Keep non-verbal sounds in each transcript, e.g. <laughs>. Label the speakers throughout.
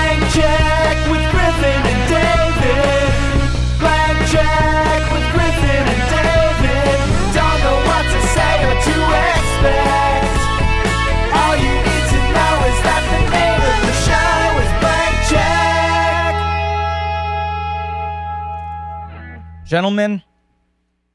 Speaker 1: Blackjack with Griffin and David. Blackjack with Griffin and David. Don't know what to say or to expect. All you need to know is that the name of the show is Blackjack.
Speaker 2: Gentlemen,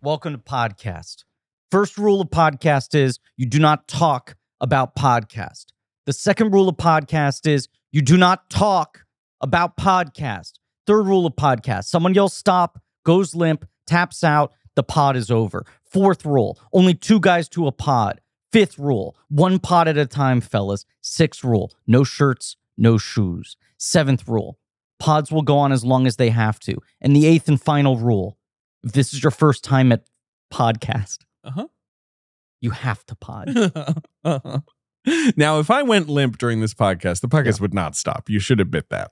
Speaker 2: welcome to podcast. First rule of podcast is you do not talk about podcast. The second rule of podcast is you do not talk about podcast. Third rule of podcast, someone yells stop, goes limp, taps out, the pod is over. Fourth rule, only two guys to a pod. Fifth rule, one pod at a time, fellas. Sixth rule, no shirts, no shoes. Seventh rule, pods will go on as long as they have to. And the eighth and final rule if this is your first time at podcast,
Speaker 3: Uh-huh.
Speaker 2: you have to
Speaker 3: <laughs>
Speaker 2: pod.
Speaker 3: Uh-huh. <laughs> now, if I went limp during this podcast, the podcast would not stop. You should admit that.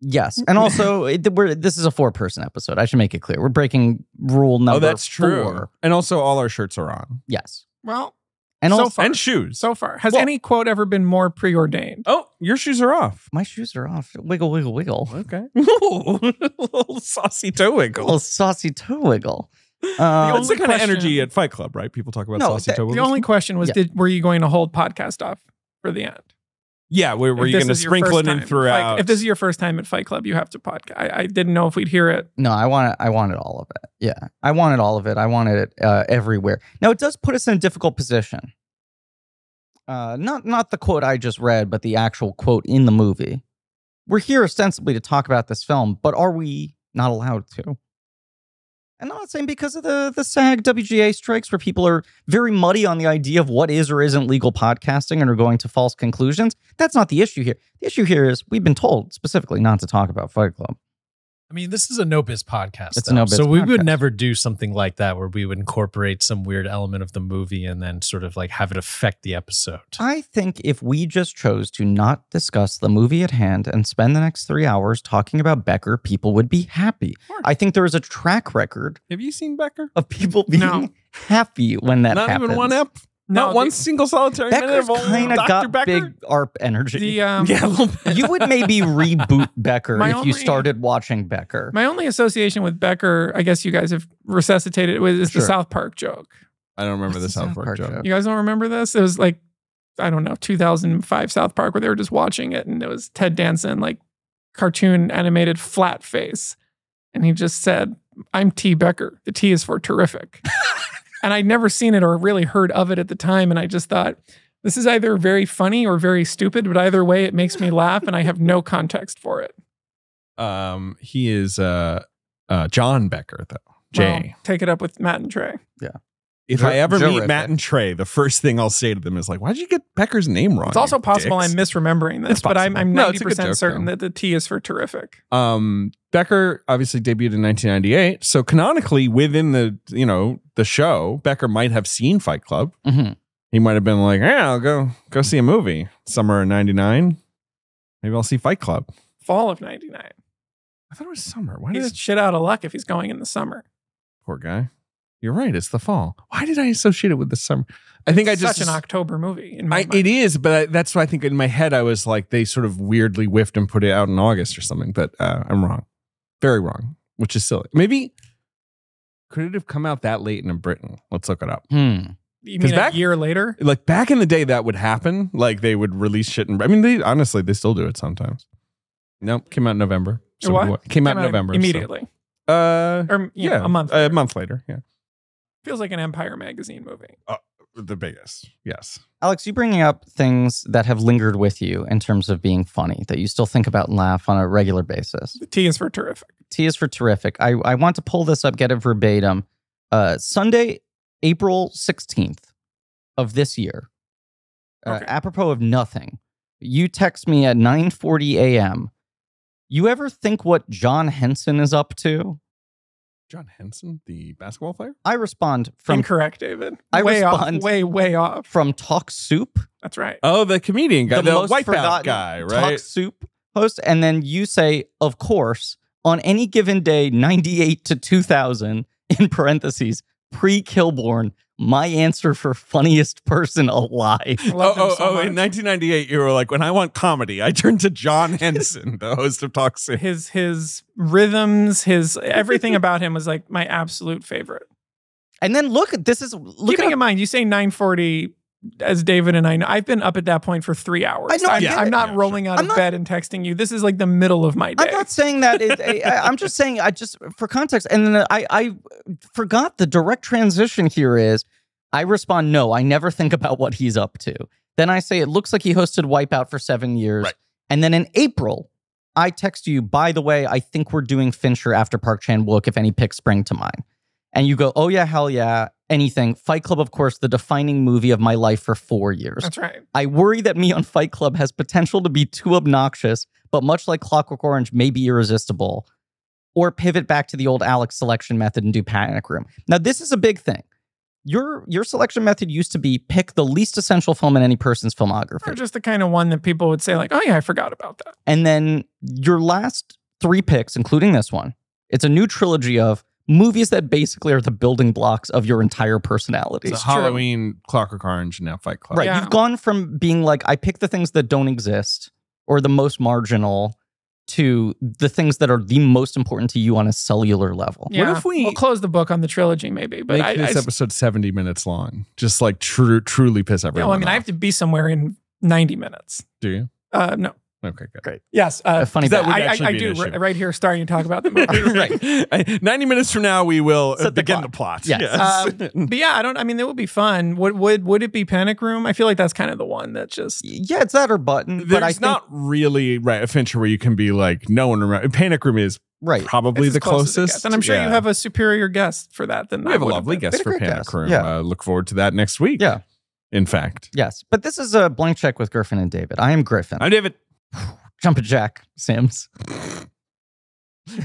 Speaker 2: yes. And also, it, we're, this is a four person episode. I should make it clear. We're breaking rule number
Speaker 3: oh, that's true.
Speaker 2: four.
Speaker 3: And also, all our shirts are on
Speaker 2: Yes.
Speaker 4: Well,
Speaker 2: And
Speaker 4: So
Speaker 2: also,
Speaker 4: far.
Speaker 3: and shoes.
Speaker 4: so far, has
Speaker 3: Well-
Speaker 4: any quote ever been more preordained?
Speaker 3: oh, your shoes are off.
Speaker 2: my shoes are off. Wiggle, wiggle, wiggle. <laughs>
Speaker 3: Okay,
Speaker 4: <laughs>
Speaker 3: Ooh, a little saucy toe
Speaker 2: A
Speaker 3: wiggle.
Speaker 2: little saucy toe wiggle. Um,
Speaker 3: that's <laughs> the
Speaker 4: only
Speaker 3: kind of
Speaker 4: Uh, question-
Speaker 3: energy at Fight Club, right? People talk about
Speaker 2: No,
Speaker 3: saucy
Speaker 2: the-
Speaker 3: toe
Speaker 4: The
Speaker 3: wiggles.
Speaker 4: only question was,
Speaker 2: Yeah.
Speaker 4: did were you going to hold podcast off for the end?
Speaker 3: yeah, where were
Speaker 4: If
Speaker 3: you
Speaker 4: this
Speaker 3: going to
Speaker 4: is your
Speaker 3: sprinkle
Speaker 4: first
Speaker 3: it in
Speaker 4: time at Fight-
Speaker 3: throughout?
Speaker 4: if this is your first time at Fight Club, you have to podcast. I, I didn't know if we'd hear it.
Speaker 2: no, I want it, I wanted all of it. Yeah. I wanted all of it. I wanted it uh, everywhere. Now, it does put us in a difficult position. Uh, not not the quote I just read, but the actual quote in the movie. We're here ostensibly to talk about this film, but are we not allowed to? And I'm not saying because of the the SAG WGA strikes, where people are very muddy on the idea of what is or isn't legal podcasting and are going to false conclusions. That's not the issue here. The issue here is we've been told specifically not to talk about Fight Club.
Speaker 5: I mean, this is a no biz podcast.
Speaker 2: It's a
Speaker 5: though.
Speaker 2: no biz
Speaker 5: So we
Speaker 2: podcast.
Speaker 5: would never do something like that where we would incorporate some weird element of the movie and then sort of like have it affect the episode.
Speaker 2: I think if we just chose to not discuss the movie at hand and spend the next three hours talking about Becker, people would be happy.
Speaker 3: Sure.
Speaker 2: I think there is a track record
Speaker 3: Have you seen Becker?
Speaker 2: of people being <laughs>
Speaker 4: No.
Speaker 2: happy when that
Speaker 3: Not
Speaker 2: happens.
Speaker 3: even one ep.
Speaker 4: No,
Speaker 3: Not one
Speaker 4: the-
Speaker 3: single solitary minute
Speaker 2: Becker's
Speaker 3: of old
Speaker 2: kind of
Speaker 3: Dr.
Speaker 2: got
Speaker 3: Becker.
Speaker 2: big ARP energy.
Speaker 3: <laughs>
Speaker 4: The um,
Speaker 3: yeah, a little bit.
Speaker 2: you would
Speaker 4: <laughs>
Speaker 2: maybe reboot Becker
Speaker 4: My
Speaker 2: if you
Speaker 4: only-
Speaker 2: started watching Becker.
Speaker 4: my only association with Becker, I guess you guys have resuscitated it with, is
Speaker 2: Sure.
Speaker 4: the South Park joke.
Speaker 3: I don't remember
Speaker 2: What's
Speaker 3: the South Park joke.
Speaker 4: You guys don't remember this? It was like I don't know, 2005 South Park, where they were just watching it, and it was Ted Danson, like cartoon animated flat face, and he just said, "I'm T Becker. The T is
Speaker 3: <laughs>
Speaker 4: for terrific." and I'd never seen it or really heard of it at the time, and I just thought. This is either very funny or very stupid, but either way, it makes me laugh, and I have no context for it.
Speaker 3: Um, he is uh, uh, John Becker though. <laughs> Jay.
Speaker 4: Well, take it up with Matt and Trey.
Speaker 3: if
Speaker 2: Jer-
Speaker 3: I ever
Speaker 2: Jerrific.
Speaker 3: meet Matt and Trey, the first thing I'll say to them is like, "Why'd you get Becker's name wrong?"
Speaker 4: It's also
Speaker 3: you
Speaker 4: possible
Speaker 3: dicks?"
Speaker 4: I'm misremembering this,
Speaker 3: It's
Speaker 4: but I'm,
Speaker 3: possible.
Speaker 4: I'm
Speaker 3: No, it's a
Speaker 4: 90%
Speaker 3: good joke,
Speaker 4: certain
Speaker 3: though.
Speaker 4: that the T is for terrific.
Speaker 3: um, Becker obviously debuted in 1998, so canonically within the you know the show, Becker might have seen Fight Club.
Speaker 2: Mhm.
Speaker 3: He might have been like, "Yeah, I'll go go see a movie summer of '99. Maybe I'll see Fight Club."
Speaker 4: Fall of 99.
Speaker 3: I thought it was summer. Why
Speaker 4: He's
Speaker 3: did
Speaker 4: shit out of luck if he's going in the summer.
Speaker 3: poor guy? You're right. It's the fall. Why did I associate it with the summer? I think I
Speaker 4: It's
Speaker 3: just
Speaker 4: such an October movie in
Speaker 3: I,
Speaker 4: my mind.
Speaker 3: it is, but I, that's why I think in my head I was like they sort of weirdly whiffed and put it out in August or something. But uh, I'm wrong, very wrong, which is silly. Maybe could it have come out that late in Britain? Let's look it up.
Speaker 2: Hmm.
Speaker 4: You
Speaker 3: 'Cause
Speaker 4: mean
Speaker 3: back-
Speaker 4: a year later?
Speaker 3: Like back in the day, that would happen. Like they would release shit, and I mean, they honestly they still do it sometimes. Nope, came out in November. So
Speaker 4: What?
Speaker 3: it wa- Came out in
Speaker 4: Came out
Speaker 3: November so-
Speaker 4: Immediately.
Speaker 3: uh,
Speaker 4: Or, you know,
Speaker 3: yeah,
Speaker 4: a month.
Speaker 3: a
Speaker 4: later.
Speaker 3: month later. Yeah,
Speaker 4: Feels like an Empire Magazine movie.
Speaker 3: the biggest. Yes.
Speaker 2: Alex, you bringing up things that have lingered with you in terms of being funny that you still think about and laugh on a regular basis.
Speaker 4: The T is for terrific.
Speaker 2: T is for terrific. I, I want to pull this up, get it verbatim. Uh, Sunday, April 16th of this year, uh,
Speaker 4: Okay.
Speaker 2: apropos of nothing, you text me at 9.40 a.m. You ever think what John Henson is up to?
Speaker 3: John Henson, the basketball player.
Speaker 2: I respond from,
Speaker 4: Incorrect, David.
Speaker 2: I
Speaker 4: way
Speaker 2: respond-
Speaker 4: off. Way, way off.
Speaker 2: from Talk Soup,
Speaker 4: That's right.
Speaker 3: Oh, the comedian guy,
Speaker 2: the,
Speaker 3: the,
Speaker 2: most
Speaker 3: wipeout
Speaker 2: forgotten
Speaker 3: guy,
Speaker 2: Talk
Speaker 3: right?
Speaker 2: Soup host. And then you say, of course, on any given day, 98 to 2000, <laughs> in parentheses, pre Kilborn, my answer for funniest person <laughs> alive.
Speaker 4: I love them so
Speaker 3: Oh, in
Speaker 4: much.
Speaker 3: 1998, you were like, when I want comedy, I turn to <laughs> John Henson, the host of Talk City.
Speaker 4: his his rhythms, his
Speaker 3: <laughs>
Speaker 4: everything about him was like my absolute favorite.
Speaker 2: And then look, this is look
Speaker 4: Keeping
Speaker 2: at
Speaker 4: in mind, you say 940 as David and I know, I've been up at that point for three hours.
Speaker 2: I know, I
Speaker 4: am
Speaker 2: get
Speaker 3: it.
Speaker 4: not
Speaker 3: Yeah, sure.
Speaker 4: rolling out
Speaker 2: I'm
Speaker 4: of
Speaker 2: not-
Speaker 4: bed and texting you. This is like the middle of my day.
Speaker 2: I'm not saying that. It, I, am just saying. I just for context, and then I I forgot the direct transition here is. I respond no. I never think about what he's up to. Then I say it looks like he hosted Wipeout for seven years,
Speaker 3: Right.
Speaker 2: and then in April, I text you. By the way, I think we're doing Fincher after Park Chan Wook. If any picks spring to mind, and you go, oh yeah, hell yeah, anything. Fight Club, of course, the defining movie of my life for four years.
Speaker 4: That's right.
Speaker 2: I worry that me on Fight Club has potential to be too obnoxious, but much like Clockwork Orange, may be irresistible. Or pivot back to the old Alex selection method and do Panic Room. Now, this is a big thing. Your your selection method used to be pick the least essential film in any person's
Speaker 4: Or
Speaker 2: filmography,
Speaker 4: just the kind of one that people would say like, oh yeah, I forgot about that.
Speaker 2: and then your last three picks, including this one, it's a new trilogy of movies that basically are the building blocks of your entire personality.
Speaker 3: It's Halloween, Clockwork Orange, and now Fight Club.
Speaker 2: Right.
Speaker 4: Yeah.
Speaker 2: You've gone from being like, I pick the things that don't exist or the most marginal to the things that are the most important to you on a cellular level.
Speaker 4: Yeah.
Speaker 3: if we-
Speaker 4: will close the book on the trilogy maybe? But
Speaker 3: Make
Speaker 4: I,
Speaker 3: this
Speaker 4: I,
Speaker 3: episode 70 minutes long. Just like true, truly piss everyone
Speaker 4: no, I mean, I
Speaker 3: off.
Speaker 4: have to be somewhere in 90 minutes.
Speaker 3: Do you?
Speaker 4: Uh, no.
Speaker 3: Okay, good.
Speaker 4: Yes. Uh,
Speaker 2: A funny
Speaker 3: That
Speaker 2: fact.
Speaker 3: would
Speaker 4: I, I,
Speaker 3: actually
Speaker 4: I
Speaker 3: be
Speaker 4: do
Speaker 3: an issue.
Speaker 4: ri- right here starting to talk about
Speaker 3: <laughs>
Speaker 4: the
Speaker 3: <laughs>
Speaker 4: movie.
Speaker 3: right. 90 minutes from now, we will uh,
Speaker 2: Set the
Speaker 3: begin the Um, plot.
Speaker 2: Yes.
Speaker 3: <laughs>
Speaker 4: But yeah, I don't. I mean, it would be fun. Would would would it be Panic Room? I feel like that's kind of the one that just
Speaker 2: yeah, it's that or button.
Speaker 3: There's
Speaker 2: but I think,
Speaker 3: not really right a Fincher where you can be like, no one remember. Panic Room is
Speaker 2: right.
Speaker 3: probably
Speaker 4: it's
Speaker 3: the
Speaker 4: as close as it
Speaker 3: closest.
Speaker 4: gets. And I'm sure
Speaker 3: Yeah.
Speaker 4: you have a superior guest for that than
Speaker 3: We
Speaker 4: I
Speaker 3: have a
Speaker 4: would
Speaker 3: lovely
Speaker 4: been.
Speaker 3: guest
Speaker 2: Been a
Speaker 3: for
Speaker 2: great
Speaker 3: Panic
Speaker 2: guest.
Speaker 3: Room.
Speaker 2: Yeah.
Speaker 3: Uh, look forward to that next week.
Speaker 2: Yeah.
Speaker 3: In fact,
Speaker 2: Yes. But this is a blank check with Griffin and David. I am Griffin.
Speaker 3: I'm David.
Speaker 2: Jumpin' Jack Sims.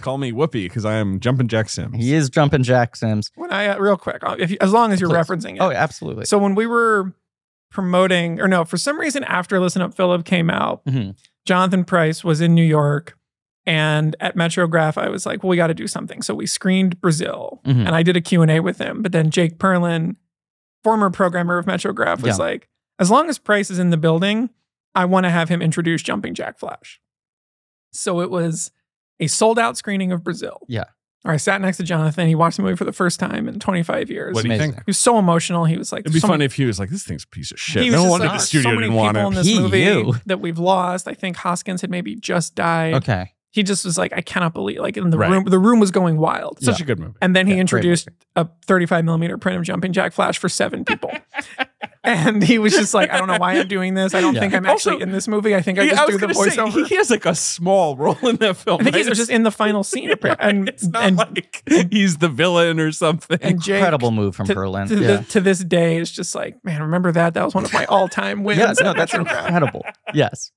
Speaker 3: Call me Whoopi because I am Jumpin' Jack Sims.
Speaker 2: He is Jumpin' Jack Sims.
Speaker 4: When I uh, real quick, uh, if you, as long as you're
Speaker 2: Please.
Speaker 4: referencing it.
Speaker 2: Oh, absolutely.
Speaker 4: So when we were promoting, or no, for some reason after Listen Up, Philip came out,
Speaker 2: Mhm.
Speaker 4: Jonathan Price was in New York. And at Metrograph, I was like, well, we got to do something. So we screened Brazil
Speaker 3: Mm-hmm.
Speaker 2: Mhm.
Speaker 4: and I did a Q&A with him. But then Jake Perlin, former programmer of Metrograph, was
Speaker 2: Yeah.
Speaker 4: like, as long as Price is in the building, I want to have him introduce Jumping Jack Flash. So it was a sold out screening of Brazil.
Speaker 2: Yeah.
Speaker 4: Or I sat next to Jonathan. He watched the movie for the first time in 25 years.
Speaker 3: What do you
Speaker 2: Amazing.
Speaker 3: think?
Speaker 4: He was so emotional. He was like,
Speaker 3: It'd be
Speaker 4: "So
Speaker 3: funny
Speaker 4: many-
Speaker 3: if he was like, this thing's a piece of
Speaker 4: he
Speaker 3: shit.
Speaker 4: was
Speaker 3: No
Speaker 4: just
Speaker 3: wonder
Speaker 4: like,
Speaker 3: the studio
Speaker 4: so many
Speaker 3: didn't want
Speaker 4: people
Speaker 3: it.
Speaker 4: in this
Speaker 2: He
Speaker 4: movie
Speaker 2: knew.
Speaker 4: that we've lost. I think Hoskins had maybe just died.
Speaker 2: okay.
Speaker 4: He just was like, I cannot believe. Like in the
Speaker 3: Right.
Speaker 4: room, the room was going wild.
Speaker 3: Such a good movie.
Speaker 4: and then he
Speaker 2: Yeah, great
Speaker 4: introduced a 35 millimeter print of Jumping Jack Flash for seven people. and he was just like, I don't know why I'm doing this. I don't
Speaker 2: Yeah.
Speaker 4: think I'm actually
Speaker 3: Also-
Speaker 4: in this movie. I think I
Speaker 3: Yeah,
Speaker 4: just do the
Speaker 3: gonna say,
Speaker 4: voiceover.
Speaker 3: he has like a small role in that film.
Speaker 4: I think
Speaker 3: right?
Speaker 4: he's just in the final scene. apparently.
Speaker 3: <laughs>
Speaker 4: And,
Speaker 3: it's not
Speaker 4: and,
Speaker 3: like he's the villain or something.
Speaker 4: and Jake,
Speaker 2: Incredible move from
Speaker 4: to-
Speaker 2: Berlin.
Speaker 4: to,
Speaker 2: yeah.
Speaker 4: the, <laughs> to this day is just like, man, remember that? That was one
Speaker 3: <laughs>
Speaker 4: of my all time wins.
Speaker 2: Yes, no,
Speaker 4: at <laughs>
Speaker 2: that's
Speaker 4: Metrograph.
Speaker 2: incredible. Yes.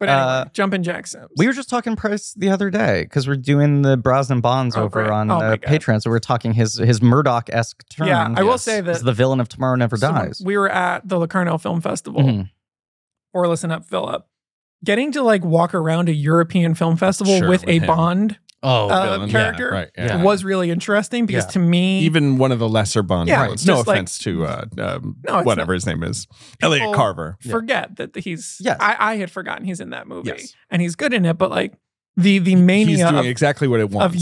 Speaker 4: But anyway,
Speaker 2: Uh,
Speaker 4: jumping Jack Sims.
Speaker 2: We were just talking price the other day because we're doing the Brosnan Bonds
Speaker 4: Oh,
Speaker 2: over
Speaker 4: great.
Speaker 2: on
Speaker 4: Oh,
Speaker 2: uh,
Speaker 4: my God.
Speaker 2: Patreon. So we're talking his his Murdoch esque turn.
Speaker 4: Yeah, I will
Speaker 2: Yes.
Speaker 4: say that-
Speaker 2: He's the villain of Tomorrow Never
Speaker 4: So when
Speaker 2: Dies.
Speaker 4: we were at the Locarno Film Festival
Speaker 3: Mm-hmm.
Speaker 2: Mhm.
Speaker 4: or Listen Up Philip. Getting to like walk around a European film festival
Speaker 3: Sure,
Speaker 4: with,
Speaker 3: with
Speaker 4: a
Speaker 3: him.
Speaker 4: Bond
Speaker 5: Oh,
Speaker 3: <laughs>
Speaker 4: uh,
Speaker 3: villain, yeah,
Speaker 4: character
Speaker 3: right, yeah.
Speaker 4: was really interesting because
Speaker 2: Yeah.
Speaker 4: to me,
Speaker 3: even one of the lesser Bond
Speaker 4: Yeah,
Speaker 3: villains.
Speaker 4: it's
Speaker 3: No
Speaker 4: just like-
Speaker 3: offense to uh, um,
Speaker 4: No, it's
Speaker 3: whatever his name is, Elliot
Speaker 4: People-
Speaker 3: Carver.
Speaker 2: Yeah.
Speaker 4: forget that he's.
Speaker 2: Yes.
Speaker 4: I, I had forgotten he's in that movie
Speaker 3: Yes.
Speaker 4: and he's good in it, but like the the
Speaker 3: He's
Speaker 4: mania
Speaker 3: doing
Speaker 4: of,
Speaker 3: exactly what it wants
Speaker 4: of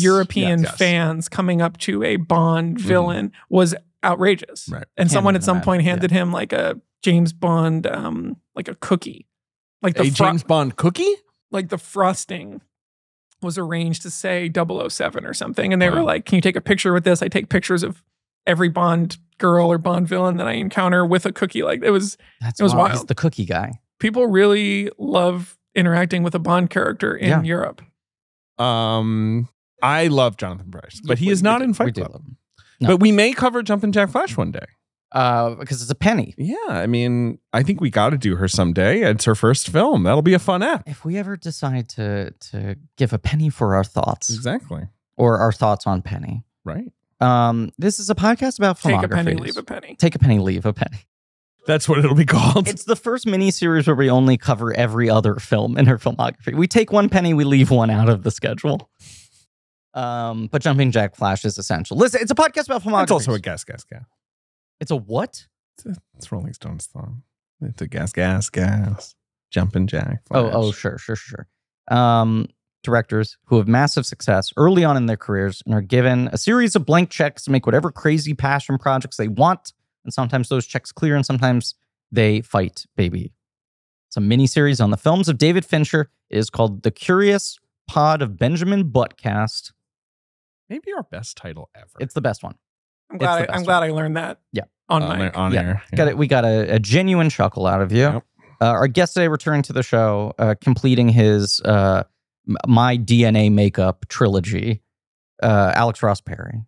Speaker 3: Yes,
Speaker 4: European
Speaker 3: Mm-hmm. yes.
Speaker 4: fans coming up to a Bond villain was outrageous.
Speaker 3: Right.
Speaker 4: And someone at
Speaker 2: Handing
Speaker 4: some
Speaker 2: them
Speaker 4: point
Speaker 2: out, yeah.
Speaker 4: handed him like a James Bond, um, like a cookie, like the
Speaker 3: A
Speaker 4: fro-
Speaker 3: James Bond cookie?
Speaker 4: like the frosting was arranged to say 007 or something. And they were
Speaker 3: Wow.
Speaker 4: like, Can you take a picture with this? I take pictures of every Bond girl or Bond villain that I encounter with a cookie. Like it was
Speaker 2: That's
Speaker 4: it was
Speaker 2: wild. He's
Speaker 4: wild.
Speaker 2: the cookie guy.
Speaker 4: people really love interacting with a Bond character in
Speaker 2: Yeah.
Speaker 4: Europe.
Speaker 3: Um, I love Jonathan Price, but he
Speaker 2: We-
Speaker 3: is
Speaker 2: we
Speaker 3: not
Speaker 2: do-
Speaker 3: in
Speaker 2: we
Speaker 3: Fight
Speaker 2: do
Speaker 3: Club.
Speaker 2: love him. No.
Speaker 3: But we may cover Jumpin' Jack Flash one day.
Speaker 2: Uh, because it's a penny.
Speaker 3: Yeah, I mean, I think we got to do her someday. It's her first film. That'll be a fun app.
Speaker 2: If we ever decide to to give a penny for our thoughts
Speaker 3: Exactly.
Speaker 2: or our thoughts on penny,
Speaker 3: Right.
Speaker 2: um, this is a podcast about
Speaker 4: Take a penny,
Speaker 2: filmographies.
Speaker 4: leave a penny.
Speaker 2: Take a penny, leave a penny.
Speaker 3: That's what it'll be called. <laughs>
Speaker 2: It's the first miniseries where we only cover every other film in her filmography. We take one penny, we leave one out of the schedule. Um, but Jumping Jack Flash is essential. Listen, it's a podcast about filmography.
Speaker 3: It's also a gas, gas, gas.
Speaker 2: It's a what?
Speaker 3: It's Rolling Stones song. It's a gas, gas, gas. Jumping Jack.
Speaker 2: Oh, oh,
Speaker 3: Flash.
Speaker 2: sure, sure, sure. Um, directors who have massive success early on in their careers and are given a series of blank checks to make whatever crazy passion projects they want. And sometimes those checks clear and sometimes they fight baby. It's a mini series on the films of David Fincher. It is called The Curious Pod of Benjamin Buttcast.
Speaker 3: Maybe our best title ever.
Speaker 2: It's the best one.
Speaker 4: I'm
Speaker 2: It's the
Speaker 4: glad. I,
Speaker 2: best
Speaker 4: I'm glad I learned that.
Speaker 2: Yeah. Uh,
Speaker 4: On
Speaker 3: on,
Speaker 4: my
Speaker 3: air- on
Speaker 2: Yeah.
Speaker 3: air.
Speaker 2: Got it. We got a, a genuine chuckle out of you.
Speaker 3: Yep.
Speaker 2: Uh, our guest today, returning to the show, uh, completing his uh, M- "My DNA Makeup" trilogy. Uh, Alex Ross Perry.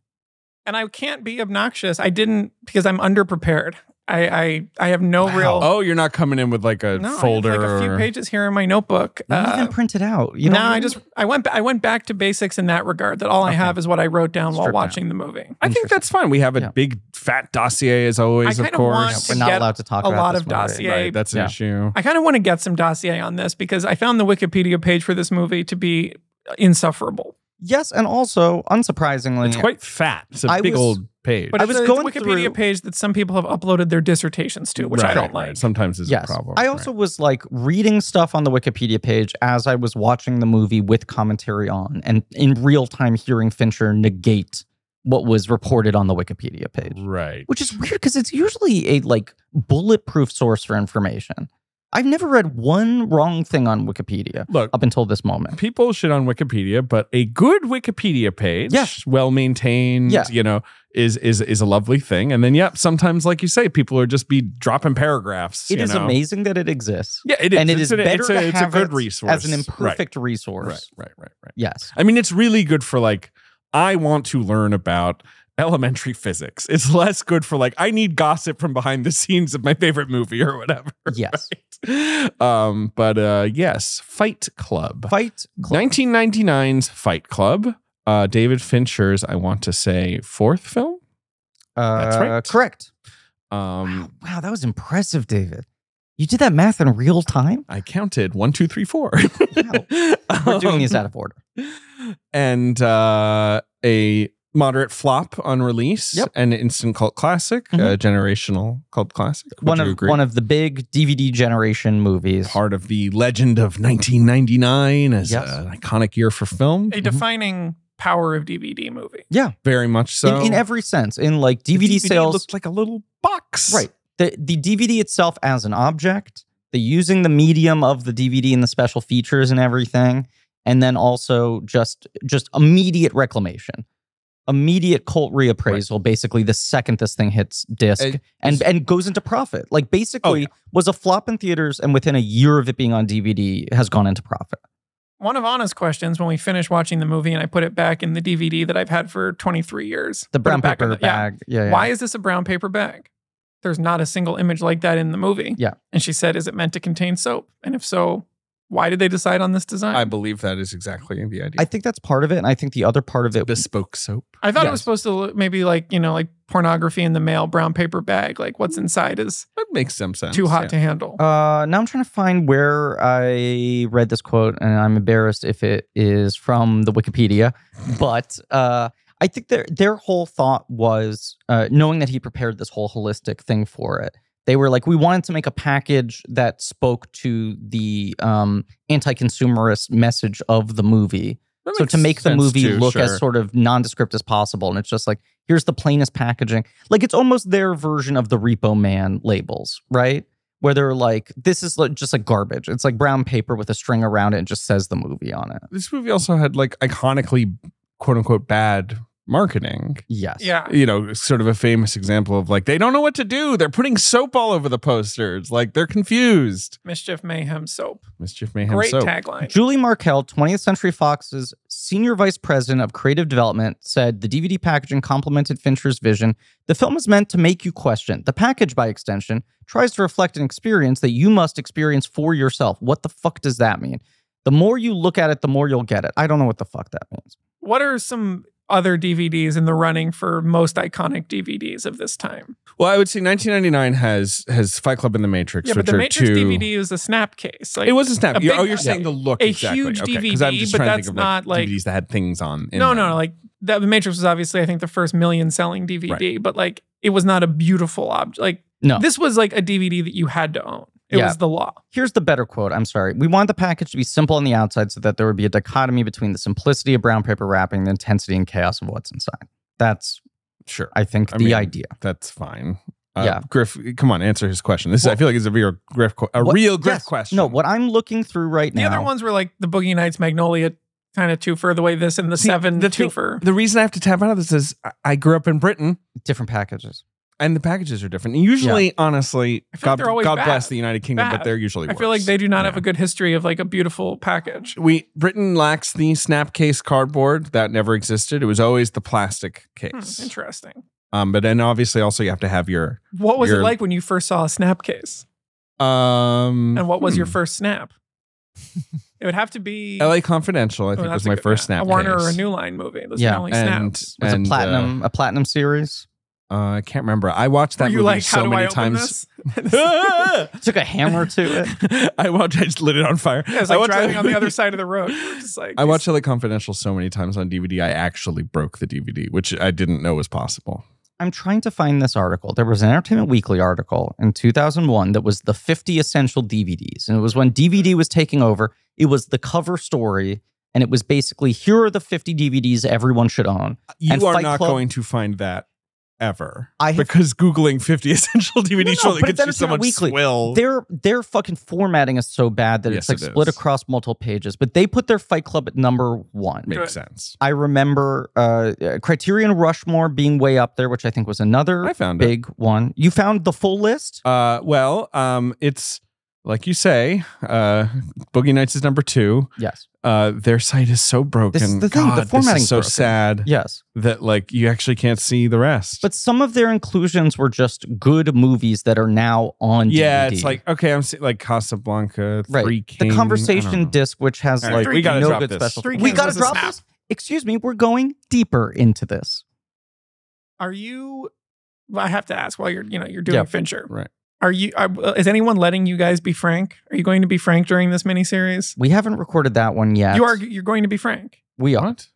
Speaker 4: and I can't be obnoxious. I didn't because I'm underprepared. I I, I have no
Speaker 3: Wow.
Speaker 4: real
Speaker 3: Oh, you're not coming in with like
Speaker 2: Oh,
Speaker 3: a
Speaker 4: no, I have,
Speaker 3: folder
Speaker 4: like a few
Speaker 3: or
Speaker 4: pages here in my notebook.
Speaker 2: Not
Speaker 4: Uh,
Speaker 2: even printed out. You know.
Speaker 4: no, I just I went ba- I went back to basics in that regard. That all I
Speaker 2: Okay.
Speaker 4: have is what I wrote down while
Speaker 2: Strip down.
Speaker 4: watching the movie.
Speaker 3: I think that's fine. We have a
Speaker 2: Yeah.
Speaker 3: big fat dossier as always,
Speaker 4: I
Speaker 3: of
Speaker 4: kinda want
Speaker 3: course.
Speaker 2: we're not
Speaker 4: get
Speaker 2: allowed to talk
Speaker 4: a
Speaker 2: about
Speaker 4: lot
Speaker 2: this
Speaker 4: of
Speaker 2: movie.
Speaker 4: dossier.
Speaker 3: Right, that's an
Speaker 2: Yeah.
Speaker 3: issue.
Speaker 4: I kind of want to get some dossier on this because I found the Wikipedia page for this movie to be insufferable.
Speaker 2: Yes, and also, unsurprisingly,
Speaker 3: It's quite fat. It's a
Speaker 2: I
Speaker 3: big
Speaker 2: was-
Speaker 3: old page.
Speaker 4: But
Speaker 2: I
Speaker 4: it's
Speaker 2: was
Speaker 4: a
Speaker 2: going
Speaker 4: Wikipedia
Speaker 2: through-
Speaker 4: page that some people have uploaded their dissertations to, which I
Speaker 3: Right,
Speaker 4: don't
Speaker 3: right,
Speaker 4: like.
Speaker 3: right. Sometimes is
Speaker 2: yes.
Speaker 3: a problem.
Speaker 2: I also
Speaker 3: right.
Speaker 2: was like reading stuff on the Wikipedia page as I was watching the movie with commentary on, and in real time hearing Fincher negate what was reported on the Wikipedia page.
Speaker 3: right.
Speaker 2: which is weird because it's usually a like bulletproof source for information. I've never read one wrong thing on Wikipedia
Speaker 3: Look,
Speaker 2: up until this moment.
Speaker 3: people shit on Wikipedia, but a good Wikipedia page,
Speaker 2: Yeah.
Speaker 3: well maintained,
Speaker 2: Yeah.
Speaker 3: you know, is is is a lovely thing. And then, yep, sometimes, like you say, people are just be dropping paragraphs.
Speaker 2: It
Speaker 3: you
Speaker 2: is
Speaker 3: know.
Speaker 2: amazing that it exists,
Speaker 3: Yeah, it is,
Speaker 2: and it
Speaker 3: it's
Speaker 2: is
Speaker 3: an-
Speaker 2: better
Speaker 3: it's a,
Speaker 2: to
Speaker 3: it's
Speaker 2: have
Speaker 3: a good
Speaker 2: it
Speaker 3: resource
Speaker 2: as an
Speaker 3: Right.
Speaker 2: imperfect resource.
Speaker 3: Right, right, right, right.
Speaker 2: Yes,
Speaker 3: <laughs> I mean, it's really good for like, I want to learn about elementary physics. It's less good for like, I need gossip from behind the scenes of my favorite movie or whatever. <laughs>
Speaker 2: yes.
Speaker 3: Right? Um, but uh, yes, Fight Club.
Speaker 2: Fight Club.
Speaker 3: 1999's Fight Club. Uh, David Fincher's, I want to say, fourth film. that's
Speaker 2: Uh,
Speaker 3: right.
Speaker 2: Correct.
Speaker 3: Um,
Speaker 2: wow, wow, that was impressive, David. You did that math in real
Speaker 3: <laughs>
Speaker 2: time.
Speaker 3: I counted one, two, three, four. <laughs>
Speaker 2: We're doing these
Speaker 3: Um,
Speaker 2: out of order.
Speaker 3: and uh, a moderate flop on release,
Speaker 2: Yep. Mm-hmm.
Speaker 3: an instant cult classic, a generational cult classic. <laughs> Would
Speaker 2: One
Speaker 3: you
Speaker 2: of
Speaker 3: agree?
Speaker 2: one of the big DVD generation movies.
Speaker 3: part of the legend of 1999 as
Speaker 2: Yes.
Speaker 3: an iconic year for film.
Speaker 4: a defining power of DVD movie.
Speaker 3: Very much so.
Speaker 2: in, in every sense, in like
Speaker 3: The
Speaker 2: DVD, sales,
Speaker 3: looked like a little box,
Speaker 2: Right. The the DVD itself as an object, the using the medium of the DVD and the special features and everything, and then also just just immediate reclamation. Immediate cult reappraisal, basically the second this thing hits disc
Speaker 3: It-
Speaker 2: and and goes into profit.
Speaker 4: Oh,
Speaker 2: Like basically was a flop in theaters and within a year of it being on DVD has gone into profit.
Speaker 4: One of Anna's questions when we finished watching the movie and I put it back in the DVD that I've had for 23 years.
Speaker 2: The
Speaker 4: Put it
Speaker 2: brown
Speaker 4: back in
Speaker 2: paper
Speaker 4: the- yeah.
Speaker 2: bag. Yeah. yeah.
Speaker 4: Why is this a brown paper bag? There's not a single image like that in the movie.
Speaker 2: Yeah.
Speaker 4: And she said, is it meant to contain soap? And if so, why did they decide on this design?
Speaker 3: I
Speaker 4: I,
Speaker 3: believe that is exactly the idea.
Speaker 2: I think that's part of it. And I think the other part of it
Speaker 3: Bespoke soap.
Speaker 4: thought it
Speaker 2: yes.
Speaker 4: was supposed to look maybe like, you know, like pornography in the mail, brown paper bag. Like what's inside is
Speaker 3: That makes some Mm. sense.
Speaker 4: too hot
Speaker 3: yeah. Oh,
Speaker 4: to handle.
Speaker 2: Uh, now I'm trying to find where I read this quote, and I'm embarrassed if it is from the Wikipedia. But uh, I think their their whole thought was uh, knowing that he prepared this whole holistic thing for it. They were like, we wanted to make a package that spoke to the um, anti-consumerist message of the movie.
Speaker 3: That
Speaker 2: So
Speaker 3: makes
Speaker 2: to make the
Speaker 3: sense
Speaker 2: movie
Speaker 3: too,
Speaker 2: look
Speaker 3: sure.
Speaker 2: as sort of nondescript as possible, and it's just like here's the plainest packaging. Like it's almost their version of the Repo Man labels, right? Where they're like, this is like, just like garbage. It's like brown paper with a string around it and just says the movie on it.
Speaker 3: This movie also had like iconically quote unquote bad marketing.
Speaker 2: Yes.
Speaker 4: yeah.
Speaker 3: you know, sort of a famous example of like they don't know what to do. They're putting soap all over the posters. Like they're confused.
Speaker 4: Mischief Mayhem soap.
Speaker 3: Mischief Mayhem
Speaker 4: Great
Speaker 3: soap.
Speaker 4: tagline.
Speaker 2: Julie Markell, 20th Century Fox's senior vice president of creative development, said the DVD packaging complemented Fincher's vision. The film is meant to make you question. The package, by extension, tries to reflect an experience that you must experience for yourself. What the fuck does that mean? The more you look at it, the more you'll get it. I don't know what the fuck that means.
Speaker 4: what are some other DVDs in the running for most iconic DVDs of this time.
Speaker 3: Well, I would say 1999 has has Fight Club and The Matrix,
Speaker 4: Yeah,
Speaker 3: which
Speaker 4: but the
Speaker 3: are
Speaker 4: Matrix
Speaker 3: two.
Speaker 4: DVD was a snap case. Like,
Speaker 3: it was a snap.
Speaker 4: a
Speaker 3: You're-
Speaker 4: big-
Speaker 3: oh, you're
Speaker 4: yeah.
Speaker 3: saying the look.
Speaker 4: A
Speaker 3: exactly.
Speaker 4: huge
Speaker 3: Okay, 'cause I'm
Speaker 4: DVD,
Speaker 3: just
Speaker 4: but
Speaker 3: trying to
Speaker 4: that's
Speaker 3: think of,
Speaker 4: not, like-
Speaker 3: DVDs that had things on. in
Speaker 4: no,
Speaker 3: them.
Speaker 4: no, no, like that, the Matrix was obviously, I think, the first million selling DVD, but like it was not a beautiful object. Like
Speaker 2: No.
Speaker 4: this was like a DVD that you had to own. It
Speaker 2: Yeah.
Speaker 4: was the law.
Speaker 2: Here's the better quote. I'm sorry. We want the package to be simple on the outside so that there would be a dichotomy between the simplicity of brown paper wrapping, the intensity and chaos of what's inside. That's,
Speaker 3: sure.
Speaker 2: I think,
Speaker 3: I
Speaker 2: the
Speaker 3: mean,
Speaker 2: idea.
Speaker 3: That's fine. Uh,
Speaker 2: Yeah.
Speaker 3: Griff, come on, answer his question. This is, I
Speaker 2: Well-
Speaker 3: feel like it's a real Griff, que- a
Speaker 2: What-
Speaker 3: real Griff
Speaker 2: Yes.
Speaker 3: Oh, question.
Speaker 2: No, what I'm looking through right
Speaker 4: The
Speaker 2: now.
Speaker 4: other ones were like the Boogie Nights, Magnolia, kind of twofer. The way this and the
Speaker 3: See,
Speaker 4: seven
Speaker 3: the thing-
Speaker 4: twofer.
Speaker 3: The reason I have to tap out of this is I- I grew up in Britain
Speaker 2: different packages.
Speaker 3: and the packages are different. And usually, honestly,
Speaker 4: I feel like
Speaker 3: God,
Speaker 4: they're always
Speaker 3: God
Speaker 4: bad.
Speaker 3: bless the United Kingdom, but
Speaker 4: Bad.
Speaker 3: they're usually.
Speaker 4: I feel like
Speaker 3: worse.
Speaker 4: they do not
Speaker 3: Yeah.
Speaker 4: have a good history of like a beautiful package.
Speaker 3: We Britain lacks the snapcase cardboard that never existed. It was always the plastic
Speaker 4: Hmm,
Speaker 3: case.
Speaker 4: interesting.
Speaker 3: um, but then obviously also you have to have your
Speaker 4: What was it
Speaker 3: Your-
Speaker 4: like when you first saw a snap case?
Speaker 3: um.
Speaker 4: And what was your
Speaker 3: hmm,
Speaker 4: first snap?
Speaker 3: <laughs>
Speaker 4: it would have to be
Speaker 3: L.A. Confidential? I
Speaker 4: Oh,
Speaker 3: think
Speaker 4: that's
Speaker 3: was
Speaker 4: a
Speaker 3: my
Speaker 4: good-
Speaker 3: first
Speaker 4: yeah,
Speaker 3: snap.
Speaker 4: A Warner
Speaker 3: case.
Speaker 4: or a New Line movie. Those are
Speaker 2: Yeah,
Speaker 4: the only
Speaker 3: and,
Speaker 4: snaps.
Speaker 2: It's a
Speaker 3: and, uh,
Speaker 2: platinum, a platinum
Speaker 3: <laughs>
Speaker 2: series.
Speaker 3: Uh, I can't remember. I watched that
Speaker 4: Were you
Speaker 3: movie
Speaker 4: like,
Speaker 3: so
Speaker 4: how do
Speaker 3: many
Speaker 4: I open
Speaker 3: times. <laughs>
Speaker 4: this? <laughs>
Speaker 2: Took a hammer to it.
Speaker 3: I watched. I just lit it on fire.
Speaker 4: Yeah, it's
Speaker 3: I
Speaker 4: like
Speaker 3: watched
Speaker 4: driving
Speaker 3: that
Speaker 4: on the
Speaker 3: <laughs>
Speaker 4: other
Speaker 3: movie-
Speaker 4: side of the road. <laughs> It's like
Speaker 3: I watched LA Confidential so many times on DVD. I actually broke the DVD, which I didn't know was possible.
Speaker 2: I'm trying to find this article. There was an Entertainment Weekly article in 2001 that was the 50 essential DVDs. And it was when DVD was taking over. It was the cover story. And it was basically here are the 50 DVDs everyone should own.
Speaker 3: You
Speaker 2: And
Speaker 3: are
Speaker 2: Fight
Speaker 3: not
Speaker 2: Club-
Speaker 3: going to find that ever.
Speaker 2: I have-
Speaker 3: because googling 50 <laughs> essential DVDs
Speaker 2: no,
Speaker 3: surely
Speaker 2: but
Speaker 3: gets
Speaker 2: it's
Speaker 3: you so
Speaker 2: Entertainment
Speaker 3: much
Speaker 2: Weekly.
Speaker 3: swill.
Speaker 2: Their their fucking formatting is so bad that it's
Speaker 3: Yes,
Speaker 2: like
Speaker 3: it
Speaker 2: split
Speaker 3: is.
Speaker 2: across multiple pages. But they put their Fight Club at number one.
Speaker 3: Makes sense.
Speaker 2: I remember uh, uh, Criterion Rushmore being way up there, which I think was another
Speaker 3: I found it.
Speaker 2: big one. You found the full list?
Speaker 3: Uh, well, um, it's like you say, uh, Boogie Nights is number two.
Speaker 2: Yes.
Speaker 3: Uh, their site is so broken.
Speaker 2: the thing, the
Speaker 3: God, this is
Speaker 2: formatting's
Speaker 3: so
Speaker 2: broken.
Speaker 3: sad
Speaker 2: Yes.
Speaker 3: that like you actually can't see the rest.
Speaker 2: But some of their inclusions were just good movies that are now on
Speaker 3: yeah,
Speaker 2: DVD.
Speaker 3: it's like okay, I'm see- like Casablanca,
Speaker 2: Right.
Speaker 3: Three Kings,
Speaker 2: the
Speaker 3: I don't know.
Speaker 2: conversation disc, which has
Speaker 3: All right,
Speaker 2: like
Speaker 4: we gotta
Speaker 2: no
Speaker 3: drop
Speaker 2: good
Speaker 3: this.
Speaker 2: special.
Speaker 4: Three
Speaker 2: we
Speaker 4: Kings
Speaker 2: gotta
Speaker 4: was a
Speaker 2: drop
Speaker 4: snap.
Speaker 2: this. Excuse me, we're going deeper into this.
Speaker 4: Are you? Well, I have to ask while you're you know you're doing
Speaker 2: Yeah,
Speaker 4: Fincher.
Speaker 3: right.
Speaker 4: Are you? Are, is anyone letting you guys be frank? Are you going to be frank during this miniseries?
Speaker 2: We haven't recorded that one yet.
Speaker 4: You are. You're going to be frank.
Speaker 2: We are.
Speaker 3: What?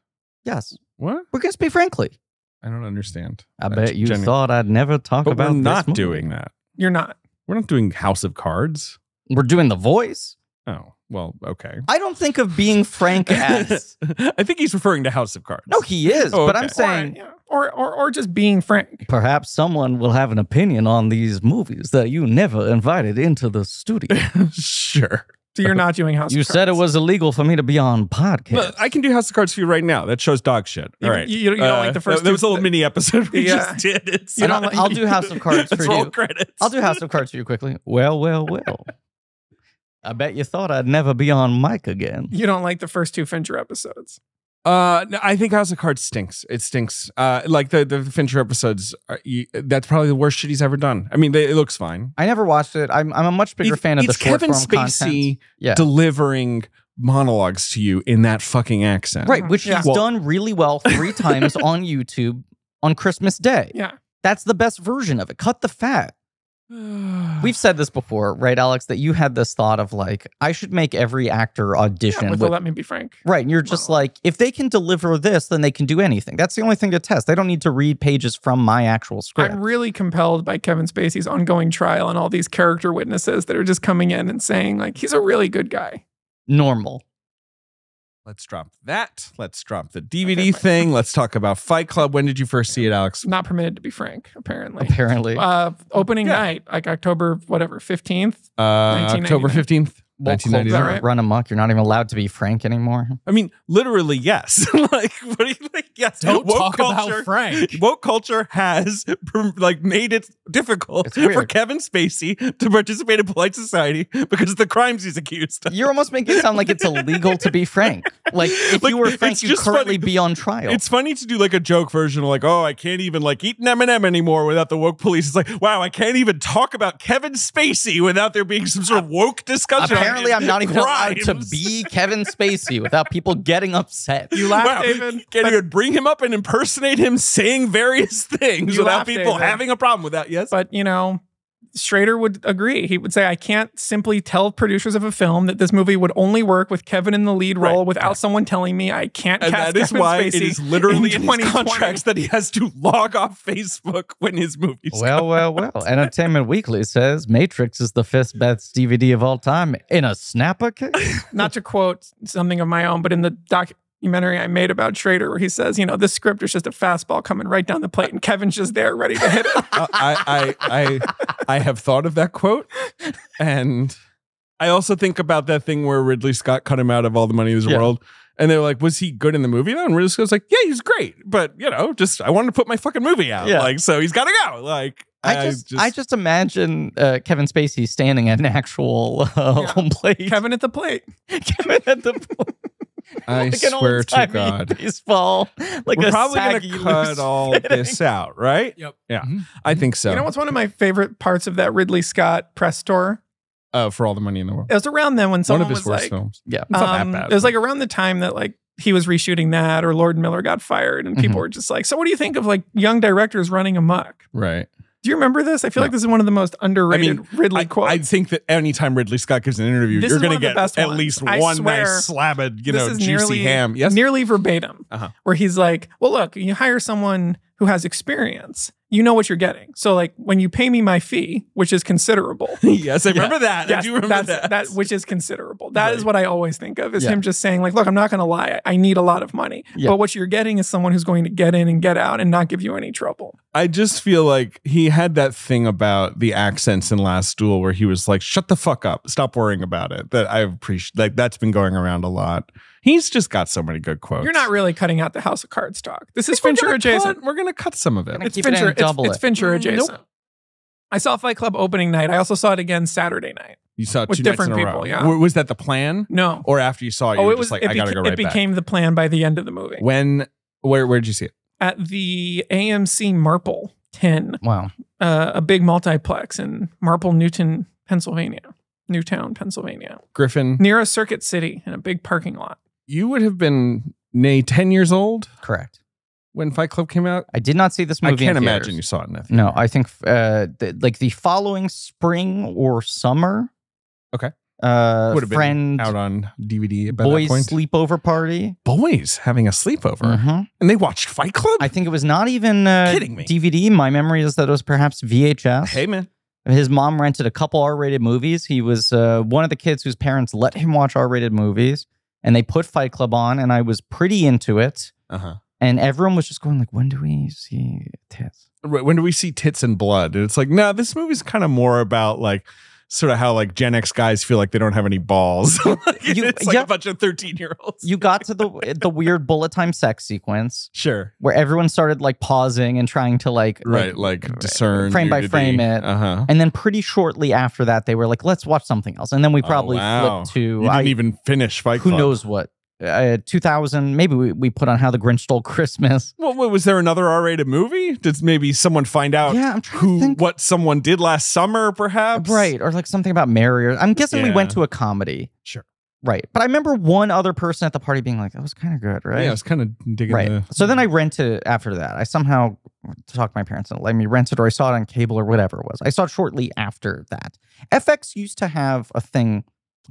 Speaker 2: Yes,
Speaker 3: What?
Speaker 2: we're gonna speak frankly.
Speaker 3: I don't understand.
Speaker 2: I
Speaker 3: That's
Speaker 2: bet you
Speaker 3: genuine.
Speaker 2: thought I'd never talk
Speaker 3: But
Speaker 2: about
Speaker 3: we're not
Speaker 2: this movie.
Speaker 3: doing that.
Speaker 4: You're not.
Speaker 3: We're not doing House of Cards.
Speaker 2: We're doing the voice.
Speaker 3: Oh well, okay. <laughs>
Speaker 2: I don't think of being frank as.
Speaker 3: I think he's referring to House of Cards.
Speaker 2: No, he is.
Speaker 3: Oh,
Speaker 2: But
Speaker 3: okay.
Speaker 2: I'm
Speaker 4: or,
Speaker 2: saying
Speaker 4: yeah, or or or just being frank.
Speaker 2: perhaps someone will have an opinion on these movies that you never invited into the <laughs> studio.
Speaker 3: <laughs> sure. <laughs>
Speaker 4: So you're not doing House.
Speaker 2: You
Speaker 4: of
Speaker 2: said it
Speaker 4: Cards.
Speaker 2: was illegal for me to be on podcast.
Speaker 3: Look, I can do House of Cards for you right now. That show's dog shit.
Speaker 4: You-
Speaker 3: All right. Uh,
Speaker 4: you- you don't like the first
Speaker 3: That, that was a
Speaker 4: two-
Speaker 3: little mini episode we
Speaker 4: Yeah.
Speaker 3: just did. It's
Speaker 4: You don't
Speaker 3: not-
Speaker 4: like- I'll
Speaker 2: do House of
Speaker 3: <laughs>
Speaker 2: Cards
Speaker 3: Let's
Speaker 2: for
Speaker 3: roll
Speaker 2: you.
Speaker 3: Credits.
Speaker 2: I'll do House of Cards for you quickly. Well, well, well. I bet you thought I'd never be on mic again.
Speaker 4: You don't like the first two Fincher episodes.
Speaker 3: Uh, no, I think House of Cards stinks. It stinks. Uh, like the the Fincher episodes. Are, you, that's probably the worst shit he's ever done. I mean, they, it looks fine.
Speaker 2: I never watched it. I'm, I'm a much bigger
Speaker 3: It-
Speaker 2: fan of the
Speaker 3: it's
Speaker 2: short
Speaker 3: Kevin
Speaker 2: form
Speaker 3: Spacey
Speaker 2: content. Yeah.
Speaker 3: delivering monologues to you in that fucking accent.
Speaker 2: Right, which
Speaker 4: Yeah.
Speaker 2: he's
Speaker 3: Well-
Speaker 2: done really well three times on <laughs> YouTube on Christmas Day.
Speaker 4: Yeah.
Speaker 2: That's the best version of it. Cut the fat. We've said this before, right, Alex, that you had this thought of like, I should make every actor audition
Speaker 4: Yeah, with
Speaker 2: with,
Speaker 4: the Let Me Be Frank.
Speaker 2: Right. And you're just like, if they can deliver this, then they can do anything. That's the only thing to test. They don't need to read pages from my actual script.
Speaker 4: I'm really compelled by Kevin Spacey's ongoing trial and all these character witnesses that are just coming in and saying like he's a really good guy.
Speaker 2: Normal.
Speaker 3: <sighs> Let's drop that. Let's drop the DVD thing. Let's talk about Fight Club. When did you first see it, Alex?
Speaker 4: Not permitted to be frank, apparently.
Speaker 2: Apparently.
Speaker 4: <laughs> Uh, opening
Speaker 3: Yeah.
Speaker 4: night, like October whatever fifteenth.
Speaker 3: Uh, October 15th,
Speaker 2: Well, clubs
Speaker 3: 1999.
Speaker 2: that
Speaker 4: right?
Speaker 2: run amok. You're not even allowed to be frank anymore.
Speaker 3: I mean, literally, yes. <laughs> like, what do you like? Yes.
Speaker 5: Don't
Speaker 3: Woke
Speaker 5: talk
Speaker 3: culture-
Speaker 5: about Frank.
Speaker 3: <laughs> Woke culture has like made it difficult
Speaker 2: It's
Speaker 3: for
Speaker 2: weird.
Speaker 3: Kevin Spacey to participate in polite society because of the crimes he's accused of.
Speaker 2: You're almost making it sound like it's illegal to be frank. Like if
Speaker 3: Like,
Speaker 2: you were
Speaker 3: it's
Speaker 2: frank, you'd
Speaker 3: just
Speaker 2: currently
Speaker 3: funny.
Speaker 2: be on trial.
Speaker 3: It's funny to do like a joke version of like, oh, I can't even like eat an M&M anymore without the woke police. It's like, wow, I can't even talk about Kevin Spacey without there being some sort of woke discussion
Speaker 2: Apparently, I'm not even allowed to
Speaker 3: Grimes. <laughs>
Speaker 2: be Kevin Spacey without people getting upset.
Speaker 4: You laugh,
Speaker 3: Wow.
Speaker 4: David.
Speaker 3: Can you bring him up and impersonate him saying various <laughs> things
Speaker 4: You
Speaker 3: without
Speaker 4: laugh,
Speaker 3: people
Speaker 4: David.
Speaker 3: having a problem with that? Yes.
Speaker 4: But you know, Schrader would agree. He would say, "I can't simply tell producers of a film that this movie would only work with Kevin in the lead role
Speaker 3: Right.
Speaker 4: without someone telling me I can't."
Speaker 3: and
Speaker 4: cast
Speaker 3: that is
Speaker 4: Kevin
Speaker 3: why
Speaker 4: Spacey
Speaker 3: it is literally in, his
Speaker 4: 2020."
Speaker 3: contracts that he has to log off Facebook when his
Speaker 2: <laughs>
Speaker 3: movies.
Speaker 2: Well, well, well. Entertainment Weekly says Matrix is the fifth best DVD of all time in a snapper
Speaker 3: <laughs>
Speaker 2: case.
Speaker 4: Not to quote something of my own, but in the documentary I made about Schrader, where he says, "You know, this script is just a fastball coming right down the plate, and Kevin's just there ready to
Speaker 3: <laughs>
Speaker 4: hit it."
Speaker 3: Uh, I, I I I have thought of that quote, and I also think about that thing where Ridley Scott cut him out of all the money in the
Speaker 2: Yeah.
Speaker 3: world, and they're like, "Was he good in the movie?" though? And Ridley Scott's like, "Yeah, he's great, but you know, just I wanted to put my fucking movie out,
Speaker 2: Yeah.
Speaker 3: like so he's got to go." Like
Speaker 2: I just, I just imagine uh, Kevin Spacey standing at an actual uh, <laughs>
Speaker 4: Yeah.
Speaker 2: home plate.
Speaker 4: Kevin at the plate.
Speaker 2: Kevin at the
Speaker 3: I
Speaker 2: like an <laughs> old-timey baseball, like
Speaker 3: we're
Speaker 2: a
Speaker 3: probably
Speaker 2: saggy
Speaker 3: gonna cut
Speaker 2: loose
Speaker 3: all
Speaker 2: <laughs> fitting.
Speaker 3: this out, right?
Speaker 5: Yep.
Speaker 3: Yeah,
Speaker 2: Mm-hmm.
Speaker 5: Mhm.
Speaker 3: I think so.
Speaker 4: You know what's one of my favorite parts of that Ridley Scott press tour?
Speaker 3: uh, for all the money in the world,
Speaker 4: It was around then when
Speaker 3: one
Speaker 4: someone
Speaker 3: of his
Speaker 4: was
Speaker 3: worst
Speaker 4: like,
Speaker 3: films.
Speaker 2: Yeah.
Speaker 3: It's not
Speaker 4: Um,
Speaker 3: that bad.
Speaker 4: It was like around the time that like he was reshooting that, or Lord Miller got fired, and people
Speaker 3: Mm-hmm.
Speaker 2: Mhm.
Speaker 4: were just like, "So, what do you think of like young directors running amok?"
Speaker 3: right.
Speaker 4: Do you remember this? I feel
Speaker 3: No.
Speaker 4: like this is one of the most underrated Ridley
Speaker 3: I,
Speaker 4: quotes.
Speaker 3: I think that anytime Ridley Scott gives an interview,
Speaker 4: This
Speaker 3: you're
Speaker 4: is
Speaker 3: going
Speaker 4: one
Speaker 3: to
Speaker 4: of the
Speaker 3: get
Speaker 4: best
Speaker 3: at
Speaker 4: ones.
Speaker 3: least
Speaker 4: I
Speaker 3: one
Speaker 4: swear,
Speaker 3: nice slab of you
Speaker 4: this
Speaker 3: know
Speaker 4: is
Speaker 3: juicy
Speaker 4: nearly-
Speaker 3: ham. Yes,
Speaker 4: nearly verbatim,
Speaker 3: Uh-huh.
Speaker 4: where he's like, "Well, look, you hire someone who has experience. You know what you're getting. So, like, when you pay me my fee, which is considerable."
Speaker 3: yes, I remember that. <laughs> I
Speaker 4: Yes,
Speaker 3: do remember
Speaker 4: that's,
Speaker 3: that.
Speaker 4: which is considerable. That is
Speaker 3: Right.
Speaker 4: what I always think of is
Speaker 2: Yeah.
Speaker 4: him just saying, like, look, I'm not going to lie. I need a lot of money.
Speaker 2: Yeah.
Speaker 4: But what you're getting is someone who's going to get in and get out and not give you any trouble.
Speaker 3: I just feel like he had that thing about the accents in Last Duel where he was like, "Shut the fuck up, stop worrying about it." That I appreciate. Like that's been going around a lot. He's just got so many good quotes.
Speaker 4: You're not really cutting out the House of Cards talk. This is
Speaker 3: We're gonna
Speaker 4: Fincher adjacent.
Speaker 3: cut- We're gonna cut some of it.
Speaker 2: Gonna
Speaker 4: It's
Speaker 2: keep it in,
Speaker 4: Fincher. it's,
Speaker 2: double
Speaker 4: it's
Speaker 2: it.
Speaker 4: Fincher
Speaker 3: Mm,
Speaker 4: adjacent. I saw Fight Club opening night. I also saw it again Saturday night.
Speaker 3: You saw it
Speaker 4: With
Speaker 3: two nights
Speaker 4: different
Speaker 3: in a
Speaker 4: people,
Speaker 3: row.
Speaker 4: yeah.
Speaker 3: W- Was that the plan,
Speaker 4: No.
Speaker 3: or after you saw it, you
Speaker 4: oh,
Speaker 3: were
Speaker 4: it
Speaker 3: just
Speaker 4: was.
Speaker 3: like,
Speaker 4: it
Speaker 3: "I gotta
Speaker 4: beca-
Speaker 3: go right
Speaker 4: it
Speaker 3: back."
Speaker 4: became the plan by the end of the movie.
Speaker 3: when? Where? Where did you see it?
Speaker 4: At the AMC Marple 10
Speaker 2: Wow.
Speaker 4: uh, a big multiplex in Marple Newton, Pennsylvania, Newtown, Pennsylvania,
Speaker 3: Griffin.
Speaker 4: near a circuit city in a big parking lot.
Speaker 3: you would have been nay 10 years old
Speaker 2: Correct.
Speaker 3: when fight club came out
Speaker 2: I did not see this
Speaker 3: i
Speaker 2: movie.
Speaker 3: can't
Speaker 2: in
Speaker 3: imagine you
Speaker 2: theaters.
Speaker 3: saw it in that
Speaker 2: No, I think uh, th- like the following spring or summer.
Speaker 3: Okay.
Speaker 2: Uh,
Speaker 3: would have been
Speaker 2: friend
Speaker 3: out on dvd by
Speaker 2: boys
Speaker 3: that point
Speaker 2: sleepover party.
Speaker 3: boys having a sleepover
Speaker 2: Mhm.
Speaker 3: and they watched fight club
Speaker 2: I think it was not even uh,
Speaker 3: Kidding me.
Speaker 2: DVD. My memory is that it was perhaps VHS.
Speaker 3: hey man
Speaker 2: His mom rented a couple R-rated movies. He was uh, one of the kids whose parents let him watch R-rated movies, and they put Fight Club on, and I was pretty into it.
Speaker 3: uh-huh
Speaker 2: And everyone was just going like, "When do we see tits?"
Speaker 3: Wh- when do we see tits and blood and it's like no this movie's kind of more about like sort of how like gen x guys feel like they don't have any balls <laughs> Like,
Speaker 2: You-
Speaker 3: <laughs> it's like
Speaker 2: yeah.
Speaker 3: a bunch of 13 year olds
Speaker 2: You got to
Speaker 3: <laughs>
Speaker 2: the the weird bullet time sex sequence
Speaker 3: sure
Speaker 2: where everyone started like pausing and trying to like, like-
Speaker 3: right like discern
Speaker 2: Frame by
Speaker 3: nudity.
Speaker 2: frame it.
Speaker 3: uh-huh
Speaker 2: and then pretty shortly after that, they were like, "Let's watch something else," and then we
Speaker 3: Oh,
Speaker 2: probably
Speaker 3: wow.
Speaker 2: flipped
Speaker 3: you
Speaker 2: to
Speaker 3: didn't
Speaker 2: I-
Speaker 3: even finish fight
Speaker 2: who
Speaker 3: club
Speaker 2: knows what. Uh, 2000, maybe we, we put on How the Grinch Stole Christmas.
Speaker 3: Well, wait, was there another R-rated movie? Did maybe someone find out
Speaker 2: yeah, I'm trying to
Speaker 3: Oh, who
Speaker 2: think.
Speaker 3: what someone did last summer, perhaps?
Speaker 2: Right. Or like something about Mary. Or, I'm guessing we went
Speaker 3: Yeah.
Speaker 2: to a comedy.
Speaker 3: Sure.
Speaker 2: Right. But I remember one other person at the party being like, that was kind of good, right?
Speaker 3: Yeah, I was kind of digging
Speaker 2: right.
Speaker 3: the.
Speaker 2: So then I rented it after that. I somehow talked my parents into letting me rent it or I saw it on cable or whatever it was. I saw it shortly after that. FX used to have a thing,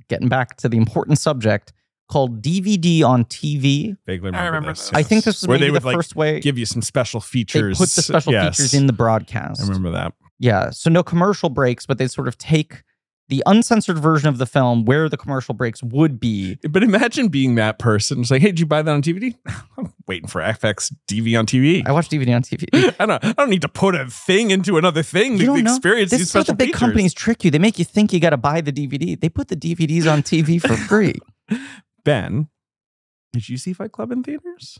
Speaker 2: getting back to the important subject, called DVD on TV.
Speaker 3: vaguely remember,
Speaker 4: I remember
Speaker 3: this.
Speaker 4: this.
Speaker 2: I think this was
Speaker 3: where
Speaker 2: maybe
Speaker 3: they would
Speaker 2: the
Speaker 3: like
Speaker 2: first way
Speaker 3: give you some special
Speaker 2: they
Speaker 3: features.
Speaker 2: put the special
Speaker 3: Yes.
Speaker 2: features in the broadcast.
Speaker 3: I remember that.
Speaker 2: Yeah. So no commercial breaks, but they sort of take the uncensored version of the film where the commercial breaks would be.
Speaker 3: But imagine being that person. It's like, hey, did you buy that on DVD? <laughs> I'm waiting for FX DV on TV.
Speaker 2: I watch DVD on TV.
Speaker 3: <laughs> I don't. I don't need to put a thing into another thing
Speaker 2: You
Speaker 3: to
Speaker 2: don't know.
Speaker 3: experience
Speaker 2: This
Speaker 3: these
Speaker 2: is how
Speaker 3: special
Speaker 2: the big
Speaker 3: features.
Speaker 2: companies trick you. They make you think you got to buy the DVD. They put the DVDs on TV
Speaker 3: <laughs>
Speaker 2: for free.
Speaker 3: Ben, did you see Fight Club in theaters?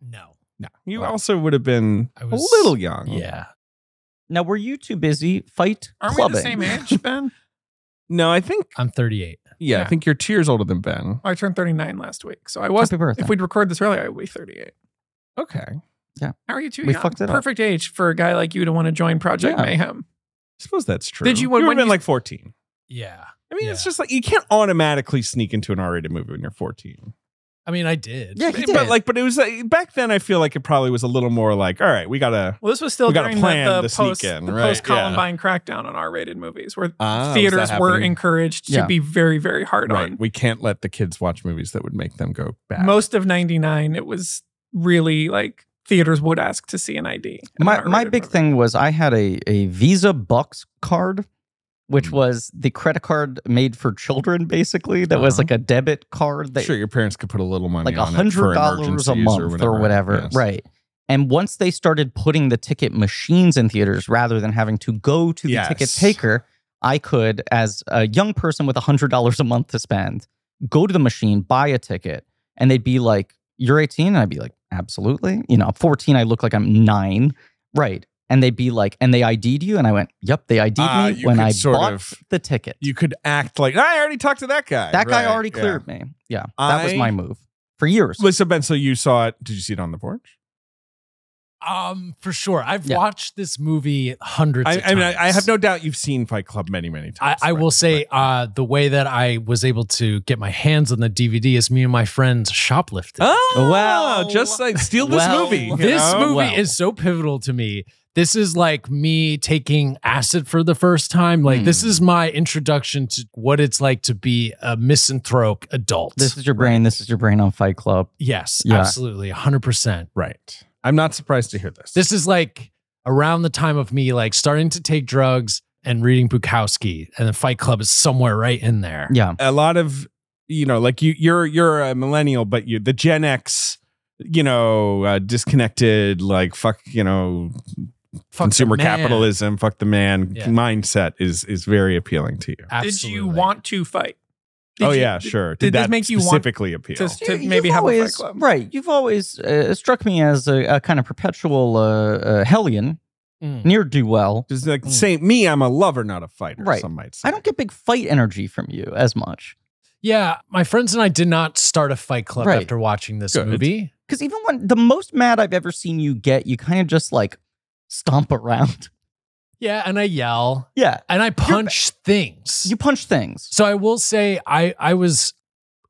Speaker 5: No.
Speaker 3: No, you
Speaker 2: Well,
Speaker 3: also would have been
Speaker 5: I was-
Speaker 3: a little young.
Speaker 5: Yeah.
Speaker 2: now, were you too busy fight
Speaker 4: Aren't
Speaker 2: clubbing?
Speaker 4: we the
Speaker 3: <laughs>
Speaker 4: same age, Ben?
Speaker 3: No, I think
Speaker 5: I'm 38.
Speaker 3: Yeah, I
Speaker 4: Yeah.
Speaker 3: think you're two years older than Ben.
Speaker 4: Oh, I turned 39 last week, so I was.
Speaker 2: Happy birthday.
Speaker 4: If we'd record this early, I would be 38.
Speaker 3: Okay.
Speaker 4: How are you too
Speaker 2: We
Speaker 4: young?
Speaker 2: fucked it up.
Speaker 4: Perfect age for a guy like you to want to join Project
Speaker 2: Yeah.
Speaker 4: Mayhem.
Speaker 3: suppose that's true.
Speaker 4: Did you- when-
Speaker 3: would've
Speaker 4: when
Speaker 3: been
Speaker 4: you-
Speaker 3: like 14.
Speaker 5: Yeah.
Speaker 3: I mean, it's
Speaker 5: Yeah.
Speaker 3: just like you can't automatically sneak into an R-rated movie when you're 14.
Speaker 5: I mean, I did.
Speaker 2: Yeah, he
Speaker 3: But,
Speaker 2: did.
Speaker 3: like, but it was like, back then. I feel like it probably was a little more like, all right, we gotta.
Speaker 4: Well, this was still
Speaker 3: We gotta
Speaker 4: during
Speaker 3: plan
Speaker 4: the,
Speaker 3: to
Speaker 4: the
Speaker 3: sneak
Speaker 4: post
Speaker 3: in,
Speaker 4: the
Speaker 3: right,
Speaker 4: post Columbine crackdown on R-rated movies, where
Speaker 3: Ah, was that
Speaker 4: theaters were
Speaker 3: happening?
Speaker 4: encouraged
Speaker 2: Yeah.
Speaker 4: to be very, very hard
Speaker 3: Right,
Speaker 4: on.
Speaker 3: we can't let the kids watch movies that would make them go back.
Speaker 4: Most of '99, it was really like theaters would ask to see an ID. in
Speaker 2: my
Speaker 4: an
Speaker 2: my
Speaker 4: R-rated
Speaker 2: big
Speaker 4: movie.
Speaker 2: thing was I had a a Visa Bucks card, which
Speaker 3: Mm.
Speaker 2: was the credit card made for children, basically. That was
Speaker 3: Uh-huh.
Speaker 2: like a debit card that
Speaker 3: sure, your parents could put a little money,
Speaker 2: like a
Speaker 3: on it for
Speaker 2: hundred dollars a
Speaker 3: emergencies
Speaker 2: month or whatever,
Speaker 3: Yes.
Speaker 2: right? And once they started putting the ticket machines in theaters rather than having to go to the ticket
Speaker 3: Yes.
Speaker 2: taker, I could, as a young person with a hundred dollars a month to spend, go to the machine, buy a ticket, and they'd be like, "You're 18," and I'd be like, "Absolutely." You know, I'm 14, I look like I'm nine, right? And they'd be like, "And they ID'd you," and I went, "Yep, they ID'd
Speaker 3: Ah,
Speaker 2: me
Speaker 3: you
Speaker 2: when
Speaker 3: could
Speaker 2: I
Speaker 3: sort
Speaker 2: bought
Speaker 3: of-
Speaker 2: the ticket.
Speaker 3: You could act like I already talked to that guy.
Speaker 2: that guy
Speaker 3: Right,
Speaker 2: already
Speaker 3: yeah.
Speaker 2: cleared me. Yeah, that was
Speaker 3: I-
Speaker 2: my move for years.
Speaker 3: Lisa Ben, so you saw it? Did you see it on the porch?
Speaker 5: Um, for sure. I've
Speaker 2: Yeah.
Speaker 5: watched this movie hundreds.
Speaker 3: I,
Speaker 5: of times.
Speaker 3: I mean, I, I have no doubt you've seen Fight Club many, many
Speaker 5: I,
Speaker 3: times.
Speaker 5: I
Speaker 3: right,
Speaker 5: will say
Speaker 3: right.
Speaker 5: uh, the way that I was able to get my hands on the DVD is me and my friends shoplifted.
Speaker 3: Oh,
Speaker 2: Well-
Speaker 3: just like steal this
Speaker 2: well,
Speaker 3: movie. <laughs> you
Speaker 5: this
Speaker 3: know?
Speaker 5: movie
Speaker 2: Well.
Speaker 5: is so pivotal to me. This is like me taking acid for the first time. Like this
Speaker 3: Hmm.
Speaker 5: is my introduction to what it's like to be a misanthrope adult.
Speaker 2: This is your brain. This is your brain on Fight Club.
Speaker 5: yes,
Speaker 2: Yeah.
Speaker 5: absolutely, hundred percent.
Speaker 3: Right. I'm not surprised to hear this.
Speaker 5: This is like around the time of me like starting to take drugs and reading Bukowski, and the Fight Club is somewhere right in there.
Speaker 2: Yeah.
Speaker 3: a lot of you know, like you, you're you're a millennial, but you the Gen X, you know, uh, disconnected, like fuck, you know,
Speaker 5: Fuck the
Speaker 3: consumer
Speaker 5: man.
Speaker 3: capitalism, fuck the man
Speaker 5: Yeah.
Speaker 3: mindset is is very appealing to you.
Speaker 4: Did you
Speaker 5: Absolutely.
Speaker 4: want to fight? Did
Speaker 3: oh
Speaker 4: you-
Speaker 3: yeah,
Speaker 4: did-
Speaker 3: sure.
Speaker 4: did this
Speaker 3: that
Speaker 4: make you want
Speaker 3: specifically appeal?
Speaker 4: to- to maybe have a Fight
Speaker 2: always,
Speaker 4: Club.
Speaker 2: Right. You've always uh, struck me as a, a kind of perpetual uh, uh, hellion,
Speaker 5: Mm.
Speaker 2: near do well.
Speaker 3: Just like
Speaker 5: Mm.
Speaker 3: say me, I'm a lover, not a fighter.
Speaker 2: Right.
Speaker 3: Some might say.
Speaker 2: I don't get big fight energy from you as much.
Speaker 5: Yeah, my friends and I did not start a Fight Club
Speaker 2: Right.
Speaker 5: after watching this
Speaker 3: Good.
Speaker 5: movie.
Speaker 2: Because even when the most mad I've ever seen you get, you kind of just like stomp around. <laughs>
Speaker 5: Yeah, and I yell
Speaker 2: yeah.
Speaker 5: and I punch things.
Speaker 2: You punch things.
Speaker 5: so I will say I I was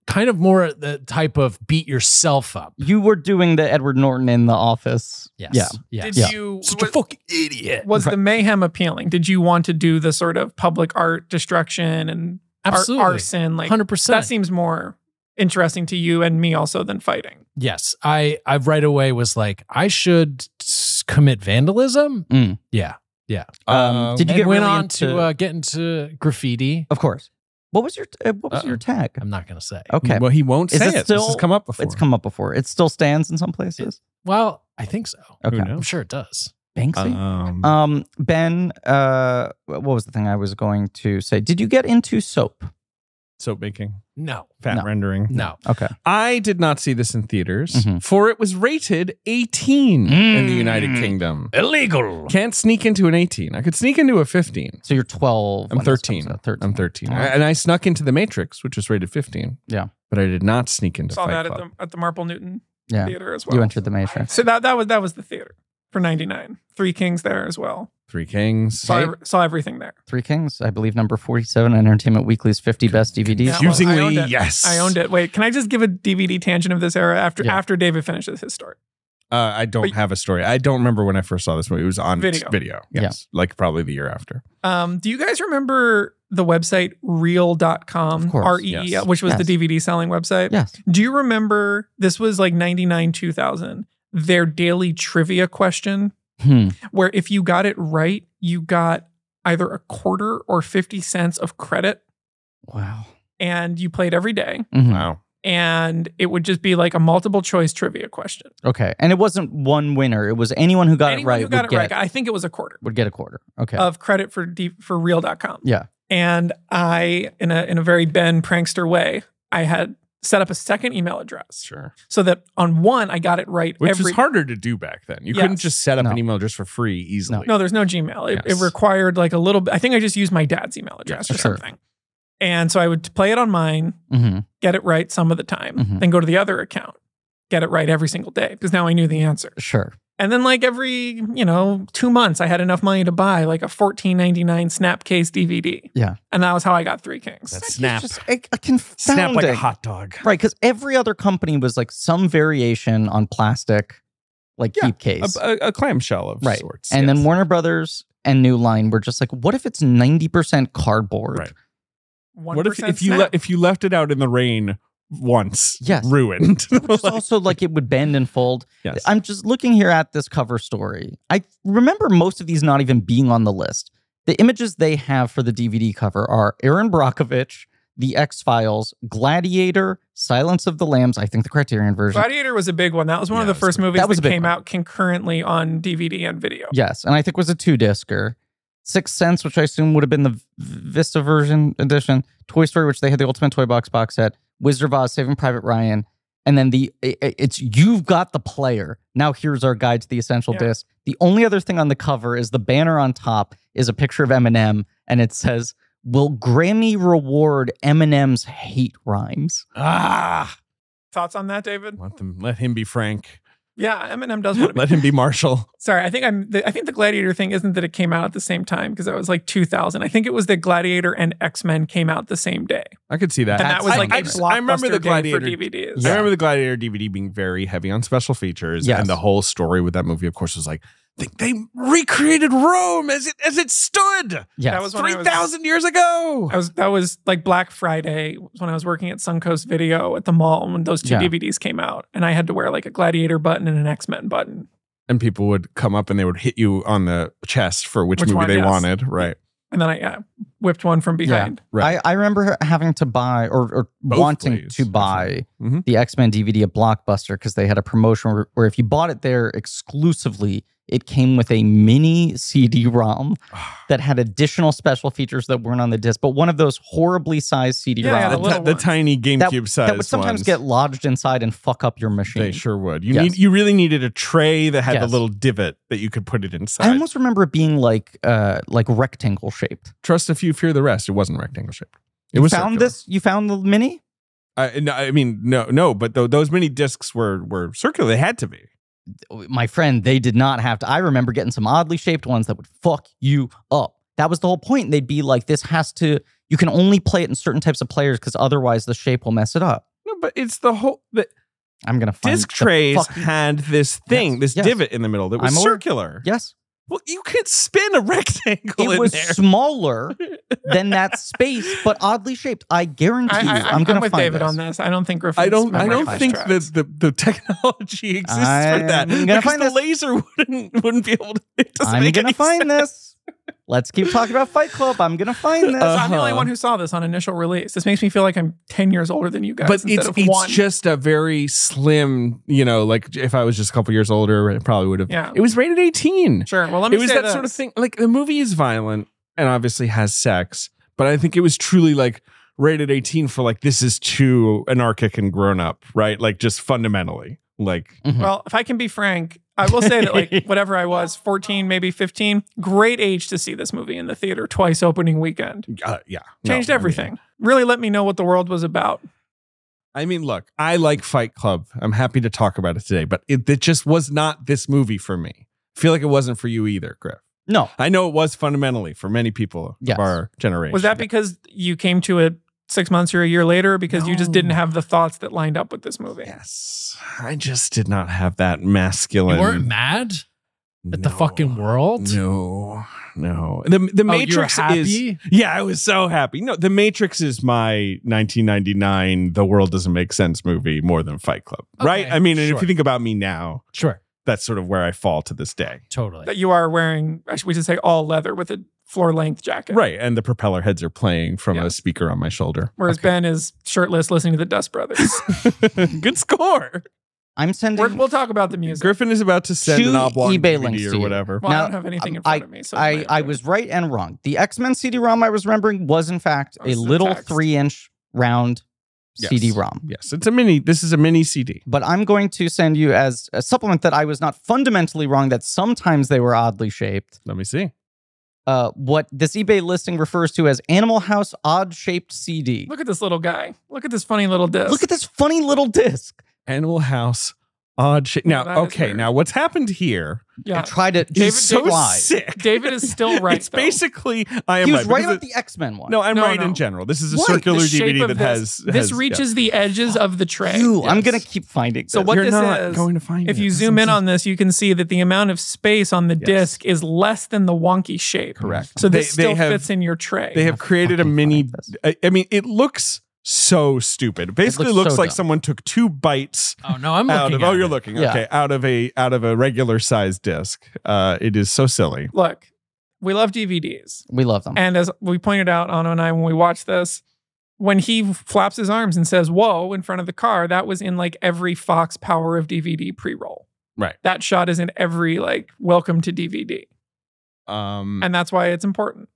Speaker 5: kind of more the type of beat yourself up.
Speaker 2: You were doing the Edward Norton in the office.
Speaker 5: Yes.
Speaker 2: Yeah.
Speaker 5: Yes.
Speaker 4: Did you?
Speaker 5: Such
Speaker 4: wa-
Speaker 5: a fucking idiot.
Speaker 4: was the mayhem appealing? Did you want to do the sort of public art destruction and ar-
Speaker 5: Absolutely.
Speaker 4: arson? Like
Speaker 5: Hundred
Speaker 4: that
Speaker 5: percent.
Speaker 4: seems more interesting to you and me also than fighting.
Speaker 5: Yes. I I right away was like I should s- commit vandalism.
Speaker 2: Mm.
Speaker 5: Yeah.
Speaker 2: Um, did you
Speaker 5: and
Speaker 2: get
Speaker 5: went
Speaker 2: really
Speaker 5: on
Speaker 2: into-
Speaker 5: to uh, get into graffiti.
Speaker 2: Of course. What was your uh, what was
Speaker 5: Uh-oh.
Speaker 2: your tag?
Speaker 5: I'm not gonna say.
Speaker 2: Okay.
Speaker 3: Well, he won't
Speaker 2: Is
Speaker 3: say
Speaker 2: it
Speaker 3: it.
Speaker 2: still-
Speaker 3: this has come up before.
Speaker 2: It's come up before. It still stands in some places.
Speaker 5: Well, I think so.
Speaker 2: Okay.
Speaker 3: Who
Speaker 5: I'm
Speaker 3: knows?
Speaker 5: sure it does.
Speaker 2: Banksy.
Speaker 3: Um,
Speaker 2: Um, Ben, uh, what was the thing I was going to say? Did you get into soap?
Speaker 3: soap making,
Speaker 5: No.
Speaker 3: fat
Speaker 2: no.
Speaker 3: rendering.
Speaker 5: No.
Speaker 2: Okay.
Speaker 3: I did not see this in theaters,
Speaker 2: Mhm.
Speaker 3: for it was rated 18 in the
Speaker 5: Mm.
Speaker 3: United Kingdom.
Speaker 5: Illegal.
Speaker 3: Can't sneak into an 18. I could sneak into a 15.
Speaker 2: So you're 12.
Speaker 3: I'm
Speaker 2: when this
Speaker 3: 13.
Speaker 2: comes out. 13.
Speaker 3: I'm 13.
Speaker 2: All right.
Speaker 3: And I snuck into The Matrix, which was rated 15.
Speaker 2: Yeah.
Speaker 3: But I did not sneak into
Speaker 4: Saw
Speaker 3: Fight
Speaker 4: that at
Speaker 3: Club.
Speaker 4: the at the Marple Newton
Speaker 2: Yeah.
Speaker 4: Theater as well.
Speaker 2: You entered the Matrix.
Speaker 4: So that that was that was the theater for '99. Three Kings there as well.
Speaker 3: Three Kings.
Speaker 4: Saw, ev- saw everything there.
Speaker 2: Three Kings, I believe, number 47 on Entertainment Weekly's 50 Best DVDs.
Speaker 4: Yeah, well,
Speaker 3: Confusingly,
Speaker 4: I owned it.
Speaker 3: yes.
Speaker 4: I owned it. Wait, can I just give a DVD tangent of this era after
Speaker 2: Yeah.
Speaker 4: after David finishes his story?
Speaker 3: Uh, I don't
Speaker 4: But-
Speaker 3: have a story. I don't remember when I first saw this movie. It was on
Speaker 4: Video.
Speaker 3: video. Yes. Like probably the year after.
Speaker 4: Um, do you guys remember the website real.com?
Speaker 2: Of course,
Speaker 4: R E E L,
Speaker 3: yes.
Speaker 4: which was
Speaker 2: Yes.
Speaker 4: the DVD selling website.
Speaker 2: Yes.
Speaker 4: Do you remember this was like 99 2000 their daily trivia question
Speaker 2: Hmm.
Speaker 4: where if you got it right you got either a quarter or 50 cents of credit
Speaker 2: Wow.
Speaker 4: and you played every day
Speaker 2: Mhm.
Speaker 3: Wow.
Speaker 4: and it would just be like a multiple choice trivia question.
Speaker 2: Okay. And it wasn't one winner. It was anyone who got
Speaker 4: Anyone
Speaker 2: it right
Speaker 4: who got
Speaker 2: would
Speaker 4: it
Speaker 2: get
Speaker 4: right, I think it Uh, was a quarter
Speaker 2: would get a quarter. Okay.
Speaker 4: of credit for D, for real.com.
Speaker 2: yeah.
Speaker 4: And I in a in a very Ben prankster way, I had set up a second email address
Speaker 3: Sure.
Speaker 4: so that on one I got it right
Speaker 3: Which
Speaker 4: every
Speaker 3: was harder to do back then. You
Speaker 4: Yes.
Speaker 3: couldn't just set up
Speaker 2: No.
Speaker 3: an email just for free easily.
Speaker 4: No, there's no Gmail. It,
Speaker 3: Yes.
Speaker 4: it required like a little bit. I think I just used my dad's email address
Speaker 2: Yeah,
Speaker 4: or
Speaker 2: sure.
Speaker 4: something. And so I would play it on mine,
Speaker 2: hmm
Speaker 4: get it right some of the time,
Speaker 2: Mhm.
Speaker 4: then go to the other account, get it right every single day because now I knew the answer.
Speaker 2: Sure.
Speaker 4: And then like every, you know, 2 months I had enough money to buy like a 14.99 Snapcase DVD.
Speaker 2: Yeah.
Speaker 4: And that was how I got Three Kings.
Speaker 5: That's snap.
Speaker 2: It's just, I, I can
Speaker 5: Snap like a hot dog.
Speaker 2: Right, because every other company was like some variation on plastic, like
Speaker 3: Yeah,
Speaker 2: keep
Speaker 3: A,
Speaker 2: case.
Speaker 3: a, a clamshell of
Speaker 2: Right.
Speaker 3: sorts.
Speaker 2: and then
Speaker 3: yes.
Speaker 2: Warner Brothers and New Line were just like, what if it's 90% cardboard?
Speaker 3: Right.
Speaker 4: 1%
Speaker 3: What if if you
Speaker 4: snap.
Speaker 3: le- if you left it out in the rain once?
Speaker 2: Yes. <laughs>
Speaker 3: ruined.
Speaker 2: Which
Speaker 3: <laughs>
Speaker 2: is also like it would bend and fold.
Speaker 3: yes.
Speaker 2: I'm just looking here at this cover story. I remember most of these not even being on the list. The images they have for the DVD cover are Aaron Brockovich, The X Files, Gladiator, Silence of the Lambs. I think the Criterion version.
Speaker 4: Gladiator was a big one. That was one of
Speaker 3: Yeah,
Speaker 4: the
Speaker 3: it was
Speaker 4: first
Speaker 3: a big-
Speaker 4: movies
Speaker 2: that
Speaker 4: that,
Speaker 2: was a big
Speaker 4: came
Speaker 2: one.
Speaker 4: out concurrently on DVD and video.
Speaker 2: Yes, and I think was a two discer. Sixth Sense, which I assume would have been the V- Vista version edition. Toy Story, which they had the Ultimate Toy Box box set. Wizard of Oz, Saving Private Ryan, and then the i- i- it's you've got the player. Now here's our guide to the essential
Speaker 4: Yeah.
Speaker 2: disc. The only other thing on the cover is the banner on top is a picture of Eminem, and it says, "Will Grammy reward Eminem's hate rhymes?"
Speaker 3: ah,
Speaker 4: Thoughts on that, David?
Speaker 3: let them let him be Frank.
Speaker 4: Yeah, Eminem does want to be.
Speaker 3: Let him be Marshall.
Speaker 4: Sorry, I think I'm. The, I think the Gladiator thing isn't that it came out at the same time because that was like 2000. I think it was that Gladiator and X Men came out the same day,
Speaker 3: I could see that.
Speaker 4: and that
Speaker 2: That's-
Speaker 4: was
Speaker 2: I-
Speaker 4: like
Speaker 2: I
Speaker 4: a
Speaker 2: just-
Speaker 4: blockbuster
Speaker 3: I remember the
Speaker 4: day
Speaker 3: Gladiator-
Speaker 4: for DVDs.
Speaker 3: I remember the Gladiator DVD being very heavy on special features,
Speaker 2: Yes.
Speaker 3: and the whole story with that movie, of course, was like they, they recreated Rome as it as it stood
Speaker 2: Yes.
Speaker 4: That was when I
Speaker 3: three thousand years ago.
Speaker 4: I was that was like Black Friday was when I was working at Suncoast Video at the mall when those two
Speaker 2: Yeah.
Speaker 4: DVDs came out, and I had to wear like a Gladiator button and an X Men button.
Speaker 3: and people would come up and they would hit you on the chest for which,
Speaker 4: Which
Speaker 3: movie
Speaker 4: one,
Speaker 3: they
Speaker 4: yes.
Speaker 3: wanted. Right,
Speaker 4: And then I uh, whipped one from behind.
Speaker 3: right.
Speaker 2: I, I remember having to buy or, or
Speaker 3: Both
Speaker 2: wanting
Speaker 3: ways,
Speaker 2: to buy
Speaker 3: actually. Mhm.
Speaker 2: the X Men DVD at Blockbuster because they had a promotion where, where if you bought it there exclusively, it came with a mini CD
Speaker 3: <sighs>
Speaker 2: ROM that had additional special features that weren't on the disc. But one of those horribly sized CD
Speaker 4: Yeah, yeah,
Speaker 2: ROMs
Speaker 4: the
Speaker 3: the,
Speaker 4: little
Speaker 3: ti- the
Speaker 4: ones.
Speaker 3: tiny
Speaker 2: that,
Speaker 3: GameCube size
Speaker 2: that would sometimes
Speaker 3: ones.
Speaker 2: get lodged inside and fuck up your machine.
Speaker 3: They sure would. You
Speaker 2: Yes.
Speaker 3: need you really needed a tray that had the
Speaker 2: Yes.
Speaker 3: little divot that you could put it inside.
Speaker 2: I almost remember it being like uh, like rectangle shaped.
Speaker 3: Trust a few, fear the rest. It wasn't rectangle shaped. It
Speaker 2: You
Speaker 3: was
Speaker 2: found
Speaker 3: circular.
Speaker 2: this. You found the mini.
Speaker 3: I, no, I mean, no, no, but tho- those mini discs were were circular. They had to be.
Speaker 2: my friend, they did not have to. I remember getting some oddly shaped ones that would fuck you up. That was the whole point. They'd be like, this has to, you can only play it in certain types of players because otherwise the shape will mess it up.
Speaker 3: No, but it's the whole the
Speaker 2: I'm going to find
Speaker 3: disc
Speaker 2: the
Speaker 3: trays
Speaker 2: fuck-
Speaker 3: had this thing,
Speaker 2: Yes,
Speaker 3: this
Speaker 2: yes.
Speaker 3: divot in the middle that was
Speaker 2: I'm aware.
Speaker 3: circular.
Speaker 2: <laughs> yes.
Speaker 3: Well, you could spin a <laughs> rectangle
Speaker 2: it
Speaker 3: in
Speaker 2: was
Speaker 3: there. <laughs>
Speaker 2: smaller than that space, but oddly shaped. I guarantee you,
Speaker 4: I, I,
Speaker 2: am
Speaker 4: I'm,
Speaker 2: going to
Speaker 4: with
Speaker 2: find
Speaker 4: David
Speaker 2: this.
Speaker 4: on this. I don't think
Speaker 3: I
Speaker 4: Griffin's
Speaker 3: don't. I
Speaker 4: memory
Speaker 3: don't
Speaker 4: flash
Speaker 3: think
Speaker 4: tracks.
Speaker 3: that the, the technology <laughs> exists for that.
Speaker 2: I'm gonna
Speaker 3: because
Speaker 2: find
Speaker 3: the
Speaker 2: this.
Speaker 3: laser <laughs> wouldn't wouldn't be able to. <laughs> It doesn't
Speaker 2: I'm
Speaker 3: make
Speaker 2: going to
Speaker 3: any
Speaker 2: find
Speaker 3: sense.
Speaker 2: this. Let's keep talking about Fight Club. I'm going to find
Speaker 3: <laughs>
Speaker 2: this.
Speaker 4: So I'm the only
Speaker 3: Uh-huh.
Speaker 4: one who saw this on initial release. This makes me feel like I'm 10 years older than you
Speaker 3: <laughs>
Speaker 4: guys.
Speaker 3: but
Speaker 4: instead
Speaker 3: it's
Speaker 4: of
Speaker 3: it's
Speaker 4: one.
Speaker 3: just a very slim. You know, like if I was just a couple years older, it probably would have.
Speaker 4: Yeah.
Speaker 3: It was rated eighteen.
Speaker 4: sure. Well, let me
Speaker 3: It was
Speaker 4: say
Speaker 3: that
Speaker 4: this.
Speaker 3: sort of thing. Like the movie is violent and obviously has sex, but I think it was truly like rated eighteen for like this is too anarchic and grown up, right? Like just fundamentally, like
Speaker 4: Well, if I can be frank, I will say that like whatever I was, 14, maybe 15, great age to see this movie in the theater twice opening weekend.
Speaker 3: uh, yeah, No,
Speaker 4: Changed
Speaker 3: I mean-
Speaker 4: everything. really let me know what the world was about.
Speaker 3: I mean, look, I like Fight Club. I'm happy to talk about it today, but it, it just was not this movie for me. I feel like it wasn't for you either, Griff.
Speaker 2: no.
Speaker 3: I know it was fundamentally for many people
Speaker 2: Yes.
Speaker 3: of our generation.
Speaker 4: Was that because you came to it six months or a year later because you just
Speaker 3: No.
Speaker 4: didn't have the thoughts that lined up with this movie?
Speaker 3: Yes. I just did not have that
Speaker 5: You
Speaker 3: masculine.
Speaker 5: weren't mad at the
Speaker 3: No.
Speaker 5: fucking world?
Speaker 3: No, no. The the
Speaker 5: Oh, you were
Speaker 3: Matrix is
Speaker 5: happy?
Speaker 3: yeah, I was so happy. No, the Matrix is my 1999. The world doesn't make sense movie more than Fight Club,
Speaker 5: Okay,
Speaker 3: right? I mean, and if
Speaker 5: sure.
Speaker 3: you think about me now,
Speaker 5: Sure.
Speaker 3: that's sort of where I fall to this day.
Speaker 4: That
Speaker 5: Totally.
Speaker 4: you are wearing, actually, we should say all leather with a floor length jacket.
Speaker 3: Right, and the propeller heads are playing from
Speaker 4: Yeah.
Speaker 3: a speaker on my
Speaker 4: <laughs>
Speaker 3: shoulder. <laughs>
Speaker 4: Whereas Ben is shirtless listening to the Dust Brothers.
Speaker 3: Good score.
Speaker 2: I'm sending.
Speaker 4: We're, we'll talk about the music.
Speaker 3: Griffin is about to send
Speaker 2: Two
Speaker 3: an oblong
Speaker 2: eBay
Speaker 3: DVD
Speaker 2: links to
Speaker 3: or
Speaker 2: you.
Speaker 3: whatever.
Speaker 4: Well, I
Speaker 2: Now,
Speaker 4: don't have anything in
Speaker 3: um,
Speaker 2: I-
Speaker 4: front of me. So
Speaker 2: I, I was right and wrong. The X Men CD ROM I was remembering was, in fact,
Speaker 4: Oh,
Speaker 2: a
Speaker 4: it's the
Speaker 2: little
Speaker 4: text.
Speaker 2: three inch round
Speaker 3: Yes.
Speaker 2: CD ROM.
Speaker 3: Yes, it's a mini. This is a mini CD.
Speaker 2: But I'm going to send you as a supplement that I was not fundamentally wrong, that sometimes they were oddly shaped.
Speaker 3: Let me see.
Speaker 2: Uh, what this eBay listing refers to as Animal House Odd Shaped CD.
Speaker 4: Look at this little guy. Look at this funny little disc.
Speaker 2: Look at this funny little disc.
Speaker 3: Animal House odd shit. Now,
Speaker 4: That is
Speaker 3: okay,
Speaker 4: weird.
Speaker 3: now what's happened here
Speaker 4: Yeah.
Speaker 2: and try to
Speaker 4: David-
Speaker 3: is so
Speaker 4: David-
Speaker 3: sick.
Speaker 4: David is still right.
Speaker 3: <laughs> it's
Speaker 4: though.
Speaker 3: basically I am
Speaker 2: He was right
Speaker 3: because
Speaker 2: about the X Men
Speaker 3: it-
Speaker 2: one.
Speaker 3: no, I'm
Speaker 4: No,
Speaker 3: right
Speaker 4: no.
Speaker 3: in general. This is a
Speaker 4: What?
Speaker 3: circular
Speaker 4: The shape
Speaker 3: DVD
Speaker 4: of
Speaker 3: that
Speaker 4: this,
Speaker 3: has,
Speaker 4: this
Speaker 3: has- yeah.
Speaker 4: reaches the edges of the tray.
Speaker 2: you. I'm
Speaker 4: Yes.
Speaker 2: gonna keep finding.
Speaker 4: So
Speaker 2: this.
Speaker 4: what
Speaker 3: You're
Speaker 4: this
Speaker 3: not
Speaker 4: is,
Speaker 3: going to find
Speaker 4: If
Speaker 3: it.
Speaker 4: you
Speaker 3: This
Speaker 4: zoom
Speaker 3: is
Speaker 4: in on this, you can see that the amount of space on the
Speaker 3: Yes.
Speaker 4: disc is less than the wonky shape.
Speaker 3: correct.
Speaker 4: So
Speaker 3: They-
Speaker 4: this still
Speaker 3: they have-
Speaker 4: fits in your tray.
Speaker 3: They have created a
Speaker 2: fucking
Speaker 3: mini.
Speaker 2: find this.
Speaker 3: I, I mean, it looks so stupid. Basically,
Speaker 2: looks
Speaker 3: looks,
Speaker 2: so
Speaker 3: like
Speaker 2: dumb.
Speaker 3: someone took two bites
Speaker 5: Oh no, I'm
Speaker 3: out
Speaker 5: looking.
Speaker 3: of.
Speaker 5: at
Speaker 3: Oh, you're
Speaker 5: it.
Speaker 3: looking.
Speaker 2: Yeah.
Speaker 3: Okay, out of a out of a regular sized disc. Uh, it is so silly.
Speaker 4: Look, we love DVDs.
Speaker 2: we love them.
Speaker 4: And as we pointed out, Anno and I, when we watched this, when he flaps his arms and says, whoa, in front of the car, that was in like every Fox Power of DVD pre roll.
Speaker 3: Right.
Speaker 4: That shot is in every like welcome to DVD.
Speaker 3: Um,
Speaker 4: And that's why it's important.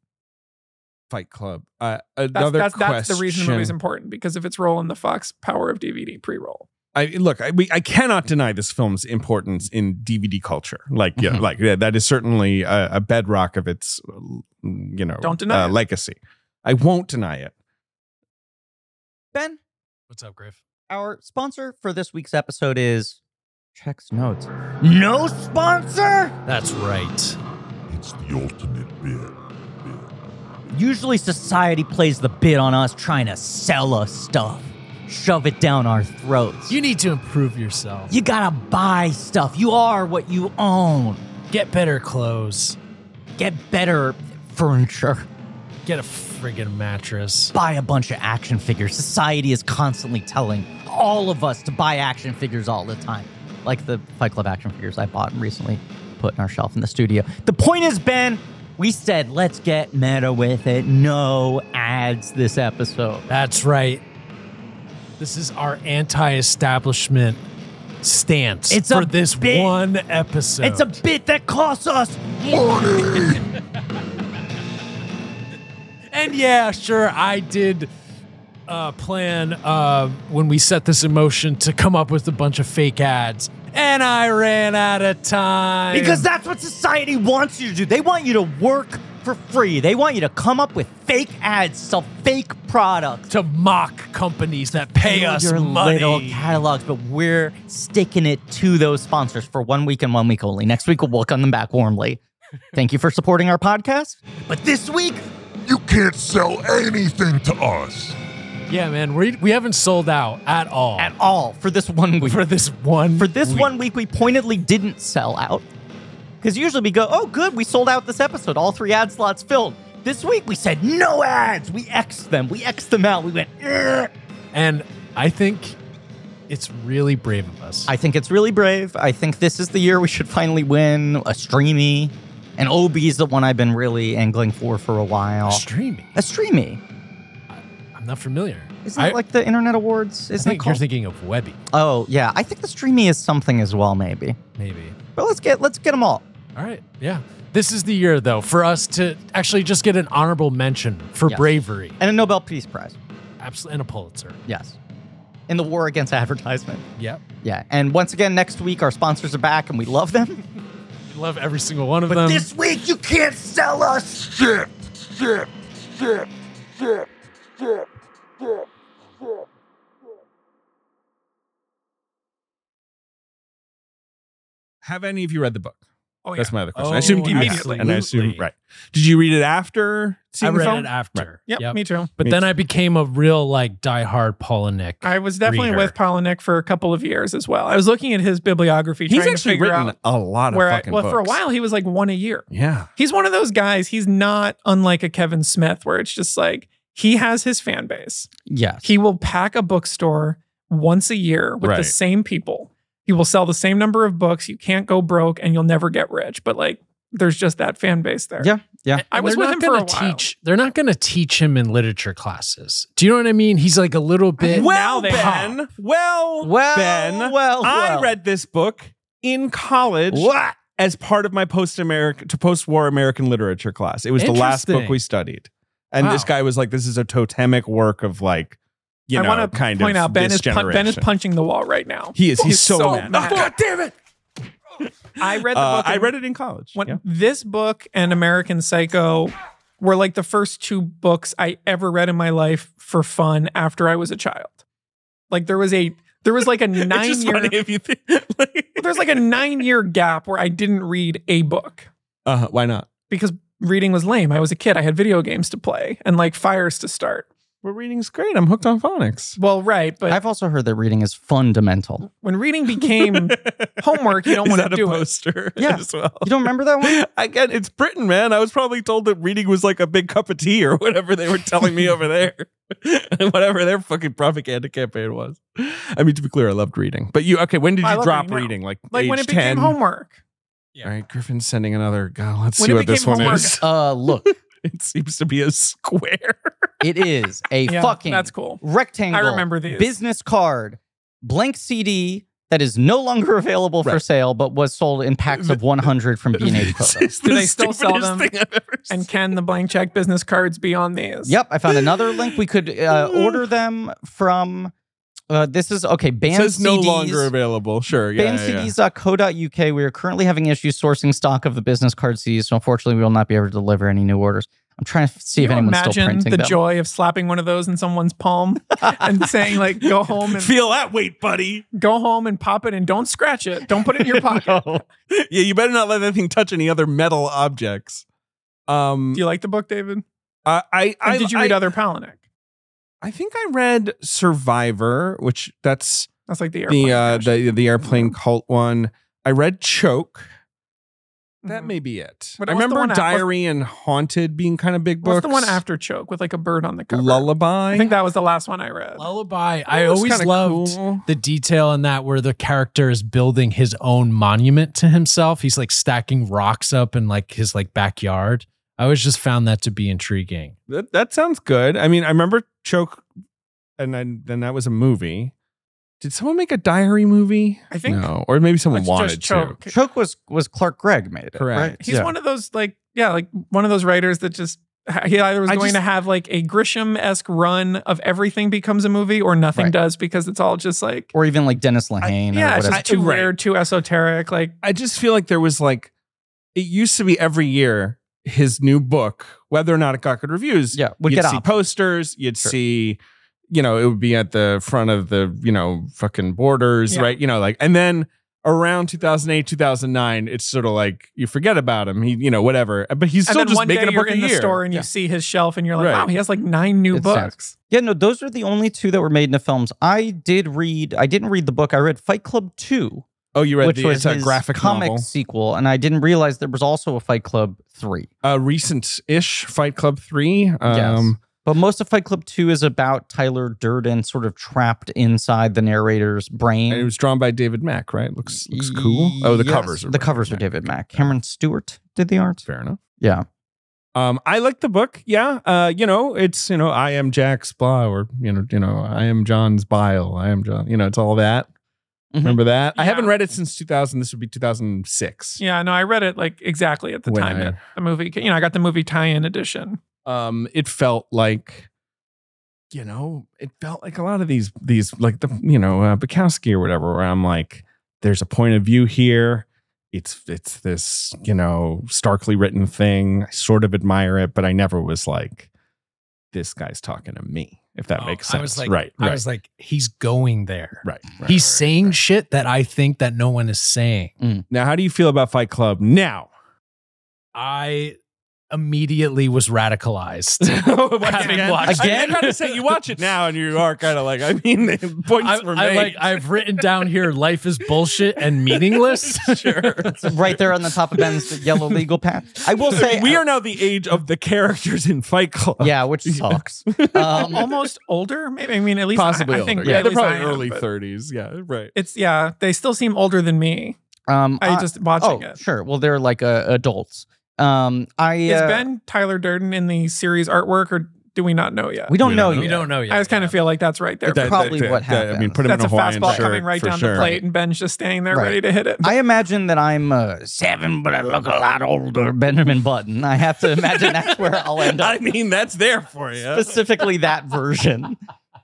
Speaker 3: Fight Club. Uh,
Speaker 4: That's,
Speaker 3: another
Speaker 4: that's,
Speaker 3: question.
Speaker 4: that's the reason the movie's important because of its role in the Fox Power of DVD pre roll.
Speaker 3: I look, I, we, I cannot deny this film's importance in DVD culture. Like, yeah,
Speaker 4: Mm-hmm.
Speaker 2: Mhm.
Speaker 3: like yeah, that is certainly a, a bedrock of its, you know,
Speaker 4: Don't deny
Speaker 3: uh,
Speaker 4: it.
Speaker 3: legacy. I won't deny it.
Speaker 2: ben,
Speaker 5: What's up, Griff?
Speaker 2: our sponsor for this week's episode is Checks Notes. No sponsor.
Speaker 5: That's right.
Speaker 6: It's the ultimate bid.
Speaker 2: Usually society plays the bid on us trying to sell us stuff, shove it down our throats.
Speaker 5: You need to improve yourself.
Speaker 2: you gotta buy stuff. You are what you own.
Speaker 5: Get better clothes.
Speaker 2: Get better furniture.
Speaker 5: Get a friggin' mattress.
Speaker 2: Buy a bunch of action figures. Society is constantly telling all of us to buy action figures all the time. Like the Fight Club action figures I bought and recently put in our shelf in the studio. The point is, Ben, we said let's get meta with it. No ads this episode.
Speaker 5: That's right. This is our anti-establishment stance
Speaker 2: It's
Speaker 5: for
Speaker 2: a
Speaker 5: this
Speaker 2: big-
Speaker 5: one episode.
Speaker 2: It's a bit that costs us
Speaker 5: And yeah, sure, I did uh, plan uh, when we set this in motion to come up with a bunch of fake ads, and I ran out of time
Speaker 2: Because that's what society wants you to do. They want you to work for free. They want you to come up with fake ads, sell fake products,
Speaker 5: to mock companies that pay
Speaker 2: build
Speaker 5: us
Speaker 2: your
Speaker 5: money.
Speaker 2: little catalogs. But we're sticking it to those sponsors for one week and one week only. Next week we'll welcome them back
Speaker 5: <laughs>
Speaker 2: warmly. Thank you for supporting our podcast. But this week,
Speaker 6: You can't sell anything to us.
Speaker 5: yeah, man, we we haven't sold out at all
Speaker 2: at all, for this one week,
Speaker 5: for this one.
Speaker 2: for this one week, we pointedly didn't sell out. Because usually we go, oh, good, we sold out this episode, all three ad slots filled. This week we said no ads. We X'd them. We X'd them out. We went, "Ugh."
Speaker 5: and I think it's really brave of us.
Speaker 2: I think it's really brave. I think this is the year we should finally win a streamy. And Obi is the one I've been really angling for for a while.
Speaker 5: streaming.
Speaker 2: A streamy.
Speaker 5: I'm not familiar.
Speaker 2: Isn't
Speaker 5: I-
Speaker 2: it like the Internet Awards?
Speaker 5: I
Speaker 2: Isn't it
Speaker 5: think you're
Speaker 2: called?
Speaker 5: thinking of Webby,
Speaker 2: oh, yeah. I think the streamy is something as well, maybe.
Speaker 5: maybe.
Speaker 2: But let's get let's get them all.
Speaker 5: All right. Yeah. This is the year, though, for us to actually just get an honorable mention for
Speaker 2: Yes.
Speaker 5: bravery
Speaker 2: And a Nobel Peace Prize.
Speaker 5: Absol- and a Pulitzer.
Speaker 2: Yes. In the war against advertisement.
Speaker 5: Yep.
Speaker 2: Yeah. And once again, next week our sponsors are back and we love them.
Speaker 5: Love every single one of them.
Speaker 2: this week you can't sell us.
Speaker 6: Shit, shit, shit, shit, shit, shit, shit.
Speaker 3: Have any of you read the book?
Speaker 4: Oh, yeah.
Speaker 3: That's my other question.
Speaker 5: Oh,
Speaker 3: I assume you have,
Speaker 4: immediately.
Speaker 3: and I assume
Speaker 5: Absolutely.
Speaker 3: right. Did you read it after
Speaker 5: I
Speaker 3: seeing the
Speaker 5: read
Speaker 3: film?
Speaker 5: it after.
Speaker 4: Yep, me too.
Speaker 5: But
Speaker 3: Me
Speaker 5: then I became a real like diehard Paul and Nick.
Speaker 4: I was definitely
Speaker 5: reader.
Speaker 4: with Polinick for a couple of years as well. I was looking at his bibliography
Speaker 3: He's
Speaker 4: trying to
Speaker 3: actually
Speaker 4: figure
Speaker 3: written
Speaker 4: out
Speaker 3: a lot of
Speaker 4: where I,
Speaker 3: fucking
Speaker 4: well, for a
Speaker 3: books.
Speaker 4: while he was like one a year.
Speaker 3: Yeah.
Speaker 4: He's one of those guys. He's not unlike a Kevin Smith where it's just like he has his fan base.
Speaker 2: Yes.
Speaker 4: He will pack a bookstore once a year with the
Speaker 3: Right.
Speaker 4: same people. He will sell the same number of books. You can't go broke and you'll never get rich. But like there's just that fan base there.
Speaker 2: Yeah, yeah.
Speaker 4: I
Speaker 5: And
Speaker 4: was with
Speaker 5: they're not
Speaker 4: him for a
Speaker 5: gonna
Speaker 4: while.
Speaker 5: Teach, they're not going to teach him in literature classes. Do you know what I mean? He's like a little bit.
Speaker 3: Well,
Speaker 4: they have.
Speaker 3: Ben. Well,
Speaker 2: Well,
Speaker 3: Ben.
Speaker 2: well,
Speaker 3: I
Speaker 2: well.
Speaker 3: read this book in college.
Speaker 2: What?
Speaker 3: as part of my post American to post war American literature class. It was the last book
Speaker 5: Interesting.
Speaker 3: we studied. And this
Speaker 5: Wow.
Speaker 3: guy was like, this is a totemic work of like, you
Speaker 4: I
Speaker 3: know,
Speaker 4: want to
Speaker 3: kind
Speaker 4: point
Speaker 3: of
Speaker 4: out Ben
Speaker 3: this
Speaker 4: is pun- Ben is
Speaker 3: generation.
Speaker 4: punching the wall right now.
Speaker 3: He is. He's,
Speaker 4: He's
Speaker 3: so,
Speaker 4: so
Speaker 3: mad.
Speaker 4: mad.
Speaker 3: Oh, God damn it.
Speaker 4: I read the
Speaker 3: Uh,
Speaker 4: book.
Speaker 3: I
Speaker 4: and-
Speaker 3: read it in college.
Speaker 4: when
Speaker 3: Yeah.
Speaker 4: this book and American Psycho were like the first two books I ever read in my life for fun after I was a child. Like there was a There was like a nine
Speaker 3: <laughs> it's just
Speaker 4: year.
Speaker 3: funny if you think. Like,
Speaker 4: <laughs> There's like a nine year gap where I didn't read a book
Speaker 3: uh, why not?
Speaker 4: because reading was lame. I was a kid. I had video games to play and like fires to start.
Speaker 3: Well, reading's great. I'm hooked on phonics.
Speaker 4: Well, right, but
Speaker 2: I've also heard that reading is fundamental. <laughs>
Speaker 4: when reading became homework, you don't
Speaker 3: Is
Speaker 4: want
Speaker 3: that
Speaker 4: to do
Speaker 3: a
Speaker 4: it. <laughs>
Speaker 3: poster
Speaker 2: Yeah.
Speaker 3: as well?
Speaker 2: You don't remember that one?
Speaker 3: I get it's Britain, man. I was probably told that reading was like a big cup of tea or whatever they were telling me over there, <laughs> whatever their fucking propaganda campaign was. I mean, to be clear, I loved reading, but you okay? When did
Speaker 4: I
Speaker 3: you
Speaker 4: love
Speaker 3: drop
Speaker 4: reading now.
Speaker 3: reading? Like,
Speaker 4: Like
Speaker 3: age
Speaker 4: when it
Speaker 3: 10?
Speaker 4: became homework.
Speaker 3: All right, Griffin's sending another. God, let's
Speaker 4: When
Speaker 3: see
Speaker 4: it
Speaker 3: what this
Speaker 4: became
Speaker 3: one
Speaker 4: homework.
Speaker 3: is.
Speaker 2: <laughs>
Speaker 3: <laughs>
Speaker 2: Uh, look,
Speaker 3: It seems to be a
Speaker 4: <laughs>
Speaker 3: square.
Speaker 2: it is a
Speaker 4: Yeah,
Speaker 2: fucking
Speaker 4: that's cool.
Speaker 2: rectangle.
Speaker 4: I remember these.
Speaker 2: business card, blank CD that is no longer available for
Speaker 3: Right.
Speaker 2: sale, but was sold in packs of 100 from
Speaker 3: <laughs>
Speaker 2: B&H
Speaker 3: This
Speaker 2: Photo.
Speaker 3: is
Speaker 4: Do
Speaker 3: the
Speaker 4: they still sell
Speaker 3: stupidest
Speaker 4: them?
Speaker 3: Thing I've ever
Speaker 4: And
Speaker 3: seen.
Speaker 4: can the blank check business cards be on these?
Speaker 2: Yep, I found another link. We could
Speaker 4: <laughs>
Speaker 2: uh, order them from. Uh, this is okay.
Speaker 3: It
Speaker 2: Band
Speaker 3: says
Speaker 2: CDs.
Speaker 3: no longer available. Sure, yeah, yeah, yeah.
Speaker 2: BandCDs.co.uk. We are currently having issues sourcing stock of the business card CDs, so unfortunately, we will not be able to deliver any new orders. I'm trying to see if
Speaker 4: Can you
Speaker 2: anyone's still
Speaker 4: imagine
Speaker 2: printing
Speaker 4: the
Speaker 2: them.
Speaker 4: joy of slapping one of those in someone's palm and saying
Speaker 3: <laughs>
Speaker 4: like, "Go home and
Speaker 3: Feel that weight, buddy.
Speaker 4: go home and pop it and don't scratch it. Don't put it in your pocket."
Speaker 3: yeah, you better not let that thing touch any other metal objects. Um,
Speaker 4: Do you like the book, David?
Speaker 3: I, I,
Speaker 4: And
Speaker 3: I
Speaker 4: did you read
Speaker 3: I,
Speaker 4: other Palahniuk?
Speaker 3: I think I read Survivor, which that's
Speaker 4: That's like the airplane.
Speaker 3: the uh,
Speaker 4: crash.
Speaker 3: the the airplane
Speaker 4: Mm-hmm.
Speaker 3: cult one. I read Choke. That
Speaker 4: Mhm.
Speaker 3: may be it.
Speaker 4: But
Speaker 3: I
Speaker 4: what's the
Speaker 3: remember
Speaker 4: one a- what's-
Speaker 3: Diary and Haunted being kind of big books.
Speaker 4: What's the one after Choke with like a bird on the cover?
Speaker 3: Lullaby?
Speaker 4: I think that was the last one I read.
Speaker 5: Lullaby.
Speaker 3: That
Speaker 5: I
Speaker 3: was
Speaker 5: always
Speaker 3: kinda
Speaker 5: loved
Speaker 3: cool.
Speaker 5: the detail in that where the character is building his own monument to himself. He's like stacking rocks up in like his like backyard. I always just found that to be intriguing.
Speaker 3: That, that sounds good. I mean, I remember Choke, and then then that was a movie. Did someone make a diary movie?
Speaker 4: I think
Speaker 3: no, or maybe someone
Speaker 4: it's
Speaker 3: wanted
Speaker 4: just Choke.
Speaker 2: Choke was was Clark Gregg made it.
Speaker 3: Correct.
Speaker 2: Right?
Speaker 4: He's
Speaker 2: Yeah.
Speaker 4: one of those like yeah, like one of those writers that just he either was
Speaker 3: I
Speaker 4: going
Speaker 3: just-
Speaker 4: to have like a Grisham esque run of everything becomes a movie or nothing
Speaker 2: Right.
Speaker 4: does because it's all just like
Speaker 2: or even like Dennis Lehane. or
Speaker 4: yeah, it's
Speaker 2: whatever.
Speaker 4: just too
Speaker 3: Right.
Speaker 4: weird, too esoteric. Like
Speaker 3: I just feel like there was like it used to be every year his new book, whether or not it got good reviews.
Speaker 2: Yeah, would
Speaker 3: you'd
Speaker 2: get
Speaker 3: see
Speaker 2: op-
Speaker 3: posters, you'd
Speaker 2: Sure.
Speaker 3: see, you know, it would be at the front of the you know fucking borders,
Speaker 4: Yeah.
Speaker 3: right? You know, like and then around 2008 2009 it's sort of like you forget about him he you know whatever but he's
Speaker 4: and
Speaker 3: still
Speaker 4: then
Speaker 3: just
Speaker 4: one day
Speaker 3: making a
Speaker 4: you're
Speaker 3: book a
Speaker 4: in the
Speaker 3: year
Speaker 4: store and you see his shelf and you're like,
Speaker 3: Right.
Speaker 4: wow, he has like nine new
Speaker 2: It sounds-
Speaker 4: books.
Speaker 2: Yeah, no, those are the only two that were made into films. I did read, I didn't read the book. I read Fight Club 2,
Speaker 3: oh you read
Speaker 2: which
Speaker 3: the
Speaker 2: was
Speaker 3: it's a
Speaker 2: his
Speaker 3: graphic
Speaker 2: comic
Speaker 3: novel
Speaker 2: sequel, and I didn't realize there was also a Fight Club 3.
Speaker 3: a recent-ish fight club 3 um
Speaker 2: But most of Fight Club 2 is about Tyler Durden sort of trapped inside the narrator's brain.
Speaker 3: And it was drawn by David Mack, right? Looks looks cool. Oh, the
Speaker 2: Yes,
Speaker 3: covers. Are
Speaker 2: The covers are David Mack. Cameron Stewart did the art.
Speaker 3: Fair enough.
Speaker 2: Yeah.
Speaker 3: Um, I like the book. Yeah. Uh, you know, it's you know, I am Jack's blah, or you know, you know, I am John's bile. I am John. You know, it's all that.
Speaker 2: Mhm.
Speaker 3: Remember that? I
Speaker 4: Yeah.
Speaker 3: haven't read it since 2000. This would be 2006.
Speaker 4: Yeah, no, I read it like exactly at the
Speaker 3: When
Speaker 4: time
Speaker 3: I-
Speaker 4: that the movie. ca- You know, I got the movie tie-in edition.
Speaker 3: Um, it felt like, you know, it felt like a lot of these these like the you know uh, Bukowski or whatever. Where I'm like, there's a point of view here. It's it's this you know starkly written thing. I sort of admire it, but I never was like, this guy's talking to me. If that
Speaker 5: Oh,
Speaker 3: makes sense,
Speaker 5: I was like,
Speaker 3: right?
Speaker 5: I
Speaker 3: right.
Speaker 5: was like, he's going there.
Speaker 3: Right. right,
Speaker 5: he's
Speaker 3: right,
Speaker 5: saying
Speaker 3: right.
Speaker 5: shit that I think that no one is saying.
Speaker 3: Now, how do you feel about Fight Club
Speaker 5: <laughs>
Speaker 3: now? <laughs>
Speaker 5: I immediately was radicalized. Having
Speaker 3: Again?
Speaker 5: watched
Speaker 3: I,
Speaker 2: Again?
Speaker 3: am trying to say you watch it now and you are kind of like, I mean, points
Speaker 5: <laughs> I,
Speaker 3: were
Speaker 5: I
Speaker 3: made.
Speaker 5: like I've written down here life is bullshit and
Speaker 3: <laughs>
Speaker 5: meaningless. <laughs>
Speaker 3: sure.
Speaker 2: Right there on the top of
Speaker 3: <laughs>
Speaker 2: Ben's yellow legal pad. I will say
Speaker 3: we are now the age of the characters in Fight Club.
Speaker 2: Yeah,
Speaker 3: <laughs>
Speaker 2: which sucks. Um,
Speaker 4: Almost older, maybe. I mean, at least I-
Speaker 3: possibly.
Speaker 4: I,
Speaker 3: older.
Speaker 4: think
Speaker 3: yeah,
Speaker 4: at
Speaker 3: they're
Speaker 4: least I
Speaker 3: probably
Speaker 4: am,
Speaker 3: early
Speaker 4: but
Speaker 3: 30s. Yeah, right.
Speaker 4: It's yeah, they still seem older than me.
Speaker 2: um,
Speaker 3: Uh,
Speaker 4: I just watching
Speaker 2: oh,
Speaker 4: it.
Speaker 2: sure. Well, they're like uh, adults. Um, I
Speaker 4: Is
Speaker 2: uh,
Speaker 4: Ben Tyler Durden in the series artworwork, or do we not know yet?
Speaker 2: we don't know
Speaker 5: We
Speaker 2: yet.
Speaker 5: don't know yet.
Speaker 4: I just kind of feel like that's right there.
Speaker 2: That- probably what
Speaker 3: I mean,
Speaker 2: happens.
Speaker 3: put him
Speaker 4: that's
Speaker 3: in
Speaker 4: a
Speaker 3: a Hawaiian
Speaker 4: fastball
Speaker 3: shirt
Speaker 4: coming right
Speaker 3: for
Speaker 4: down
Speaker 3: sure.
Speaker 4: the plate, and Ben's just standing there
Speaker 2: Right.
Speaker 4: ready to hit it.
Speaker 2: I imagine that I'm uh, seven, but I look a lot older, Benjamin Button. I have to imagine that's where I'll end
Speaker 3: <laughs>
Speaker 2: <laughs>
Speaker 3: I
Speaker 2: up.
Speaker 3: mean, that's there for you.
Speaker 2: Specifically, that version.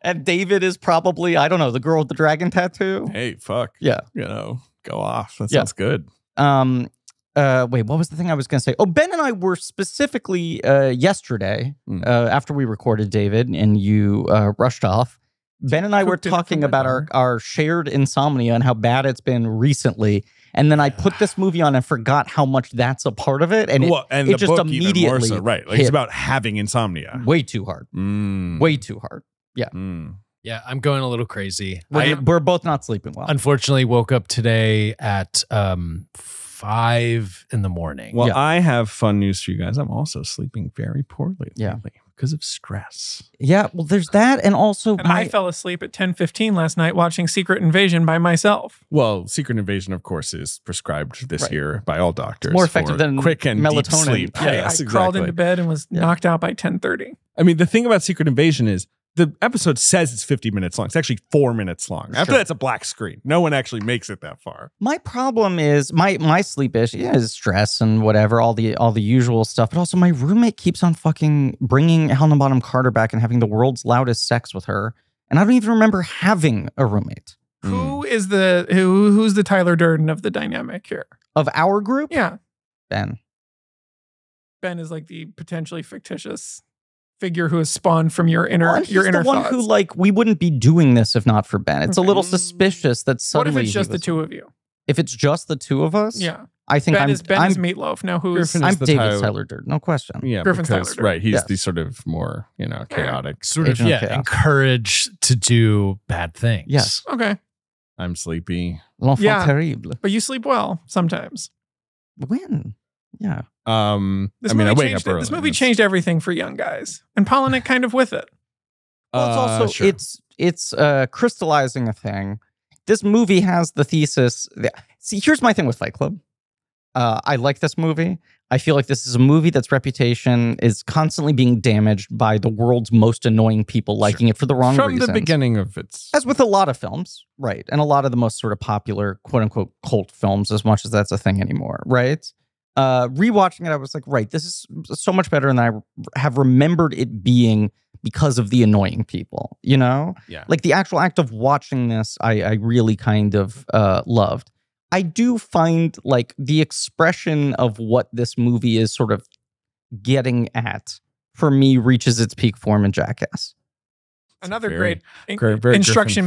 Speaker 2: And David is probably, I don't know, the girl with the dragon tattoo.
Speaker 3: <laughs> Hey, fuck.
Speaker 2: Yeah.
Speaker 3: You know, go off. That
Speaker 2: Yeah.
Speaker 3: sounds good.
Speaker 2: Um, uh, wait, what was the thing I was going to say? Oh, Ben and I were specifically uh, yesterday
Speaker 3: Mm.
Speaker 4: Hmm.
Speaker 2: uh, after we recorded David and you uh, rushed off. Ben and I were
Speaker 4: cooked in it for
Speaker 2: talking
Speaker 4: my
Speaker 2: about our,
Speaker 4: daughter.
Speaker 2: our shared insomnia and how bad it's been recently. And then I put this movie on and forgot how much that's a part of it. And it,
Speaker 7: well, and
Speaker 2: it
Speaker 7: the
Speaker 2: just
Speaker 7: book
Speaker 2: immediately
Speaker 7: even more so, right? Like
Speaker 2: hit
Speaker 7: it's about having insomnia.
Speaker 2: way too hard.
Speaker 7: Mm.
Speaker 4: hmm.
Speaker 2: Way too hard.
Speaker 7: Mm.
Speaker 5: Yeah, I'm going a little crazy.
Speaker 2: We're,
Speaker 5: I
Speaker 2: we're both not sleeping well.
Speaker 5: unfortunately woke up today at um five in the morning.
Speaker 3: Well,
Speaker 2: Yeah.
Speaker 3: I have fun news for you guys. I'm also sleeping very poorly
Speaker 2: Yeah.
Speaker 3: lately because of stress.
Speaker 2: yeah, well, there's that. And also,
Speaker 4: And
Speaker 2: my-
Speaker 4: I fell asleep at 10:15 last night watching Secret Invasion by myself.
Speaker 3: Well, Secret Invasion, of course, is prescribed this
Speaker 2: Right.
Speaker 3: year by all doctors.
Speaker 2: more effective
Speaker 3: for
Speaker 2: than
Speaker 3: quick and deep
Speaker 2: melatonin.
Speaker 3: sleep.
Speaker 2: Yeah,
Speaker 4: I
Speaker 3: yes,
Speaker 4: crawled into
Speaker 3: exactly.
Speaker 4: bed and was
Speaker 2: Yeah.
Speaker 4: knocked out by 10:30.
Speaker 3: I mean, the thing about Secret Invasion is the episode says it's 50 minutes long. It's actually four minutes long. After
Speaker 2: Sure.
Speaker 3: that's a black screen. No one actually makes it that far.
Speaker 2: my problem is my my sleep issue yeah, is stress and whatever all the all the usual stuff but also my roommate keeps on fucking bringing helen bottom carter back and having the world's loudest sex with her and i don't even remember having a roommate
Speaker 3: Mm.
Speaker 4: Who is the who who's the Tyler Durden of the dynamic here?
Speaker 2: of our group
Speaker 4: Yeah.
Speaker 2: ben
Speaker 4: Ben is like the potentially fictitious figure who is spawned from your inner
Speaker 2: Well, and
Speaker 4: your
Speaker 2: he's
Speaker 4: inner
Speaker 2: the one
Speaker 4: thoughts.
Speaker 2: who like we wouldn't be doing this if not for ben it's a
Speaker 4: Okay.
Speaker 2: little suspicious that
Speaker 4: what
Speaker 2: suddenly
Speaker 4: if it's
Speaker 2: he
Speaker 4: just the
Speaker 2: was-
Speaker 4: two of you?
Speaker 2: if it's just the two of us
Speaker 4: Yeah.
Speaker 2: i think
Speaker 4: Ben
Speaker 2: i'm
Speaker 4: is Ben
Speaker 2: i'm,
Speaker 4: is meatloaf. Now who's
Speaker 3: Griffin is
Speaker 2: I'm
Speaker 3: the
Speaker 2: david
Speaker 3: Tyler-
Speaker 2: tyler Durden, no question
Speaker 3: Yeah,
Speaker 4: Griffin's
Speaker 3: because-
Speaker 4: Tyler Durden.
Speaker 3: right. He's
Speaker 2: Yes.
Speaker 3: the sort of more you know chaotic.
Speaker 5: sort of
Speaker 2: Agent of
Speaker 5: yeah,
Speaker 2: chaos.
Speaker 5: encouraged to do bad things.
Speaker 2: Yes.
Speaker 4: Okay.
Speaker 3: I'm sleepy.
Speaker 2: l'enfant
Speaker 4: Yeah.
Speaker 2: terrible
Speaker 4: But you sleep well sometimes.
Speaker 2: when yeah
Speaker 3: Um,
Speaker 4: This
Speaker 3: I mean, I
Speaker 4: movie
Speaker 3: wake up
Speaker 4: changed
Speaker 3: early.
Speaker 4: this movie changed everything for young guys. And Polinick kind of with it.
Speaker 2: Well,
Speaker 3: Uh,
Speaker 2: it's also it's it's uh, crystallizing a thing. This movie has the thesis. th- See, here's my thing with Fight Club. Uh, I like this movie. I feel like this is a movie that's reputation is constantly being damaged by the world's most annoying people liking it for the wrong
Speaker 3: from
Speaker 2: reasons.
Speaker 3: the beginning of its.
Speaker 2: As with a lot of films, right? And a lot of the most sort of popular quote unquote cult films, as much as that's a thing anymore, right? Uh, rewatching it, I was like, right, this is so much better than I have remembered it being because of the annoying people, you know?
Speaker 3: Yeah.
Speaker 2: Like the actual act of watching this, I, I really kind of uh, loved. I do find like the expression of what this movie is sort of getting at for me reaches its peak form in Jackass.
Speaker 4: Another
Speaker 3: very-
Speaker 4: great in-
Speaker 3: very- very
Speaker 4: instruction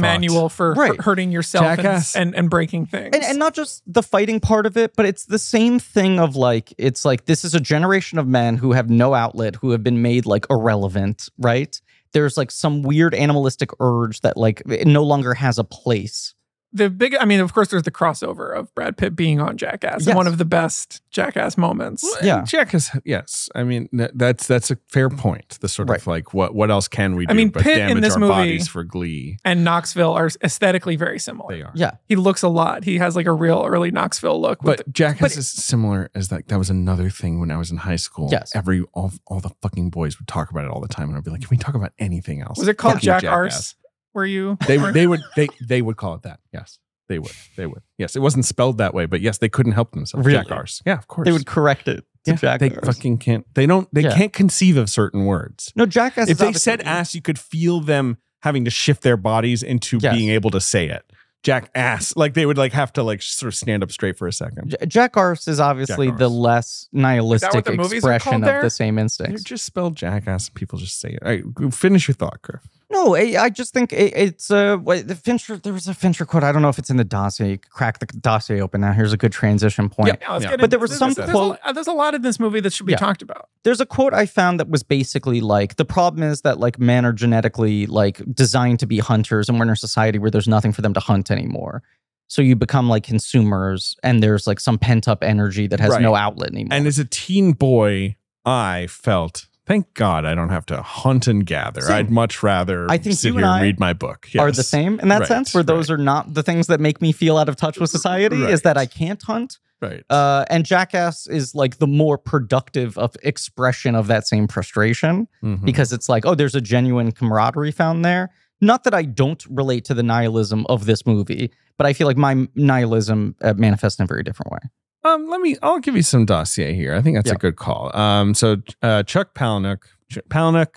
Speaker 3: Griffin thought.
Speaker 4: manual for
Speaker 2: Right.
Speaker 4: hu- hurting yourself and,
Speaker 3: Jackass.
Speaker 4: and and breaking things.
Speaker 2: and, and not just the fighting part of it but it's the same thing of like it's like this is a generation of men who have no outlet who have been made like irrelevant right there's like some weird animalistic urge that like it no longer has a place
Speaker 4: the big I mean, of course there's the crossover of Brad Pitt being on Jackass.
Speaker 2: Yes.
Speaker 4: And one of the best Jackass moments.
Speaker 2: yeah
Speaker 3: Jack is yes. I mean th- that's that's a fair point. The sort
Speaker 2: Right.
Speaker 3: of like what what else can we do
Speaker 4: I mean,
Speaker 3: but
Speaker 4: Pitt in
Speaker 3: damage
Speaker 4: this
Speaker 3: our
Speaker 4: movie-
Speaker 3: bodies for glee?
Speaker 4: And Knoxville are aesthetically very similar.
Speaker 3: They are.
Speaker 2: Yeah.
Speaker 4: He looks a lot. He has like a real early Knoxville look. With
Speaker 3: But Jackass
Speaker 2: but-
Speaker 3: is similar as like that was another thing when I was in high school.
Speaker 2: Yes.
Speaker 3: every all, all the fucking boys would talk about it all the time, and I'd be like, "Can we talk about anything else?"
Speaker 4: the, was it called
Speaker 3: Fucking
Speaker 4: Jack
Speaker 3: Jackass.
Speaker 4: Arse? Were you?
Speaker 3: They
Speaker 4: were-
Speaker 3: they
Speaker 4: <laughs>
Speaker 3: would they they would call it that. Yes, they would they would. Yes, it wasn't spelled that way, but yes, they couldn't help themselves.
Speaker 2: Really?
Speaker 3: Jack Arse. Yeah, of course.
Speaker 2: they would correct it to
Speaker 3: Yeah, they
Speaker 2: jackass
Speaker 3: fucking can't. They don't. They
Speaker 2: Yeah.
Speaker 3: can't conceive of certain words.
Speaker 2: no jackass
Speaker 3: if
Speaker 2: is
Speaker 3: they
Speaker 2: obviously-
Speaker 3: said ass, you could feel them having to shift their bodies into
Speaker 2: Yes.
Speaker 3: being able to say it. Jack ass. Like they would like have to like sort of stand up straight for a second.
Speaker 2: J- Jack Arse is obviously
Speaker 3: Jack Arse.
Speaker 2: the less nihilistic
Speaker 4: the movies are
Speaker 2: expression
Speaker 4: called
Speaker 2: of
Speaker 4: there?
Speaker 2: the same
Speaker 3: They're
Speaker 2: instincts.
Speaker 3: just spelled jackass and people just say it. All right, g- finish your thought, Griff.
Speaker 2: No, I, I just think it, it's uh wait, the Fincher. There was a Fincher quote. I don't know if it's in the dossier. Crack the dossier open now. Here's a good transition point.
Speaker 4: Yeah, let's
Speaker 3: Yeah.
Speaker 4: get
Speaker 2: But
Speaker 4: into-
Speaker 2: there was
Speaker 4: there's-
Speaker 2: some
Speaker 4: there's,
Speaker 2: quote-
Speaker 4: A, there's a lot in this movie that should be
Speaker 2: Yeah.
Speaker 4: talked about.
Speaker 2: there's a quote I found that was basically like the problem is that like men are genetically like designed to be hunters, and we're in a society where there's nothing for them to hunt anymore. So you become like consumers, and there's like some pent up energy that has
Speaker 3: Right.
Speaker 2: no outlet anymore.
Speaker 3: And as a teen boy, I felt. Thank God I don't have to hunt and gather.
Speaker 2: Same.
Speaker 3: I'd much rather
Speaker 2: I think
Speaker 3: sit
Speaker 2: you
Speaker 3: here
Speaker 2: and
Speaker 3: and
Speaker 2: I
Speaker 3: read my book.
Speaker 2: Are
Speaker 3: Yes.
Speaker 2: the same in that
Speaker 3: Right,
Speaker 2: sense, where those are not the things that make me feel out of touch with society. Is that
Speaker 3: Right.
Speaker 2: I can't hunt,
Speaker 3: Right.
Speaker 2: Uh, and Jackass is like the more productive of expression of that same frustration
Speaker 4: Hmm.
Speaker 3: Mhm.
Speaker 2: because it's like, oh, there's a genuine camaraderie found there. Not that I don't relate to the nihilism of this movie, but I feel like my nihilism uh, manifests in a very different way.
Speaker 3: Um, let me. I'll give you some dossier here. I think that's
Speaker 2: Yeah.
Speaker 3: a good call. Um, so uh, Chuck Palahniuk, Ch- Palahniuk,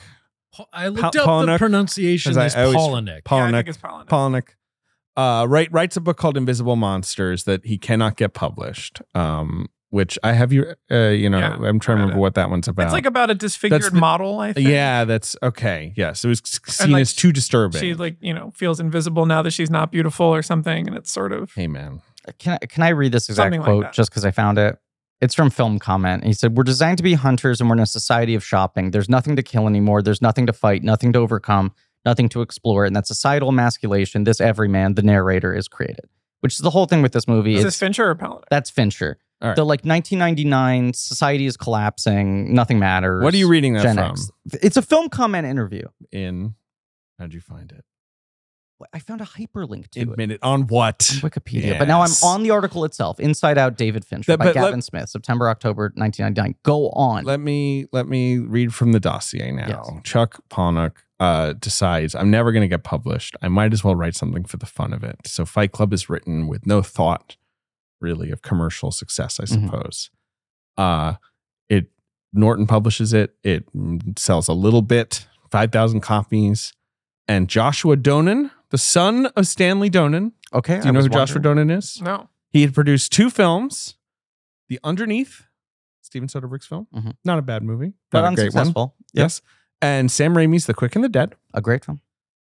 Speaker 5: Po- I
Speaker 3: Pa-
Speaker 5: looked up
Speaker 3: Polnick,
Speaker 5: the pronunciation
Speaker 3: as I
Speaker 5: as
Speaker 3: always-
Speaker 5: Polinick.
Speaker 4: Yeah, I
Speaker 3: Palahniuk,
Speaker 4: think it's Polinick.
Speaker 3: Polnick, uh, write, writes a book called Invisible Monsters that he cannot get published. Um, which I have you. Uh, you know,
Speaker 4: Yeah,
Speaker 3: I'm trying to remember what that one's about.
Speaker 4: It's like about a disfigured
Speaker 3: the-
Speaker 4: model, I think.
Speaker 3: yeah, that's okay. Yes, it was seen
Speaker 4: like,
Speaker 3: as too disturbing.
Speaker 4: She like, you know, feels invisible now that she's not beautiful or something, and it's sort of
Speaker 3: hey man,
Speaker 2: Uh, Can I, can I read this exact
Speaker 4: Something like
Speaker 2: quote
Speaker 4: that.
Speaker 2: just because I found it? It's from Film Comment. He said, We're designed to be hunters and we're in a society of shopping. There's nothing to kill anymore. There's nothing to fight, nothing to overcome, nothing to explore. And that societal emasculation, this everyman, the narrator, is created, which is the whole thing with this movie.
Speaker 4: is
Speaker 2: It's-
Speaker 4: this Fincher or Paladin?
Speaker 2: that's Fincher.
Speaker 3: All right.
Speaker 2: The like 1999, society is collapsing, nothing matters.
Speaker 3: what are you reading that
Speaker 2: Gen
Speaker 3: from?
Speaker 2: X. It's a Film Comment interview.
Speaker 3: In how'd you find it?
Speaker 2: I found a hyperlink to it.
Speaker 3: Admit it on what?
Speaker 2: Wikipedia. But now I'm
Speaker 3: Yes.
Speaker 2: on the article itself, Inside Out David Fincher
Speaker 3: That-
Speaker 2: by
Speaker 3: but let-
Speaker 2: Gavin Smith, September, October 1999. Go on.
Speaker 3: Let me let me read from the dossier now.
Speaker 2: Yes.
Speaker 3: Chuck Palahniuk uh, decides I'm never going to get published. I might as well write something for the fun of it. So Fight Club is written with no thought, really, of commercial success. I
Speaker 2: Mhm.
Speaker 3: suppose. Uh, it Norton publishes it. It mm, sells a little bit, five thousand copies, and Joshua Donan, the son of Stanley Donan.
Speaker 2: okay.
Speaker 3: Do you
Speaker 2: I
Speaker 3: know
Speaker 2: was
Speaker 3: who Joshua
Speaker 2: wondering.
Speaker 3: Donan is?
Speaker 4: No.
Speaker 3: He had produced two films The Underneath, Steven Soderbergh's film.
Speaker 2: Mhm.
Speaker 3: Not a bad movie,
Speaker 2: But
Speaker 3: not a great one.
Speaker 2: unsuccessful. Yep.
Speaker 3: Yes. And Sam Raimi's The Quick and the Dead.
Speaker 2: A great film.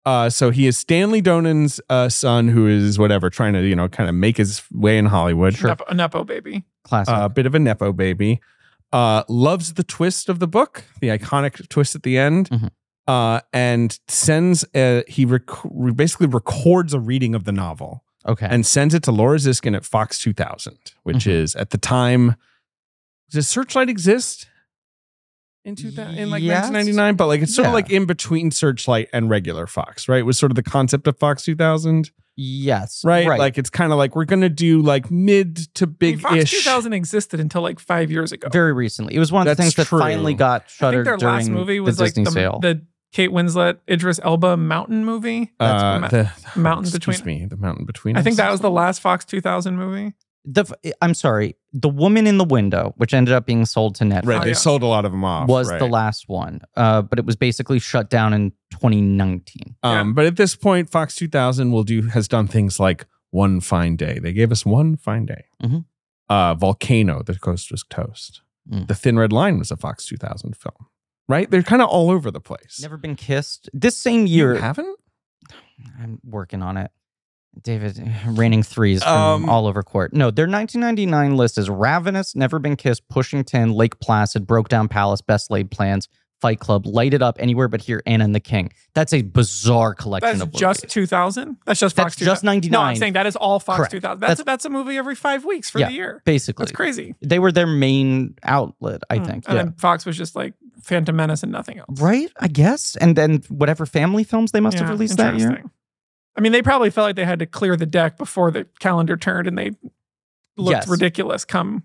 Speaker 3: Uh, so he is Stanley Donan's uh, son, who is whatever, trying to, you know, kind of make his way in Hollywood.
Speaker 4: Nepo, a Nepo baby.
Speaker 2: Classic.
Speaker 3: A bit of a Nepo baby. Uh, loves the twist of the book, the iconic twist at the end.
Speaker 2: Mhm.
Speaker 3: Uh, and sends, a, he rec- basically records a reading of the novel
Speaker 2: okay.
Speaker 3: and sends it to Laura Ziskin at Fox 2000, which
Speaker 4: Mm-hmm.
Speaker 2: Mhm.
Speaker 3: is at the time. Does Searchlight exist in 2000 in like
Speaker 2: Yes.
Speaker 3: 1999? But like it's sort
Speaker 2: Yeah.
Speaker 3: of like in between Searchlight and regular Fox, right? It was sort of the concept of Fox 2000,
Speaker 2: yes.
Speaker 3: right? Like it's kind of like we're gonna do like mid to
Speaker 4: I mean,
Speaker 3: big
Speaker 4: Fox
Speaker 3: ish.
Speaker 4: 2000 existed until like five years ago.
Speaker 2: very recently. It was one of the things
Speaker 3: That's
Speaker 2: that
Speaker 3: true.
Speaker 2: finally got
Speaker 4: I think
Speaker 2: shuttered
Speaker 4: their
Speaker 2: during
Speaker 4: last movie was
Speaker 2: the
Speaker 4: like
Speaker 2: Disney
Speaker 4: the,
Speaker 2: sale.
Speaker 4: the Kate Winslet, Idris Elba mountain movie.
Speaker 3: Uh,
Speaker 4: That's
Speaker 3: the
Speaker 4: Mountain
Speaker 3: excuse
Speaker 4: Between-
Speaker 3: me, the mountain between.
Speaker 4: I think
Speaker 3: Us.
Speaker 4: that was the last Fox 2000 movie.
Speaker 2: The f- I'm sorry. The Woman in the Window, which ended up being sold to Netflix.
Speaker 3: right.
Speaker 4: Oh,
Speaker 3: they
Speaker 4: yeah.
Speaker 3: sold a lot of them off.
Speaker 2: Was the
Speaker 3: right.
Speaker 2: last one, uh, but it was basically shut down in 2019.
Speaker 3: Um, But at this point, Fox 2000 will do has done things like One Fine Day. They gave us One Fine Day.
Speaker 2: Mhm.
Speaker 3: Uh, Volcano, The Coast Was Toast.
Speaker 2: Mm.
Speaker 3: The Thin Red Line was a Fox 2000 film, right? They're kind of all over the place.
Speaker 2: Never been kissed. This same
Speaker 3: you
Speaker 2: year,
Speaker 3: haven't?
Speaker 2: I'm working on it. David, <laughs> raining threes from
Speaker 3: Um,
Speaker 2: all over court. No, their 1999 list is Ravenous, Never Been Kissed, Pushington, Lake Placid, Broke Down Palace, Best Laid Plans, Fight Club, Light It Up, Anywhere But Here, Anna and the King. That's a bizarre collection of
Speaker 4: That's just
Speaker 2: movies.
Speaker 4: 2000. That's just Fox
Speaker 2: That's just
Speaker 4: 2000. No, I'm
Speaker 2: 99.
Speaker 4: saying that is all Fox
Speaker 2: Correct.
Speaker 4: 2000. That's,
Speaker 2: That's-
Speaker 4: that's a movie every five weeks for
Speaker 2: Yeah.
Speaker 4: the year.
Speaker 2: basically.
Speaker 4: That's crazy.
Speaker 2: They were their main outlet, I
Speaker 4: Mm.
Speaker 2: think.
Speaker 4: And
Speaker 2: yeah.
Speaker 4: then Fox was just like Phantom Menace and nothing else.
Speaker 2: Right, I guess. And then whatever family films they must have
Speaker 4: Yeah,
Speaker 2: released that year.
Speaker 4: interesting. I mean, they probably felt like they had to clear the deck before the calendar turned, and they looked
Speaker 2: Yes.
Speaker 4: ridiculous. Come,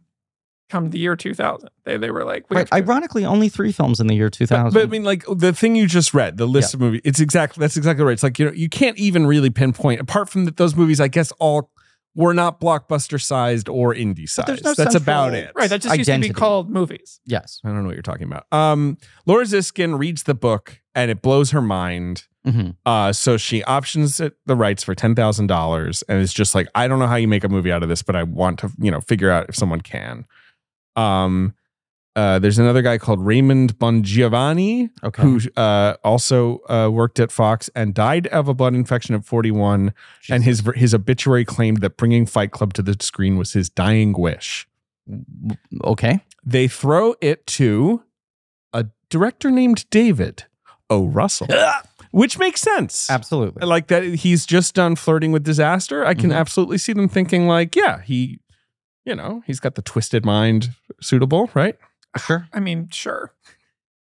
Speaker 4: come the year 2000, they they were like, we
Speaker 2: Right.
Speaker 4: have to-
Speaker 2: Ironically, only three films in the year 2000.
Speaker 3: But, but I mean, like the thing you just read, the list of movies, it's exactly that's exactly right. It's like you know, you can't even really pinpoint apart from that those movies, I guess all were not blockbuster sized or indie
Speaker 2: But there's
Speaker 3: sized.
Speaker 2: no
Speaker 3: that's about
Speaker 2: central-
Speaker 3: it.
Speaker 4: right. That just used to
Speaker 2: Identity.
Speaker 4: be called movies.
Speaker 2: yes.
Speaker 3: I don't know what you're talking about. Um, Laura Ziskin reads the book and it blows her mind.
Speaker 2: hmm
Speaker 3: Uh, so she options it, the rights for ten thousand dollars and is just like, I don't know how you make a movie out of this, but I want to, you know, figure out if someone can. Um, uh, there's another guy called Raymond Bongiovanni
Speaker 2: Okay.
Speaker 3: who uh, also uh, worked at Fox and died of a blood infection at 41. And his his obituary claimed that bringing Fight Club to the screen was his dying wish
Speaker 2: okay.
Speaker 3: they throw it to a director named David O.
Speaker 2: <laughs>
Speaker 3: Russell, which makes sense.
Speaker 2: Absolutely.
Speaker 3: Like that, he's just done flirting with disaster. I can
Speaker 2: Mhm.
Speaker 3: absolutely see them thinking, like, yeah, he, you know, he's got the twisted mind suitable, right?
Speaker 2: Sure.
Speaker 4: I mean, sure.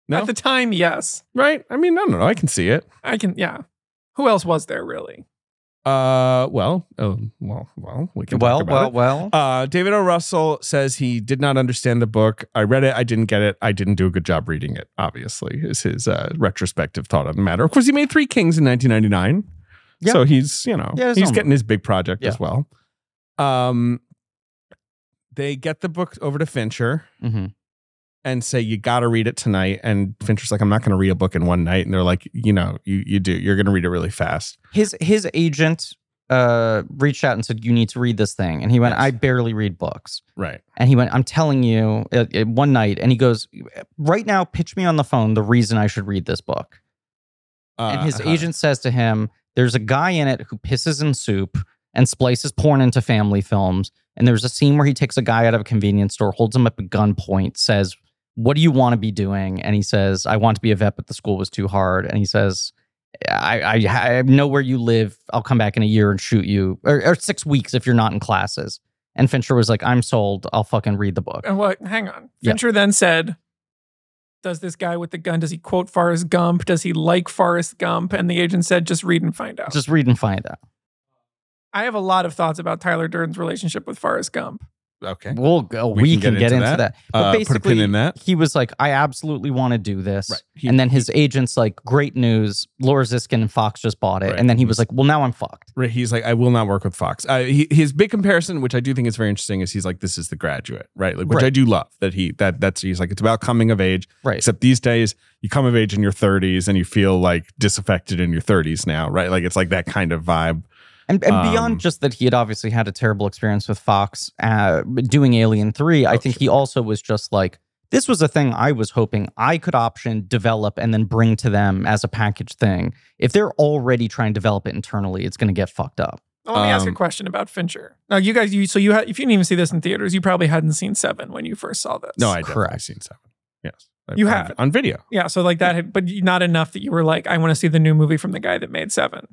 Speaker 3: No?
Speaker 4: At the time, yes.
Speaker 3: Right? I mean, I don't know. I can see it.
Speaker 4: I can. Yeah. Who else was there really?
Speaker 3: Uh, well, oh, well, well, we can.
Speaker 2: Well,
Speaker 3: talk about
Speaker 2: well,
Speaker 3: it.
Speaker 2: well.
Speaker 3: Uh, David O. Russell says he did not understand the book. I read it. I didn't get it. I didn't do a good job reading it, obviously, is his uh, retrospective thought on the matter. Of course, he made Three Kings in 1999.
Speaker 2: Yeah.
Speaker 3: So he's, you know,
Speaker 2: Yeah, his
Speaker 3: he's
Speaker 2: own-
Speaker 3: getting his big project
Speaker 2: Yeah.
Speaker 3: as well. Um, they get the book over to Fincher
Speaker 2: hmm
Speaker 3: and say, you got to read it tonight. And Fincher's like, I'm not going to read a book in one night. And they're like, you know, you, you do. You're going to read it really fast.
Speaker 2: His his agent uh, reached out and said, "You need to read this thing," and he went,
Speaker 3: Yes.
Speaker 2: "I barely read books,"
Speaker 3: Right.
Speaker 2: and he went, "I'm telling you," uh, uh, one night, and he goes, "Right now, pitch me on the phone the reason I should read this book."
Speaker 3: Uh,
Speaker 2: and his
Speaker 3: uh-huh.
Speaker 2: agent says to him, "There's a guy in it who pisses in soup and splices porn into family films." And there's a scene where he takes a guy out of a convenience store, holds him up at gunpoint, says, "What do you want to be doing?" And he says, "I want to be a vet, but the school was too hard." And he says, "I, I, I know where you live. I'll come back in a year and shoot you, or, or six weeks if you're not in classes." And Fincher was like, "I'm sold. I'll fucking read the
Speaker 3: Oh,
Speaker 2: book."
Speaker 4: And what? Hang on.
Speaker 2: Yeah.
Speaker 4: Fincher then said, "Does this guy with the gun? Does he quote Forrest Gump? Does he like Forrest Gump?" And the agent said, "Just read and find out."
Speaker 2: Just read and find out.
Speaker 4: I have a lot of thoughts about Tyler Durden's relationship with Forrest Gump.
Speaker 3: Okay.
Speaker 2: We'll go. We, can get, into, that. But
Speaker 3: Uh, put a pin
Speaker 2: basically,
Speaker 3: in that.
Speaker 2: he was like, I absolutely want to do this.
Speaker 3: Right. He-
Speaker 2: and then his agent's like, great news. Laura Ziskin and Fox just bought it.
Speaker 3: Right.
Speaker 2: And then he was like, well, now I'm fucked.
Speaker 3: Right, he's like, I will not work with Fox. Uh, he, his big comparison, which I do think is very interesting, is he's like, this is the graduate, right? Like, which
Speaker 2: Right.
Speaker 3: I do love that he that that's he's like, it's about coming of age.
Speaker 2: Right.
Speaker 3: Except these days, you come of age in your 30s and you feel like disaffected in your 30s now, right? Like it's like that kind of vibe.
Speaker 2: and and
Speaker 3: um,
Speaker 2: beyond just that, he had obviously had a terrible experience with Fox uh, doing Alien 3. I think he also was just like, this was a thing I was hoping I could option, develop, and then bring to them as a package thing. If they're already trying to develop it internally, it's going to get fucked up.
Speaker 4: Now, let me ask a
Speaker 3: Um,
Speaker 4: question about Fincher. Now, you guys, you so you ha- if you didn't even see this in theaters, you probably hadn't seen Seven when you first saw this.
Speaker 3: No, I have
Speaker 2: Correct.
Speaker 3: seen seven. Yes,
Speaker 4: You
Speaker 3: On-
Speaker 4: have.
Speaker 3: on video.
Speaker 4: yeah, so like that, had- but you- not enough that you were like, I want to see the new movie from the guy that made Seven.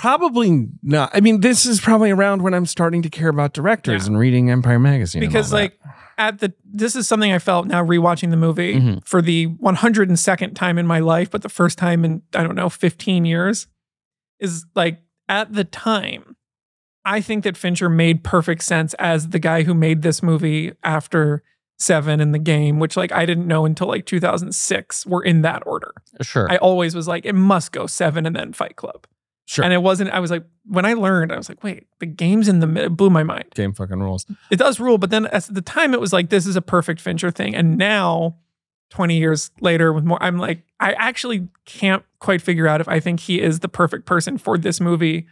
Speaker 3: Probably not. I mean, this is probably around when I'm starting to care about directors
Speaker 4: Yeah.
Speaker 3: and reading Empire magazine and
Speaker 4: because
Speaker 3: all that.
Speaker 4: like at the this is something I felt now rewatching the movie
Speaker 3: Mm-hmm.
Speaker 2: Mhm.
Speaker 4: for the 102nd time in my life, but the first time in I don't know 15 years is like at the time I think that Fincher made perfect sense as the guy who made this movie after 7 in the game, which like I didn't know until like 2006 were in that order.
Speaker 2: Sure.
Speaker 4: I always was like, it must go seven and then Fight Club.
Speaker 3: Sure.
Speaker 4: And it wasn't, I was like, when I learned, I was like, wait, the game's in the middle. It blew my mind.
Speaker 3: game fucking rules.
Speaker 4: It does rule, but then at the time it was like this is a perfect Fincher thing, and now, twenty years later, with more, I'm like I actually can't quite figure out if I think he is the perfect person for this movie,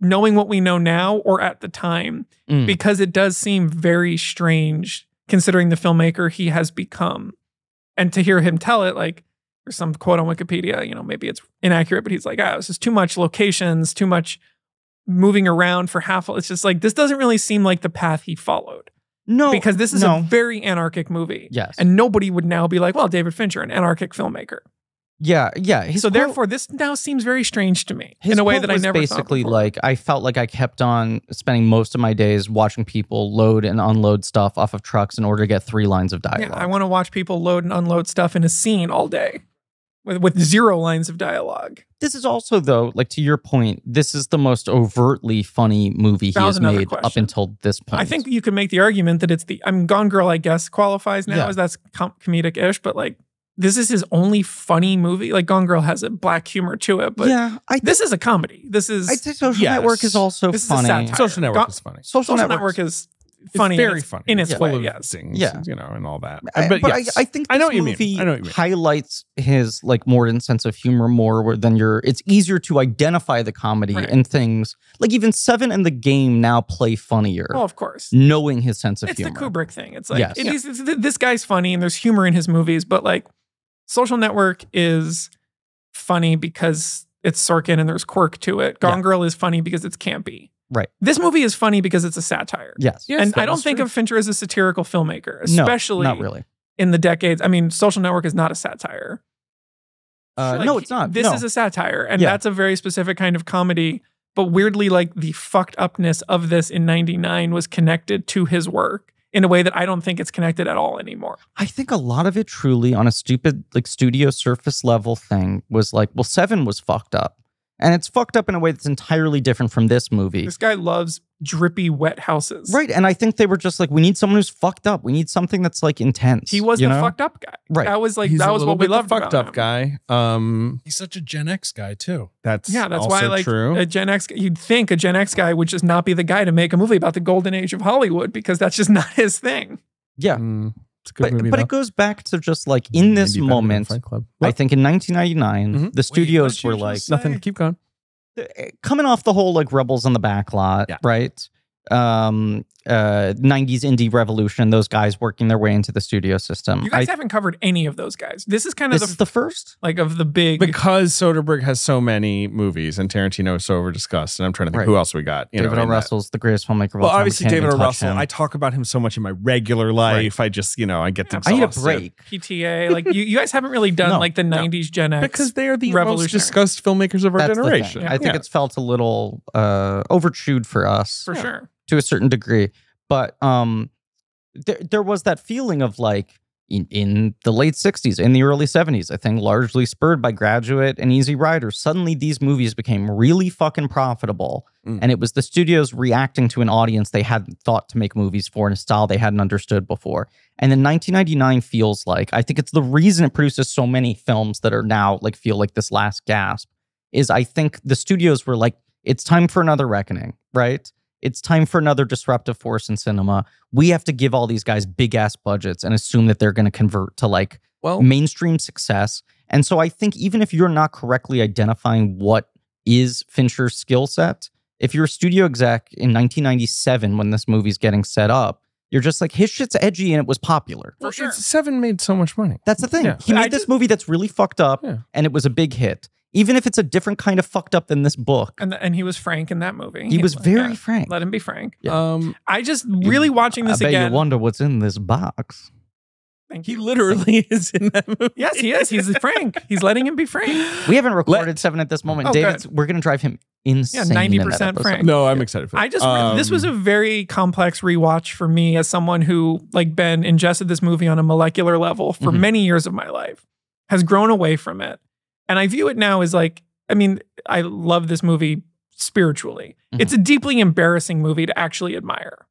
Speaker 4: knowing what we know now or at the time,
Speaker 2: Mm.
Speaker 4: because it does seem very strange considering the filmmaker he has become, and to hear him tell it like. There's some quote on Wikipedia, you know, maybe it's inaccurate, but he's like, ah, this is too much locations, too much moving around for half. It's just like this doesn't really seem like the path he followed
Speaker 2: no.
Speaker 4: because this is
Speaker 2: no.
Speaker 4: a very anarchic movie.
Speaker 2: Yes.
Speaker 4: And nobody would now be like, well, David Fincher, an anarchic filmmaker.
Speaker 2: yeah. Yeah. His
Speaker 4: so
Speaker 2: quote-
Speaker 4: therefore, this now seems very strange to me in a way
Speaker 2: quote
Speaker 4: that I
Speaker 2: was
Speaker 4: never thought
Speaker 2: basically
Speaker 4: before.
Speaker 2: like I felt like I kept on spending most of my days watching people load and unload stuff off of trucks in order to get three lines of dialogue.
Speaker 4: Yeah, I want to watch people load and unload stuff in a scene all day with with zero lines of dialogue.
Speaker 2: this is also though, like to your point, this is the most overtly funny movie he
Speaker 4: That
Speaker 2: has
Speaker 4: was another
Speaker 2: made up
Speaker 4: question.
Speaker 2: until this point.
Speaker 4: I think you could make the argument that it's the I'm Gone Girl, I guess, qualifies now
Speaker 2: Yeah.
Speaker 4: as that's com- comedic ish, but like this is his only funny movie. Like Gone Girl has a black humor to it, but
Speaker 2: yeah, I think
Speaker 4: this is a comedy. This is
Speaker 2: I think social
Speaker 3: Yes.
Speaker 2: network is also
Speaker 4: This is a
Speaker 2: funny.
Speaker 4: satire.
Speaker 3: Social network
Speaker 4: Go-
Speaker 3: is funny.
Speaker 2: Social,
Speaker 4: Social
Speaker 2: network
Speaker 4: Network is funny,
Speaker 3: it's very
Speaker 4: in its,
Speaker 3: funny
Speaker 4: in its
Speaker 2: Yeah.
Speaker 3: full
Speaker 4: way.
Speaker 3: of
Speaker 4: Yes,
Speaker 3: things,
Speaker 2: Yeah.
Speaker 3: you know, and all that.
Speaker 2: I-
Speaker 3: but
Speaker 2: but
Speaker 3: yes.
Speaker 2: I, I think this
Speaker 3: I know what you mean.
Speaker 2: movie
Speaker 3: I know what you mean.
Speaker 2: highlights his like Morden sense of humor more where- than your. It's easier to identify the comedy
Speaker 4: Right.
Speaker 2: and things like even Seven and the Game now play funnier,
Speaker 4: well, of course.
Speaker 2: knowing his sense of
Speaker 4: Oh, It's
Speaker 2: humor.
Speaker 4: the Kubrick thing. It's like
Speaker 2: Yes.
Speaker 4: it is- it's- this guy's funny, and there's humor in his movies, but like Social Network is funny because it's Sorkin and there's quirk to it. Gone Girl is funny because it's campy.
Speaker 2: Right.
Speaker 4: This movie is funny because it's a satire.
Speaker 2: Yes.
Speaker 4: and I don't think of Fincher as a satirical filmmaker, especially
Speaker 2: no, not really.
Speaker 4: in the decades. I mean, Social Network is not a satire.
Speaker 2: Uh,
Speaker 4: Like,
Speaker 2: no, it's not.
Speaker 4: This
Speaker 2: No.
Speaker 4: is a satire, and
Speaker 2: Yeah.
Speaker 4: that's a very specific kind of comedy. But weirdly, like the fucked upness of this in '99 was connected to his work in a way that I don't think it's connected at all anymore.
Speaker 2: I think a lot of it truly on a stupid like studio surface level thing was like, well, Seven was fucked up, and it's fucked up in a way that's entirely different from this movie.
Speaker 4: This guy loves drippy wet houses.
Speaker 2: Right, and I think they were just like, we need someone who's fucked up. We need something that's like intense.
Speaker 4: He was
Speaker 2: you
Speaker 4: the
Speaker 2: know?
Speaker 4: fucked up guy.
Speaker 2: Right.
Speaker 4: That was like
Speaker 3: He's
Speaker 4: that
Speaker 3: a
Speaker 4: was
Speaker 3: little
Speaker 4: what we
Speaker 3: bit the
Speaker 4: loved.
Speaker 3: fucked up
Speaker 4: about him.
Speaker 3: guy. Um,
Speaker 5: He's such a Gen X guy too.
Speaker 3: that's
Speaker 4: Yeah, that's
Speaker 3: also
Speaker 4: why like
Speaker 3: true.
Speaker 2: uh,
Speaker 4: a Gen X. You'd think a Gen X guy would just not be the guy to make a movie about the golden age of Hollywood because that's just <laughs> not his thing.
Speaker 2: Yeah,
Speaker 3: Mm, it's a good
Speaker 2: but
Speaker 3: movie.
Speaker 2: but
Speaker 3: though. Mm,
Speaker 2: it goes back to just like in this
Speaker 3: Maybe better than
Speaker 2: moment.
Speaker 3: Fight Club.
Speaker 2: I think in 1999,
Speaker 3: Mhm.
Speaker 2: the studios were like,
Speaker 3: nothing. Keep going.
Speaker 2: the- coming off the whole like Rebels on the back lot,
Speaker 3: Yeah.
Speaker 2: right? Um, uh, 90s indie revolution, those guys working their way into the studio system.
Speaker 4: You guys
Speaker 2: I-
Speaker 4: haven't covered any of those guys. This is kind of
Speaker 2: this
Speaker 4: the,
Speaker 2: is the first?
Speaker 4: like of the big.
Speaker 3: because Soderbergh has so many movies and Tarantino is so over discussed, and I'm trying to think
Speaker 2: Right.
Speaker 3: who else we got. You
Speaker 2: David
Speaker 3: know,
Speaker 2: O.
Speaker 3: in that.
Speaker 2: Russell's the greatest filmmaker of all
Speaker 3: Well,
Speaker 2: time. We
Speaker 3: obviously
Speaker 2: can't even
Speaker 3: David O.
Speaker 2: touch
Speaker 3: Russell.
Speaker 2: him.
Speaker 3: I talk about him so much in my regular life. I just, you know, I get
Speaker 2: I need a
Speaker 3: exhausted.
Speaker 2: break.
Speaker 4: PTA. Like you, you guys haven't really done
Speaker 2: No,
Speaker 4: like the
Speaker 3: no.
Speaker 4: 90s Gen X.
Speaker 3: because they are the most
Speaker 4: Revolutionary.
Speaker 3: discussed filmmakers of our
Speaker 2: That's the thing.
Speaker 3: generation.
Speaker 2: I think
Speaker 3: Yeah.
Speaker 2: it's felt a little uh, overchewed for us.
Speaker 4: for sure.
Speaker 2: to a certain degree but um there there was that feeling of like in, in the late 60s in the early 70s i think largely spurred by graduate and easy rider suddenly these movies became really fucking profitable
Speaker 3: Mm.
Speaker 2: and it was the studios reacting to an audience they hadn't thought to make movies for in a style they hadn't understood before and then 1999 feels like i think it's the reason it produces so many films that are now like feel like this last gasp is i think the studios were like it's time for another reckoning right it's time for another disruptive force in cinema. We have to give all these guys big ass budgets and assume that they're going to convert to like
Speaker 3: Well,
Speaker 2: mainstream success. And so I think even if you're not correctly identifying what is Fincher's skill set, if you're a studio exec in 1997 when this movie's getting set up, you're just like his shit's edgy and it was popular.
Speaker 4: For sure.
Speaker 3: Seven made so much money.
Speaker 2: That's the thing.
Speaker 3: Yeah.
Speaker 2: He made
Speaker 4: I
Speaker 2: this
Speaker 4: just-
Speaker 2: movie that's really fucked up
Speaker 3: Yeah.
Speaker 2: and it was a big hit. Even if it's a different kind of fucked up than this book,
Speaker 4: And and he was frank in that movie.
Speaker 2: he was very
Speaker 4: yeah.
Speaker 2: frank.
Speaker 4: Let him be frank.
Speaker 2: Yeah.
Speaker 3: Um,
Speaker 4: I just really watching
Speaker 2: I
Speaker 4: this
Speaker 2: bet
Speaker 4: again.
Speaker 2: you wonder what's in this box.
Speaker 4: Thank
Speaker 3: he
Speaker 4: you.
Speaker 3: <laughs> literally is in that movie.
Speaker 4: Yes, he is. He's frank. He's letting him be
Speaker 2: <laughs>
Speaker 4: frank.
Speaker 2: We haven't recorded seven at this moment.
Speaker 4: Oh,
Speaker 2: David, we're gonna drive him insane. in that
Speaker 4: 90%
Speaker 2: episode.
Speaker 4: Frank.
Speaker 3: No, I'm excited for that.
Speaker 4: I just this was a
Speaker 3: Um,
Speaker 4: very complex rewatch for me as someone who like Ben ingested this movie on a molecular level for
Speaker 2: Mhm.
Speaker 4: many years of my life, has grown away from it, and I view it now as like I mean I love this movie spiritually.
Speaker 2: Mhm.
Speaker 4: It's a deeply embarrassing movie to actually admire.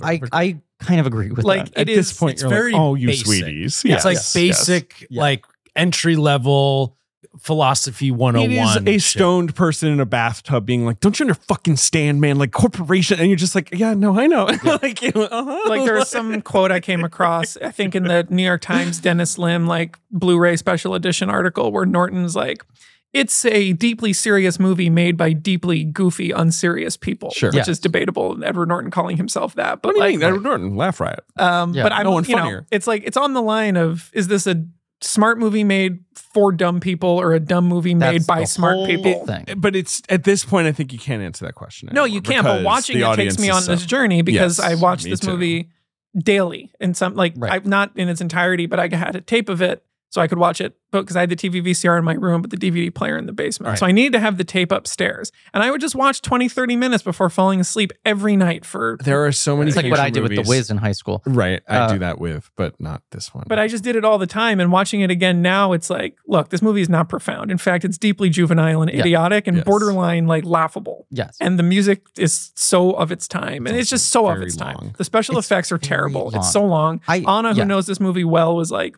Speaker 2: I, I kind of agree with
Speaker 4: Like
Speaker 2: that.
Speaker 4: it
Speaker 3: at this
Speaker 4: is-
Speaker 3: point,
Speaker 5: it's
Speaker 3: you're like,
Speaker 5: very
Speaker 3: oh, you
Speaker 5: basic.
Speaker 3: sweeties.
Speaker 5: it's like basic,
Speaker 2: Yeah.
Speaker 5: like entry level philosophy
Speaker 3: It
Speaker 5: 101.
Speaker 3: is a
Speaker 5: shit.
Speaker 3: stoned person in a bathtub being like, "Don't you understand, man? Like corporation," and you're just like, "Yeah, no, I know." <laughs> like, you know, uh-huh. <laughs>
Speaker 4: Like there's some quote I came across, I think in the New York Times Dennis Lim like Blu-ray special edition article where Norton's like it's a deeply serious movie made by deeply goofy, unserious people,
Speaker 3: Sure.
Speaker 4: which
Speaker 2: Yeah.
Speaker 4: is debatable. Edward Norton calling himself
Speaker 3: What
Speaker 4: that, but
Speaker 3: do you
Speaker 4: like,
Speaker 3: mean, Edward Norton? Laugh riot.
Speaker 4: um,
Speaker 2: Yeah.
Speaker 4: but I'm
Speaker 3: No one
Speaker 4: you know,
Speaker 3: funnier.
Speaker 4: it's like it's on the line of is this a smart movie made for dumb people or a dumb movie made
Speaker 2: That's
Speaker 4: by
Speaker 2: the
Speaker 4: smart
Speaker 2: whole
Speaker 4: people?
Speaker 2: Thing.
Speaker 3: But it's at this point, I think you can't answer that question.
Speaker 4: No, you
Speaker 3: anymore
Speaker 4: can't. But
Speaker 3: because
Speaker 4: watching
Speaker 3: the
Speaker 4: it takes
Speaker 3: audience
Speaker 4: me
Speaker 3: is
Speaker 4: on
Speaker 3: so-
Speaker 4: this journey because
Speaker 3: Yes,
Speaker 4: I watched
Speaker 3: me
Speaker 4: this
Speaker 3: too.
Speaker 4: movie daily in some like
Speaker 2: Right.
Speaker 4: I've not in its entirety, but I had a tape of it so I could watch it. But because I had the TV VCR in my room, but the DVD player in the basement,
Speaker 3: Right.
Speaker 4: so I needed to have the tape upstairs, and I would just watch 20, 30 minutes before falling asleep every night for.
Speaker 3: There are so many.
Speaker 2: It's like what
Speaker 3: Fincher
Speaker 2: I did with The
Speaker 3: movies-
Speaker 2: Wiz in high school.
Speaker 3: Right, I
Speaker 2: Uh,
Speaker 3: do that with, but not this one.
Speaker 4: But I just did it all the time, and watching it again now, it's like, look, this movie is not profound. In fact, it's deeply juvenile and
Speaker 2: Yeah.
Speaker 4: idiotic and
Speaker 3: Yes.
Speaker 4: borderline like laughable.
Speaker 2: Yes.
Speaker 4: and the music is so of its time and
Speaker 3: It's
Speaker 4: it's just so of
Speaker 3: very
Speaker 4: its
Speaker 3: long.
Speaker 4: time the special
Speaker 2: It's
Speaker 4: effects are
Speaker 2: very
Speaker 4: terrible
Speaker 2: long.
Speaker 4: it's so long
Speaker 2: I
Speaker 4: anna who
Speaker 2: yeah.
Speaker 4: knows this movie well was like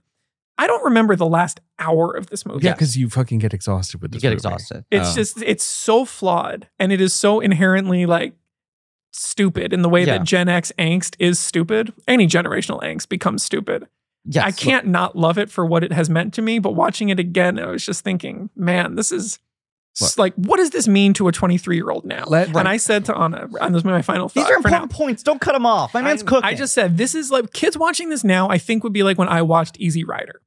Speaker 4: i don't remember the last hour of this movie
Speaker 3: yeah, because you fucking get exhausted with
Speaker 2: you
Speaker 3: this.
Speaker 2: get
Speaker 3: movie.
Speaker 2: exhausted.
Speaker 4: it's
Speaker 3: Oh.
Speaker 4: just it's so flawed and it is so inherently like stupid in the way
Speaker 2: Yeah.
Speaker 4: that gen x angst is stupid any generational angst becomes stupid
Speaker 2: Yes.
Speaker 4: i can't not love it for what it has meant to me but watching it again i was just thinking man this is
Speaker 3: What?
Speaker 4: like what does this mean to a 23 year old now
Speaker 3: Let-
Speaker 4: and i said to anna and this was my final thought
Speaker 2: These are
Speaker 4: for now
Speaker 2: important points. Don't cut him off. My man's
Speaker 4: I,
Speaker 2: cooking.
Speaker 4: I just said this is like kids watching this now. I think would be like when I watched Easy Rider,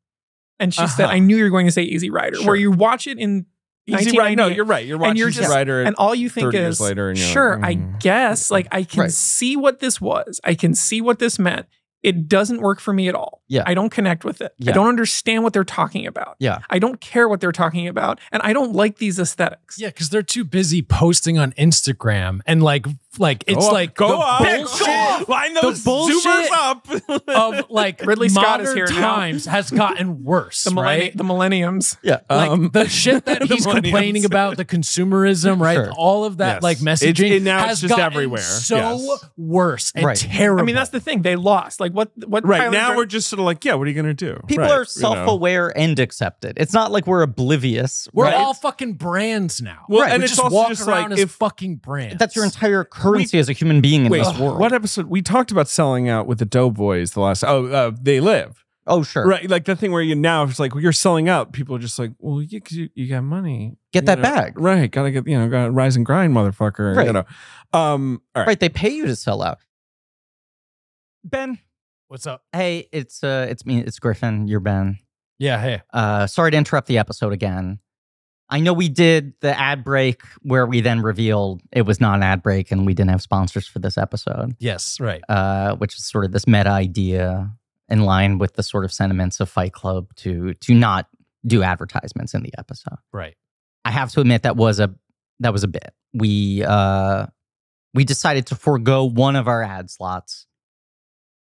Speaker 4: and she said,
Speaker 3: Uh-huh.
Speaker 4: "I knew you were going to say Easy Rider,"
Speaker 3: Sure.
Speaker 4: where you watch it in
Speaker 3: Easy Rider. No,
Speaker 4: 1998.
Speaker 3: you're right. You're watching
Speaker 4: And you're
Speaker 3: Easy
Speaker 4: just-
Speaker 3: Rider,
Speaker 4: and all you think
Speaker 3: 30 years
Speaker 4: is
Speaker 3: later and you're like,
Speaker 4: sure i
Speaker 3: mm.
Speaker 4: guess like i can
Speaker 2: Right.
Speaker 4: see what this was i can see what this meant it doesn't work for me at all
Speaker 2: Yeah.
Speaker 4: i don't connect with it
Speaker 2: Yeah.
Speaker 4: i don't understand what they're talking about
Speaker 2: Yeah.
Speaker 4: i don't care what they're talking about and i don't like these aesthetics
Speaker 5: Yeah, because they're too busy posting on Instagram and like, like
Speaker 3: Go
Speaker 5: it's
Speaker 3: up,
Speaker 5: like
Speaker 3: go
Speaker 5: the
Speaker 3: up,
Speaker 5: bullshit
Speaker 3: go up, <laughs> line those
Speaker 5: bullshit
Speaker 3: zoomers up.
Speaker 5: of like
Speaker 4: Ridley Scott is
Speaker 5: modern
Speaker 4: here now.
Speaker 5: times has gotten worse,
Speaker 4: the, millenni-
Speaker 5: right?
Speaker 4: the millenniums
Speaker 2: yeah.
Speaker 5: like the shit that
Speaker 3: Um, <laughs> the
Speaker 5: he's
Speaker 3: millennials.
Speaker 5: complaining about, the consumerism, right?
Speaker 2: Sure.
Speaker 5: All of that
Speaker 3: Yes.
Speaker 5: like
Speaker 3: It's-
Speaker 5: messaging
Speaker 3: it- now it's
Speaker 5: has
Speaker 3: just
Speaker 5: gotten
Speaker 3: everywhere.
Speaker 5: so
Speaker 3: Yes.
Speaker 5: worse and
Speaker 2: Right.
Speaker 5: terrible.
Speaker 4: i mean that's the thing they lost like what
Speaker 3: <laughs>
Speaker 4: what
Speaker 3: right
Speaker 4: Tyler
Speaker 3: now,
Speaker 4: Durden-
Speaker 3: we're just sort of like, yeah, what are you gonna do?
Speaker 2: People
Speaker 3: Right, you know.
Speaker 2: are self-aware and accepted. It's not like we're oblivious.
Speaker 5: we're
Speaker 2: right?
Speaker 5: all fucking brands now.
Speaker 3: Well,
Speaker 2: Right.
Speaker 3: and
Speaker 5: we
Speaker 3: it's
Speaker 5: just
Speaker 3: also
Speaker 5: walk
Speaker 3: just
Speaker 5: around
Speaker 3: like
Speaker 5: as
Speaker 3: if
Speaker 5: fucking brands.
Speaker 2: That's your entire currency as a human being in
Speaker 3: Wait,
Speaker 2: this world.
Speaker 3: what episode we talked about selling out with the Doughboys the last? Oh, uh, they live.
Speaker 2: Oh, sure.
Speaker 3: Right, like the thing where you now it's like well, you're selling out. People are just like, well, you 'cause you, you got money,
Speaker 2: Get
Speaker 3: you
Speaker 2: that
Speaker 3: know?
Speaker 2: back. Right.
Speaker 3: right? Gotta get you know, gotta rise and grind, motherfucker.
Speaker 2: Right.
Speaker 3: You know, um, all right.
Speaker 2: They pay you to sell out. Ben,
Speaker 5: What's up?
Speaker 2: hey, it's uh, it's me. It's Griffin. You're Ben.
Speaker 5: Yeah, hey.
Speaker 2: Uh, sorry to interrupt the episode again. I know we did the ad break where we then revealed it was not an ad break and we didn't have sponsors for this episode.
Speaker 5: Yes, right.
Speaker 2: uh, which is sort of this meta idea in line with the sort of sentiments of Fight Club to to not do advertisements in the episode.
Speaker 5: Right.
Speaker 2: I have to admit that was a that was a bit. We uh we decided to forego one of our ad slots.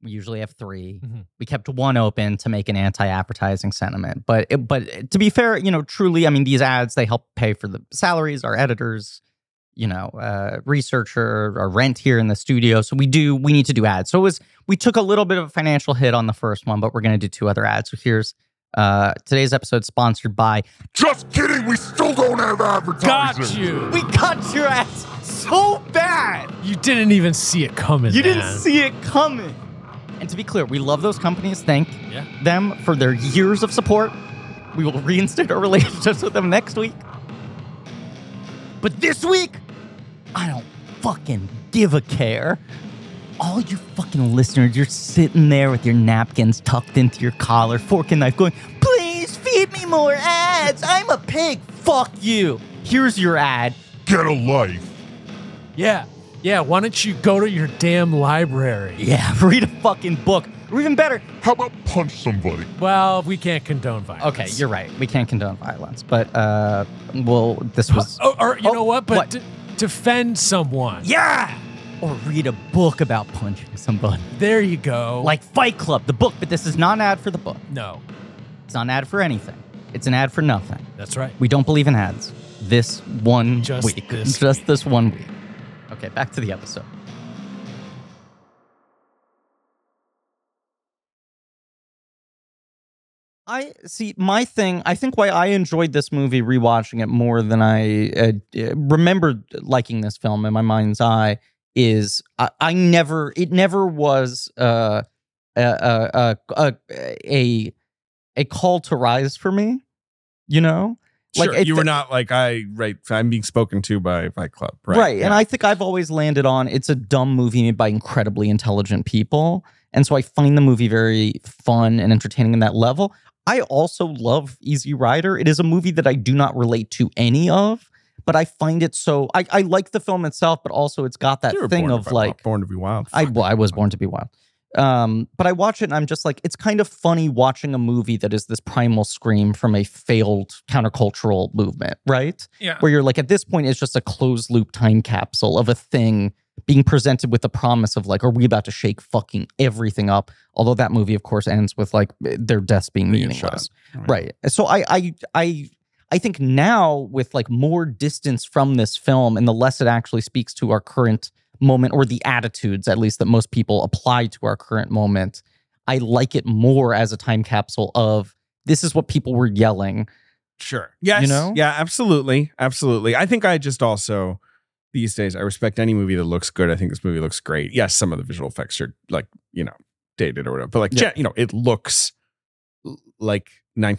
Speaker 2: We usually have 3
Speaker 5: Mhm.
Speaker 2: We kept one open to make an anti-advertising sentiment. But it, but to be fair, you know, truly, I mean, these ads they help pay for the salaries, our editors, you know, uh, researcher, our rent here in the studio. So we do we need to do ads. So it was we took a little bit of a financial hit on the first one, but we're going to do two other ads. So here's uh today's episode sponsored by
Speaker 6: Just kidding, we still don't have advertising.
Speaker 5: Got you.
Speaker 2: we cut your ass so bad.
Speaker 5: You didn't even see it coming.
Speaker 2: You didn't
Speaker 5: man.
Speaker 2: see it coming. And to be clear, we love those companies. Thank
Speaker 5: Yeah.
Speaker 2: them for their years of support. We will reinstate our <laughs> relationships with them next week. But this week, I don't fucking give a care. All you fucking listeners, you're sitting there with your napkins tucked into your collar, fork and knife, going, please feed me more ads. I'm a pig. Fuck you. Here's your ad.
Speaker 6: Get a life.
Speaker 5: Yeah. Yeah. Why don't you go to your damn library?
Speaker 2: Yeah, <laughs> read a fucking book. Or even better,
Speaker 6: How about punch somebody?
Speaker 5: Well, we can't condone violence.
Speaker 2: Okay, you're right. We can't condone violence, but uh, well, this was
Speaker 5: Oh, or you
Speaker 2: Oh,
Speaker 5: know what? But
Speaker 2: what?
Speaker 5: d- defend someone.
Speaker 2: yeah. Or read a book about punching somebody,
Speaker 5: There you go.
Speaker 2: like Fight Club, the book. But this is not an ad for the book.
Speaker 5: no.
Speaker 2: It's not an ad for anything. It's an ad for nothing.
Speaker 5: That's right.
Speaker 2: We don't believe in ads. This one
Speaker 5: Just
Speaker 2: week,
Speaker 5: this
Speaker 2: just this one week. Okay, back to the episode. I see my thing. I think why I enjoyed this movie rewatching it more than I uh, d- remembered liking this film in my mind's eye is I, I never it never was uh, a, a, a a a a call to rise for me, you know.
Speaker 3: Sure,
Speaker 2: it-
Speaker 3: you were not like I right. I'm being spoken to by Fight Club, right?
Speaker 2: Right. And I think I've always landed on it's a dumb movie made by incredibly intelligent people. And so I find the movie very fun and entertaining in that level. I also love Easy Rider. It is a movie that I do not relate to any of, but I find it so I, I like the film itself, but also it's got that
Speaker 3: You were
Speaker 2: thing
Speaker 3: born to
Speaker 2: of uh,
Speaker 3: be-
Speaker 2: like
Speaker 3: born to be wild.
Speaker 2: I
Speaker 3: Fuck.
Speaker 2: well, I was born to be wild. Um, but I watch it and I'm just like, it's kind of funny watching a movie that is this primal scream from a failed countercultural movement, right?
Speaker 4: Yeah.
Speaker 2: Where you're like, at this point, it's just a closed loop time capsule of a thing being presented with the promise of like, are we about to shake fucking everything up? Although that movie, of course, ends with like their deaths being
Speaker 3: They get
Speaker 2: meaningless,
Speaker 3: shot.
Speaker 2: right? So I, I, I, I think now with like more distance from this film and the less it actually speaks to our current moment or the attitudes, at least that most people apply to our current moment, I like it more as a time capsule of this is what people were yelling.
Speaker 3: Sure. Yes.
Speaker 2: You know?
Speaker 3: Yeah, absolutely. Absolutely. I think I just also these days I respect any movie that looks good. I think this movie looks great. Yes, some of the visual effects are like, you know, dated or whatever. But like,
Speaker 2: Yeah.
Speaker 3: gen- you know, it looks l- like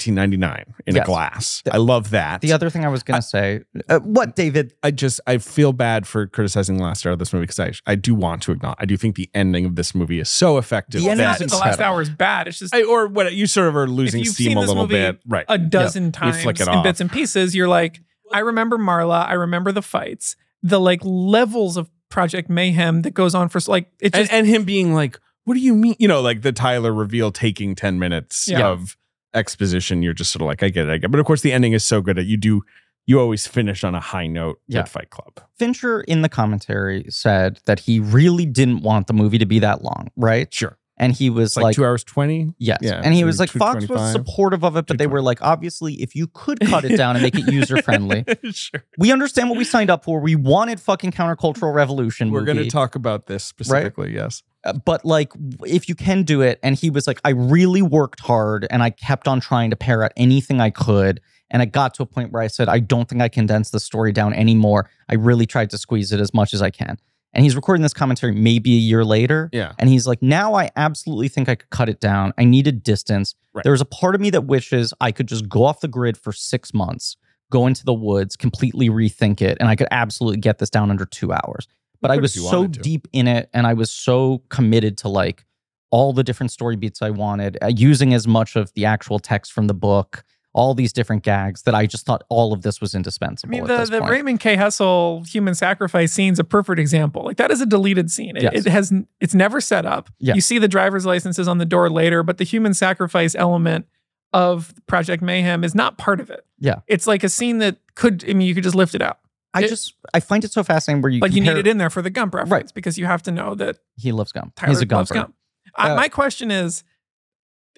Speaker 3: 1999 in
Speaker 2: Yes.
Speaker 3: a glass.
Speaker 2: The-
Speaker 3: I love that.
Speaker 2: The other thing I was going
Speaker 3: I-
Speaker 2: to say, uh, what, David?
Speaker 3: I just I feel bad for criticizing the last hour of this movie because I I do want to acknowledge I do think the ending of this movie is so effective.
Speaker 2: The
Speaker 4: It's
Speaker 2: ending That's
Speaker 4: not
Speaker 3: that,
Speaker 4: that the last
Speaker 2: incredible.
Speaker 4: hour is bad. It's just
Speaker 3: I, or what you sort of are losing
Speaker 4: you've
Speaker 3: steam
Speaker 4: seen
Speaker 3: a
Speaker 4: this
Speaker 3: little
Speaker 4: movie
Speaker 3: bit, right?
Speaker 4: a dozen
Speaker 3: You
Speaker 4: times
Speaker 3: flick it
Speaker 4: in
Speaker 3: off.
Speaker 4: bits and pieces. You're like, I remember Marla. I remember the fights. The like levels of Project Mayhem that goes on for like it
Speaker 3: and,
Speaker 4: just
Speaker 3: and him being like, "What do you mean?" You know, like the Tyler reveal taking ten minutes
Speaker 4: Yeah.
Speaker 3: of exposition. You're just sort of like, "I get it, I get." it. But of course, the ending is so good that you do. You always finish on a high note
Speaker 2: Yeah.
Speaker 3: at Fight Club.
Speaker 2: Fincher in the commentary said that he really didn't want the movie to be that long, right?
Speaker 3: Sure,
Speaker 2: And he was
Speaker 3: it's like, two hours twenty.
Speaker 2: Yes.
Speaker 3: Yeah,
Speaker 2: and he
Speaker 3: two-
Speaker 2: was like, Fox was
Speaker 3: 225.
Speaker 2: supportive of it, but they were like, obviously, if you could cut it down and make
Speaker 3: <laughs>
Speaker 2: it user friendly,
Speaker 3: <laughs> sure,
Speaker 2: we understand what we signed up for. We wanted fucking countercultural revolution.
Speaker 3: we're going
Speaker 2: movie.
Speaker 3: to talk about this specifically. Yes,
Speaker 2: Uh, but like w- if you can do it and he was like i really worked hard and i kept on trying to pare out anything i could and i got to a point where i said i don't think i condense the story down anymore i really tried to squeeze it as much as i can And he's recording this commentary maybe a year later.
Speaker 3: Yeah.
Speaker 2: And he's like, now I absolutely think I could cut it down. I needed distance.
Speaker 3: Right.
Speaker 2: There's a part of me that wishes I could just go off the grid for six months, go into the woods, completely rethink it, and I could absolutely get this down under two hours. But I
Speaker 3: could
Speaker 2: was
Speaker 3: if you
Speaker 2: so
Speaker 3: wanted to.
Speaker 2: deep in it and I was so committed to like all the different story beats I wanted, uh, using as much of the actual text from the book, all these different gags that I just thought all of this was
Speaker 4: I
Speaker 2: indispensable.
Speaker 4: mean,
Speaker 2: at
Speaker 4: the,
Speaker 2: this
Speaker 4: the
Speaker 2: point.
Speaker 4: Raymond K. Hessel human sacrifice scene's a perfect example. Like that is a deleted scene. It,
Speaker 2: Yes.
Speaker 4: it has it's never set up.
Speaker 2: Yeah.
Speaker 4: You see the driver's licenses on the door later, but the human sacrifice element of Project Mayhem is not part of it.
Speaker 2: Yeah.
Speaker 4: It's like a scene that could I mean you could just lift it out.
Speaker 2: I
Speaker 4: it-
Speaker 2: just I find it so fascinating where you
Speaker 4: But you
Speaker 2: compare-
Speaker 4: need it in there for the Gump reference
Speaker 2: Right.
Speaker 4: because you have to know that
Speaker 2: He loves gum.
Speaker 4: Tyler
Speaker 2: He's a
Speaker 4: loves
Speaker 2: gumper.
Speaker 4: Gump. I,
Speaker 2: Uh,
Speaker 4: my question is,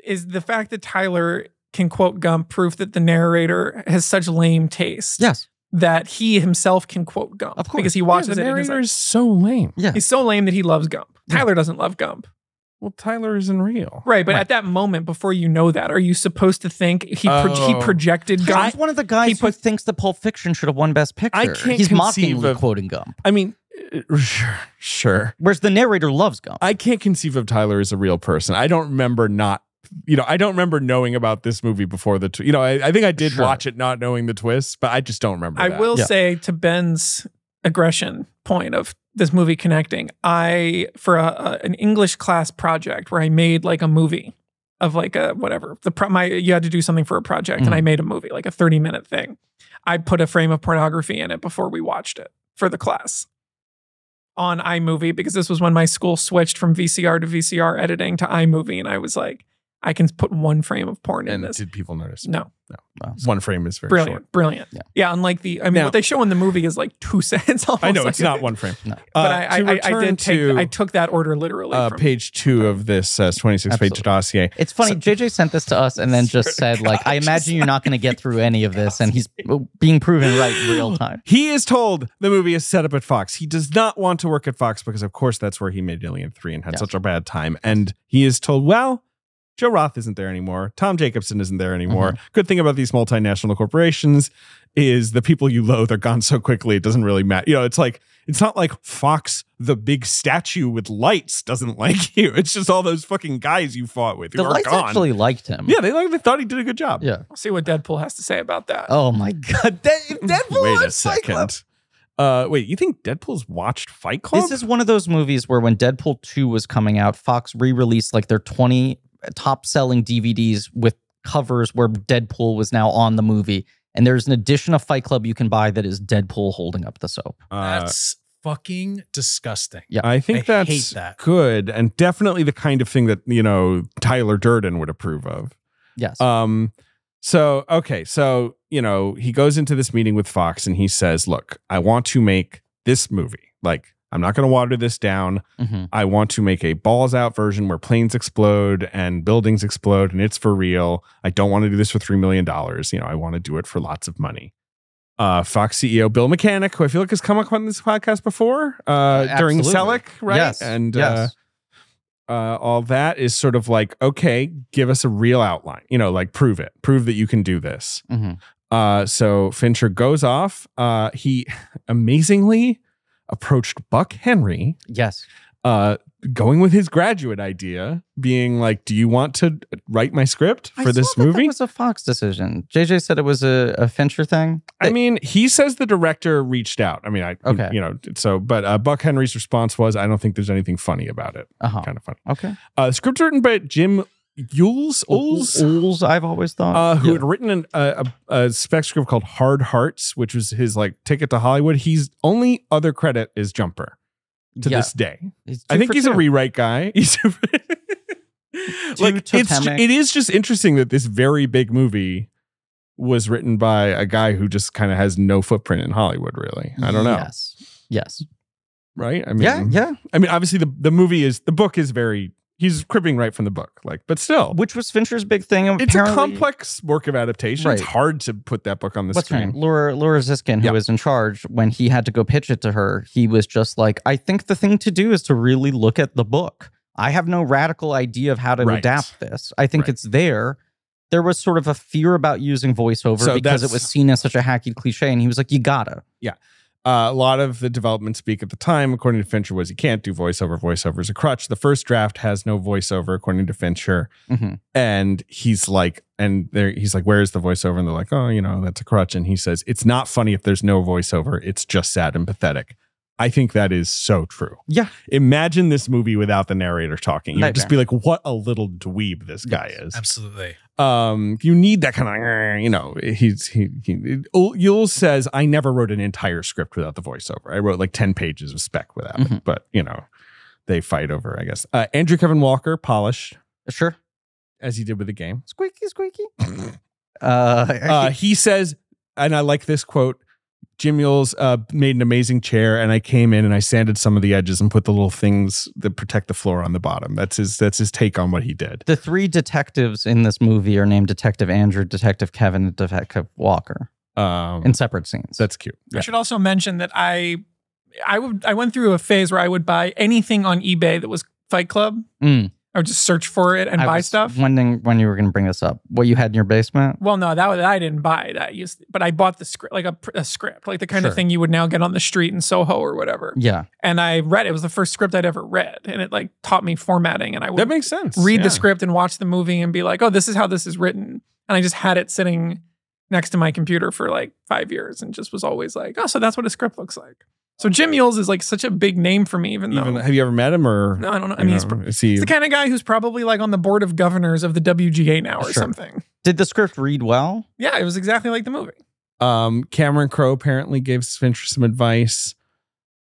Speaker 4: is the fact that Tyler can quote Gump proof that the narrator has such lame taste
Speaker 2: Yes.
Speaker 4: that he himself can quote Gump?
Speaker 2: Of course.
Speaker 4: because he watches
Speaker 3: the
Speaker 4: it. And he's,
Speaker 3: narrator
Speaker 4: like,
Speaker 3: is so lame.
Speaker 2: Yeah.
Speaker 4: he's so lame that he loves Gump. Tyler doesn't love Gump,
Speaker 3: Well, Tyler isn't real.
Speaker 4: right? But at that moment, before you know that, are you supposed to think he pro- he
Speaker 3: Oh.
Speaker 4: projected
Speaker 2: Gum's
Speaker 4: Gump?
Speaker 2: one of the guys
Speaker 4: he
Speaker 2: who
Speaker 4: put-
Speaker 2: thinks that Pulp Fiction should have won Best Picture.
Speaker 3: I can't
Speaker 2: He's
Speaker 3: conceive
Speaker 2: mockingly
Speaker 3: of-
Speaker 2: quoting Gump.
Speaker 3: I mean, uh, <laughs> sure, sure.
Speaker 2: Whereas the narrator loves Gump.
Speaker 3: I can't conceive of Tyler as a real person. I don't remember not, you know, I don't remember knowing about this movie before the, tw- you know, I, I think I did
Speaker 2: Sure.
Speaker 3: watch it not knowing the twist, but I just don't remember.
Speaker 4: I
Speaker 3: that.
Speaker 4: will
Speaker 2: Yeah.
Speaker 4: say to Ben's aggression point of this movie connecting, I for a, a- an English class project where I made like a movie of like a whatever the pro- my you had to do something for a project
Speaker 3: Mm.
Speaker 4: and I made a movie like a thirty minute thing. I put a frame of pornography in it before we watched it for the class on iMovie because this was when my school switched from VCR to VCR editing to iMovie and I was like, I can put one frame of porn in
Speaker 3: And
Speaker 4: this.
Speaker 3: did people notice?
Speaker 4: No,
Speaker 3: One frame is very
Speaker 4: brilliant,
Speaker 3: short.
Speaker 4: brilliant.
Speaker 2: Yeah.
Speaker 4: Yeah. unlike the I mean,
Speaker 3: Now-
Speaker 4: what they show in the movie is like two <laughs> cents. Almost
Speaker 3: I know
Speaker 4: like
Speaker 3: it's not one frame.
Speaker 2: No.
Speaker 4: <laughs> But
Speaker 3: Uh,
Speaker 4: I,
Speaker 3: to
Speaker 4: I, I
Speaker 3: return
Speaker 4: did take
Speaker 3: to,
Speaker 4: I took that order literally.
Speaker 3: uh,
Speaker 4: from,
Speaker 3: page two of this uh, 26
Speaker 2: Absolutely.
Speaker 3: page dossier.
Speaker 2: it's funny. JJ sent this to us and then just said, like, I imagine you're not going to get through any of this.
Speaker 3: <laughs>
Speaker 2: And he's being proven right in real time.
Speaker 3: He is told the movie is set up at Fox. He does not want to work at Fox because, of course, that's where he made Alien 3 and had
Speaker 2: Yes.
Speaker 3: such a bad time. And he is told, well, Joe Roth isn't there anymore. Tom Jacobson isn't there anymore.
Speaker 2: Mm-hmm.
Speaker 3: Good thing about these multinational corporations is the people you loathe are gone so quickly, it doesn't really matter. You know, it's like, it's not like Fox, the big statue with lights, doesn't <laughs> like you. It's just all those fucking guys you fought with
Speaker 2: The
Speaker 3: who are
Speaker 2: lights
Speaker 3: gone.
Speaker 2: actually liked him.
Speaker 3: yeah, they, they thought he did a good job.
Speaker 2: Yeah.
Speaker 4: I'll see what Deadpool has to say about that.
Speaker 2: Oh my God. That,
Speaker 3: <laughs>
Speaker 2: if Deadpool
Speaker 3: Wait a
Speaker 2: watched Fight Club-
Speaker 3: second. Uh, wait, you think Deadpool's watched Fight Club?
Speaker 2: This is one of those movies where when Deadpool 2 was coming out, Fox re released like their 20 top selling DVDs with covers where Deadpool was now on the movie. And there's an edition of Fight Club you can buy that is Deadpool holding up the soap.
Speaker 3: Uh,
Speaker 5: That's fucking disgusting.
Speaker 3: I think
Speaker 5: I hate
Speaker 3: that's
Speaker 5: that.
Speaker 3: good and definitely the kind of thing that, you know, Tyler Durden would approve of.
Speaker 2: Yes.
Speaker 3: Um so okay, so, you know, he goes into this meeting with Fox and he says, "Look, I want to make this movie. Like, I'm not going to water this down.
Speaker 2: Mhm.
Speaker 3: I want to make a balls out version where planes explode and buildings explode and it's for real. I don't want to do this for $3 million. You know, I want to do it for lots of money. Uh, Fox CEO Bill Mechanic, who I feel like has come up on this podcast before uh, during
Speaker 2: absolutely.
Speaker 3: Selleck, right?
Speaker 2: Yes.
Speaker 3: And uh,
Speaker 2: yes.
Speaker 3: uh, all that is sort of like, okay, give us a real outline, you know, like prove it, prove that you can do this.
Speaker 2: Mhm.
Speaker 3: Uh, so Fincher goes off. Uh, he <laughs> amazingly approached Buck Henry
Speaker 2: yes.
Speaker 3: uh going with his graduate idea being like do you want to write my script
Speaker 2: I
Speaker 3: for this
Speaker 2: saw that That
Speaker 3: movie
Speaker 2: was a Fox decision. JJ said it was a, a Fincher thing.
Speaker 3: i mean he says the director reached out i mean i
Speaker 2: Okay.
Speaker 3: you know so but uh, buck henry's response was i don't think there's anything funny about it
Speaker 2: uh-huh.
Speaker 3: kind of funny
Speaker 2: okay.
Speaker 3: uh the script's written by jim yules Ules,
Speaker 2: Ools, I've always thought.
Speaker 3: uh, who
Speaker 2: Oh, Yeah.
Speaker 3: had written an, a, a, a spec script called Hard Hearts, which was his like ticket to Hollywood. He's only other credit is Jumper to
Speaker 2: Yeah.
Speaker 3: this day.
Speaker 2: He's
Speaker 3: I
Speaker 2: two
Speaker 3: think
Speaker 2: for
Speaker 3: he's a
Speaker 2: two.
Speaker 3: rewrite guy. <laughs> He's
Speaker 2: <laughs>
Speaker 3: a like it's ju-
Speaker 2: totemic.
Speaker 3: it is just interesting that this very big movie was written by a guy who just kind of has no footprint in Hollywood, really. I don't know,
Speaker 2: Yes. Yes.
Speaker 3: right? I mean,
Speaker 2: yeah. Yeah.
Speaker 3: I mean, obviously the the movie is the book is very he's cribbing right from the book, like, but still,
Speaker 2: Which was Fincher's big thing.
Speaker 3: it's a
Speaker 2: apparently-
Speaker 3: complex work of adaptation. It's
Speaker 2: Right.
Speaker 3: hard to put that book on the
Speaker 2: What's her name?
Speaker 3: screen.
Speaker 2: Laura Laura Ziskin, who
Speaker 3: Yeah.
Speaker 2: was in charge, when he had to go pitch it to her, he was just like, I think the thing to do is to really look at the book. I have no radical idea of how to
Speaker 3: Right.
Speaker 2: adapt this. I think
Speaker 3: Right.
Speaker 2: it's there. There was sort of a fear about using voiceover
Speaker 3: So
Speaker 2: because it
Speaker 3: that's-
Speaker 2: was seen as such a hacky cliche. And he was like, You gotta.
Speaker 3: Uh, a lot of the development speak at the time, according to Fincher, was he can't do voiceover. Voiceover is a crutch. The first draft has no voiceover, according to Fincher.
Speaker 2: Mhm.
Speaker 3: And he's like, and there he's like, where's the voiceover? And they're like, oh, you know, that's a crutch. And he says, it's not funny if there's no voiceover. It's just sad and pathetic. I think that is so true.
Speaker 2: Yeah.
Speaker 3: Imagine this movie without the narrator talking. You'd just
Speaker 2: Nightmare.
Speaker 3: be like, what a little dweeb this guy is
Speaker 5: Absolutely.
Speaker 3: um you need that kind of you know he's he, he Ul- Yule says I never wrote an entire script without the voiceover I wrote like 10 pages of spec without
Speaker 2: Mhm.
Speaker 3: it but you know they fight over I guess uh, Andrew Kevin Walker polished
Speaker 2: Sure.
Speaker 3: as he did with the game
Speaker 2: Squeaky, squeaky. uh,
Speaker 3: uh he says and I like this quote Jim Yule's uh, made an amazing chair and I came in and I sanded some of the edges and put the little things that protect the floor on the bottom that's his that's his take on what he did
Speaker 2: <laughs> the three detectives in this movie are named Detective Andrew, Detective Kevin, and Detective Walker
Speaker 3: um
Speaker 2: in separate scenes.
Speaker 3: that's cute
Speaker 4: I should also mention that I I would I went through a phase where I would buy anything on eBay that was Fight Club.
Speaker 2: Mm.
Speaker 4: I would just search for it and
Speaker 2: I
Speaker 4: buy
Speaker 2: was
Speaker 4: stuff.
Speaker 2: Wondering when you were going to bring this up, what you had in your basement.
Speaker 4: well, no, that was, I didn't buy that. You, but I bought the script, like a, pr- a script, like the kind
Speaker 2: Sure.
Speaker 4: of thing you would now get on the street in Soho or whatever.
Speaker 2: Yeah,
Speaker 4: And I read it. It was the first script I'd ever read, and it like taught me formatting. And I would
Speaker 3: that makes sense
Speaker 4: read
Speaker 3: Yeah.
Speaker 4: the script and watch the movie and be like, oh, this is how this is written. And I just had it sitting next to my computer for like five years and just was always like, oh, so that's what a script looks like. So Jim Mules is like such a big name for me, even though
Speaker 3: Even, have you ever met him or
Speaker 4: no, I don't know. I
Speaker 3: you
Speaker 4: mean, he's,
Speaker 3: know,
Speaker 4: pr-
Speaker 3: is he-
Speaker 4: he's the kind of guy who's probably like on the board of governors of the WGA now or
Speaker 2: Sure.
Speaker 4: something.
Speaker 2: did the script read well?
Speaker 4: Yeah, it was exactly like the movie.
Speaker 3: um, Cameron Crowe apparently gave Fincher some advice.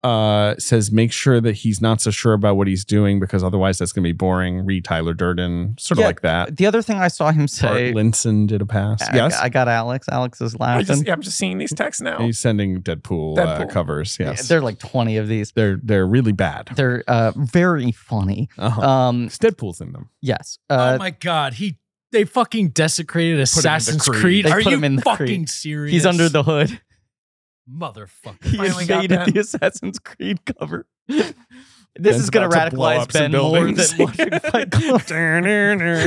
Speaker 3: Uh, says make sure that he's not so sure about what he's doing because otherwise that's going to be boring. Read Tyler Durden, sort of
Speaker 2: Yeah,
Speaker 3: like that.
Speaker 2: The other thing I saw him
Speaker 3: Art
Speaker 2: say,
Speaker 3: Linson did a pass.
Speaker 2: I,
Speaker 3: yes,
Speaker 2: I got Alex. Alex is
Speaker 4: I
Speaker 2: laughing.
Speaker 4: just, yeah, I'm just seeing these texts now.
Speaker 3: he's sending Deadpool, Uh,
Speaker 4: Deadpool.
Speaker 3: covers. Yes,
Speaker 2: There are like twenty of these.
Speaker 3: they're they're really bad.
Speaker 2: They're uh, very funny.
Speaker 3: Uh-huh.
Speaker 2: Um,
Speaker 3: Deadpool's in them.
Speaker 2: yes. Uh,
Speaker 5: oh my god, he they fucking desecrated Assassin's
Speaker 3: Creed.
Speaker 5: Creed.
Speaker 2: They
Speaker 5: Are
Speaker 2: put
Speaker 5: you
Speaker 2: him in the
Speaker 5: fucking
Speaker 2: Creed.
Speaker 5: serious?
Speaker 2: he's under the hood.
Speaker 5: motherfucker.
Speaker 2: <laughs> He
Speaker 4: Finally got
Speaker 2: invaded
Speaker 4: Ben.
Speaker 2: the Assassin's Creed
Speaker 3: <laughs>
Speaker 2: cover. This
Speaker 3: Ben's
Speaker 2: is going to
Speaker 3: about to blow
Speaker 2: radicalize
Speaker 3: up some
Speaker 2: Ben more than
Speaker 3: buildings.
Speaker 2: watching Fight Club.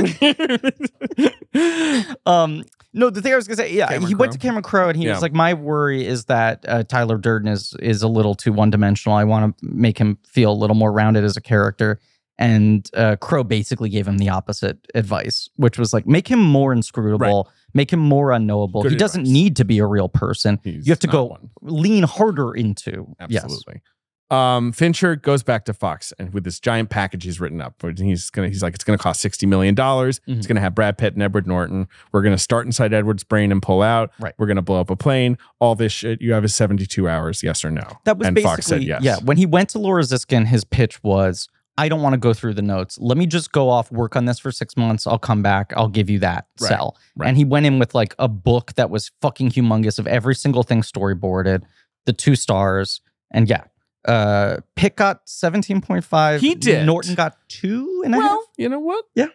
Speaker 2: <laughs>
Speaker 3: <laughs>
Speaker 2: um, no, the thing I was gonna say, yeah,
Speaker 3: Cameron
Speaker 2: he went to
Speaker 3: Crowe?
Speaker 2: Cameron Crowe and he
Speaker 3: Yeah.
Speaker 2: was like, my worry is that uh, Tyler Durden is is a little too one dimensional. I want to make him feel a little more rounded as a character. And uh, Crowe basically gave him the opposite advice, which was like, make him more inscrutable, make him more unknowable.
Speaker 3: Good
Speaker 2: he doesn't
Speaker 3: advice.
Speaker 2: need to be a real person.
Speaker 3: He's
Speaker 2: you have to
Speaker 3: not
Speaker 2: go
Speaker 3: one.
Speaker 2: lean harder into. Yes.
Speaker 3: Absolutely. Um, Fincher goes back to Fox and with this giant package he's written up. where He's gonna he's like, it's gonna cost sixty million dollars.
Speaker 2: Mm-hmm.
Speaker 3: It's gonna have Brad Pitt and Edward Norton. We're gonna start inside Edward's brain and pull out.
Speaker 2: Right.
Speaker 3: We're gonna blow up a plane. All this shit. You have is seventy two hours. Yes or no?
Speaker 2: That was
Speaker 3: and
Speaker 2: basically
Speaker 3: Fox said yes.
Speaker 2: yeah. When he went to Laura Ziskin, his pitch was, "I don't want to go through the notes. Let me just go off, work on this for six months. I'll come back. I'll give you that
Speaker 3: Right,
Speaker 2: sell."
Speaker 3: right.
Speaker 2: And he went in with like a book that was fucking humongous of every single thing storyboarded, the two stars, and yeah. Uh, Pitt got seventeen point five.
Speaker 3: He did.
Speaker 2: Norton got two and a half.
Speaker 3: Well, you know what?
Speaker 2: Yeah.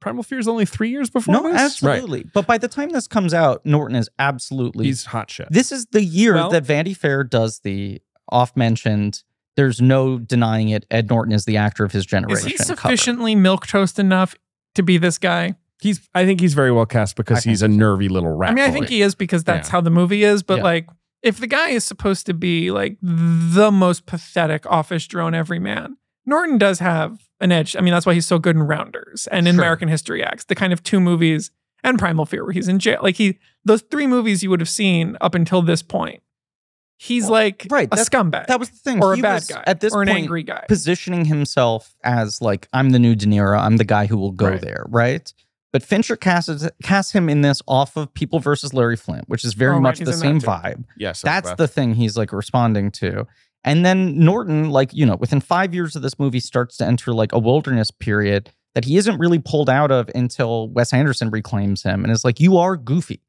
Speaker 3: Primal Fear is only three years before
Speaker 2: No,
Speaker 3: this.
Speaker 2: absolutely. But by the time this comes out, Norton is
Speaker 3: Right.
Speaker 2: absolutely
Speaker 3: He's hot shit.
Speaker 2: This is the year
Speaker 3: Well-
Speaker 2: that Vandy Fair does the off mentioned. There's no denying it. Ed Norton is the actor of his generation.
Speaker 4: Is he
Speaker 2: cover.
Speaker 4: sufficiently milk toast enough to be this guy?
Speaker 3: he's I think he's very well cast
Speaker 2: I
Speaker 3: because
Speaker 2: think
Speaker 3: he's a nervy little rat.
Speaker 4: I mean, I think
Speaker 3: boy.
Speaker 4: he is because that's
Speaker 3: Yeah.
Speaker 4: how the movie is. But
Speaker 2: Yeah.
Speaker 4: like, if the guy is supposed to be like the most pathetic office drone everyman, Norton does have an edge. I mean, that's why he's so good in Rounders and in
Speaker 2: Sure.
Speaker 4: American History X, the kind of two movies and Primal Fear where he's in jail. Like he, those three movies you would have seen up until this point, he's like
Speaker 2: right,
Speaker 4: a
Speaker 2: that's-
Speaker 4: scumbag
Speaker 2: That was the thing.
Speaker 4: or a
Speaker 2: He
Speaker 4: bad
Speaker 2: was,
Speaker 4: guy
Speaker 2: at this
Speaker 4: or an
Speaker 2: point,
Speaker 4: angry guy.
Speaker 2: positioning himself as like I'm the new De Niro. I'm the guy who will go
Speaker 3: Right.
Speaker 2: there. Right. But Fincher casts casts him in this off of People versus Larry Flint, which is very
Speaker 4: Oh, right,
Speaker 2: much
Speaker 4: he's
Speaker 2: the
Speaker 4: in
Speaker 2: same
Speaker 4: that
Speaker 2: vibe.
Speaker 3: yes.
Speaker 2: That's the thing he's like responding to. And then Norton, like, you know, within five years of this movie, starts to enter like a wilderness period that he isn't really pulled out of until Wes Anderson reclaims him and is like, you are goofy.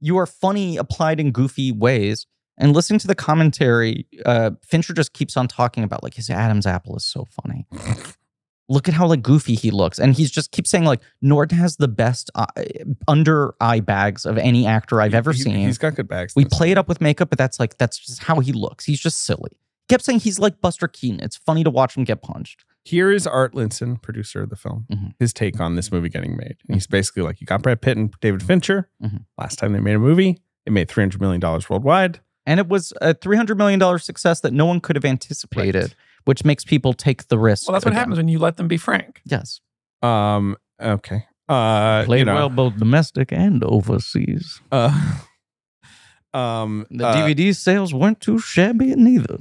Speaker 2: You are funny applied in goofy ways. And listening to the commentary, uh, Fincher just keeps on talking about like his Adam's apple is so funny. Look at how like goofy he looks, and he's just keeps saying like Norton has the best eye, under eye bags of any actor I've ever
Speaker 3: He-
Speaker 2: seen.
Speaker 3: He's got good bags.
Speaker 2: We play it up with makeup, but that's like that's just how he looks. He's just silly. Kept saying he's like Buster Keaton. It's funny to watch him get punched.
Speaker 3: Here is Art Linson, producer of the film,
Speaker 2: Mhm.
Speaker 3: his take on this movie getting made.
Speaker 2: Mm-hmm.
Speaker 3: And he's basically like, you got Brad Pitt and David Fincher.
Speaker 2: Mhm.
Speaker 3: Last time they made a movie, it made $300 million worldwide.
Speaker 2: And it was a $300 million success that no one could have anticipated, which makes people take the risk.
Speaker 4: Well, that's what
Speaker 2: again.
Speaker 4: happens when you let them be frank.
Speaker 2: Yes.
Speaker 3: Um. Okay. Uh.
Speaker 2: Played
Speaker 3: you know,
Speaker 2: well both domestic and overseas.
Speaker 3: Uh, um.
Speaker 2: The
Speaker 3: uh, <laughs>
Speaker 2: DVD sales weren't too shabby neither.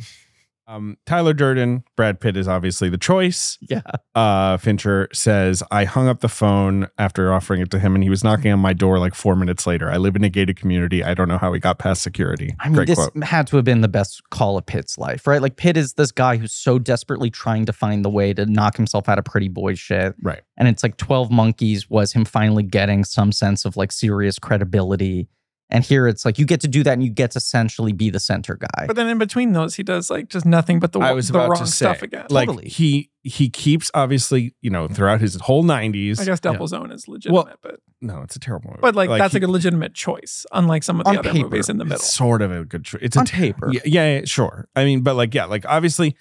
Speaker 3: Um. Tyler Durden, Brad Pitt is obviously the choice.
Speaker 2: Yeah.
Speaker 3: Uh. Fincher says I hung up the phone after offering it to him, and he was knocking on my door like four minutes later. I live in a gated community. I don't know how he got past security.
Speaker 2: I mean,
Speaker 3: Great
Speaker 2: this
Speaker 3: quote.
Speaker 2: had to have been the best call of Pitt's life, right? Like Pitt is this guy who's so desperately trying to find the way to knock himself out of pretty boy shit.
Speaker 3: Right.
Speaker 2: And it's like 12 Monkeys was him finally getting some sense of like serious credibility. And here it's like you get to do that and you get to essentially be the center guy.
Speaker 4: But then in between those, he does like just nothing but the,
Speaker 3: I was
Speaker 4: the
Speaker 3: about
Speaker 4: wrong
Speaker 3: to say,
Speaker 4: stuff again.
Speaker 3: Like
Speaker 2: Totally.
Speaker 3: he he keeps obviously you know throughout his whole nineties.
Speaker 4: I guess Double Zone is legitimate, but
Speaker 3: No, it's a terrible movie.
Speaker 4: but like, that's
Speaker 3: he-
Speaker 4: like a legitimate choice, unlike some of
Speaker 2: On
Speaker 4: the other
Speaker 2: paper,
Speaker 4: movies in the middle.
Speaker 3: It's sort of a good choice. It's a
Speaker 2: On
Speaker 3: t-
Speaker 2: paper.
Speaker 3: Yeah, yeah, yeah, sure. I mean, but like, yeah, like obviously,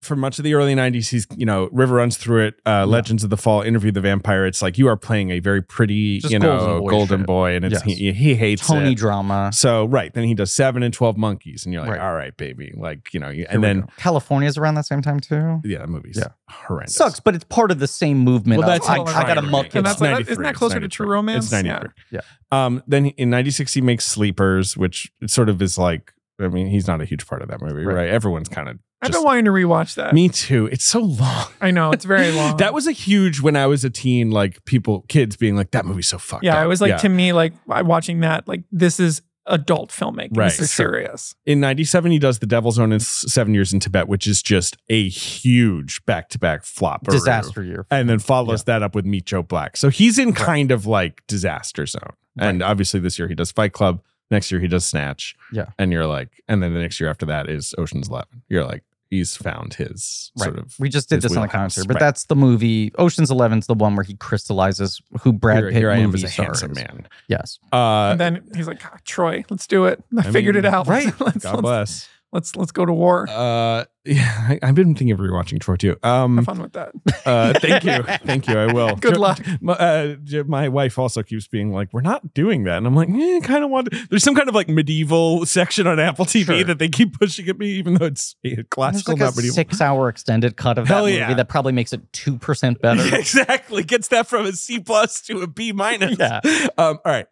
Speaker 3: for much of the early '90s, he's you know River runs through it. Uh, Legends of the Fall, Interview the Vampire. It's like you are playing a very pretty,
Speaker 2: Just
Speaker 3: you know,
Speaker 2: golden
Speaker 3: golden
Speaker 2: boy
Speaker 3: boy,
Speaker 2: shit.
Speaker 3: and it's
Speaker 2: Yes.
Speaker 3: he, he hates
Speaker 2: Tony
Speaker 3: it.
Speaker 2: drama.
Speaker 3: so right, then he does Seven and Twelve Monkeys, and you're like,
Speaker 2: Right.
Speaker 3: all right, baby, like you know, you,
Speaker 2: Here
Speaker 3: and
Speaker 2: we
Speaker 3: then
Speaker 2: go. California's around that same time too.
Speaker 3: yeah, the movie's
Speaker 2: Yeah.
Speaker 3: horrendous.
Speaker 2: Sucks, but it's part of the same movement.
Speaker 3: Well,
Speaker 2: of,
Speaker 3: that's
Speaker 2: I,
Speaker 4: how
Speaker 2: I got a
Speaker 4: Triangle
Speaker 2: muck.
Speaker 4: And
Speaker 2: it up.
Speaker 4: that's like- isn't that closer to True Romance?
Speaker 3: It's 93.
Speaker 2: Yeah.
Speaker 3: Um, then he- in 96, he makes Sleepers, which it sort of is like, I mean, he's not a huge part of that movie,
Speaker 2: Right.
Speaker 3: right? Everyone's kind of.
Speaker 4: I've been wanting to rewatch that.
Speaker 3: Me too. It's so long.
Speaker 4: I know it's very
Speaker 3: <laughs>
Speaker 4: long.
Speaker 3: that was a huge when I was a teen, like people, kids being like, that movie's so fucked
Speaker 4: yeah.
Speaker 3: up.
Speaker 4: It was like
Speaker 3: Yeah.
Speaker 4: to me, like I- watching that, like this is adult filmmaking.
Speaker 3: Right.
Speaker 4: This is
Speaker 3: Sure.
Speaker 4: serious.
Speaker 3: in 97, he does The Devil's Own and S- Seven Years in Tibet, which is just a huge back to back flop.
Speaker 2: Disaster year.
Speaker 3: And then follows that up with Meet Joe Black. So he's in kind of like disaster zone. And obviously this year he does Fight Club. Next year he does Snatch.
Speaker 2: Yeah.
Speaker 3: And you're like, and then the next year after that is Ocean's Eleven. You're like, he's found his
Speaker 2: Right.
Speaker 3: sort of.
Speaker 2: we just did
Speaker 3: his
Speaker 2: this on the
Speaker 3: wheelhouse.
Speaker 2: concert, but
Speaker 3: Right.
Speaker 2: that's the movie. Ocean's Eleven's the one where he crystallizes who Brad
Speaker 3: here,
Speaker 2: Pitt
Speaker 3: here I am
Speaker 2: movie
Speaker 3: as a
Speaker 2: star
Speaker 3: handsome
Speaker 2: is.
Speaker 3: man.
Speaker 2: Yes,
Speaker 3: Uh,
Speaker 4: and then he's like, "Ah, Troy, let's do it. I,
Speaker 3: I
Speaker 4: figured
Speaker 3: mean,
Speaker 4: it out. <laughs>
Speaker 2: right.
Speaker 4: let's,
Speaker 3: God
Speaker 4: let's,
Speaker 3: bless.
Speaker 4: let's let's go to war.
Speaker 3: Uh, <laughs> yeah, I, I've been thinking of rewatching Troy too. Um,
Speaker 4: Have fun with that.
Speaker 3: Uh, thank you. Thank you. I will.
Speaker 4: Good
Speaker 3: Jo-
Speaker 4: luck.
Speaker 3: My, uh, Jo- my wife also keeps being like, we're not doing that. And I'm like, eh, kind of want There's some kind of like medieval section on Apple TV
Speaker 2: Sure.
Speaker 3: that they keep pushing at me, even though it's eh,
Speaker 2: there's
Speaker 3: classical,
Speaker 2: like a
Speaker 3: not medieval.
Speaker 2: six-hour extended cut of that
Speaker 3: Hell
Speaker 2: movie
Speaker 3: yeah.
Speaker 2: that probably makes it two percent better.
Speaker 3: <laughs> Yeah, exactly. Gets that from a C plus to a B minus.
Speaker 2: Yeah.
Speaker 3: <laughs> Um, all right.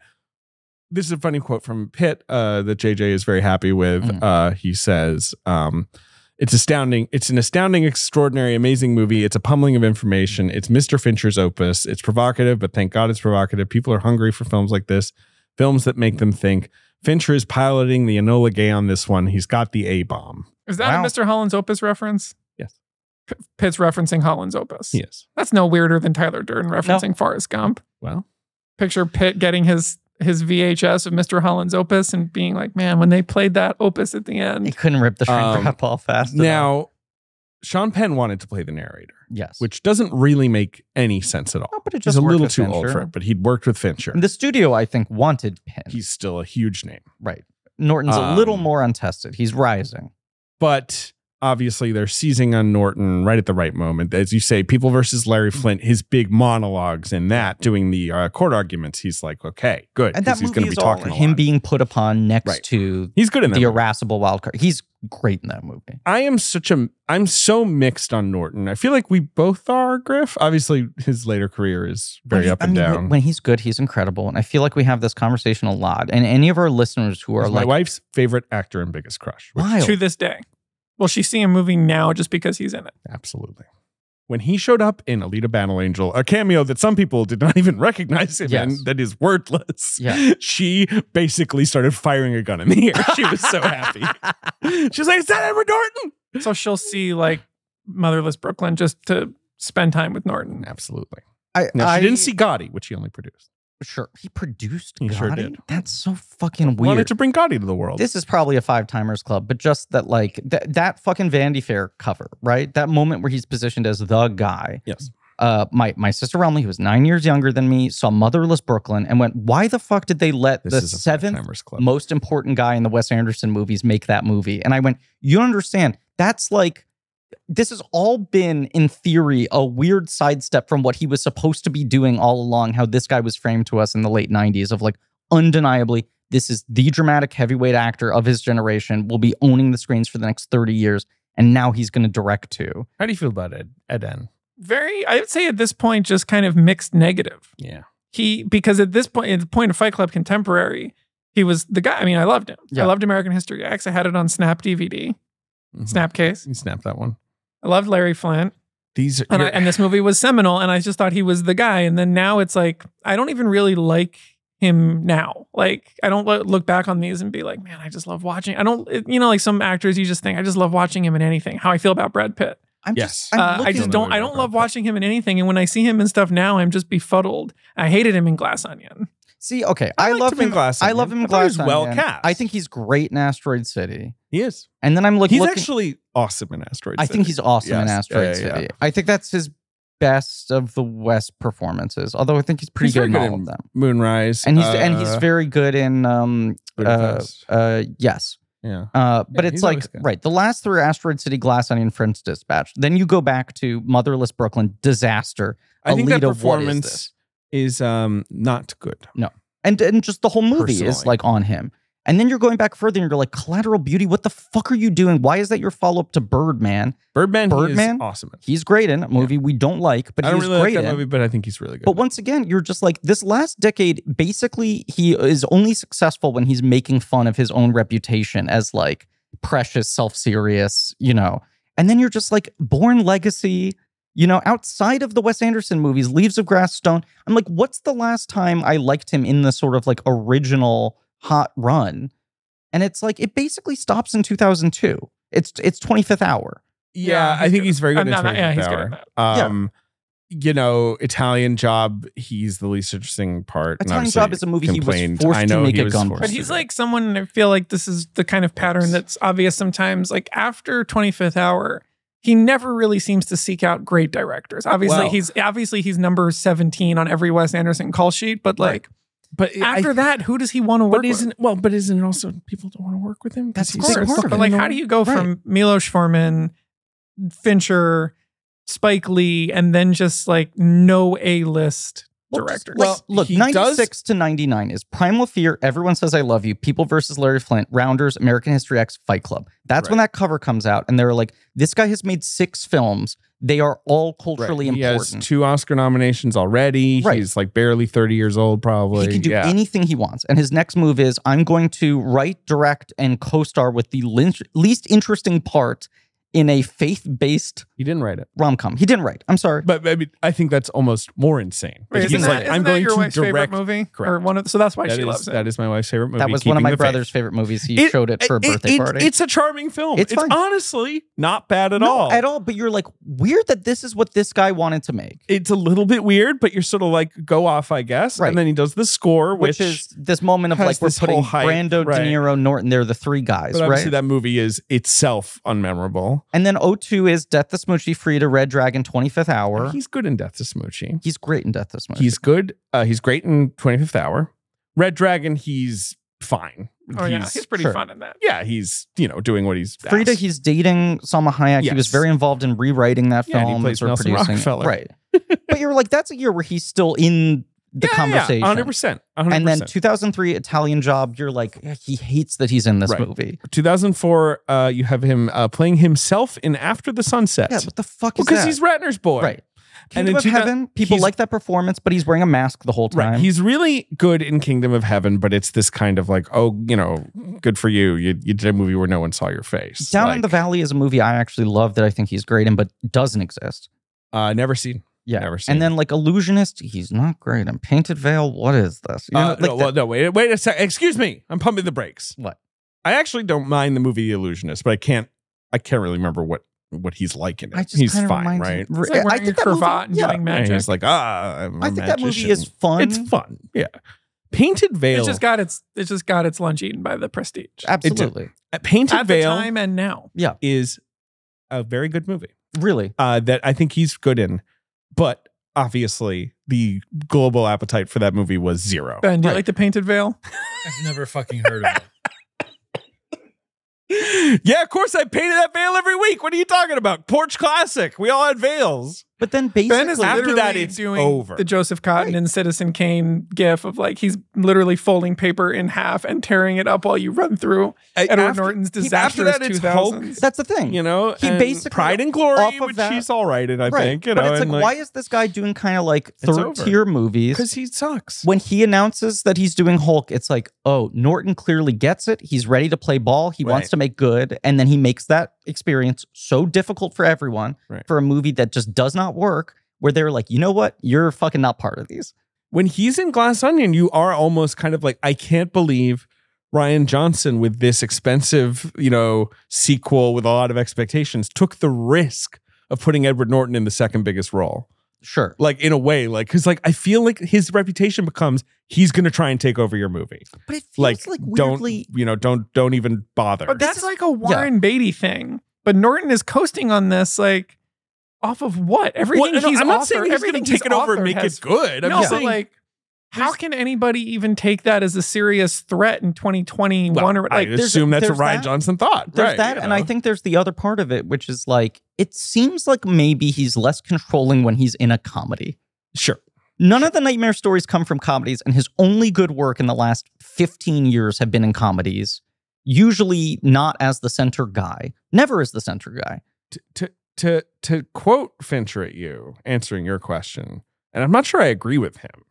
Speaker 3: This is a funny quote from Pitt uh, that JJ is very happy with.
Speaker 2: Mm.
Speaker 3: Uh, he says, um, it's astounding. It's an astounding, extraordinary, amazing movie. It's a pummeling of information. It's Mr. Fincher's opus. It's provocative, but thank God it's provocative. People are hungry for films like this, films that make them think. Fincher is piloting the Enola Gay on this one. He's got the A bomb.
Speaker 4: Is that
Speaker 2: Wow.
Speaker 4: a Mr. Holland's Opus reference?
Speaker 3: Yes.
Speaker 4: P- Pitt's referencing Holland's Opus.
Speaker 3: Yes.
Speaker 4: That's no weirder than Tyler Durden referencing Forrest Gump.
Speaker 3: Well,
Speaker 4: Picture Pitt getting his his VHS of Mr. Holland's Opus and being like, "Man, when they played that Opus at the
Speaker 2: He
Speaker 4: end,
Speaker 2: couldn't rip the shrink
Speaker 3: Um,
Speaker 2: wrap off fast enough.
Speaker 3: now Sean Penn wanted to play the narrator.
Speaker 2: Yes,
Speaker 3: which doesn't really make any sense at all.
Speaker 2: No, but it
Speaker 3: He's
Speaker 2: just
Speaker 3: a
Speaker 2: worked
Speaker 3: little
Speaker 2: with
Speaker 3: too old
Speaker 2: Fincher.
Speaker 3: for it, but he'd worked with Fincher.
Speaker 2: And the studio I think wanted Penn.
Speaker 3: He's still a huge name.
Speaker 2: right. Norton's a little
Speaker 3: Um,
Speaker 2: more untested. He's rising.
Speaker 3: But obviously, they're seizing on Norton right at the right moment. As you say, People versus Larry Flint, his big monologues and that, doing the uh, court arguments, he's like, okay, good.
Speaker 2: And
Speaker 3: 'cause
Speaker 2: that
Speaker 3: he's
Speaker 2: movie
Speaker 3: gonna
Speaker 2: is all
Speaker 3: a
Speaker 2: him
Speaker 3: lot.
Speaker 2: being put upon next
Speaker 3: Right.
Speaker 2: to
Speaker 3: He's good in that.
Speaker 2: the
Speaker 3: movie.
Speaker 2: irascible wild card. He's great in that movie.
Speaker 3: I am such a I'm so mixed on Norton. I feel like we both are, Griff. Obviously, his later career is very
Speaker 2: But he-
Speaker 3: up and
Speaker 2: I mean,
Speaker 3: down.
Speaker 2: When he's good, he's incredible, and I feel like we have this conversation a lot. And any of our listeners who are
Speaker 3: He's my
Speaker 2: like,
Speaker 3: wife's favorite actor and biggest crush. which
Speaker 2: "Wild."
Speaker 4: to this day." Will she see a movie now just because he's in it?
Speaker 3: Absolutely. When he showed up in Alita Battle Angel, a cameo that some people did not <laughs> even recognize him
Speaker 2: Yes.
Speaker 3: in, that is wordless,
Speaker 2: Yeah.
Speaker 3: <laughs> she basically started firing a gun in the <laughs> air. She was so happy. She's like, Is that Edward Norton?
Speaker 4: So she'll see like Motherless Brooklyn just to spend time with Norton.
Speaker 3: Absolutely.
Speaker 2: I,
Speaker 3: Now,
Speaker 2: I-
Speaker 3: she didn't see Gotti, which he only produced.
Speaker 2: Sure, he produced.
Speaker 3: He sure
Speaker 2: Gotti?
Speaker 3: did.
Speaker 2: That's so fucking
Speaker 3: Wanted
Speaker 2: weird.
Speaker 3: to bring Gotti to the world.
Speaker 2: This is probably a five timers club, but just that, like that that fucking Vandy Fair cover, right? That moment where he's positioned as the guy.
Speaker 3: yes.
Speaker 2: Uh, my my sister Romley, who was nine years younger than me, saw Motherless Brooklyn and went, "Why the fuck did they let
Speaker 3: This
Speaker 2: the
Speaker 3: is a
Speaker 2: seventh
Speaker 3: Timers Club.
Speaker 2: most important guy in the Wes Anderson movies make that movie. And I went, you don't understand. That's like, this has all been, in theory, a weird sidestep from what he was supposed to be doing all along, how this guy was framed to us in the late 90s of like, undeniably, This is the dramatic heavyweight actor of his generation, will be owning the screens for the next 30 years. And now he's going to direct to.
Speaker 3: How do you feel about it, Eden?
Speaker 4: Very, I would say at this point, just kind of mixed negative.
Speaker 3: Yeah.
Speaker 4: He, because at this point, at the point of Fight Club Contemporary, he was the guy. I mean, I loved him.
Speaker 2: Yeah.
Speaker 4: I loved American History X. I had it on Snap DVD, Snap Case.
Speaker 3: You snap Mm-hmm. that one.
Speaker 4: I loved Larry Flint.
Speaker 3: These are
Speaker 4: and, I, and this movie was seminal and i just thought he was the guy and then now it's like i don't even really like him now like i don't lo- look back on these and be like man i just love watching i don't it- you know like some actors you just think i just love watching him in anything how i feel about brad pitt
Speaker 2: I'm
Speaker 3: Yes.
Speaker 2: just, I'm
Speaker 4: uh, i
Speaker 2: looking-
Speaker 4: just don't i don't love watching him in anything and when i see him in stuff now i'm just befuddled i hated him in glass onion
Speaker 2: see. Okay, I,
Speaker 3: liked
Speaker 2: love
Speaker 3: him in
Speaker 2: him.
Speaker 3: Glass
Speaker 2: I love
Speaker 3: Onion.
Speaker 2: him. in
Speaker 3: I thought he was
Speaker 2: Glass
Speaker 3: well
Speaker 2: Onion.
Speaker 3: cast.
Speaker 2: I think he's great in Asteroid City.
Speaker 3: he is.
Speaker 2: And then I'm like,
Speaker 3: he's
Speaker 2: looking,
Speaker 3: actually awesome in Asteroid.
Speaker 2: I
Speaker 3: City.
Speaker 2: think he's awesome in
Speaker 3: Yes.
Speaker 2: Asteroid
Speaker 3: Yeah, yeah,
Speaker 2: City. I think that's his best of the West performances. Although I think he's pretty
Speaker 3: He's
Speaker 2: good
Speaker 3: very
Speaker 2: in
Speaker 3: good
Speaker 2: all
Speaker 3: in-
Speaker 2: of them.
Speaker 3: Moonrise,
Speaker 2: And he's and he's
Speaker 3: uh,
Speaker 2: very good in um uh,
Speaker 3: Budapest.
Speaker 2: uh yes.
Speaker 3: yeah.
Speaker 2: Uh but
Speaker 3: Yeah,
Speaker 2: it's
Speaker 3: he's
Speaker 2: like
Speaker 3: always good.
Speaker 2: right, the last three are Asteroid City, Glass Onion, French Dispatch. Then you go back to Motherless Brooklyn, Disaster,
Speaker 3: I think that
Speaker 2: Alita, what is
Speaker 3: performance
Speaker 2: this?
Speaker 3: is um not good.
Speaker 2: and and just the whole movie is
Speaker 3: Personally.
Speaker 2: like on him. And then you're going back further and you're like, Collateral Beauty, what the fuck are you doing? Why is that your follow-up to Birdman?
Speaker 3: Birdman, he is
Speaker 2: Birdman?
Speaker 3: awesome. in.
Speaker 2: He's great in a movie we don't like, but
Speaker 3: I don't
Speaker 2: he's
Speaker 3: really like
Speaker 2: great
Speaker 3: that
Speaker 2: in.
Speaker 3: movie, but I think he's really good.
Speaker 2: But once again, you're just like this last decade. Basically, he is only successful when he's making fun of his own reputation as like precious, self serious, you know. And then you're just like Born Legacy, you know, outside of the Wes Anderson movies, Leaves of Grass Stone. I'm like, what's the last time I liked him in the sort of like original hot run? And it's like it basically stops in 2002. It's it's 25th hour.
Speaker 3: yeah,
Speaker 4: Yeah,
Speaker 3: I
Speaker 4: he's
Speaker 3: think
Speaker 4: good.
Speaker 3: he's very
Speaker 4: I'm
Speaker 3: good.
Speaker 4: not-
Speaker 3: in
Speaker 4: yeah, he's
Speaker 3: 25th
Speaker 4: good in
Speaker 3: Hour. Um, you know, Italian Job. He's the least interesting part. and
Speaker 2: Italian
Speaker 3: obviously
Speaker 2: Job is a movie he was
Speaker 3: complained.
Speaker 2: forced
Speaker 3: I
Speaker 2: to
Speaker 3: know
Speaker 2: make
Speaker 3: he
Speaker 2: a
Speaker 3: was
Speaker 2: gun.
Speaker 3: forced
Speaker 4: but
Speaker 3: to
Speaker 4: he's
Speaker 3: do
Speaker 4: like someone i feel like this is the kind of pattern that's obvious sometimes like after 25th hour he never really seems to seek out great directors obviously
Speaker 3: Well-
Speaker 4: he's obviously he's number 17 on every wes anderson call sheet but like
Speaker 3: But it- I-
Speaker 4: after that who does he want to work
Speaker 3: but isn't well, but isn't it also people don't want to work with him? 'cause
Speaker 2: That's
Speaker 4: with
Speaker 2: a big
Speaker 3: so
Speaker 4: Of course.
Speaker 2: part of
Speaker 4: but
Speaker 2: it.
Speaker 4: like how do you go
Speaker 2: Right.
Speaker 4: from milos forman fincher spike lee and then just like no a-list director
Speaker 2: Well, just, like, look,
Speaker 3: he
Speaker 2: 96
Speaker 3: does-
Speaker 2: to 99 is Primal Fear, Everyone Says I Love You, People versus Larry Flint, Rounders, American History X, Fight Club. That's when that cover comes out, and they're like, this guy has made six films. They are all
Speaker 3: Right.
Speaker 2: culturally
Speaker 3: He has
Speaker 2: important.
Speaker 3: two Oscar nominations already.
Speaker 2: Right.
Speaker 3: He's like barely thirty years old, probably.
Speaker 2: he can do
Speaker 3: yeah.
Speaker 2: anything he wants. And his next move is I'm going to write, direct, and co star with the lin- least interesting part in a faith based
Speaker 3: he didn't write it,
Speaker 2: rom com. He didn't write. I'm sorry.
Speaker 3: but I mean, I think that's almost more insane.
Speaker 4: Wait,
Speaker 3: That
Speaker 4: isn't
Speaker 3: he's
Speaker 4: that,
Speaker 3: like,
Speaker 4: isn't
Speaker 3: I'm
Speaker 4: that
Speaker 3: going
Speaker 4: your
Speaker 3: to
Speaker 4: wife's
Speaker 3: direct.
Speaker 4: favorite movie or
Speaker 3: Correct.
Speaker 4: one of so that's why
Speaker 3: That
Speaker 4: she
Speaker 3: is-
Speaker 4: loves it
Speaker 3: that is my wife's favorite movie.
Speaker 2: that was one of
Speaker 3: Keeping
Speaker 2: my
Speaker 3: the Faith.
Speaker 2: brother's favorite movies. He showed it for a birthday
Speaker 3: it-
Speaker 2: party.
Speaker 3: It's a charming film.
Speaker 2: It's
Speaker 3: It's,
Speaker 2: fine.
Speaker 3: honestly not bad at all.
Speaker 2: At all. But you're like, weird that this is what this guy wanted to make.
Speaker 3: It's a little bit weird, but you're sort of like go off, I guess.
Speaker 2: Right.
Speaker 3: And then he does the score,
Speaker 2: which,
Speaker 3: which,
Speaker 2: is this moment of
Speaker 3: has
Speaker 2: like we're
Speaker 3: this
Speaker 2: putting
Speaker 3: whole hype,
Speaker 2: Brando,
Speaker 3: right.
Speaker 2: De Niro, Norton. They're the three guys,
Speaker 3: but obviously
Speaker 2: right?
Speaker 3: that movie is itself unmemorable.
Speaker 2: and then O2 is Death the Smoochie, Frida, Red Dragon, 25th Hour. He's,
Speaker 3: He's good in Death to Smoochie.
Speaker 2: great in Death the Smoochie.
Speaker 3: He's good. Uh, he's great in 25th Hour. Red Dragon, he's fine.
Speaker 4: oh yeah he's pretty
Speaker 2: sure.
Speaker 4: fun in that
Speaker 3: Yeah, he's, you know, doing what he's
Speaker 2: Frida.
Speaker 3: asked.
Speaker 2: He's dating Salma Hayek. He was
Speaker 3: Yes.
Speaker 2: very involved in rewriting that
Speaker 3: Yeah, and he
Speaker 2: film
Speaker 3: plays
Speaker 2: or
Speaker 3: Nelson
Speaker 2: producing, it.
Speaker 3: Rockefeller.
Speaker 2: right? but you're like, that's a year where he's still in the
Speaker 3: Yeah, yeah,
Speaker 2: conversation.
Speaker 3: 100%. 100%.
Speaker 2: And then 2003 Italian Job. You're like, he hates that he's in this
Speaker 3: Right.
Speaker 2: movie.
Speaker 3: 2004, uh, you have him uh, playing himself in After the Sunset.
Speaker 2: Yeah, what the fuck is
Speaker 3: because
Speaker 2: that?
Speaker 3: he's Ratner's boy.
Speaker 2: right.
Speaker 3: And
Speaker 2: Kingdom
Speaker 3: in
Speaker 2: of
Speaker 3: 2000
Speaker 2: Heaven. People
Speaker 3: he's-
Speaker 2: like that performance, but he's wearing a mask the whole time.
Speaker 3: Right. He's really good in Kingdom of Heaven, but it's this kind of like, oh, you know, good for you. You, you did a movie where no one saw your face.
Speaker 2: Down in the
Speaker 3: Like,
Speaker 2: Valley is a movie I actually love that I think he's great in, but doesn't exist.
Speaker 3: Uh, never seen.
Speaker 2: Yeah.
Speaker 3: Never seen.
Speaker 2: And then like Illusionist, he's not great. And Painted Veil, what is this? You know,
Speaker 3: Uh,
Speaker 2: like
Speaker 3: no, well,
Speaker 2: that-
Speaker 3: no, wait, wait a sec. Excuse me. I'm pumping the brakes.
Speaker 2: What?
Speaker 3: I actually don't mind the movie The Illusionist, but I can't. I can't really remember what what he's like in it.
Speaker 2: I just
Speaker 3: he's
Speaker 2: kinda
Speaker 3: fine,
Speaker 2: reminds me-
Speaker 3: right?
Speaker 4: it's like
Speaker 2: I
Speaker 4: wearing
Speaker 2: think
Speaker 4: a
Speaker 2: that movie-
Speaker 4: cravat and
Speaker 2: yeah.
Speaker 4: doing
Speaker 3: And
Speaker 4: magic
Speaker 3: he's like, ah, I'm a
Speaker 2: I think that movie
Speaker 3: magician."
Speaker 2: is fun.
Speaker 3: It's fun. Yeah. Painted Veil.
Speaker 4: It just got its it just got its lunch eaten by the prestige.
Speaker 2: Absolutely.
Speaker 3: Uh, Painted
Speaker 4: At the
Speaker 3: Veil
Speaker 4: time and now.
Speaker 3: is a very good movie.
Speaker 2: Really.
Speaker 3: uh, that I think he's good in, but obviously the global appetite for that movie was zero.
Speaker 4: Ben, do you
Speaker 2: Right.
Speaker 4: like the painted veil?
Speaker 5: <laughs> I've never fucking heard of it.
Speaker 3: yeah, of course I painted that veil every week. What are you talking about? Porch classic. We all had veils.
Speaker 2: But then basically,
Speaker 4: is
Speaker 7: After
Speaker 4: literally
Speaker 7: that, it's
Speaker 4: doing
Speaker 7: over.
Speaker 4: The Joseph Cotton and Citizen Kane gif of like he's literally folding paper in half and tearing it up while you run through Edward Norton's disastrous
Speaker 3: after that, it's
Speaker 4: 2000s.
Speaker 2: that's the thing.
Speaker 3: you know,
Speaker 2: he
Speaker 3: and
Speaker 2: basically
Speaker 3: Pride and Glory,
Speaker 2: off of
Speaker 3: which
Speaker 2: that-
Speaker 3: he's all right in, I
Speaker 2: right.
Speaker 3: think. You
Speaker 2: but
Speaker 3: know,
Speaker 2: it's like,
Speaker 3: and
Speaker 2: why is this guy doing kind of like third
Speaker 3: over.
Speaker 2: tier movies?
Speaker 3: Because he sucks.
Speaker 2: when he announces that he's doing Hulk, it's like, oh, Norton clearly gets it. He's ready to play ball. He wants
Speaker 3: Right.
Speaker 2: to make good. And then he makes that experience so difficult for everyone
Speaker 3: Right.
Speaker 2: for a movie that just does not work, where they're like, you know what? You're fucking not part of these.
Speaker 3: when he's in Glass Onion, you are almost kind of like, I can't believe Ryan Johnson with this expensive, you know, sequel with a lot of expectations took the risk of putting Edward Norton in the second biggest role.
Speaker 2: Sure.
Speaker 3: Like in a way, like because like I feel like his reputation becomes he's gonna try and take over your movie.
Speaker 2: But it feels
Speaker 3: Like,
Speaker 2: like,
Speaker 3: don't
Speaker 2: weirdly.
Speaker 3: you know, don't don't even bother.
Speaker 4: But that's like a Warren Beatty thing. But Norton is coasting on this like off of what? Everything
Speaker 3: Well, no,
Speaker 4: he's
Speaker 3: I'm not
Speaker 4: authored-
Speaker 3: saying he's
Speaker 4: everything
Speaker 3: gonna take it
Speaker 4: he's
Speaker 3: over and
Speaker 4: authored
Speaker 3: make
Speaker 4: has-
Speaker 3: it good. I'm
Speaker 4: no,
Speaker 3: just
Speaker 4: but
Speaker 3: saying
Speaker 4: like how can anybody even take that as a serious threat in 2021
Speaker 3: well,
Speaker 4: or
Speaker 3: I
Speaker 4: like
Speaker 2: there's-
Speaker 3: assume that's
Speaker 2: there's
Speaker 3: a Ryan
Speaker 2: that.
Speaker 3: Johnson thought.
Speaker 2: There's
Speaker 3: right,
Speaker 2: that,
Speaker 3: you
Speaker 2: and I
Speaker 3: know.
Speaker 2: think there's the other part of it, which is like it seems like maybe he's less controlling when he's in a comedy.
Speaker 3: sure.
Speaker 2: None of the nightmare stories come from comedies, and his only good work in the last 15 years have been in comedies, usually not as the center guy, never as the center guy.
Speaker 3: to to to quote Fincher at you answering your question, and I'm not sure I agree with him.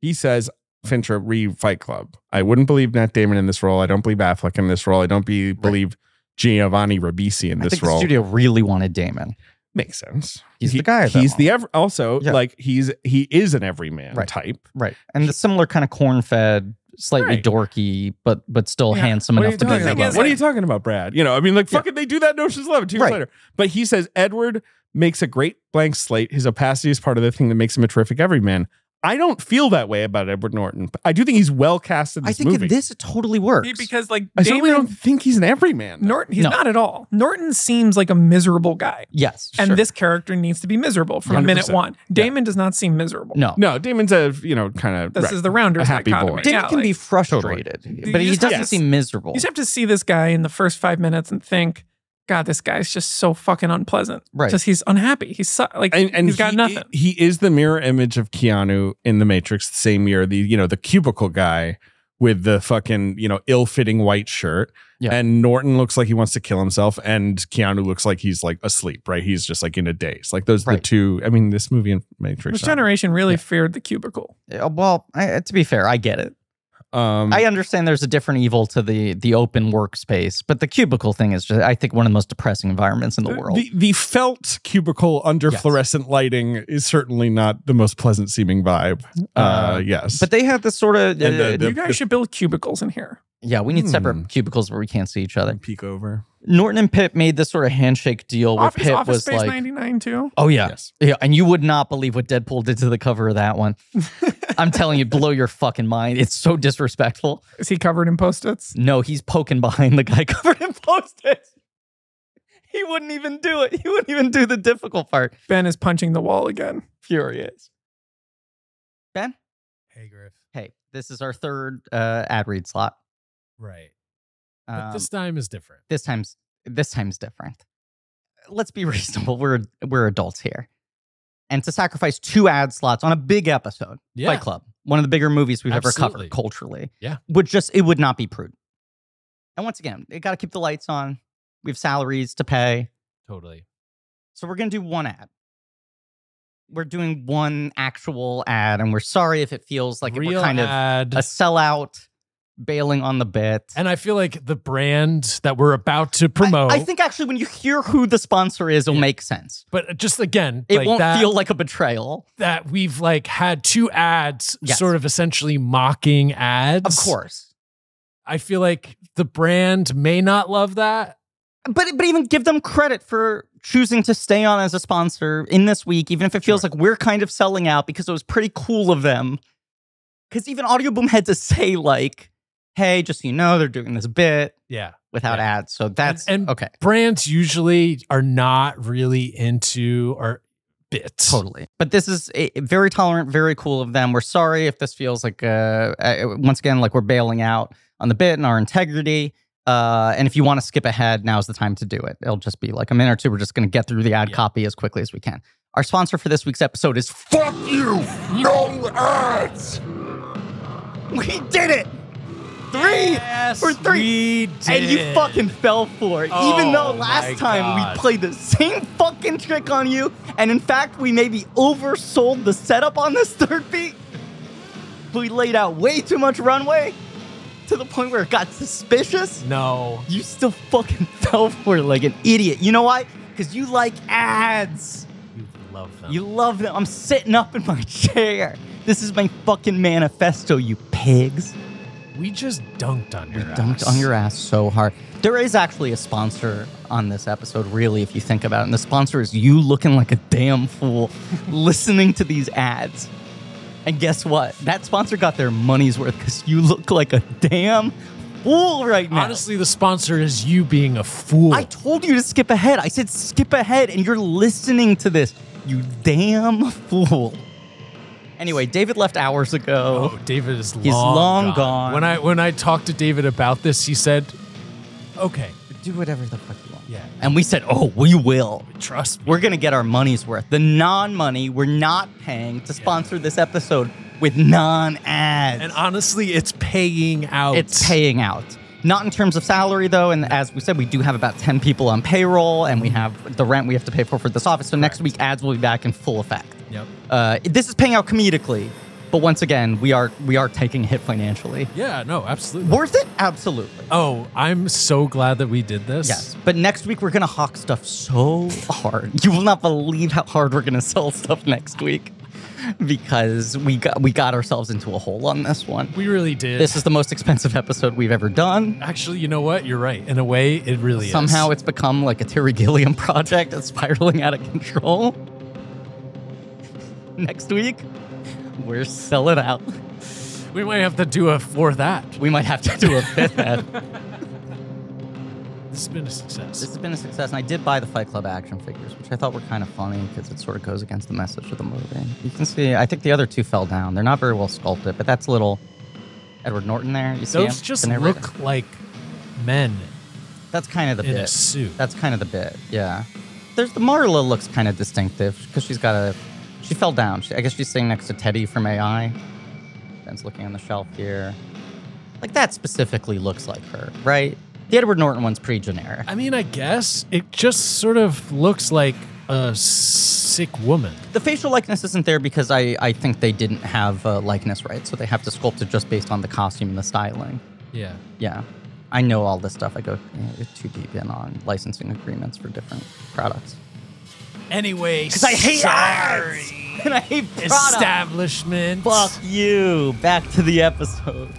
Speaker 3: He says Fincher re Fight Club. I wouldn't believe Matt Damon in this role. I don't believe Affleck in this role. I don't be, believe Giovanni Ribisi in
Speaker 2: I
Speaker 3: this
Speaker 2: think
Speaker 3: role.
Speaker 2: the studio really wanted Damon.
Speaker 3: Makes sense.
Speaker 2: He's
Speaker 3: He-
Speaker 2: the guy. that
Speaker 3: He's
Speaker 2: one.
Speaker 3: the ever, also
Speaker 2: Yeah.
Speaker 3: like he's he is an everyman
Speaker 2: Right.
Speaker 3: type.
Speaker 2: right, and the similar kind of corn fed, slightly
Speaker 3: Right.
Speaker 2: dorky, but but still
Speaker 4: Yeah.
Speaker 2: handsome
Speaker 3: What are, you
Speaker 2: enough to be
Speaker 3: talking
Speaker 4: thing
Speaker 3: about?
Speaker 4: is,
Speaker 2: loved.
Speaker 3: what are you talking about, Brad? You know, I mean, like
Speaker 2: Yeah.
Speaker 3: fucking they do that in Ocean's Eleven two years
Speaker 2: Right.
Speaker 3: later. But he says Edward makes a great blank slate. His opacity is part of the thing that makes him a terrific everyman. I don't feel that way about Edward Norton. But I do think he's well cast in
Speaker 2: I
Speaker 3: this
Speaker 2: think
Speaker 3: movie.
Speaker 2: in this it totally works.
Speaker 4: because like
Speaker 3: I certainly
Speaker 4: Damon
Speaker 3: don't think he's an everyman. though.
Speaker 4: Norton he's
Speaker 2: No.
Speaker 4: not at all. Norton seems like a miserable guy.
Speaker 2: yes,
Speaker 4: And this character needs to be miserable from minute
Speaker 3: 100%.
Speaker 4: one. Damon does not seem miserable.
Speaker 2: no,
Speaker 3: no, Damon's a you know kind of
Speaker 4: This is the rounders
Speaker 3: A happy
Speaker 4: dichotomy.
Speaker 3: boy.
Speaker 2: Damon
Speaker 4: Yeah,
Speaker 2: can be
Speaker 4: like-
Speaker 2: frustrated, but
Speaker 4: you
Speaker 2: he
Speaker 4: just
Speaker 2: doesn't
Speaker 4: have to-
Speaker 2: seem miserable.
Speaker 4: You just have to see this guy in the first five minutes and think, God, this guy's just so fucking unpleasant.
Speaker 2: Right.
Speaker 4: Just he's unhappy. He's su- like
Speaker 3: and, and
Speaker 4: he's got
Speaker 3: he-
Speaker 4: nothing.
Speaker 3: He is the mirror image of Keanu in The Matrix the same year. The you know the cubicle guy with the fucking you know ill-fitting white shirt.
Speaker 2: Yeah.
Speaker 3: And Norton looks like he wants to kill himself, and Keanu looks like he's like asleep. Right, he's just like in a daze. Like those are the
Speaker 2: Right.
Speaker 3: two. I mean, this movie and Matrix.
Speaker 4: this generation really feared the cubicle.
Speaker 2: Uh, well, I, to be fair, I get it.
Speaker 3: Um,
Speaker 2: I understand there's a different evil to the the open workspace, but the cubicle thing is just I think one of the most depressing environments in the world.
Speaker 3: Uh, The, the felt cubicle under
Speaker 2: Yes.
Speaker 3: fluorescent lighting is certainly not the most pleasant seeming vibe. Uh,
Speaker 2: Uh,
Speaker 3: yes,
Speaker 2: but they have this sort of
Speaker 3: And the- the-
Speaker 4: you guys should build cubicles in here.
Speaker 2: yeah, we need separate
Speaker 3: Hmm.
Speaker 2: cubicles where we can't see each other.
Speaker 3: peek over.
Speaker 2: Norton and Pitt made this sort of handshake deal where
Speaker 4: Office,
Speaker 2: Pitt
Speaker 4: office
Speaker 2: was
Speaker 4: Space
Speaker 2: like,
Speaker 4: 99 too.
Speaker 2: "Oh yeah,
Speaker 3: Yes.
Speaker 2: yeah," and you would not believe what Deadpool did to the cover of that one. I'm telling you, blow your fucking mind. It's so disrespectful.
Speaker 4: Is he covered in post-its?
Speaker 2: No, he's poking behind the guy <laughs> covered in post-its. He wouldn't even do it. He wouldn't even do the difficult part.
Speaker 4: Ben is punching the wall again.
Speaker 2: Furious. Ben?
Speaker 5: Hey, Griff.
Speaker 2: Hey, this is our third uh, ad read slot.
Speaker 5: Right.
Speaker 2: Um,
Speaker 5: but
Speaker 2: this,
Speaker 5: this time is different.
Speaker 2: time's this time's different. Let's be <laughs> reasonable. We're we're adults here, and to sacrifice two ad slots on a big episode,
Speaker 5: Yeah.
Speaker 2: Fight Club, one of the bigger movies we've ever covered
Speaker 5: Absolutely.
Speaker 2: culturally,
Speaker 5: Yeah.
Speaker 2: would just it would not be prudent. And once again, it got to keep the lights on. We have salaries to pay,
Speaker 5: Totally.
Speaker 2: so we're gonna do one ad. We're doing one actual ad, and we're sorry if it feels like
Speaker 5: Real
Speaker 2: we're kind of
Speaker 5: ad.
Speaker 2: a sellout bailing on the bit.
Speaker 5: and I feel like the brand that we're about to promote.
Speaker 2: I, I think actually when you hear who the sponsor is, it'll
Speaker 5: Yeah.
Speaker 2: make sense.
Speaker 5: but just again,
Speaker 2: It
Speaker 5: like
Speaker 2: won't
Speaker 5: that,
Speaker 2: feel like a betrayal.
Speaker 5: that we've like had two ads,
Speaker 2: Yes.
Speaker 5: sort of essentially mocking ads.
Speaker 2: Of course.
Speaker 5: I feel like the brand may not love that.
Speaker 2: But but even give them credit for choosing to stay on as a sponsor in this week, even if it feels like we're kind of selling out because it was pretty cool of them. Because even Audio Boom had to say like, "Hey, just so you know, they're doing this bit
Speaker 5: Yeah.
Speaker 2: without ads." So that's
Speaker 5: and-
Speaker 2: okay,
Speaker 5: Brands usually are not really into or bits.
Speaker 2: totally. But this is eh, very tolerant, very cool of them. We're sorry if this feels like uh, eh, once again like we're bailing out. on the bit and our integrity. Uh, and if you want to skip ahead, now's the time to do it. It'll just be like a minute or two. We're just going to get through the ad
Speaker 5: Yeah.
Speaker 2: copy as quickly as we can. Our sponsor for this week's episode is
Speaker 6: Fuck you! No ads!
Speaker 2: We did it! Three!
Speaker 5: Yes,
Speaker 2: We're three.
Speaker 5: we
Speaker 2: And you
Speaker 5: did.
Speaker 2: fucking fell for it. Even
Speaker 5: Oh,
Speaker 2: though
Speaker 5: my
Speaker 2: last time
Speaker 5: God.
Speaker 2: we played the same fucking trick on you, and in fact, we maybe oversold the setup on this third beat. We laid out way too much runway to the point where it got suspicious.
Speaker 5: No.
Speaker 2: You still fucking <laughs> fell for it like an idiot. You know why? Because you like ads.
Speaker 5: You love them.
Speaker 2: You love them. I'm sitting up in my <laughs> chair. This is my fucking manifesto, you pigs.
Speaker 5: we just dunked on your
Speaker 2: We dunked on your ass so hard. There is actually a sponsor on this episode, really, if you think about it. And the sponsor is you looking like a damn fool <laughs> listening to these ads. And guess what? That sponsor got their money's worth because you look like a damn fool right now.
Speaker 5: Honestly, the sponsor is you being a fool.
Speaker 2: I told you to skip ahead. I said skip ahead, and you're listening to this, you damn fool. Anyway, David left hours ago.
Speaker 5: Oh, David is long
Speaker 2: He's long gone.
Speaker 5: When I when I talked to David about this, he said, "Okay,
Speaker 2: Do whatever the fuck you want.
Speaker 5: Yeah.
Speaker 2: And we said, oh, we will.
Speaker 5: trust me."
Speaker 2: we're going to get our money's worth. The non money we're not paying to sponsor this episode with non ads.
Speaker 5: And honestly, it's paying out.
Speaker 2: it's paying out. Not in terms of salary, though. And as we said, we do have about 10 people on payroll, and we have the rent we have to pay for for this office. So next week, ads will be back in full effect.
Speaker 5: Yep.
Speaker 2: Uh, this is paying out comedically, but once again, we are we are taking a hit financially.
Speaker 5: Yeah. No. Absolutely.
Speaker 2: Worth it? Absolutely.
Speaker 5: oh, I'm so glad that we did this.
Speaker 2: Yes. But next week, we're going to hawk stuff so hard. You will not believe how hard we're going to sell stuff next week because we got, we got ourselves into a hole on this one.
Speaker 5: We really did.
Speaker 2: This is the most expensive episode we've ever done.
Speaker 5: actually, you know what? You're right. In a way, it really
Speaker 2: Somehow
Speaker 5: is.
Speaker 2: it's become like a Terry Gilliam project that's spiraling out of control. Next week, we're selling out.
Speaker 5: we might have to do a for that.
Speaker 2: We might have to do a fifth ad.
Speaker 5: This has been a success.
Speaker 2: This has been a success, and I did buy the Fight Club action figures, which I thought were kind of funny because it sort of goes against the message of the movie. You can see, I think the other two fell down. They're not very well sculpted, but that's little Edward Norton there. You see
Speaker 5: Those
Speaker 2: him?
Speaker 5: just
Speaker 2: The narrator.
Speaker 5: look like men
Speaker 2: That's kind of the
Speaker 5: in a
Speaker 2: bit.
Speaker 5: suit.
Speaker 2: That's kind of the bit. Yeah. There's the Marla looks kind of distinctive because she's got a. She fell down. She, I guess she's sitting next to Teddy from AI. Ben's looking on the shelf here. Like that specifically looks like her, right? The Edward Norton one's pretty generic.
Speaker 5: I mean, I guess it just sort of looks like a sick woman.
Speaker 2: The facial likeness isn't there because I, I think they didn't have uh, likeness right, so they have to sculpt it just based on the costume and the styling.
Speaker 5: Yeah.
Speaker 2: Yeah, I know all this stuff. I go uh, too deep in on licensing agreements for different products
Speaker 5: Anyway,
Speaker 2: because I hate
Speaker 5: sorry.
Speaker 2: ads <laughs> and I hate products.
Speaker 5: establishment.
Speaker 2: Fuck you. Back to the episode.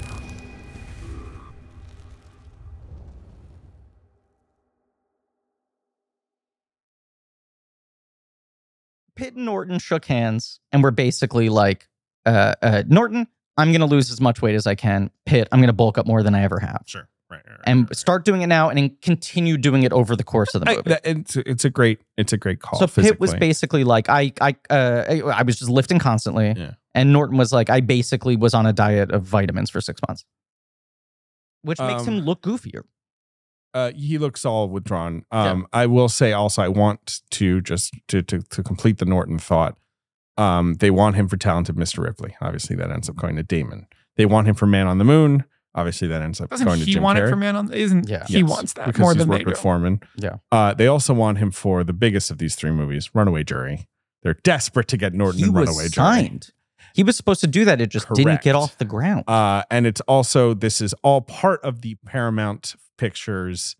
Speaker 2: Pitt and Norton shook hands and were basically like, uh, uh, Norton, I'm going to lose as much weight as I can. Pitt, I'm going to bulk up more than I ever have.
Speaker 7: Sure. Right. right, right,
Speaker 2: And
Speaker 7: right.
Speaker 2: start doing it now and then continue doing it over the course of the
Speaker 3: I,
Speaker 2: movie.
Speaker 3: that, it's, it's a great it's a great call.
Speaker 2: So Pitt was
Speaker 3: Oh, physically.
Speaker 2: basically like I I uh, I- I was just lifting constantly,
Speaker 7: Yeah.
Speaker 2: and Norton was like I basically was on a diet of vitamins for six months, which makes
Speaker 3: Um,
Speaker 2: him look goofier.
Speaker 3: uh, he looks all withdrawn.
Speaker 2: Yeah.
Speaker 3: Um, I will say also, I want to just to to, to complete the Norton thought. Um, they want him for talented Mr. Ripley. Obviously, that ends up going to Damon. They want him for Man on the Moon. Obviously, that ends up
Speaker 4: Doesn't
Speaker 3: going to
Speaker 4: he
Speaker 3: Jim
Speaker 4: want
Speaker 3: Carrey
Speaker 4: it for man on? Isn't
Speaker 2: Yeah.
Speaker 4: he
Speaker 3: Yes,
Speaker 4: wants that
Speaker 3: because
Speaker 4: more
Speaker 3: he's
Speaker 4: than they
Speaker 3: worked
Speaker 4: do?
Speaker 3: with Foreman.
Speaker 2: Yeah.
Speaker 3: Uh, they also want him for the biggest of these three movies, Runaway Jury. They're desperate to get Norton
Speaker 2: he
Speaker 3: in
Speaker 2: was
Speaker 3: Runaway Jury.
Speaker 2: signed. He was supposed to do that. It just didn't get
Speaker 3: Correct.
Speaker 2: off the ground.
Speaker 3: Uh, and it's also this is all part of the Paramount Pictures,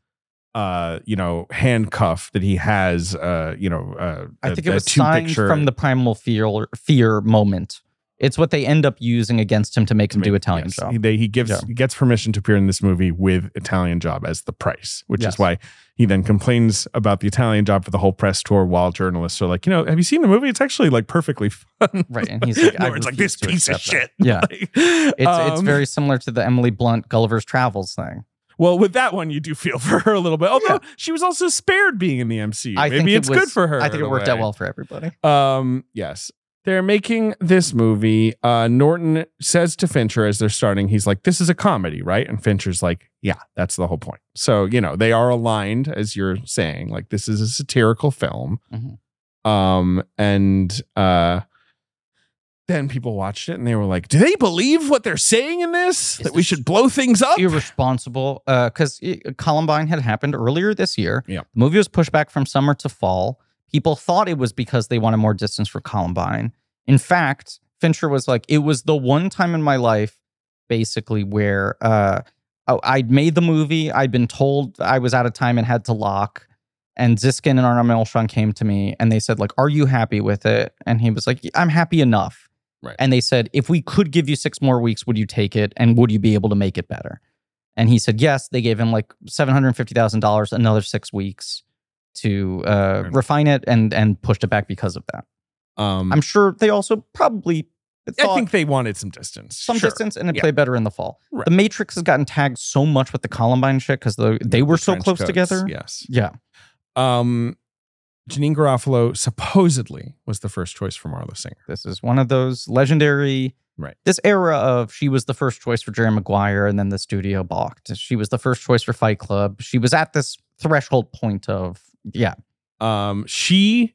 Speaker 3: uh, you know, handcuff that he has. Uh, you know, uh,
Speaker 2: I
Speaker 3: a-
Speaker 2: think
Speaker 3: a
Speaker 2: it was
Speaker 3: two
Speaker 2: signed
Speaker 3: picture- <laughs>
Speaker 2: from the primal fear fear moment. It's what they end up using against him to make him do Italian
Speaker 3: Yes.
Speaker 2: job.
Speaker 3: He, they- he gives
Speaker 2: Yeah.
Speaker 3: he gets permission to appear in this movie with Italian Job as the price, which
Speaker 2: Yes.
Speaker 3: is why he then complains about the Italian Job for the whole press tour while journalists are like, you know, have you seen the movie? It's actually like perfectly <laughs> fun.
Speaker 2: <laughs> Right, and he's like, I
Speaker 3: Norton's like
Speaker 2: refuse
Speaker 3: this
Speaker 2: to
Speaker 3: piece of
Speaker 2: accept
Speaker 3: shit. Um,
Speaker 2: that. Yeah,
Speaker 3: it's
Speaker 2: it's it's very similar to the Emily Blunt Gulliver's Travels thing.
Speaker 3: well with that one you do feel <laughs> for her a little bit. Although she was also spared being in the MCU.
Speaker 2: I
Speaker 3: Maybe
Speaker 2: think it
Speaker 3: it's good
Speaker 2: was-
Speaker 3: for her.
Speaker 2: I think
Speaker 3: in
Speaker 2: it
Speaker 3: a
Speaker 2: worked out
Speaker 3: way.
Speaker 2: well for everybody.
Speaker 3: Um, yes. They're making this movie. Uh, Norton says to Fincher as they're starting, he's like, This is a comedy, right? And Fincher's like, Yeah, that's the whole point. So, you know, they are aligned, as you're saying, like, this is a satirical film.
Speaker 2: Mhm.
Speaker 3: Um, and uh, then people watched it and they were like, "Do they believe what they're saying in this?
Speaker 2: Is
Speaker 3: that we
Speaker 2: this
Speaker 3: should blow things up?"
Speaker 2: irresponsible because Columbine had happened earlier this year.
Speaker 3: Yeah.
Speaker 2: The movie was pushed back from summer to fall. People thought it was because they wanted more distance for Columbine. In fact, Fincher was like, it was the one time in my life, basically, where uh, I- I'd made the movie. I'd been told I was out of time and had to lock. And Ziskin and Arna Melshon came to me and they said, like, are you happy with it? And he was like, I'm happy enough.
Speaker 3: Right.
Speaker 2: And they said, if we could give you six more weeks, would you take it? And would you be able to make it better? And he said yes. They gave him like seven hundred fifty thousand dollars, another six weeks to uh,
Speaker 3: Right.
Speaker 2: refine it, and and pushed it back because of that.
Speaker 3: Um,
Speaker 2: I'm sure they also probably thought
Speaker 3: I think they wanted some distance.
Speaker 2: some
Speaker 3: Sure.
Speaker 2: distance, and it
Speaker 3: Yeah.
Speaker 2: played better in the fall.
Speaker 3: Right.
Speaker 2: The Matrix has gotten tagged so much with the Columbine shit because the, they were
Speaker 3: The
Speaker 2: so
Speaker 3: trench
Speaker 2: close
Speaker 3: coats,
Speaker 2: together.
Speaker 3: Yes.
Speaker 2: Yeah.
Speaker 3: Um, Janine Garofalo supposedly was the first choice for Marlo Singer.
Speaker 2: This is one of those legendary.
Speaker 3: Right.
Speaker 2: This era of she was the first choice for Jerry Maguire, and then the studio balked. She was the first choice for Fight Club. She was at this threshold point of yeah.
Speaker 3: Um, she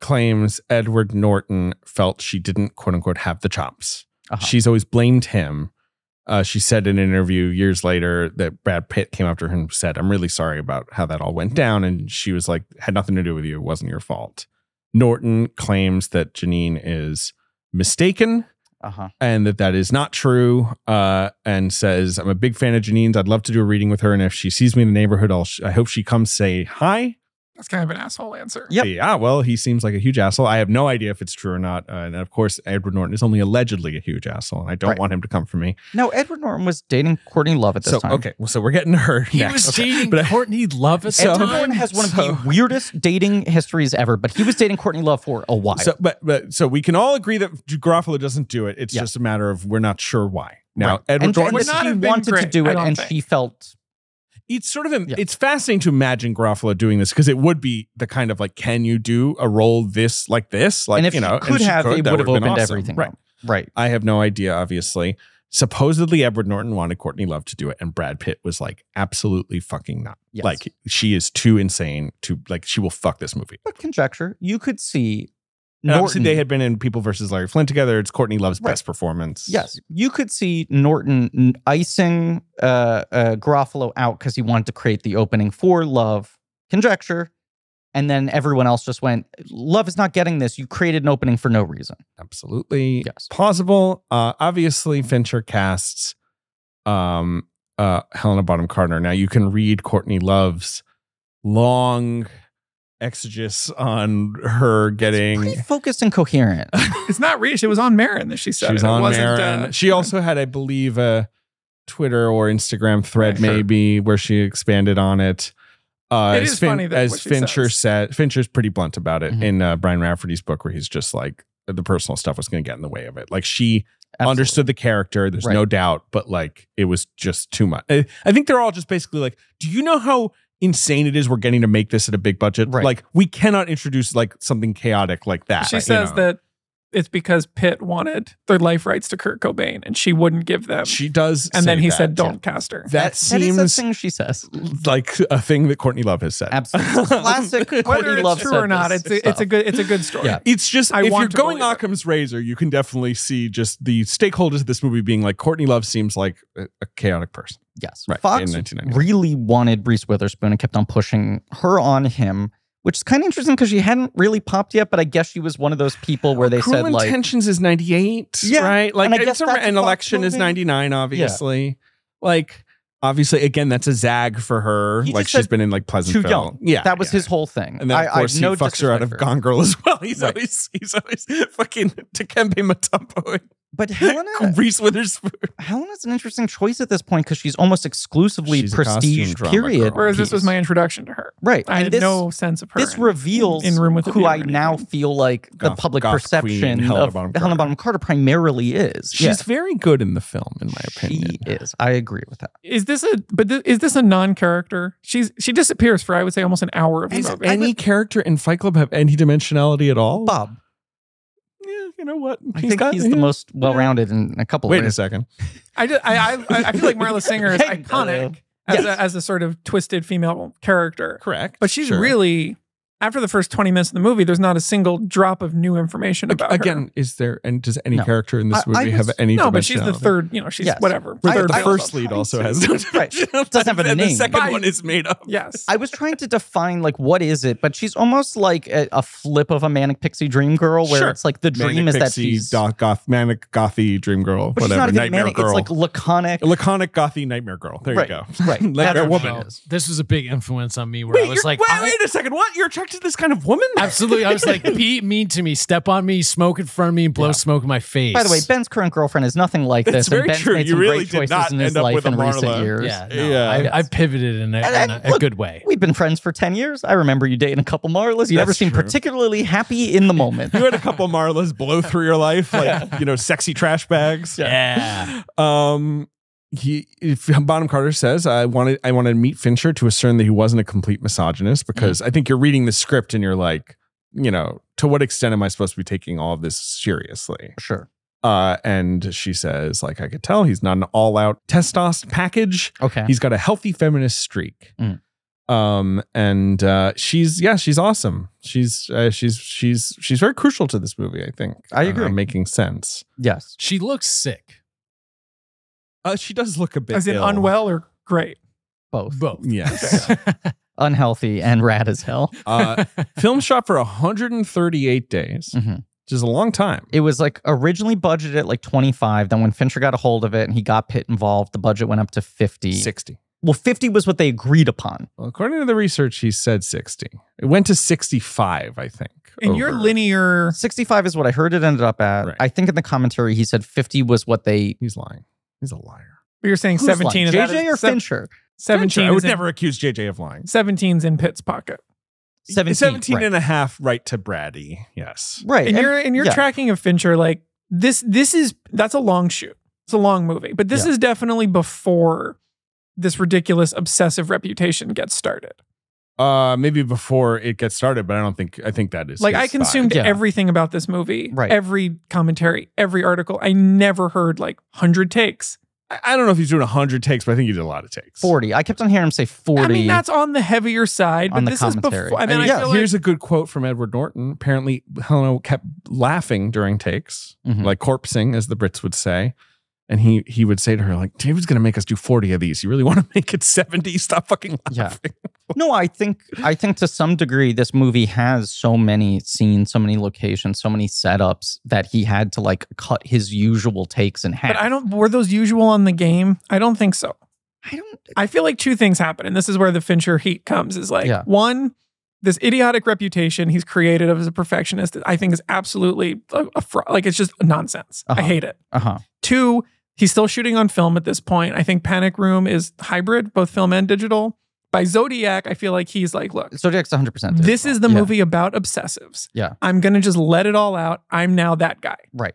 Speaker 3: claims Edward Norton felt she didn't quote unquote have the chops.
Speaker 2: Uh-huh.
Speaker 3: She's always blamed him. Uh, she said in an interview years later that Brad Pitt came up to her and said, I'm really sorry about how that all went down. And she was like, had nothing to do with you. It wasn't your fault. Norton claims that Janine is mistaken
Speaker 2: Uh huh.
Speaker 3: and that that is not true uh, and says i'm a big fan of janine's i'd love to do a reading with her and if she sees me in the neighborhood i'll sh- i hope she comes say hi
Speaker 4: That's kind of an asshole answer.
Speaker 2: Yep.
Speaker 3: yeah well he seems like a huge asshole i have no idea if it's true or not uh, and of course edward norton is only allegedly a huge asshole and i don't
Speaker 2: Right.
Speaker 3: want him to come for me
Speaker 2: No, Edward Norton was dating Courtney Love at this
Speaker 3: so
Speaker 2: time.
Speaker 3: okay well, so we're getting to her
Speaker 5: He
Speaker 3: next.
Speaker 5: was
Speaker 3: Okay.
Speaker 5: dating
Speaker 3: But I-
Speaker 5: Courtney Love at
Speaker 3: So-
Speaker 5: the
Speaker 2: Edward
Speaker 5: time.
Speaker 2: Norton has one of the
Speaker 3: So- <laughs>
Speaker 2: weirdest dating histories ever, but he was dating Courtney Love for a while.
Speaker 3: so but but so we can all agree that Garofalo doesn't do it it's
Speaker 2: Yeah.
Speaker 3: just a matter of we're not sure why now
Speaker 2: Right.
Speaker 3: edward
Speaker 2: and,
Speaker 3: norton
Speaker 2: and
Speaker 4: Would
Speaker 2: she
Speaker 4: not have been
Speaker 2: wanted to
Speaker 4: great,
Speaker 2: do
Speaker 4: I
Speaker 2: it,
Speaker 4: don't
Speaker 2: and
Speaker 4: think.
Speaker 2: she felt
Speaker 3: it's sort of
Speaker 2: Yeah.
Speaker 3: it's fascinating to imagine Garofalo doing this because it would be the kind of like, can you do a role this like this? Like
Speaker 2: and if
Speaker 3: you know,
Speaker 2: she could
Speaker 3: she
Speaker 2: have, it
Speaker 3: that
Speaker 2: would have
Speaker 3: would've
Speaker 2: opened
Speaker 3: been awesome.
Speaker 2: everything.
Speaker 3: Right.
Speaker 2: up. Right.
Speaker 3: I have no idea, obviously. Supposedly Edward Norton wanted Courtney Love to do it, and Brad Pitt was like, absolutely fucking not.
Speaker 2: Yes.
Speaker 3: Like she is too insane to like she will fuck this movie.
Speaker 2: But conjecture, you could see
Speaker 3: And
Speaker 2: Norton.
Speaker 3: obviously they had been in People versus Larry Flint together. It's Courtney Love's
Speaker 2: Right.
Speaker 3: best performance.
Speaker 2: yes, you could see Norton n- icing uh, uh, Garofalo out because he wanted to create the opening for Love. Conjecture. And then everyone else just went, Love is not getting this. You created an opening for no reason.
Speaker 3: absolutely
Speaker 2: Yes.
Speaker 3: plausible. Uh, obviously, Fincher casts um, uh, Helena Bonham Carter. Now you can read Courtney Love's long exegesis on her getting.
Speaker 2: Pretty focused and coherent.
Speaker 4: It's not reached. It was on Marin that she said.
Speaker 3: She was
Speaker 4: it. It
Speaker 3: on
Speaker 4: wasn't,
Speaker 3: there,
Speaker 4: uh,
Speaker 3: and she also had, I believe, a Twitter or Instagram thread,
Speaker 4: Right, sure.
Speaker 3: maybe, where she expanded on it. Uh,
Speaker 4: It
Speaker 3: as
Speaker 4: is funny that
Speaker 3: as
Speaker 4: what she
Speaker 3: Fincher
Speaker 4: says. Mm-hmm.
Speaker 3: said, Fincher's pretty blunt about it
Speaker 2: Mhm.
Speaker 3: in uh, Brian Rafferty's book, where he's just like the personal stuff was going to get in the way of it. Like she <laughs> understood the character. There's
Speaker 2: Right.
Speaker 3: no doubt, but like it was just too much. I, I think they're all just basically like, do you know how insane it is we're getting to make this at a big budget?
Speaker 2: Right.
Speaker 3: Like we cannot introduce like something chaotic like that.
Speaker 4: She
Speaker 3: you
Speaker 4: says
Speaker 3: know?
Speaker 4: that it's because Pitt wanted their life rights to Kurt Cobain and she wouldn't give them.
Speaker 3: she does.
Speaker 4: and then
Speaker 3: say
Speaker 4: he
Speaker 3: that.
Speaker 4: said, don't cast her.
Speaker 2: That
Speaker 3: That,
Speaker 2: is
Speaker 3: seems
Speaker 2: a thing she
Speaker 3: <laughs>
Speaker 2: says.
Speaker 3: like a thing that Courtney Love has said.
Speaker 2: Absolutely. Classic Courtney
Speaker 4: Whether
Speaker 2: Love
Speaker 4: it's true or
Speaker 2: said
Speaker 4: not,
Speaker 2: this
Speaker 4: it's a, it's a
Speaker 2: stuff.
Speaker 4: good it's a good story.
Speaker 2: Yeah.
Speaker 3: It's just
Speaker 4: I
Speaker 3: if you're
Speaker 4: want to
Speaker 3: going
Speaker 4: believe it.
Speaker 3: Occam's razor, you can definitely see just the stakeholders of this movie being like Courtney Love seems like a, a chaotic person.
Speaker 2: Yes.
Speaker 3: Right, in
Speaker 2: Fox
Speaker 3: 1990.
Speaker 2: really wanted Reese Witherspoon and kept on pushing her on him, which is kind of interesting because she hadn't really popped yet, but I guess she was one of those people where they
Speaker 3: Cruel
Speaker 2: said, like,
Speaker 3: Intentions is 98,
Speaker 2: Yeah,
Speaker 3: right? Like
Speaker 2: and I
Speaker 3: it's
Speaker 2: guess
Speaker 3: a-
Speaker 2: that's a
Speaker 3: an
Speaker 2: Fox
Speaker 3: election is
Speaker 2: movie.
Speaker 3: 99 obviously. Like obviously again that's a zag for her.
Speaker 2: He
Speaker 3: like
Speaker 2: just
Speaker 3: she's
Speaker 2: said
Speaker 3: been in like
Speaker 2: too
Speaker 3: Pleasantville.
Speaker 2: young.
Speaker 3: Yeah.
Speaker 2: That was
Speaker 3: yeah.
Speaker 2: his whole thing.
Speaker 3: and then of
Speaker 2: I- I
Speaker 3: course
Speaker 2: have no
Speaker 3: he fucks her out of
Speaker 2: disrespect for
Speaker 3: Gone Girl as well. <laughs> He's
Speaker 2: Right.
Speaker 3: always he's always fucking Dikembe Mutombo <laughs>
Speaker 2: But
Speaker 3: and
Speaker 2: Helena,
Speaker 3: Reese Witherspoon.
Speaker 2: Helena's an interesting choice at this point because she's almost exclusively
Speaker 3: She's a costume
Speaker 2: prestige
Speaker 3: drama
Speaker 2: period.
Speaker 3: girl.
Speaker 4: Whereas this was
Speaker 2: piece.
Speaker 4: my introduction to her.
Speaker 2: right.
Speaker 4: I
Speaker 2: and
Speaker 4: had
Speaker 2: this,
Speaker 4: no sense of her.
Speaker 2: this
Speaker 4: in-
Speaker 2: reveals
Speaker 4: in room with the
Speaker 2: who
Speaker 4: View or
Speaker 2: I now
Speaker 4: anything.
Speaker 2: feel like the
Speaker 3: Goth-
Speaker 2: public
Speaker 3: goth
Speaker 2: perception
Speaker 3: queen, Helena
Speaker 2: of
Speaker 3: Bonham
Speaker 2: Helena
Speaker 3: Carter.
Speaker 2: Bonham Carter primarily is.
Speaker 3: She's very good in the film in my opinion.
Speaker 2: She is. I agree with that.
Speaker 4: is this a but thi- is this a non-character? She's she disappears for I would say almost an hour of the
Speaker 3: Does
Speaker 4: movie.
Speaker 3: any character in Fight Club have any dimensionality at all?
Speaker 2: Bob,
Speaker 3: Yeah, you know what?
Speaker 2: I think he's the most well-rounded in a couple
Speaker 3: Wait
Speaker 2: of
Speaker 3: a
Speaker 2: ways.
Speaker 3: second.
Speaker 4: I, just, I, I I feel like
Speaker 3: <laughs>
Speaker 4: Marla Singer is
Speaker 2: Hey,
Speaker 4: iconic
Speaker 2: Yes.
Speaker 4: as, a, as a sort of twisted female character,
Speaker 3: Correct.
Speaker 4: but she's
Speaker 3: Sure.
Speaker 4: really after the first 20 minutes of the movie, there's not a single drop of new information
Speaker 3: Ag-
Speaker 4: about her.
Speaker 3: Again, is there and does any
Speaker 2: No.
Speaker 3: character in this
Speaker 2: I- I
Speaker 3: movie have
Speaker 2: just-
Speaker 3: any?
Speaker 4: No, but she's the
Speaker 3: dimensionality?
Speaker 4: third, you know, she's
Speaker 2: Yes.
Speaker 4: whatever.
Speaker 3: Right,
Speaker 4: third
Speaker 3: the
Speaker 4: wheel.
Speaker 3: first lead also has no dimensionality.
Speaker 2: Doesn't have a
Speaker 3: <laughs> And
Speaker 2: name.
Speaker 3: The second
Speaker 4: Bye.
Speaker 3: one is made up.
Speaker 4: Yes.
Speaker 2: I was trying to define like what is it, but she's almost like a, a flip of a manic pixie dream girl, where
Speaker 4: Sure.
Speaker 2: it's like the dream is that she's
Speaker 3: doc, goth, manic gothy dream girl,
Speaker 2: but she's
Speaker 3: whatever.
Speaker 2: not even
Speaker 3: nightmare
Speaker 2: manic.
Speaker 3: girl.
Speaker 2: It's like laconic.
Speaker 3: laconic gothy nightmare girl. There
Speaker 2: right,
Speaker 3: you go.
Speaker 2: Right.
Speaker 3: <laughs> Nightmare
Speaker 2: That's what
Speaker 3: woman.
Speaker 2: it
Speaker 5: Well,
Speaker 2: is.
Speaker 5: this was a big influence on me where I was
Speaker 3: you're-
Speaker 5: like,
Speaker 3: wait,
Speaker 5: I-
Speaker 3: wait a second. What? You're attracted to this kind of woman?
Speaker 5: absolutely. I
Speaker 2: <laughs>
Speaker 5: was like, be mean to me, step on me, smoke in front of me, blow smoke in my face.
Speaker 2: By the way, Ben's current girlfriend is nothing like
Speaker 3: That's
Speaker 2: this.
Speaker 3: very
Speaker 2: and Ben's
Speaker 3: true.
Speaker 2: made
Speaker 3: You
Speaker 2: some
Speaker 3: really
Speaker 2: great
Speaker 3: did
Speaker 2: choices
Speaker 3: not
Speaker 2: in his
Speaker 3: end up
Speaker 2: life
Speaker 3: with a
Speaker 2: in recent
Speaker 3: Marla.
Speaker 2: years.
Speaker 5: yeah, no,
Speaker 3: Yeah.
Speaker 5: I,
Speaker 2: Yes.
Speaker 5: I pivoted in a, in
Speaker 2: And
Speaker 5: a,
Speaker 2: I-
Speaker 5: a
Speaker 2: look,
Speaker 5: good way.
Speaker 2: We've been friends for 10 years. I remember you dating a couple Marlas. You never
Speaker 3: That's
Speaker 2: seem
Speaker 3: true.
Speaker 2: particularly happy in the moment.
Speaker 3: you had a couple Marlas blow through your life, like you know, sexy trash bags.
Speaker 5: Yeah.
Speaker 3: Um, he if Bonham Carter says I wanted I wanted to meet Fincher to ascertain that he wasn't a complete misogynist because I think you're reading the script and you're like, you know, to what extent am I supposed to be taking all of this seriously?
Speaker 2: sure.
Speaker 3: Uh, and she says, like, I could tell he's not an all out testosterone package.
Speaker 2: Okay.
Speaker 3: He's got a healthy feminist streak.
Speaker 2: Mm.
Speaker 3: Um, and uh, she's yeah, she's awesome. She's uh, she's she's she's very crucial to this movie. I think
Speaker 2: I
Speaker 3: uh,
Speaker 2: agree.
Speaker 3: making sense.
Speaker 2: yes.
Speaker 5: She looks sick.
Speaker 3: Uh, she does look a bit
Speaker 4: As in
Speaker 3: ill.
Speaker 4: unwell or great.
Speaker 2: Both. <laughs>
Speaker 5: Both.
Speaker 3: <laughs> Yes.
Speaker 2: Unhealthy and rad as hell.
Speaker 3: uh, film shot for 138 days,
Speaker 2: Mhm.
Speaker 3: which is a long time.
Speaker 2: It was like originally budgeted at like 25. Then when Fincher got a hold of it and he got Pitt involved, the budget went up to 50.
Speaker 3: 60.
Speaker 2: Well, 50 was what they agreed upon.
Speaker 3: Well, according to the research, he said 60. It went to 65, I think.
Speaker 4: And your
Speaker 3: over-
Speaker 4: linear
Speaker 2: 65 is what I heard it ended up at.
Speaker 3: Right.
Speaker 2: I think in the commentary he said 50 was what they.
Speaker 3: He's lying. He's a liar.
Speaker 4: you're saying
Speaker 2: Who's
Speaker 4: 17 is
Speaker 2: lying? JJ
Speaker 4: out of-
Speaker 2: or
Speaker 4: se-
Speaker 2: Fincher?
Speaker 4: 17
Speaker 3: I
Speaker 4: is
Speaker 3: would
Speaker 4: in-
Speaker 3: never accuse JJ of lying.
Speaker 4: 17's in Pitt's pocket.
Speaker 2: 17.
Speaker 3: 17
Speaker 2: right.
Speaker 3: and a half right to Braddy. Yes.
Speaker 2: Right.
Speaker 4: And
Speaker 2: And-
Speaker 4: you're and you're
Speaker 2: yeah.
Speaker 4: tracking of Fincher like this this is that's a long shoot. It's a long movie, but this is definitely before this ridiculous obsessive reputation gets started.
Speaker 3: Uh, maybe before it gets started, but I don't think I think that is
Speaker 4: Like
Speaker 3: his
Speaker 4: I consumed
Speaker 2: Yeah.
Speaker 4: everything about this movie,
Speaker 2: Right.
Speaker 4: every commentary, every article. I never heard like 100 takes.
Speaker 3: style. I I don't know if he's doing hundred takes, but I think he did a lot of takes.
Speaker 2: 40. I kept on hearing him say 40.
Speaker 4: I mean, that's on the heavier side,
Speaker 2: On the
Speaker 4: but this
Speaker 2: commentary. Uh,
Speaker 4: is before. I mean,
Speaker 3: And
Speaker 4: I
Speaker 3: yeah,
Speaker 4: feel like
Speaker 3: here's a good quote from Edward Norton. Apparently, Helena kept laughing during takes,
Speaker 2: Mhm.
Speaker 3: like corpsing, as the Brits would say. And he he would say to her, like, David's gonna make us do 40 of these. You really want to <laughs> make it 70? Stop fucking
Speaker 2: Yeah.
Speaker 3: laughing. <laughs>
Speaker 2: No, I think I think to some degree this movie has so many scenes, so many locations, so many setups that he had to like cut his usual takes in half.
Speaker 4: But I don't. Were those usual on the game? I don't think so.
Speaker 2: I don't.
Speaker 4: I feel like two things happen, and this is where the Fincher heat comes. Is like
Speaker 2: Yeah.
Speaker 4: one, this idiotic reputation he's created of as a perfectionist that I think is absolutely a, a fraud. Like it's just nonsense.
Speaker 2: Uh-huh.
Speaker 4: I hate it.
Speaker 2: Uh huh.
Speaker 4: Two, he's still shooting on film at this point. I think Panic Room is hybrid, both film and digital. By Zodiac, I feel like he's like, look,
Speaker 2: Zodiac's one hundred percent.
Speaker 4: this is the movie about obsessives.
Speaker 2: Yeah.
Speaker 4: I'm gonna just let it all out. I'm now that guy.
Speaker 2: Right.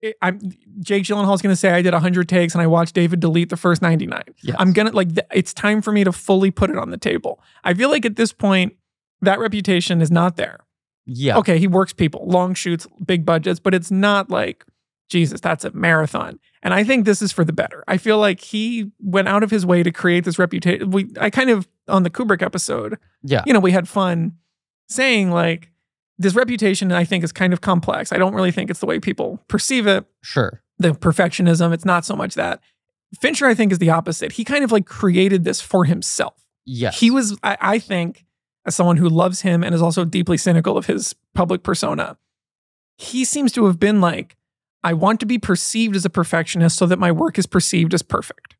Speaker 4: It- I'm Jake Gyllenhaal's gonna say I did 100 takes and I watched David delete the first 99.
Speaker 2: Yes.
Speaker 4: I'm gonna like th- it's time for me to fully put it on the table. I feel like at this point that reputation is not there.
Speaker 2: Yeah.
Speaker 4: Okay, he works people, long shoots, big budgets, but it's not like Jesus, that's a marathon. And I think this is for the better. I feel like he went out of his way to create this reputation. We I kind of on the Kubrick episode
Speaker 2: Yeah.
Speaker 4: you know, we had fun saying like this reputation I think is kind of complex. I don't really think it's the way people perceive it.
Speaker 2: Sure.
Speaker 4: The perfectionism, it's not so much that. Fincher, I think, is the opposite. He kind of like created this for himself.
Speaker 2: Yes.
Speaker 4: He was, I, I think, as someone who loves him and is also deeply cynical of his public persona, he seems to have been like, I want to be perceived as a perfectionist so that my work is perceived as perfect.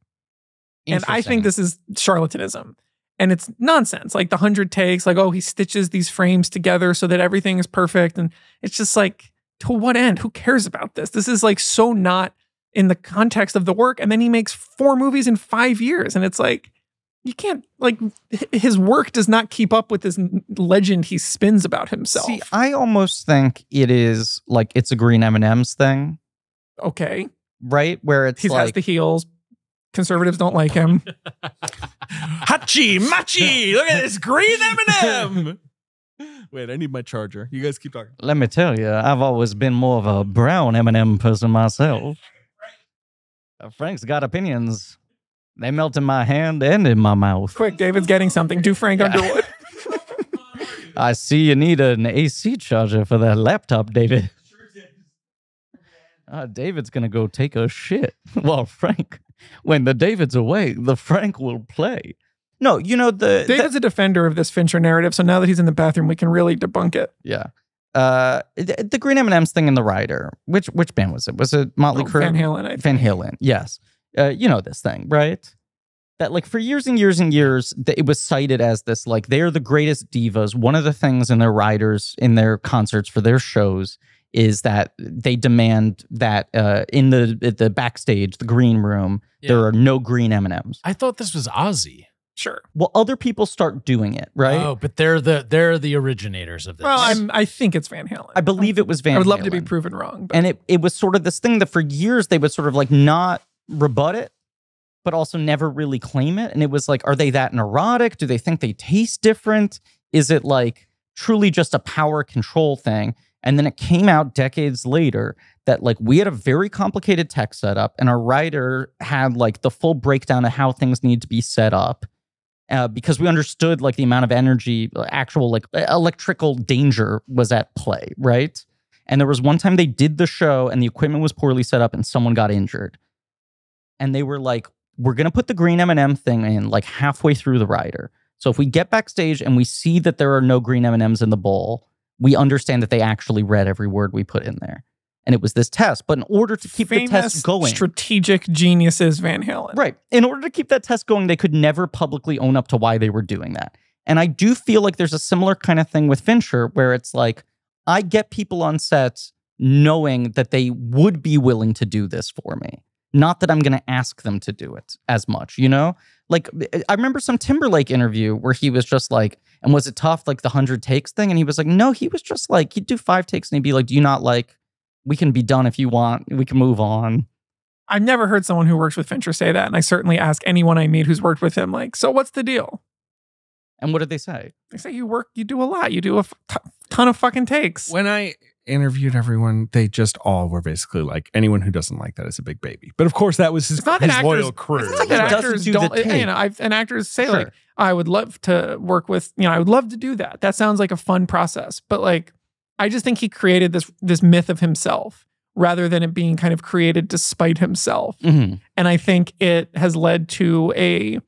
Speaker 4: And I think this is charlatanism. And it's nonsense. Like the hundred takes, like, oh, he stitches these frames together so that everything is perfect. And it's just like, to what end? Who cares about this? This is like so not in the context of the work. And then he makes four movies in five years. And it's like, you can't, like, h- his work does not keep up with this n- legend he spins about himself.
Speaker 2: See, I almost think it is like it's a green M and M's thing,
Speaker 4: okay.
Speaker 2: right? Where it's
Speaker 4: He
Speaker 2: like
Speaker 4: has the heels. Conservatives don't
Speaker 2: <laughs>
Speaker 4: like him.
Speaker 3: Hachi Machi! Look at this green M&M! <laughs> Wait, I need my charger. You guys keep talking.
Speaker 2: Let me tell you, I've always been more of a brown M&M person myself. Uh, Frank's got opinions. They melt in my hand and in my mouth.
Speaker 4: Quick, David's getting something. Do Frank Underwood.
Speaker 2: I see you need an AC charger for that laptop, David. Uh, David's gonna go take a shit. <laughs> Well, Frank, when the David's away, the Frank will play. No, you know the
Speaker 4: David's a defender of this Fincher narrative, so now that he's in the bathroom, we can really debunk it.
Speaker 2: yeah. Uh, the, the Green M and M's thing in the Rider. Which which band was it? Was it Motley
Speaker 4: Oh,
Speaker 2: Crue?
Speaker 4: Van Halen, I
Speaker 2: Van Halen. Yes. Uh, you know this thing, right? That like for years and years and years, th- it was cited as this like they are the greatest divas. One of the things in their riders in their concerts for their shows is that they demand that uh, in the at the backstage, the green room, there are no green M and M's.
Speaker 5: I thought this was Ozzy.
Speaker 4: Sure.
Speaker 2: Well, other people start doing it, right?
Speaker 5: Oh, but they're the they're the originators of this.
Speaker 4: Well, I'm, I think it's Van Halen.
Speaker 2: I believe it was Van.
Speaker 4: I would love to be
Speaker 2: Halen.
Speaker 4: proven wrong, but
Speaker 2: and it it was sort of this thing that for years they would sort of like not rebut it but also never really claim it and it was like are they that neurotic do they think they taste different is it like truly just a power control thing and then it came out decades later that like we had a very complicated tech setup and our writer had like the full breakdown of how things need to be set up uh, because we understood like the amount of energy uh, actual like e-, electrical danger was at play right and there was one time they did the show and the equipment was poorly set up and someone got injured. And they were like, we're going to put the green M&M thing in like halfway through the rider. So if we get backstage and we see that there are no green M&Ms in the bowl, we understand that they actually read every word we put in there. And it was this test, but in order to keep the
Speaker 4: famous
Speaker 2: test going,
Speaker 4: strategic geniuses Van Halen.
Speaker 2: Right. In order to keep that test going, they could never publicly own up to why they were doing that. And I do feel like there's a similar kind of thing with Fincher where it's like, I get people on set knowing that they would be willing to do this for me, not that I'm going to ask them to do it as much, you know? Like, eh, I remember some Timberlake interview where he was just like, and was it tough, like the 100 takes thing? And he was like, no, he was just like, he'd do five takes and he'd be like, do you not like, we can be done if you want, we can move on.
Speaker 4: I've never heard someone who works with Fincher say that, and I certainly ask anyone I meet who's worked with him, like, so what's the deal?
Speaker 2: And what did they say?
Speaker 4: They say you work, you do a lot, you do a f- t- ton of fucking takes.
Speaker 3: When I interviewed everyone, they just all were basically like, anyone who doesn't like that is a big baby. But of course, that was his,
Speaker 4: It's not
Speaker 3: his
Speaker 4: an actor's-
Speaker 3: loyal crew.
Speaker 4: It's not like
Speaker 2: He
Speaker 4: that
Speaker 2: doesn't
Speaker 4: actors
Speaker 2: do
Speaker 4: do
Speaker 2: the
Speaker 4: not you
Speaker 2: take.
Speaker 4: know, I've, and actors say
Speaker 2: Sure.
Speaker 4: like, I would love to work with, you know, I would love to do that. That sounds like a fun process. But like, I just think he created this this myth of himself rather than it being kind of created despite himself.
Speaker 2: Mm-hmm.
Speaker 4: And I think it has led to a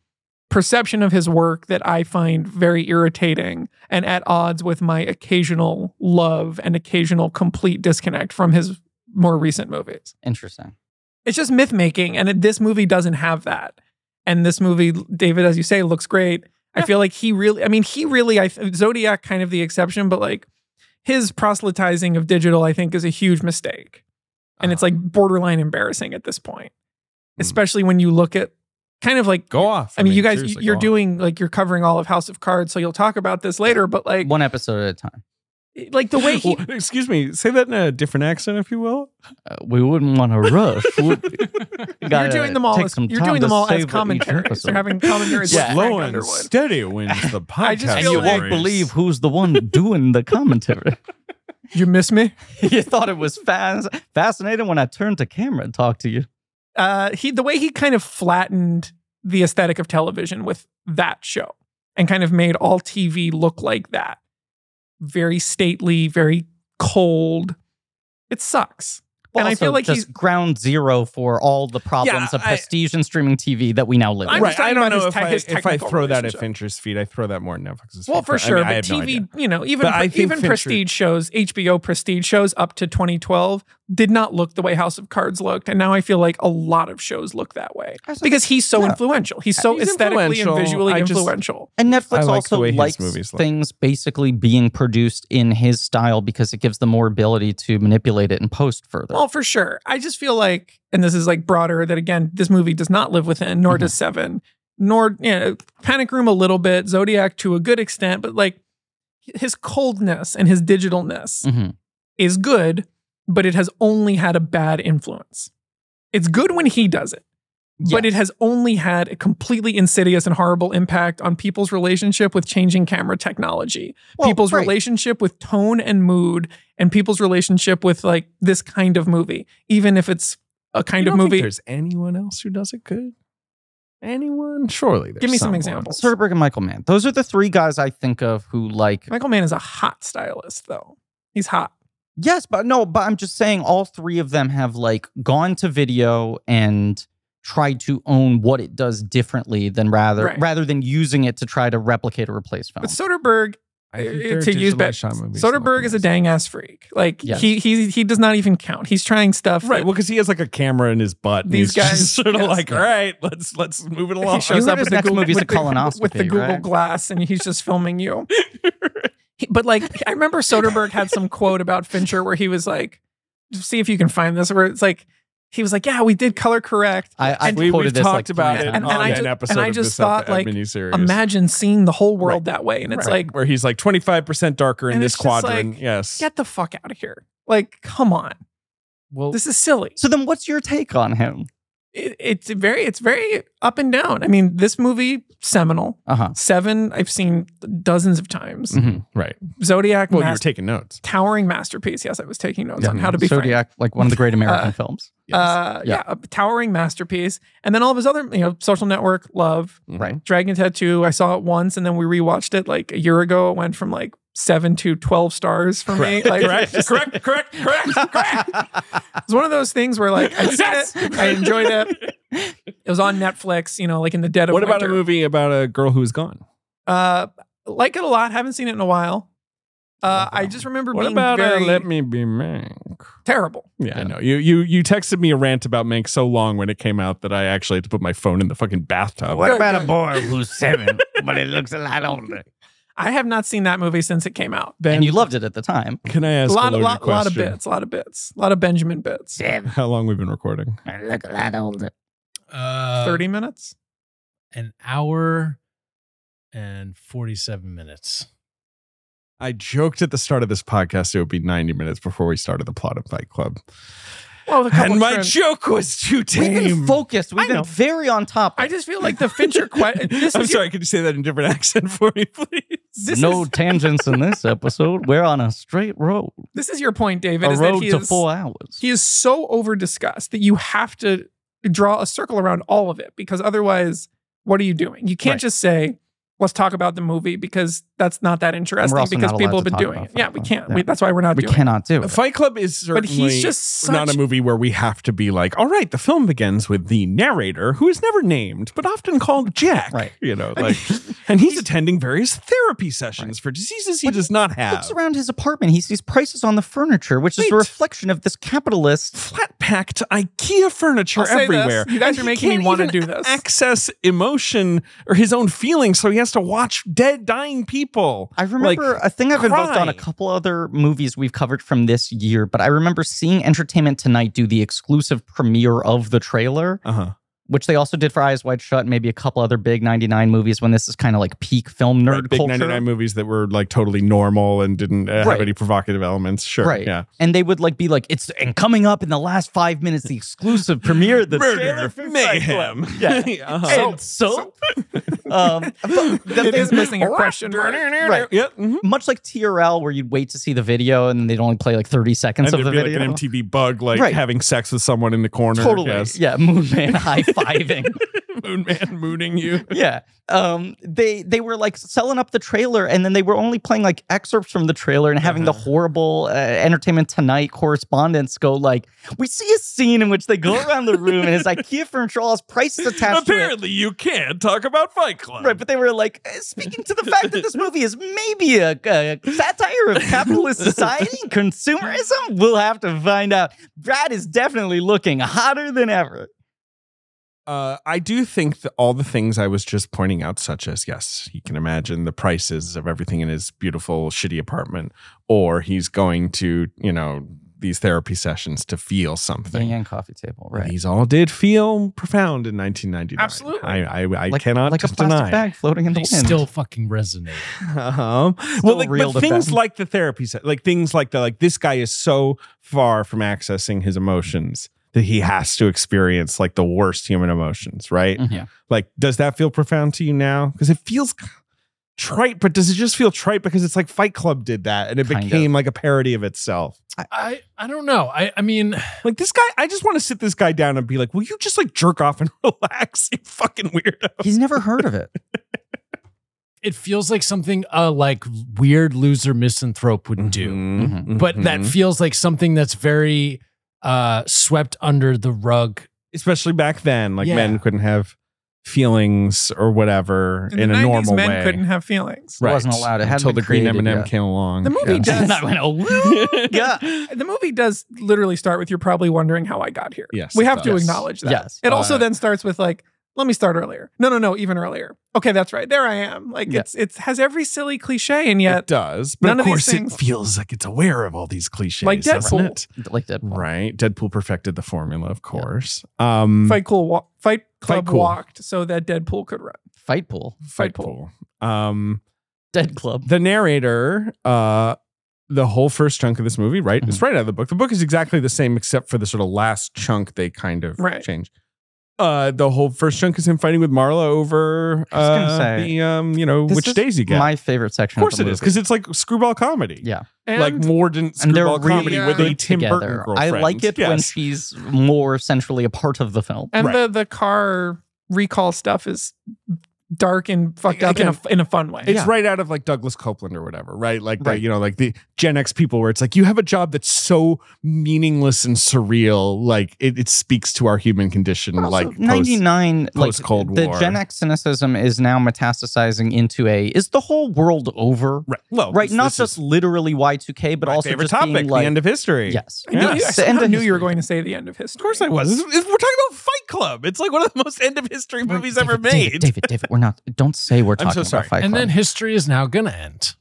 Speaker 4: perception of his work that I find very irritating and at odds with my occasional love and occasional complete disconnect from his more recent movies
Speaker 2: Interesting.
Speaker 4: it's just myth making and it- this movie doesn't have that and this movie david as you say looks great i feel like he really i mean he really i th- zodiac kind of the exception but like his proselytizing of digital i think is a huge mistake and it's
Speaker 2: Uh-huh.
Speaker 4: like borderline embarrassing at this point
Speaker 2: Hmm.
Speaker 4: especially when you look at kind of like
Speaker 3: Go off.
Speaker 4: i mean you guys
Speaker 3: seriously,
Speaker 4: you're
Speaker 3: go off.
Speaker 4: doing like you're covering all of house of cards so you'll talk about this later but like
Speaker 2: one episode at a time.
Speaker 4: like <laughs> the way he
Speaker 3: Well, excuse me, say that in a different accent, if you will.
Speaker 2: Uh, we wouldn't want to rush. would <laughs> we? Gotta
Speaker 4: you're doing them all
Speaker 2: take
Speaker 4: as,
Speaker 2: some
Speaker 4: you're
Speaker 2: time
Speaker 4: doing
Speaker 2: to
Speaker 4: them all as
Speaker 2: savor each
Speaker 4: commentaries
Speaker 2: episode.
Speaker 4: they're having commentaries
Speaker 2: Yeah.
Speaker 4: with
Speaker 3: Slow
Speaker 4: Frank
Speaker 3: and
Speaker 4: Underwood.
Speaker 3: steady wins
Speaker 4: <laughs>
Speaker 3: the podcast.
Speaker 4: I just
Speaker 2: and
Speaker 4: feel
Speaker 2: you
Speaker 4: like-
Speaker 2: won't believe who's the one <laughs> doing the commentary.
Speaker 4: you miss me
Speaker 2: you thought it was fast, fascinating when I turned to camera and talked to you.
Speaker 4: uh, he the way he kind of flattened the aesthetic of television with that show and kind of made all TV look like that. Very stately, very cold. It sucks. And I
Speaker 2: also,
Speaker 4: feel like
Speaker 2: just
Speaker 4: he's-
Speaker 2: ground zero for all the problems of
Speaker 3: I-
Speaker 2: prestige and streaming TV that we now live.
Speaker 4: I'm
Speaker 2: with.
Speaker 4: just
Speaker 3: right. I
Speaker 4: talking
Speaker 3: don't
Speaker 4: about
Speaker 3: know
Speaker 4: his
Speaker 3: if
Speaker 4: tech-
Speaker 3: I,
Speaker 4: his
Speaker 3: if I
Speaker 4: technical
Speaker 3: throw that at
Speaker 4: relation's
Speaker 3: Fincher's feet, I throw that more at Netflix's
Speaker 4: Well,
Speaker 3: feet.
Speaker 4: for
Speaker 3: I mean,
Speaker 4: sure,
Speaker 3: I
Speaker 4: but
Speaker 3: have no
Speaker 4: TV,
Speaker 3: idea.
Speaker 4: you know, even
Speaker 3: But I think
Speaker 4: even
Speaker 3: Fincher-
Speaker 4: prestige shows, HBO prestige shows up to 2012 did not look the way House of Cards looked, and now I feel like a lot of shows look that way because he's so influential. He's so
Speaker 3: Uh, He's
Speaker 4: aesthetically and
Speaker 3: influential.
Speaker 4: visually
Speaker 3: I just-
Speaker 4: influential.
Speaker 2: And Netflix
Speaker 3: I like the
Speaker 2: also
Speaker 3: way his
Speaker 2: likes
Speaker 3: movies look.
Speaker 2: things basically being produced in his style because it gives them more ability to manipulate it and post further.
Speaker 4: Well, for sure. I just feel like, and this is like broader that again, this movie does not live within, nor does Seven, nor you know, Panic Room a little bit, Zodiac to a good extent, but like his coldness and his digitalness
Speaker 2: Mhm.
Speaker 4: is good, but it has only had a bad influence. It's good when he does it, but
Speaker 2: Yes.
Speaker 4: it has only had a completely insidious and horrible impact on people's relationship with changing camera technology,
Speaker 2: Well,
Speaker 4: people's
Speaker 2: right.
Speaker 4: relationship with tone and mood, and people's relationship with like this kind of movie, even if it's a kind
Speaker 3: You
Speaker 4: of
Speaker 3: don't think
Speaker 4: movie.
Speaker 3: there's anyone else who does it good.
Speaker 8: Anyone? Surely.
Speaker 4: Give me some
Speaker 8: someone.
Speaker 4: examples.
Speaker 2: Soderbergh and Michael Mann. Those are the three guys I think of who like.
Speaker 4: Michael Mann is a hot stylist, though. He's hot.
Speaker 2: Yes, but no, but I'm just saying all three of them have like gone to video and tried to own what it does differently than rather
Speaker 4: Right.
Speaker 2: rather than using it to try to replicate or replace film.
Speaker 4: But Soderbergh,
Speaker 8: I think
Speaker 4: uh,
Speaker 8: there are
Speaker 4: to use
Speaker 8: digital
Speaker 4: back,
Speaker 8: shot movies that look
Speaker 4: Soderbergh is a
Speaker 8: nice.
Speaker 4: dang ass freak. Like
Speaker 2: Yes.
Speaker 4: he he he does not even count. He's trying stuff.
Speaker 3: Right.
Speaker 4: that-
Speaker 3: Well, because he has like a camera in his butt. And
Speaker 4: These
Speaker 3: he's
Speaker 4: guys-
Speaker 3: just sort of
Speaker 4: yes.
Speaker 3: like, all right, let's let's move it along.
Speaker 4: he shows
Speaker 2: heard
Speaker 4: up
Speaker 2: his
Speaker 4: with the
Speaker 2: next
Speaker 4: Google,
Speaker 2: movie is
Speaker 3: <laughs>
Speaker 4: with
Speaker 2: a
Speaker 4: the- with the
Speaker 2: colonoscopy,
Speaker 4: Google
Speaker 2: right?
Speaker 4: Glass, and he's just filming you. He- but like, I remember Soderbergh had some quote about Fincher where he was like, "See if you can find this." Where it's like, he was like, "Yeah, we did color correct."
Speaker 2: I, I've
Speaker 4: And
Speaker 3: we,
Speaker 2: quoted
Speaker 3: we've
Speaker 2: this
Speaker 3: talked
Speaker 2: like three
Speaker 3: about it
Speaker 2: times.
Speaker 4: And-
Speaker 3: on
Speaker 4: and I
Speaker 3: an
Speaker 4: ju- and
Speaker 3: episode
Speaker 4: I
Speaker 3: of
Speaker 4: just
Speaker 3: this Alpha
Speaker 4: thought, like,
Speaker 3: Admin series.
Speaker 4: Imagine seeing the whole world that way, and it's
Speaker 3: Right.
Speaker 4: like,
Speaker 3: where he's like 25% darker in
Speaker 4: And
Speaker 3: this
Speaker 4: it's just like,
Speaker 3: quadrant. yes.
Speaker 4: get the fuck out of here! Like, come on,
Speaker 5: Well,
Speaker 4: this is silly.
Speaker 2: So then, what's your take on him?
Speaker 4: It, it's very, it's very up and down. I mean, this movie seminal.
Speaker 2: Uh huh.
Speaker 4: Seven, I've seen dozens of times.
Speaker 2: Mm-hmm.
Speaker 3: right.
Speaker 4: Zodiac,
Speaker 3: Mm. Well, you were
Speaker 4: Mas-
Speaker 3: taking notes.
Speaker 4: towering masterpiece. Yes, I was taking notes on
Speaker 3: Yeah.
Speaker 4: how to be Frank.
Speaker 2: Zodiac, like one of the great American
Speaker 4: Uh,
Speaker 2: films,
Speaker 4: Uh, yeah.
Speaker 2: Yeah.
Speaker 4: a towering masterpiece. And then all of his other, you know, Social Network, Love,
Speaker 3: Mm-hmm.
Speaker 2: right?
Speaker 4: Dragon Tattoo. I saw it once, and then we rewatched it like a year ago. It went from like seven to twelve stars for me. Like,
Speaker 3: <laughs>
Speaker 4: <laughs>
Speaker 3: Correct. correct. Correct. Correct. Correct.
Speaker 4: It's one of those things where like I, it, I enjoyed it. It was on Netflix, you know, like in the dead of
Speaker 3: What about a
Speaker 4: winter.
Speaker 3: movie about a girl who's gone?
Speaker 4: Uh, like it a lot. Haven't seen it in a while. Uh, I just remember
Speaker 3: What
Speaker 4: being
Speaker 3: about uh,
Speaker 4: very
Speaker 3: Let Me Be Mank?
Speaker 4: terrible.
Speaker 3: Yeah, I know. You you you texted me a rant about Mank so long when it came out that I actually had to put my phone in the fucking bathtub.
Speaker 4: What about a
Speaker 9: boy who's seven, but he looks a lot older?
Speaker 4: I have not seen that movie since it came out.
Speaker 3: Ben,
Speaker 2: and you loved it at the time.
Speaker 3: can I ask
Speaker 4: a
Speaker 3: a
Speaker 4: lot, a
Speaker 3: loaded
Speaker 4: lot, lot of
Speaker 3: question?
Speaker 4: bits, a lot of bits, a lot of Benjamin bits.
Speaker 9: Seven,
Speaker 3: <laughs> How long we've been recording?
Speaker 9: I look a lot older.
Speaker 5: uh,
Speaker 4: Thirty minutes.
Speaker 5: an hour and 47 minutes.
Speaker 3: I joked at the start of this podcast it would be 90 minutes before we started the plot of Fight <laughs> Club.
Speaker 4: Well, with a couple
Speaker 3: And my
Speaker 4: trim-
Speaker 3: joke was too
Speaker 2: We've been
Speaker 3: tame.
Speaker 2: focused. We've
Speaker 4: I
Speaker 2: been
Speaker 4: know.
Speaker 2: very on top.
Speaker 4: I just feel like the Fincher.
Speaker 3: <laughs>
Speaker 4: que- this
Speaker 3: I'm
Speaker 4: is your-
Speaker 3: sorry, could you say that in a different <laughs> accent for me, please?
Speaker 4: this
Speaker 2: no
Speaker 4: is <laughs>
Speaker 2: tangents in this episode. We're on a straight road,
Speaker 4: this is your point, David.
Speaker 2: a
Speaker 4: Is that
Speaker 2: road
Speaker 4: he
Speaker 2: to
Speaker 4: is
Speaker 2: four hours.
Speaker 4: he is so over discussed that you have to draw a circle around all of it because otherwise, what are you doing? You can't
Speaker 2: Right.
Speaker 4: just say. Let's talk about the movie because that's not that interesting
Speaker 2: also
Speaker 4: because
Speaker 2: not
Speaker 4: people
Speaker 2: allowed to
Speaker 4: have been
Speaker 2: talk
Speaker 4: doing
Speaker 2: about
Speaker 4: it. Yeah,
Speaker 2: that.
Speaker 4: we can't.
Speaker 2: Yeah.
Speaker 4: We, that's why we're not
Speaker 2: we
Speaker 4: doing
Speaker 2: cannot do it.
Speaker 3: Fight Club is
Speaker 4: But
Speaker 3: certainly
Speaker 4: he's just
Speaker 3: not
Speaker 4: such-
Speaker 3: a movie where we have to be like, all right, the film begins with the narrator who is never named, but often called Jack.
Speaker 2: Right.
Speaker 3: You <laughs> know, like, and he's attending various therapy sessions for diseases he
Speaker 2: But
Speaker 3: does not
Speaker 2: He
Speaker 3: have.
Speaker 2: looks around his apartment. He sees prices on the furniture, which is a
Speaker 3: Right.
Speaker 2: reflection of this capitalist.
Speaker 3: Flat packed IKEA furniture
Speaker 4: I'll say this,
Speaker 3: everywhere.
Speaker 4: you
Speaker 3: And
Speaker 4: guys are
Speaker 3: he
Speaker 4: making me
Speaker 3: can't
Speaker 4: wanna
Speaker 3: even
Speaker 4: do this.
Speaker 3: Access emotion or his own feelings, so he has to watch dead, dying people.
Speaker 2: I remember a thing I've been both on a
Speaker 3: cry.
Speaker 2: couple other movies we've covered from this year, but I remember seeing Entertainment Tonight do the exclusive premiere of the trailer,
Speaker 3: Uh huh.
Speaker 2: which they also did for Eyes Wide Shut and maybe a couple other big 99 movies when this is kind of like peak film nerd
Speaker 3: big
Speaker 2: culture.
Speaker 3: 99 movies that were like totally normal and didn't uh,
Speaker 2: Right.
Speaker 3: have any provocative elements. Sure.
Speaker 2: Right.
Speaker 3: Yeah.
Speaker 2: And they would like be like, it's and coming up in the last five minutes, the exclusive premiere of the trailer for Fight
Speaker 3: mayhem. <laughs>
Speaker 2: Club. Yeah.
Speaker 3: Uh-huh.
Speaker 2: And soap. <laughs>
Speaker 3: <laughs>
Speaker 2: um, but the
Speaker 4: it. It
Speaker 2: thing-
Speaker 4: <laughs> is missing a question. mark.
Speaker 2: Right.
Speaker 3: Yeah. mhm.
Speaker 2: much like TRL, where you'd wait to see the video and they'd only play like 30 seconds
Speaker 3: And
Speaker 2: of the
Speaker 3: there'd be
Speaker 2: video.
Speaker 3: like an MTV bug, like
Speaker 2: Right.
Speaker 3: having sex with someone in the corner.
Speaker 2: totally.
Speaker 3: <laughs> Yes.
Speaker 2: Yeah. Moon Man high fiving.
Speaker 3: Moon man mooning you.
Speaker 2: yeah. Um, they they were like selling up the trailer and then they were only playing like excerpts from the trailer and having
Speaker 3: Mm-hmm.
Speaker 2: the horrible uh, Entertainment Tonight correspondents go like, we see a scene in which they go around the room and it's IKEA furniture, all has prices attached to it.
Speaker 3: Apparently, you can't talk about Fight Club.
Speaker 2: Right, but they were like eh, speaking to the fact that this movie is maybe a, a satire of capitalist society and consumerism. We'll have to find out. Brad is definitely looking hotter than ever.
Speaker 3: Uh, I do think that all the things I was just pointing out, such as yes, you can imagine the prices of everything in his beautiful, shitty apartment, or he's going to, you know, these therapy sessions to feel something.
Speaker 2: Yang coffee table,
Speaker 3: These all did feel profound in 1999.
Speaker 4: Absolutely.
Speaker 3: I, I, I cannot
Speaker 2: like a plastic
Speaker 3: deny.
Speaker 2: bag floating in the
Speaker 5: They
Speaker 2: wind.
Speaker 5: still fucking resonate.
Speaker 3: <laughs> Uh-huh. Well, like,
Speaker 2: real
Speaker 3: but
Speaker 2: to
Speaker 3: things
Speaker 2: them.
Speaker 3: like the therapy, se- like things like the like this guy is so far from accessing his emotions that he has to experience like the worst human emotions, right?
Speaker 2: Mhm.
Speaker 3: Like, does that feel profound to you now? Because it feels trite, but does it just feel trite because it's like Fight Club did that and it
Speaker 2: Kind of.
Speaker 3: became like a parody of itself?
Speaker 5: I I don't know. I I mean,
Speaker 3: Like this guy, I just want to sit this guy down and be like, "Will you just like jerk off and <laughs> relax, you fucking weirdo?"
Speaker 2: He's never heard of it.
Speaker 5: it feels like something a like weird loser misanthrope would do.
Speaker 3: Mm-hmm.
Speaker 5: Mm-hmm.
Speaker 2: Mhm.
Speaker 5: But that feels like something that's very uh swept under the rug.
Speaker 3: especially back then, like
Speaker 5: Yeah.
Speaker 3: men couldn't have feings or whatever in,
Speaker 4: In, the
Speaker 3: a
Speaker 4: 90s,
Speaker 3: normal
Speaker 4: men
Speaker 3: way.
Speaker 4: couldn't have feelings.
Speaker 2: It wasn't allowed. It hadn't
Speaker 3: until
Speaker 2: been
Speaker 3: the green
Speaker 2: created
Speaker 3: M M
Speaker 2: yet.
Speaker 3: came along.
Speaker 4: The movie
Speaker 3: Yeah.
Speaker 4: does.
Speaker 2: Not when- <laughs> oh, yeah.
Speaker 4: The movie does literally start with you're probably wondering how I got here.
Speaker 3: Yes,
Speaker 4: We
Speaker 3: it
Speaker 4: have to
Speaker 3: does.
Speaker 4: acknowledge that.
Speaker 2: Yes.
Speaker 4: It also
Speaker 3: Uh,
Speaker 4: then starts with like, let me start earlier. No, no, no, even earlier. Okay, that's right. There I am. Like
Speaker 2: Yeah.
Speaker 4: it's it's has every silly cliche and yet
Speaker 3: It does, but
Speaker 4: None
Speaker 3: of
Speaker 4: of these
Speaker 3: course it
Speaker 4: things-
Speaker 3: feels like it's aware of all these cliches,
Speaker 4: Like
Speaker 3: doesn't
Speaker 4: Deadpool.
Speaker 2: <laughs>
Speaker 3: it?
Speaker 2: Like that.
Speaker 3: Right. Deadpool perfected the formula, of course. Um,
Speaker 4: Fight Cool wa- Fight
Speaker 3: Fight
Speaker 4: Club
Speaker 3: Cool.
Speaker 4: walked so that Deadpool could run.
Speaker 2: Fight pool.
Speaker 3: Fightful. Um,
Speaker 2: Dead club.
Speaker 3: the narrator, uh, the whole first chunk of this movie, right? It's
Speaker 2: Mm-hmm.
Speaker 3: right out of the book. The book is exactly the same, except for the sort of last chunk they kind of
Speaker 4: Right.
Speaker 3: change. Uh, the whole first chunk is him fighting with Marla over
Speaker 2: I was gonna
Speaker 3: uh,
Speaker 2: say,
Speaker 3: the um, you know,
Speaker 2: This
Speaker 3: which
Speaker 2: is
Speaker 3: days you get.
Speaker 2: My favorite
Speaker 3: of
Speaker 2: section.
Speaker 3: course
Speaker 2: of
Speaker 3: it
Speaker 2: the
Speaker 3: is
Speaker 2: movie.
Speaker 3: because it's like screwball comedy,
Speaker 2: Yeah.
Speaker 4: And
Speaker 3: like mordant
Speaker 2: And they're
Speaker 3: screwball
Speaker 2: really
Speaker 3: comedy with a
Speaker 4: good
Speaker 3: Tim Burton
Speaker 2: together. I
Speaker 3: girlfriend.
Speaker 2: like it when
Speaker 3: Yes.
Speaker 2: she's more centrally a part of the film.
Speaker 4: and
Speaker 3: right.
Speaker 4: the the car recall stuff is dark and fucked up in a in a fun way.
Speaker 3: It's right out of like Douglas Copeland or whatever, right? Like the-
Speaker 2: Right.
Speaker 3: you know, like the Gen X people, where it's like you have a job that's so meaningless and surreal, like it, it speaks to our human condition.
Speaker 2: But also,
Speaker 3: like post-
Speaker 2: 99 like
Speaker 3: post-Cold
Speaker 2: the
Speaker 3: War.
Speaker 2: gen x cynicism is now metastasizing into a is the whole world over right,
Speaker 3: right? Well, this-
Speaker 2: not
Speaker 3: this
Speaker 2: just
Speaker 3: is
Speaker 2: literally y2k but
Speaker 3: my
Speaker 2: also
Speaker 3: favorite
Speaker 2: just
Speaker 3: topic,
Speaker 2: being like
Speaker 3: the end of history.
Speaker 2: yes
Speaker 3: <laughs>
Speaker 4: I knew, you, I
Speaker 2: The
Speaker 4: somehow
Speaker 2: end of
Speaker 4: knew you were
Speaker 2: history.
Speaker 4: going to say the end of history.
Speaker 3: Of course, I was. This is- we're talking about Fight Club. It's like one of the most end of history
Speaker 2: We're-
Speaker 3: movies
Speaker 2: David,
Speaker 3: ever
Speaker 2: David,
Speaker 3: made.
Speaker 2: David, David, we're not. Don't say we're
Speaker 3: I'm
Speaker 2: talking
Speaker 3: so sorry.
Speaker 2: about Fight
Speaker 5: and
Speaker 2: Club.
Speaker 5: then history is now gonna end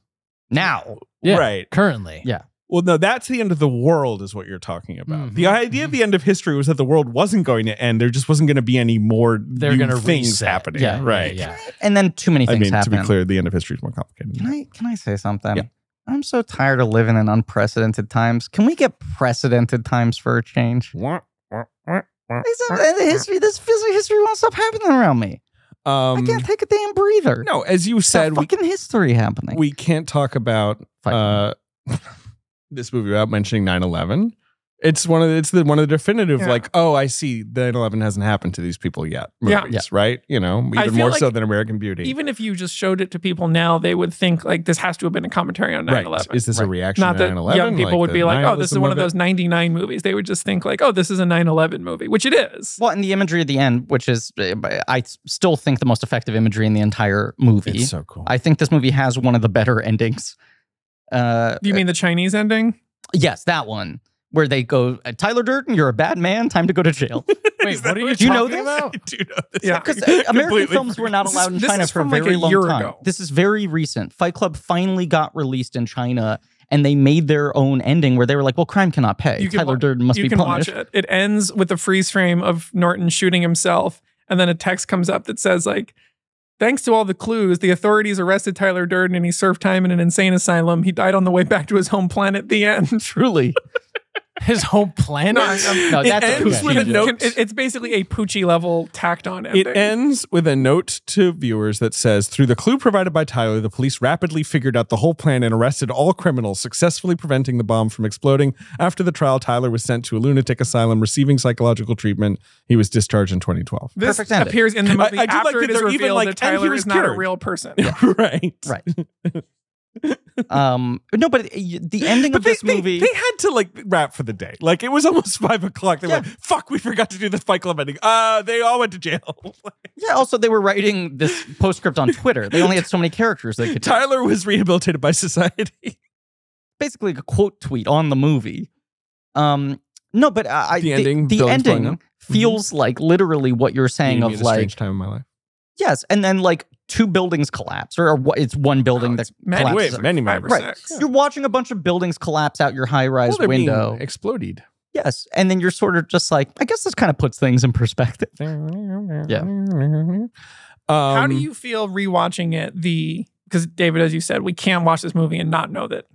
Speaker 2: now,
Speaker 5: Yeah.
Speaker 3: Right.
Speaker 5: currently.
Speaker 2: Yeah.
Speaker 3: Well, no, that's the end of the world, is what you're talking about.
Speaker 2: Mm-hmm.
Speaker 5: Mhm.
Speaker 3: The idea of the end of history was that the world wasn't going to end. There just wasn't going to be any more
Speaker 5: They're
Speaker 3: new
Speaker 5: gonna
Speaker 3: things
Speaker 5: reset.
Speaker 3: happening.
Speaker 2: Yeah,
Speaker 3: Right.
Speaker 5: Yeah.
Speaker 2: and then too many
Speaker 3: I
Speaker 2: things
Speaker 3: mean,
Speaker 2: happen.
Speaker 3: to be clear, the end of history is more complicated.
Speaker 2: can I can I say something?
Speaker 3: Yeah.
Speaker 2: I'm so tired of living in unprecedented times. Can we get precedented times for a change?
Speaker 3: uh,
Speaker 2: Except in the history, this feels like history won't stop happening around me. I
Speaker 3: Um,
Speaker 2: can't take a damn breather.
Speaker 3: no, as you
Speaker 2: It's a
Speaker 3: said, we,
Speaker 2: fucking history happening.
Speaker 3: we can't talk about
Speaker 2: Fine.
Speaker 3: uh, <laughs> this movie without mentioning 9-11. It's one of the, it's the one of the definitive
Speaker 4: Yeah.
Speaker 3: like oh I see 9-11 hasn't happened to these people yet movies
Speaker 4: Yeah.
Speaker 2: Yeah.
Speaker 3: right you know
Speaker 4: I
Speaker 3: even
Speaker 4: feel
Speaker 3: more
Speaker 4: like
Speaker 3: so than American Beauty
Speaker 4: Even if you just showed it to people now, they would think like this has to have been a commentary on 9
Speaker 3: right
Speaker 4: 11.
Speaker 3: is this a
Speaker 2: Right.
Speaker 3: reaction
Speaker 4: Not
Speaker 3: to
Speaker 4: that
Speaker 3: 9-11
Speaker 4: young people would
Speaker 3: the
Speaker 4: be like, oh, this is
Speaker 3: nihilism
Speaker 4: one of
Speaker 3: it?
Speaker 4: those 99 movies. They would just think like, oh, this is a 9 11 movie, which it is.
Speaker 2: well, and the imagery at the end, which is, uh, I s- still think the most effective imagery in the entire movie.
Speaker 3: it's so cool
Speaker 2: I think this movie has one of the better endings. Uh,
Speaker 4: Do you mean the Chinese ending?
Speaker 2: yes, that one where they go, Tyler Durden, you're a bad man. Time to go to jail.
Speaker 5: Wait, what are you
Speaker 2: Do you know
Speaker 5: talking
Speaker 2: this?
Speaker 3: <laughs>
Speaker 5: about?
Speaker 3: do know this. <laughs>
Speaker 4: Yeah. <laughs>
Speaker 2: Because American
Speaker 3: Completely.
Speaker 2: films were not
Speaker 4: This is-
Speaker 2: allowed in
Speaker 4: this
Speaker 2: China
Speaker 4: is
Speaker 2: for a
Speaker 4: from, like,
Speaker 2: very
Speaker 4: a
Speaker 2: long
Speaker 4: year
Speaker 2: time.
Speaker 4: ago.
Speaker 2: This is very recent. Fight Club finally got released in China, and they made their own ending where they were like, "Well, crime cannot pay.
Speaker 4: You can
Speaker 2: Tyler
Speaker 4: wa-
Speaker 2: Durden must
Speaker 4: you
Speaker 2: be
Speaker 4: can
Speaker 2: punished."
Speaker 4: watch it. It ends with a freeze frame of Norton shooting himself, and then a text comes up that says like, "Thanks to all the clues, the authorities arrested Tyler Durden, and he served time in an insane asylum. He died on the way <laughs> back to his home planet." The end.
Speaker 2: Truly,
Speaker 5: His whole planet.
Speaker 2: no,
Speaker 4: It
Speaker 2: Uh, that's
Speaker 4: ends
Speaker 2: okay.
Speaker 4: with a
Speaker 3: Yeah.
Speaker 4: note. It- it's basically a Poochie level tacked on ending.
Speaker 3: It ends with a note to viewers that says, through the clue provided by Tyler, the police rapidly figured out the whole plan and arrested all criminals, successfully preventing the bomb from exploding. After the trial, Tyler was sent to a lunatic asylum receiving psychological treatment. He was discharged in 2012.
Speaker 4: This
Speaker 2: Perfect ending.
Speaker 4: appears in the
Speaker 3: I-
Speaker 4: movie
Speaker 3: I do like
Speaker 4: after
Speaker 3: that
Speaker 4: it is
Speaker 3: they're even
Speaker 4: revealed
Speaker 3: like,
Speaker 4: that
Speaker 3: and he
Speaker 4: Tyler
Speaker 3: was
Speaker 4: is not a
Speaker 3: cured.
Speaker 4: real person.
Speaker 3: <laughs> right.
Speaker 2: Right.
Speaker 4: <laughs>
Speaker 2: um, no, but uh, y- the ending
Speaker 3: But
Speaker 2: of
Speaker 3: they,
Speaker 2: this
Speaker 3: they-
Speaker 2: movie.
Speaker 3: they had to like wrap for the day. Like it was almost <laughs> five o'clock. They were
Speaker 2: Yeah.
Speaker 3: like, fuck, we forgot to do the Fight Club ending. Uh, they all went to jail.
Speaker 2: yeah. Also, they were writing this postscript on Twitter. They only had so many characters
Speaker 3: <laughs>
Speaker 2: they could. do.
Speaker 3: Tyler was rehabilitated by society.
Speaker 2: basically a quote tweet on the movie. Um, no, but I I-
Speaker 3: The ending,
Speaker 2: the,
Speaker 3: buildings blowing
Speaker 2: ending
Speaker 3: up.
Speaker 4: Mm-hmm.
Speaker 2: feels like literally what you're saying of
Speaker 3: Being at a
Speaker 2: like
Speaker 3: strange time in my life.
Speaker 2: yes, and then like two buildings collapse or, what it's one building
Speaker 4: No,
Speaker 2: that
Speaker 4: it's many
Speaker 2: collapses.
Speaker 3: waves, many, many
Speaker 4: Five or
Speaker 2: Right.
Speaker 4: six.
Speaker 2: You're watching a bunch of buildings collapse out your high-rise
Speaker 3: Well, they're being
Speaker 2: window.
Speaker 3: exploded.
Speaker 2: yes, and then you're sort of just like, I guess this kind of puts things in perspective.
Speaker 3: Yeah.
Speaker 4: How
Speaker 2: Um,
Speaker 3: Um,
Speaker 4: do you feel rewatching it? The because David, as you said, we can't watch this movie and not know that.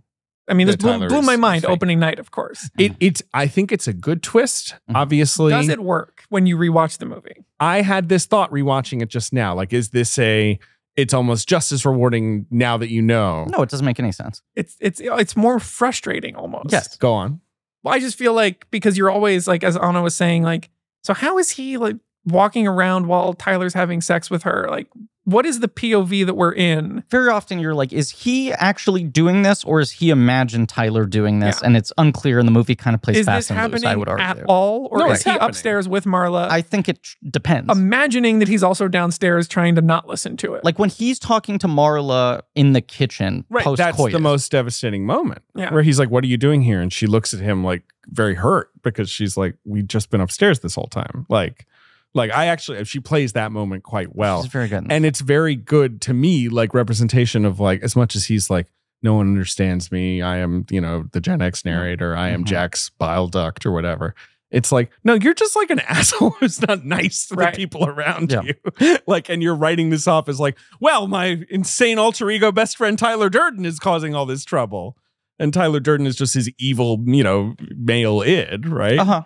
Speaker 4: I mean, this
Speaker 3: That
Speaker 4: blew,
Speaker 3: Tyler
Speaker 4: blew
Speaker 3: is
Speaker 4: my mind
Speaker 3: fake.
Speaker 4: opening night, of course.
Speaker 3: It, it's. I think it's a good twist.
Speaker 2: Mm-hmm.
Speaker 3: Obviously,
Speaker 4: Does it work when you rewatch the movie?
Speaker 3: I had this thought rewatching it just now. Like, is this a it's almost just as rewarding now that you know.
Speaker 2: No, it doesn't make any sense.
Speaker 4: It's it's it's more frustrating almost.
Speaker 2: Yes.
Speaker 3: Go on.
Speaker 4: Well, I just feel like because you're always like, as Anna was saying, like, so how is he like walking around while Tyler's having sex with her? Like, what is the POV that we're in?
Speaker 2: Very often you're like, is he actually doing this or is he imagined Tyler doing this?
Speaker 4: Yeah.
Speaker 2: And it's unclear, and the movie kind of plays
Speaker 4: Is
Speaker 2: fast
Speaker 4: this
Speaker 2: and loose,
Speaker 4: happening
Speaker 2: I would
Speaker 4: at
Speaker 2: argue.
Speaker 4: all, or
Speaker 3: No,
Speaker 4: is
Speaker 3: it's
Speaker 4: he
Speaker 3: happening.
Speaker 4: upstairs with Marla,
Speaker 2: I think it tr- depends.
Speaker 4: imagining that he's also downstairs trying to not listen to it?
Speaker 2: like when he's talking to Marla in the kitchen
Speaker 3: Right.
Speaker 2: post
Speaker 3: That's
Speaker 2: coitus.
Speaker 3: the most devastating moment
Speaker 4: Yeah.
Speaker 3: where he's like, What are you doing here? And she looks at him like very hurt because she's like, We've just been upstairs this whole time. Like, like I actually, she plays that moment quite well.
Speaker 2: She's very good.
Speaker 4: Mm-hmm.
Speaker 2: in
Speaker 3: and it's very good to me like representation of like as much as he's like no one understands me i am you know the gen x narrator i am
Speaker 4: Mm-hmm.
Speaker 2: Mhm.
Speaker 3: jack's bile duct or whatever it's like no you're just like an <laughs> asshole who's not nice to
Speaker 4: Right.
Speaker 3: the people around
Speaker 2: Yeah.
Speaker 3: you <laughs> like and you're writing this off as like well my insane alter ego best friend tyler durden is causing all this trouble and tyler durden is just his evil you know male id right
Speaker 2: Uh huh.
Speaker 3: um,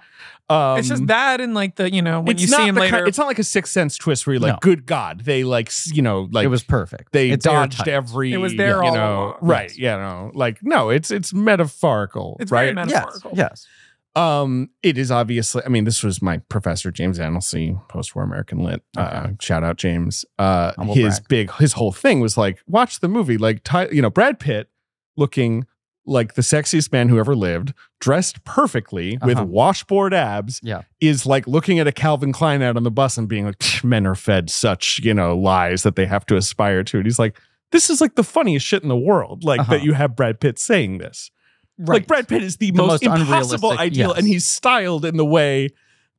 Speaker 4: Uh-huh. it's just that and like the you know when
Speaker 3: it's
Speaker 4: you
Speaker 3: not
Speaker 4: see him
Speaker 3: the
Speaker 4: later.
Speaker 3: kind- it's not like a sixth sense twist where you're like
Speaker 2: No.
Speaker 3: good god they like s- you know like
Speaker 2: it was perfect.
Speaker 3: they
Speaker 2: It's
Speaker 3: dodged
Speaker 2: airtight.
Speaker 3: every
Speaker 4: It was there
Speaker 3: you
Speaker 4: all
Speaker 3: know,
Speaker 4: along.
Speaker 3: right
Speaker 2: Yes.
Speaker 3: you know like no it's it's metaphorical
Speaker 4: It's very
Speaker 3: right
Speaker 2: Yes.
Speaker 4: metaphorical.
Speaker 2: Yes.
Speaker 3: um it is obviously i mean this was my professor james Annelsey, post-war american lit uh shout out james uh
Speaker 2: Humble
Speaker 3: his
Speaker 2: brag.
Speaker 3: big his whole thing was like watch the movie like Ty, you know brad pitt looking like the sexiest man who ever lived dressed perfectly with
Speaker 2: Uh-huh.
Speaker 3: washboard abs
Speaker 2: Yeah.
Speaker 3: is like looking at a Calvin Klein ad on the bus and being like, "Psh, men are fed such, you know, lies that they have to aspire to. And he's like, this is like the funniest shit in the world. Like
Speaker 2: Uh-huh.
Speaker 3: that you have Brad Pitt saying this. Like Brad Pitt is the, most,
Speaker 2: most
Speaker 3: impossible
Speaker 2: unrealistic-
Speaker 3: ideal.
Speaker 2: yes.
Speaker 3: And he's styled in the way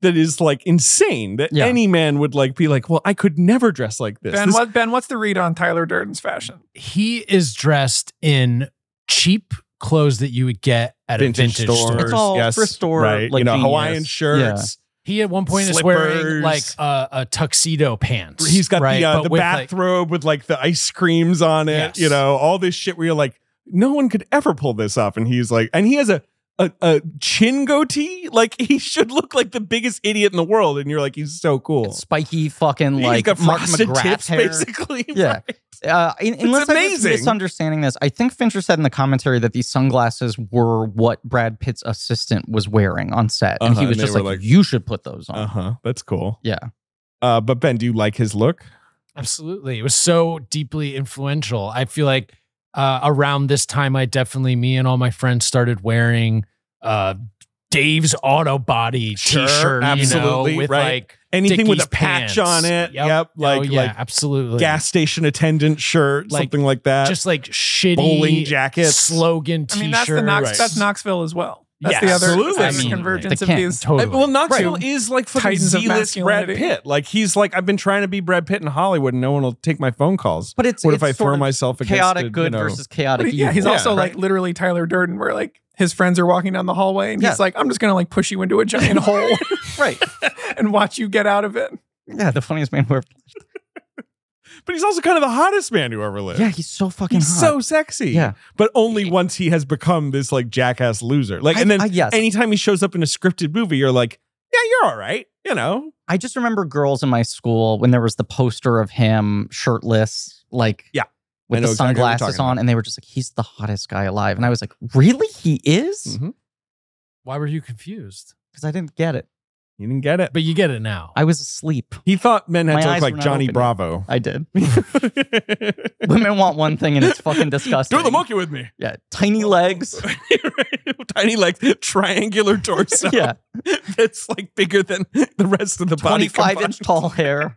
Speaker 3: that is like insane that
Speaker 2: Yeah.
Speaker 3: any man would like be like, well, I could never dress like this.
Speaker 4: Ben,
Speaker 3: This-
Speaker 4: what, ben, what's the read on Tyler Durden's fashion?
Speaker 5: He is dressed in cheap clothes that you would get at
Speaker 3: vintage,
Speaker 5: a vintage
Speaker 3: stores.
Speaker 5: store.
Speaker 2: It's all thrift store,
Speaker 3: Right.
Speaker 2: like,
Speaker 3: you know,
Speaker 2: genius.
Speaker 3: Hawaiian shirts.
Speaker 5: He at one point is
Speaker 3: Slippers.
Speaker 5: wearing like a, a tuxedo pants.
Speaker 3: He's got
Speaker 5: right?
Speaker 3: the uh,
Speaker 5: But
Speaker 3: the
Speaker 5: with, like-
Speaker 3: bathrobe with like the ice creams on it,
Speaker 5: Yes.
Speaker 3: you know, all this shit where you're like, no one could ever pull this off. And he's like, and he has a, a, a chin goatee. Like <laughs> he should look like the biggest idiot in the world. And you're like, he's so cool.
Speaker 2: Spiky fucking
Speaker 3: He's
Speaker 2: like
Speaker 3: got
Speaker 2: Mark
Speaker 3: frosted
Speaker 2: McGrath
Speaker 3: tips,
Speaker 2: hair.
Speaker 3: basically. <laughs>
Speaker 2: Yeah. Uh, in- unless
Speaker 3: amazing.
Speaker 2: I'm mis- misunderstanding this, I think Fincher said in the commentary that these sunglasses were what Brad Pitt's assistant was wearing on set, and
Speaker 3: Uh-huh,
Speaker 2: he was
Speaker 3: and
Speaker 2: just
Speaker 3: they
Speaker 2: like,
Speaker 3: were like-
Speaker 2: "You should put those on."
Speaker 3: Uh huh. That's cool.
Speaker 2: Yeah.
Speaker 3: Uh, but Ben, do you like his look?
Speaker 5: Absolutely. It was so deeply influential. I feel like uh, around this time, I definitely, me and all my friends started wearing uh, Dave's Auto Body
Speaker 3: Sure,
Speaker 5: t shirt.
Speaker 3: absolutely,
Speaker 5: You know, with
Speaker 3: right.
Speaker 5: like,
Speaker 3: Anything with
Speaker 5: Dickies
Speaker 3: a patch
Speaker 5: pants.
Speaker 3: on it. Yep.
Speaker 5: Yep.
Speaker 3: Like,
Speaker 5: oh, yeah,
Speaker 3: like
Speaker 5: absolutely.
Speaker 3: gas station attendant shirt,
Speaker 5: Like,
Speaker 3: something like that.
Speaker 5: Just like shitty
Speaker 3: bowling jackets.
Speaker 5: slogan
Speaker 4: I
Speaker 5: t
Speaker 4: mean,
Speaker 5: shirt.
Speaker 4: that's the Knox,
Speaker 3: Right.
Speaker 4: that's Knoxville as well. That's
Speaker 5: Yes.
Speaker 4: the other
Speaker 3: Absolutely.
Speaker 4: that's the
Speaker 3: I mean,
Speaker 4: convergence
Speaker 2: they
Speaker 4: of
Speaker 2: can't.
Speaker 4: these.
Speaker 5: Totally.
Speaker 3: I- well, Knoxville
Speaker 4: Right.
Speaker 3: is like fucking
Speaker 4: Titans of
Speaker 3: Z-list Brad
Speaker 4: masculinity.
Speaker 3: Pitt. Like he's like, I've been trying to be Brad Pitt in Hollywood, and no one will take my phone calls.
Speaker 2: But it's
Speaker 3: what
Speaker 2: it's
Speaker 3: if I
Speaker 2: sort
Speaker 3: throw
Speaker 2: of
Speaker 3: myself against
Speaker 2: chaotic
Speaker 3: a,
Speaker 2: good
Speaker 3: you know-
Speaker 2: versus chaotic
Speaker 4: But yeah,
Speaker 2: evil?
Speaker 4: he's
Speaker 3: Yeah,
Speaker 4: also
Speaker 3: right.
Speaker 4: like literally Tyler Durden, where like his friends are walking down the hallway and
Speaker 2: Yeah.
Speaker 4: he's like, I'm just gonna like push you into
Speaker 3: <laughs>
Speaker 4: a giant hole <laughs>
Speaker 2: right.
Speaker 4: and watch you get out of it.
Speaker 2: <laughs> Yeah, the funniest man
Speaker 3: <laughs>
Speaker 2: who ever.
Speaker 3: But he's also kind of the hottest man who ever lived.
Speaker 2: Yeah, he's so fucking
Speaker 3: he's
Speaker 2: hot.
Speaker 3: so sexy.
Speaker 2: Yeah.
Speaker 3: but only once he has become this like jackass loser. Like,
Speaker 2: I-
Speaker 3: and then
Speaker 2: I- yes.
Speaker 3: anytime he shows up in a scripted movie, you're like, yeah, you're all right. You know,
Speaker 2: I just remember girls in my school when there was the poster of him shirtless, like
Speaker 3: Yeah. I
Speaker 2: with
Speaker 3: know
Speaker 2: the
Speaker 3: exactly what you're
Speaker 2: sunglasses
Speaker 3: talking
Speaker 2: on, and they were just like, "He's the hottest guy alive," and I was like, "Really? He is?"
Speaker 5: Why were you confused?
Speaker 2: Because I didn't get it.
Speaker 3: you didn't get it.
Speaker 5: But you get it now.
Speaker 2: I was asleep.
Speaker 3: He thought men had
Speaker 2: My
Speaker 3: to
Speaker 2: eyes
Speaker 3: look
Speaker 2: were
Speaker 3: like
Speaker 2: not
Speaker 3: Johnny
Speaker 2: open.
Speaker 3: Bravo.
Speaker 2: I did. <laughs>
Speaker 3: Do
Speaker 2: Women want one thing, and it's
Speaker 3: <laughs>
Speaker 2: fucking disgusting.
Speaker 3: the monkey with me.
Speaker 2: Yeah, tiny
Speaker 3: <laughs>
Speaker 2: legs.
Speaker 3: Tiny like triangular torso.
Speaker 2: <laughs> yeah,
Speaker 3: that's like bigger than the rest of the body.
Speaker 2: twenty-five
Speaker 3: combined.
Speaker 2: inch tall hair.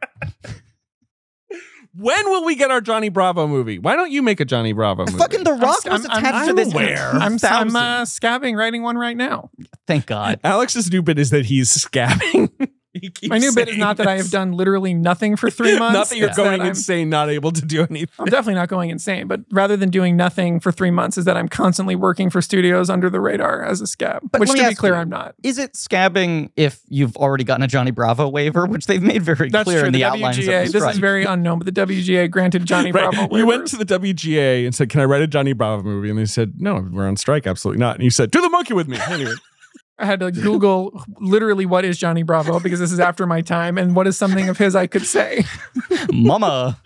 Speaker 3: When will we get our Johnny Bravo movie? Why don't you make a Johnny Bravo movie?
Speaker 2: fucking The Rock
Speaker 4: I'm-
Speaker 2: was
Speaker 4: I'm-
Speaker 2: attached to
Speaker 4: I'm
Speaker 2: this. in <laughs>
Speaker 3: aware.
Speaker 4: I'm, I'm
Speaker 2: 2000.
Speaker 4: uh, scabbing writing one right now.
Speaker 2: Thank God.
Speaker 3: Alex's new bit is that he's scabbing. <laughs> He keeps
Speaker 4: My new bit is
Speaker 3: saying
Speaker 4: not that I
Speaker 3: this.
Speaker 4: have done literally nothing for three
Speaker 3: <laughs>
Speaker 4: months.
Speaker 3: Not that you're
Speaker 4: it's
Speaker 3: going
Speaker 4: I'm-
Speaker 3: insane, not able to do anything.
Speaker 4: I'm definitely not going insane, but rather than doing nothing for three months, is that I'm constantly working for studios under the radar as a scab.
Speaker 2: But
Speaker 4: which
Speaker 2: let me
Speaker 4: to be
Speaker 2: ask
Speaker 4: clear,
Speaker 2: you-
Speaker 4: I'm not.
Speaker 2: Is it scabbing if you've already gotten a Johnny Bravo waiver, which they've made very
Speaker 4: That's
Speaker 2: clear
Speaker 4: true.
Speaker 2: in
Speaker 4: The,
Speaker 2: the, outlines of
Speaker 4: WGA.
Speaker 2: the
Speaker 4: This
Speaker 2: strike?
Speaker 4: is very unknown, but the WGA granted Johnny
Speaker 3: Right.
Speaker 4: Bravo.
Speaker 3: You went
Speaker 4: waivers.
Speaker 3: to the WGA and said, Can I write a Johnny Bravo movie? And they said, No, we're on strike. Absolutely not. And you said, Do the monkey with me.
Speaker 4: <laughs>
Speaker 3: Anyway,
Speaker 4: I had to Google literally what is Johnny Bravo because this is after my time and what is something of his I could say.
Speaker 2: Mama.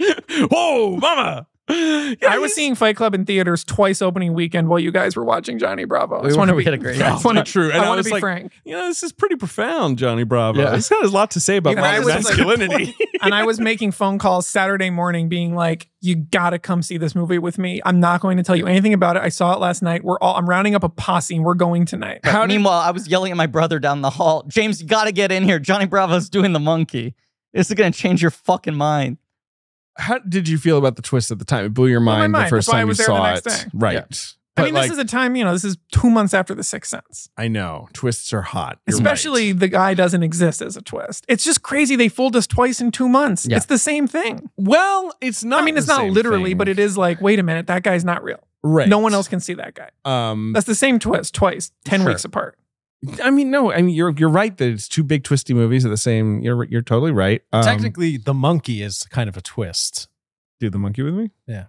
Speaker 3: Whoa, mama. Yeah,
Speaker 4: I was
Speaker 3: he's-
Speaker 4: <laughs> seeing Fight Club in theaters twice opening weekend while you guys were watching Johnny Bravo. I
Speaker 2: We
Speaker 4: just want to
Speaker 2: were- we
Speaker 4: be
Speaker 2: had a great
Speaker 3: <laughs>
Speaker 4: I
Speaker 2: time.
Speaker 4: wanna-
Speaker 3: Not true. And
Speaker 4: I
Speaker 3: I
Speaker 4: want to
Speaker 3: was
Speaker 4: be
Speaker 3: like,
Speaker 4: frank.
Speaker 3: you know, this is pretty profound, Johnny Bravo.
Speaker 10: Yeah.
Speaker 3: He's got a lot to say about
Speaker 4: And I was like-
Speaker 3: masculinity.
Speaker 4: and
Speaker 3: <laughs>
Speaker 4: I was making phone calls Saturday morning, being like, "You gotta come see this movie with me. I'm not going to tell you anything about it. I saw it last night. We're all I'm rounding up a posse. and We're going tonight."
Speaker 2: Right. Meanwhile, I was yelling at my brother down the hall, James, you gotta get in here. Johnny Bravo's doing the monkey. This is gonna change your fucking mind.
Speaker 3: How did you feel about the twist at the time? It blew your
Speaker 4: Blew my
Speaker 3: mind,
Speaker 4: mind.
Speaker 3: the first
Speaker 4: That's why I
Speaker 3: time you
Speaker 4: was there the
Speaker 3: saw it.
Speaker 4: next day.
Speaker 3: Right.
Speaker 4: Yeah.
Speaker 3: But
Speaker 4: I mean,
Speaker 3: like,
Speaker 4: this is a time. You know, this is two months after The Sixth Sense.
Speaker 3: I know twists are hot, You're right.
Speaker 4: Especially the guy doesn't exist as a twist. It's just crazy. They fooled us twice in two months.
Speaker 2: Yeah.
Speaker 4: It's the same thing.
Speaker 3: Well, it's not.
Speaker 4: I mean, it's not literally, but it is like, wait a minute, that guy's not real.
Speaker 3: Right.
Speaker 4: No one else can see that guy.
Speaker 3: Um.
Speaker 4: That's the same twist twice, ten
Speaker 3: Sure. <laughs>
Speaker 4: weeks apart.
Speaker 3: I mean, no. I mean, you're you're right that it's two big twisty movies at the same. You're you're totally right. Um,
Speaker 5: Technically, the monkey is kind of a twist.
Speaker 3: do the monkey with me.
Speaker 5: Yeah.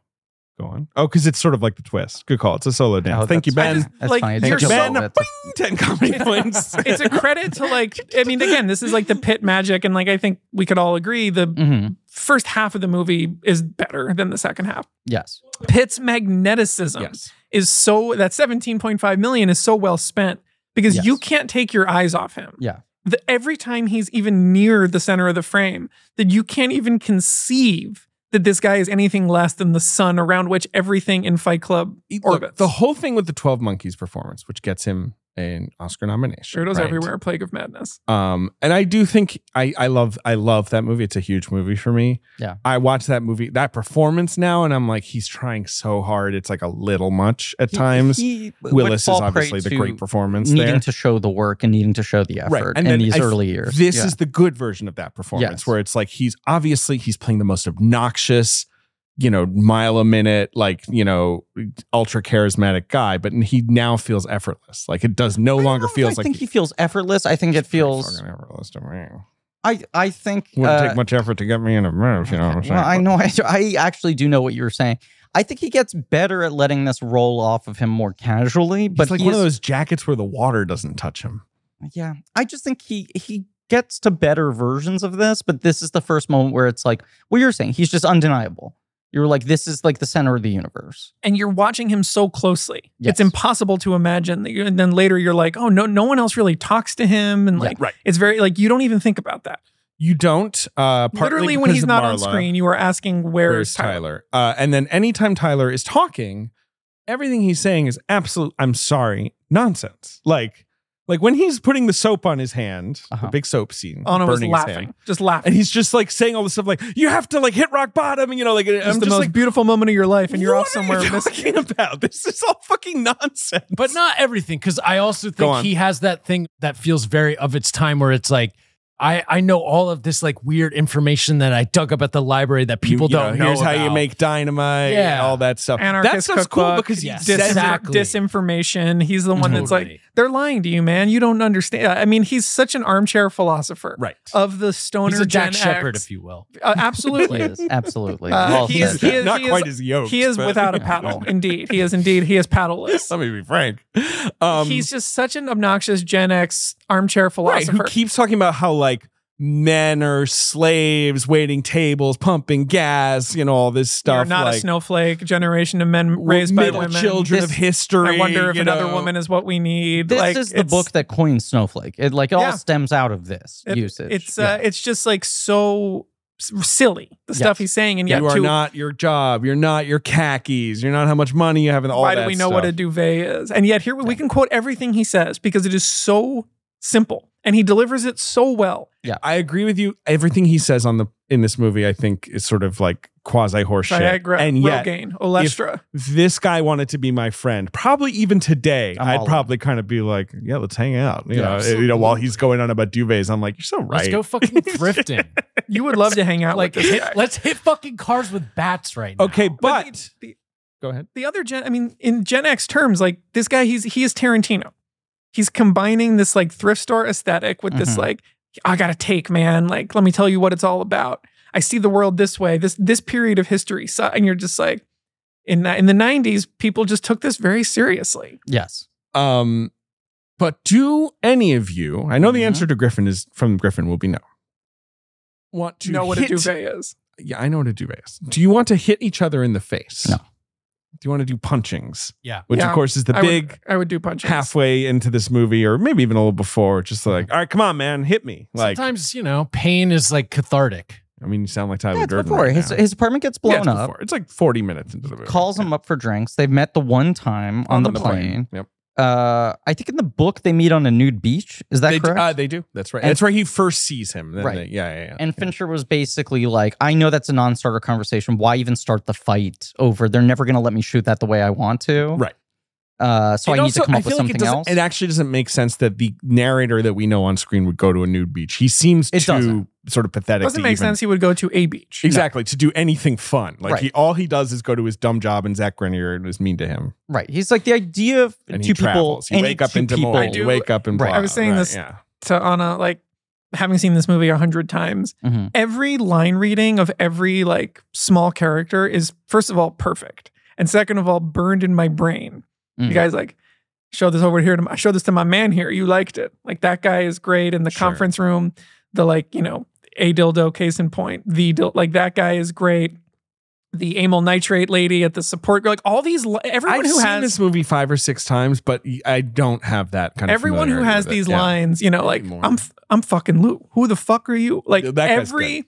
Speaker 3: Go on. Oh, because it's sort of like the twist. Good call. It's a solo dance.
Speaker 2: Oh,
Speaker 3: Thank you,
Speaker 4: I
Speaker 3: Ben.
Speaker 4: just
Speaker 2: That's
Speaker 4: like
Speaker 2: funny. I
Speaker 4: you're
Speaker 2: took
Speaker 4: so
Speaker 2: a
Speaker 3: Ben.
Speaker 2: little bit.
Speaker 3: <laughs> Ten
Speaker 2: <laughs>
Speaker 3: comedy
Speaker 4: It's a-
Speaker 3: points.
Speaker 4: it's a credit to like i mean again this is like the pit magic and like i think we could all agree the
Speaker 2: Mhm.
Speaker 4: first half of the movie is better than the second half
Speaker 2: Yes.
Speaker 4: pitt's magneticism
Speaker 3: yes.
Speaker 4: is so that 17.5 million is so well spent because
Speaker 2: Yes.
Speaker 4: you can't take your eyes off him
Speaker 2: Yeah.
Speaker 4: the, every time he's even near the center of the frame that you can't even conceive that this guy is anything less than the sun around which everything in fight club
Speaker 3: Look,
Speaker 4: orbits
Speaker 3: the whole thing with the Twelve Monkeys performance, which gets him an Oscar nomination.
Speaker 4: sure does
Speaker 3: right?
Speaker 4: everywhere plague of madness
Speaker 3: Um, and I do think I I love I love that movie. It's a huge movie for me.
Speaker 2: Yeah.
Speaker 3: I watch that movie that performance now, and I'm like, he's trying so hard. It's like a little much at times.
Speaker 2: He- he would
Speaker 3: Willis is
Speaker 2: fall prey
Speaker 3: obviously the
Speaker 2: to
Speaker 3: great performance
Speaker 2: Needing
Speaker 3: there.
Speaker 2: to show the work and needing to show the effort
Speaker 3: and
Speaker 2: in
Speaker 3: then
Speaker 2: these
Speaker 3: I-
Speaker 2: early years.
Speaker 3: This
Speaker 2: Yeah.
Speaker 3: is the good version of that performance,
Speaker 2: Yes.
Speaker 3: where it's like he's obviously he's playing the most obnoxious, you know, mile a minute, like you know, ultra charismatic guy, but he now feels effortless. Like it does no
Speaker 2: I don't
Speaker 3: longer
Speaker 2: know if I
Speaker 3: feels like
Speaker 2: think he feels effortless. I think it feels. Uh,
Speaker 3: Fucking effortless to me.
Speaker 2: I I think.
Speaker 3: Wouldn't
Speaker 2: uh,
Speaker 3: take much effort to get me in a move, you know what I'm saying?
Speaker 2: Well, I know. <laughs> I, I actually do know what you were saying. I think he gets better at letting this roll off of him more casually, but
Speaker 3: But like
Speaker 2: he
Speaker 3: one of
Speaker 2: is-
Speaker 3: those jackets where the water doesn't touch him.
Speaker 2: yeah, I just think he he gets to better versions of this, but this is the first moment where it's like what you're saying. He's just undeniable. You're like this is like the center of the
Speaker 3: <laughs>
Speaker 2: universe.
Speaker 4: and you're watching him so closely.
Speaker 2: Yes.
Speaker 4: It's impossible to imagine that. You, and then later you're like, oh no, no one else really talks to him, and
Speaker 2: Yeah.
Speaker 4: like
Speaker 3: Right.
Speaker 4: it's very like you don't even think about that.
Speaker 3: You don't. Uh, partly
Speaker 4: Literally, when
Speaker 3: because
Speaker 4: he's
Speaker 3: of
Speaker 4: not on
Speaker 3: Marla.
Speaker 4: screen, you are asking where's,
Speaker 3: Where's
Speaker 4: Tyler?
Speaker 3: Tyler? Uh, and then anytime Tyler is talking, everything he's saying is absolute. I'm sorry, nonsense. Like, like when he's putting the soap on his hand,
Speaker 2: Uh-huh.
Speaker 3: the big soap scene,
Speaker 4: Anna Oh, was
Speaker 3: burning his
Speaker 4: laughing,
Speaker 3: hand,
Speaker 4: just laughing.
Speaker 3: and he's just like saying all this stuff, like you have to like hit rock bottom, and you know, like
Speaker 4: It's
Speaker 3: I'm
Speaker 4: the
Speaker 3: just
Speaker 4: most
Speaker 3: like,
Speaker 4: beautiful moment of your life, and you're
Speaker 3: what
Speaker 4: off
Speaker 3: are you <laughs>
Speaker 4: somewhere. missing-
Speaker 3: talking about this is all fucking nonsense.
Speaker 5: but not everything because i also
Speaker 3: on.
Speaker 5: think he has that thing that feels very of its time where it's like i i know all of this like weird information that i dug up at the library that people
Speaker 3: You- you
Speaker 5: don't know,
Speaker 3: Here's how you
Speaker 5: about.
Speaker 3: make dynamite.
Speaker 5: Yeah.
Speaker 3: all that stuff. that
Speaker 4: Anarchist
Speaker 3: stuff's cool
Speaker 4: cookbook,
Speaker 3: because he
Speaker 5: yes.
Speaker 3: says it
Speaker 5: Exactly.
Speaker 4: disinformation. He's the one that's like,
Speaker 5: Totally.
Speaker 4: they're lying to you, man. You don't understand. I mean, he's such an armchair philosopher
Speaker 3: right.
Speaker 4: of the stoner
Speaker 5: he's a
Speaker 4: Gen
Speaker 5: jack shepherd
Speaker 4: X.
Speaker 5: if you will
Speaker 4: Uh,
Speaker 2: He
Speaker 5: <laughs>
Speaker 4: absolutely.
Speaker 2: is absolutely.
Speaker 4: Uh,
Speaker 2: Well
Speaker 4: he is-
Speaker 2: said.
Speaker 4: he
Speaker 3: <laughs>
Speaker 4: is-
Speaker 3: not quite
Speaker 4: is-
Speaker 3: as yoked.
Speaker 4: He is
Speaker 3: but- <laughs>
Speaker 4: without a paddle, indeed. He is indeed. He is paddleless.
Speaker 3: Let me be frank. Um,
Speaker 4: He's just such an obnoxious Gen X armchair
Speaker 3: right,
Speaker 4: philosopher.
Speaker 3: who keeps talking about how like men are slaves, waiting tables, pumping gas, you know, all this
Speaker 4: You're
Speaker 3: stuff.
Speaker 4: not
Speaker 3: like,
Speaker 4: a snowflake. Generation of men
Speaker 3: w-
Speaker 4: raised by
Speaker 3: middle
Speaker 4: women.
Speaker 3: children of
Speaker 2: This-
Speaker 3: history.
Speaker 4: I wonder if
Speaker 3: you
Speaker 4: another
Speaker 3: know.
Speaker 4: woman is what we need.
Speaker 2: This
Speaker 4: like,
Speaker 2: is the
Speaker 4: it's-
Speaker 2: book that coined snowflake. It like it all
Speaker 4: Yeah.
Speaker 2: stems out of this
Speaker 4: it-
Speaker 2: usage.
Speaker 4: It's
Speaker 2: Yeah.
Speaker 4: uh, it's just like so s- silly the stuff
Speaker 2: Yes.
Speaker 4: he's saying, and
Speaker 3: You
Speaker 4: yet
Speaker 3: are
Speaker 4: too,
Speaker 3: not your job. You're not your khakis. You're not how much money you have. And all
Speaker 4: why
Speaker 3: that
Speaker 4: do we know
Speaker 3: stuff.
Speaker 4: what a duvet is? And yet here we, we can quote everything he says because it is so simple, and he delivers it so well.
Speaker 3: I agree with you. Everything he says on the in this movie, I think, is sort of like quasi horseshit.
Speaker 4: Viagra,
Speaker 3: And yet,
Speaker 4: Rogaine, Olestra.
Speaker 3: this guy wanted to be my friend, probably even today,
Speaker 2: I'm
Speaker 3: i
Speaker 2: all
Speaker 3: would probably kind of be like, yeah, let's hang out. You
Speaker 5: Yeah,
Speaker 3: know, you know, while he's going on about duvets, I'm like, you're so right.
Speaker 5: let's go
Speaker 3: <laughs>
Speaker 5: fucking thrifting
Speaker 4: You would love to hang out
Speaker 5: like
Speaker 4: with this
Speaker 5: hit,
Speaker 4: guy.
Speaker 5: let's hit fucking cars with bats right now
Speaker 3: okay,
Speaker 4: But
Speaker 3: but,
Speaker 4: the,
Speaker 3: go ahead.
Speaker 4: the other gen, I mean, in Gen X terms, like this guy, he's he is Tarantino. He's combining this like thrift store aesthetic with this
Speaker 3: Mm-hmm.
Speaker 2: Mhm.
Speaker 4: like I gotta take man. Like let me tell you what it's all about. I see the world this way. This this period of history, so, and you're just like in the- in the '90s, people just took this very seriously.
Speaker 2: yes.
Speaker 3: Um, but do any of you? I know the
Speaker 2: Mhm.
Speaker 3: answer to Griffin is from Griffin will be no. Want to
Speaker 4: know what
Speaker 3: hit
Speaker 4: a duvet is?
Speaker 3: Yeah, I know what a duvet is. Do you want to hit each other in the face?
Speaker 2: No.
Speaker 3: Do you want to do punchings?
Speaker 5: Yeah.
Speaker 3: Which,
Speaker 4: Yeah,
Speaker 3: of course, is the
Speaker 4: I
Speaker 3: big
Speaker 4: would, I would do punches.
Speaker 3: halfway into this movie, or maybe even a little before, just like, all right, come on, man, hit me. Like,
Speaker 5: Sometimes, you know, pain is like cathartic.
Speaker 3: I mean, you sound like Tyler
Speaker 2: That's
Speaker 3: Durden.
Speaker 2: before
Speaker 3: right
Speaker 2: his,
Speaker 3: now.
Speaker 2: his apartment gets
Speaker 3: Yeah,
Speaker 2: blown
Speaker 3: it's
Speaker 2: up.
Speaker 3: before. It's like 40 minutes into the movie.
Speaker 2: Calls
Speaker 3: Yeah.
Speaker 2: them up for drinks. They've met the one time on, the, plane.
Speaker 3: Yep.
Speaker 2: Uh, I think in the book they meet on a nude beach. Is that
Speaker 3: They,
Speaker 2: correct?
Speaker 3: uh, they do. That's right.
Speaker 2: And-
Speaker 3: that's where he first sees him. Then
Speaker 2: Right.
Speaker 3: they- yeah, yeah, yeah.
Speaker 2: and Fincher was basically like, I know that's a non-starter conversation. Why even start the fight over? They're never going to let me shoot that the way I want to.
Speaker 3: Right.
Speaker 2: Uh, so
Speaker 3: It
Speaker 2: I need
Speaker 3: also-
Speaker 2: to come up with
Speaker 3: feel like it
Speaker 2: something
Speaker 3: doesn't-
Speaker 2: else.
Speaker 3: It actually doesn't make sense that the narrator that we know on screen would go to a nude beach. He seems
Speaker 2: It
Speaker 3: too
Speaker 2: doesn't.
Speaker 3: sort of pathetic.
Speaker 4: Doesn't
Speaker 3: to
Speaker 4: make
Speaker 3: even-
Speaker 4: sense. He would go to a beach.
Speaker 3: Exactly to do anything fun. Like
Speaker 2: Right.
Speaker 3: he, all he does is go to his dumb job, and Zach Grenier was mean to him.
Speaker 2: right. He's like the idea of
Speaker 3: And
Speaker 2: two
Speaker 3: he travels.
Speaker 2: people.
Speaker 3: You
Speaker 2: any
Speaker 3: wake up
Speaker 2: two
Speaker 3: in Des
Speaker 2: people.
Speaker 3: Moines. You
Speaker 4: do-
Speaker 3: wake up in.
Speaker 2: Right.
Speaker 3: Blah,
Speaker 4: I was saying
Speaker 3: right,
Speaker 4: this-
Speaker 3: Yeah.
Speaker 4: To on a like having seen this movie a hundred times,
Speaker 2: Mhm.
Speaker 3: Hmm.
Speaker 4: every line reading of every like small character is first of all perfect, and second of all burned in my brain.
Speaker 2: Mm.
Speaker 3: Hmm.
Speaker 4: You guys like show this over here to my, show this to my man here. You liked it. Like that guy is great in the
Speaker 3: Sure.
Speaker 4: conference room. The like you know a dildo case in point. The dil- like that guy is great. The amyl nitrate lady at the support like all these li- everyone
Speaker 3: I've
Speaker 4: who
Speaker 3: seen
Speaker 4: has
Speaker 3: this movie five or six times, but I don't have that kind of.
Speaker 4: everyone who
Speaker 3: familiarity
Speaker 4: has
Speaker 3: with it.
Speaker 4: these
Speaker 3: Yeah.
Speaker 4: lines, you know, like
Speaker 3: Anymore.
Speaker 4: I'm f- I'm fucking Lou. Who the fuck are you? Like
Speaker 3: Yeah, that guy's
Speaker 4: every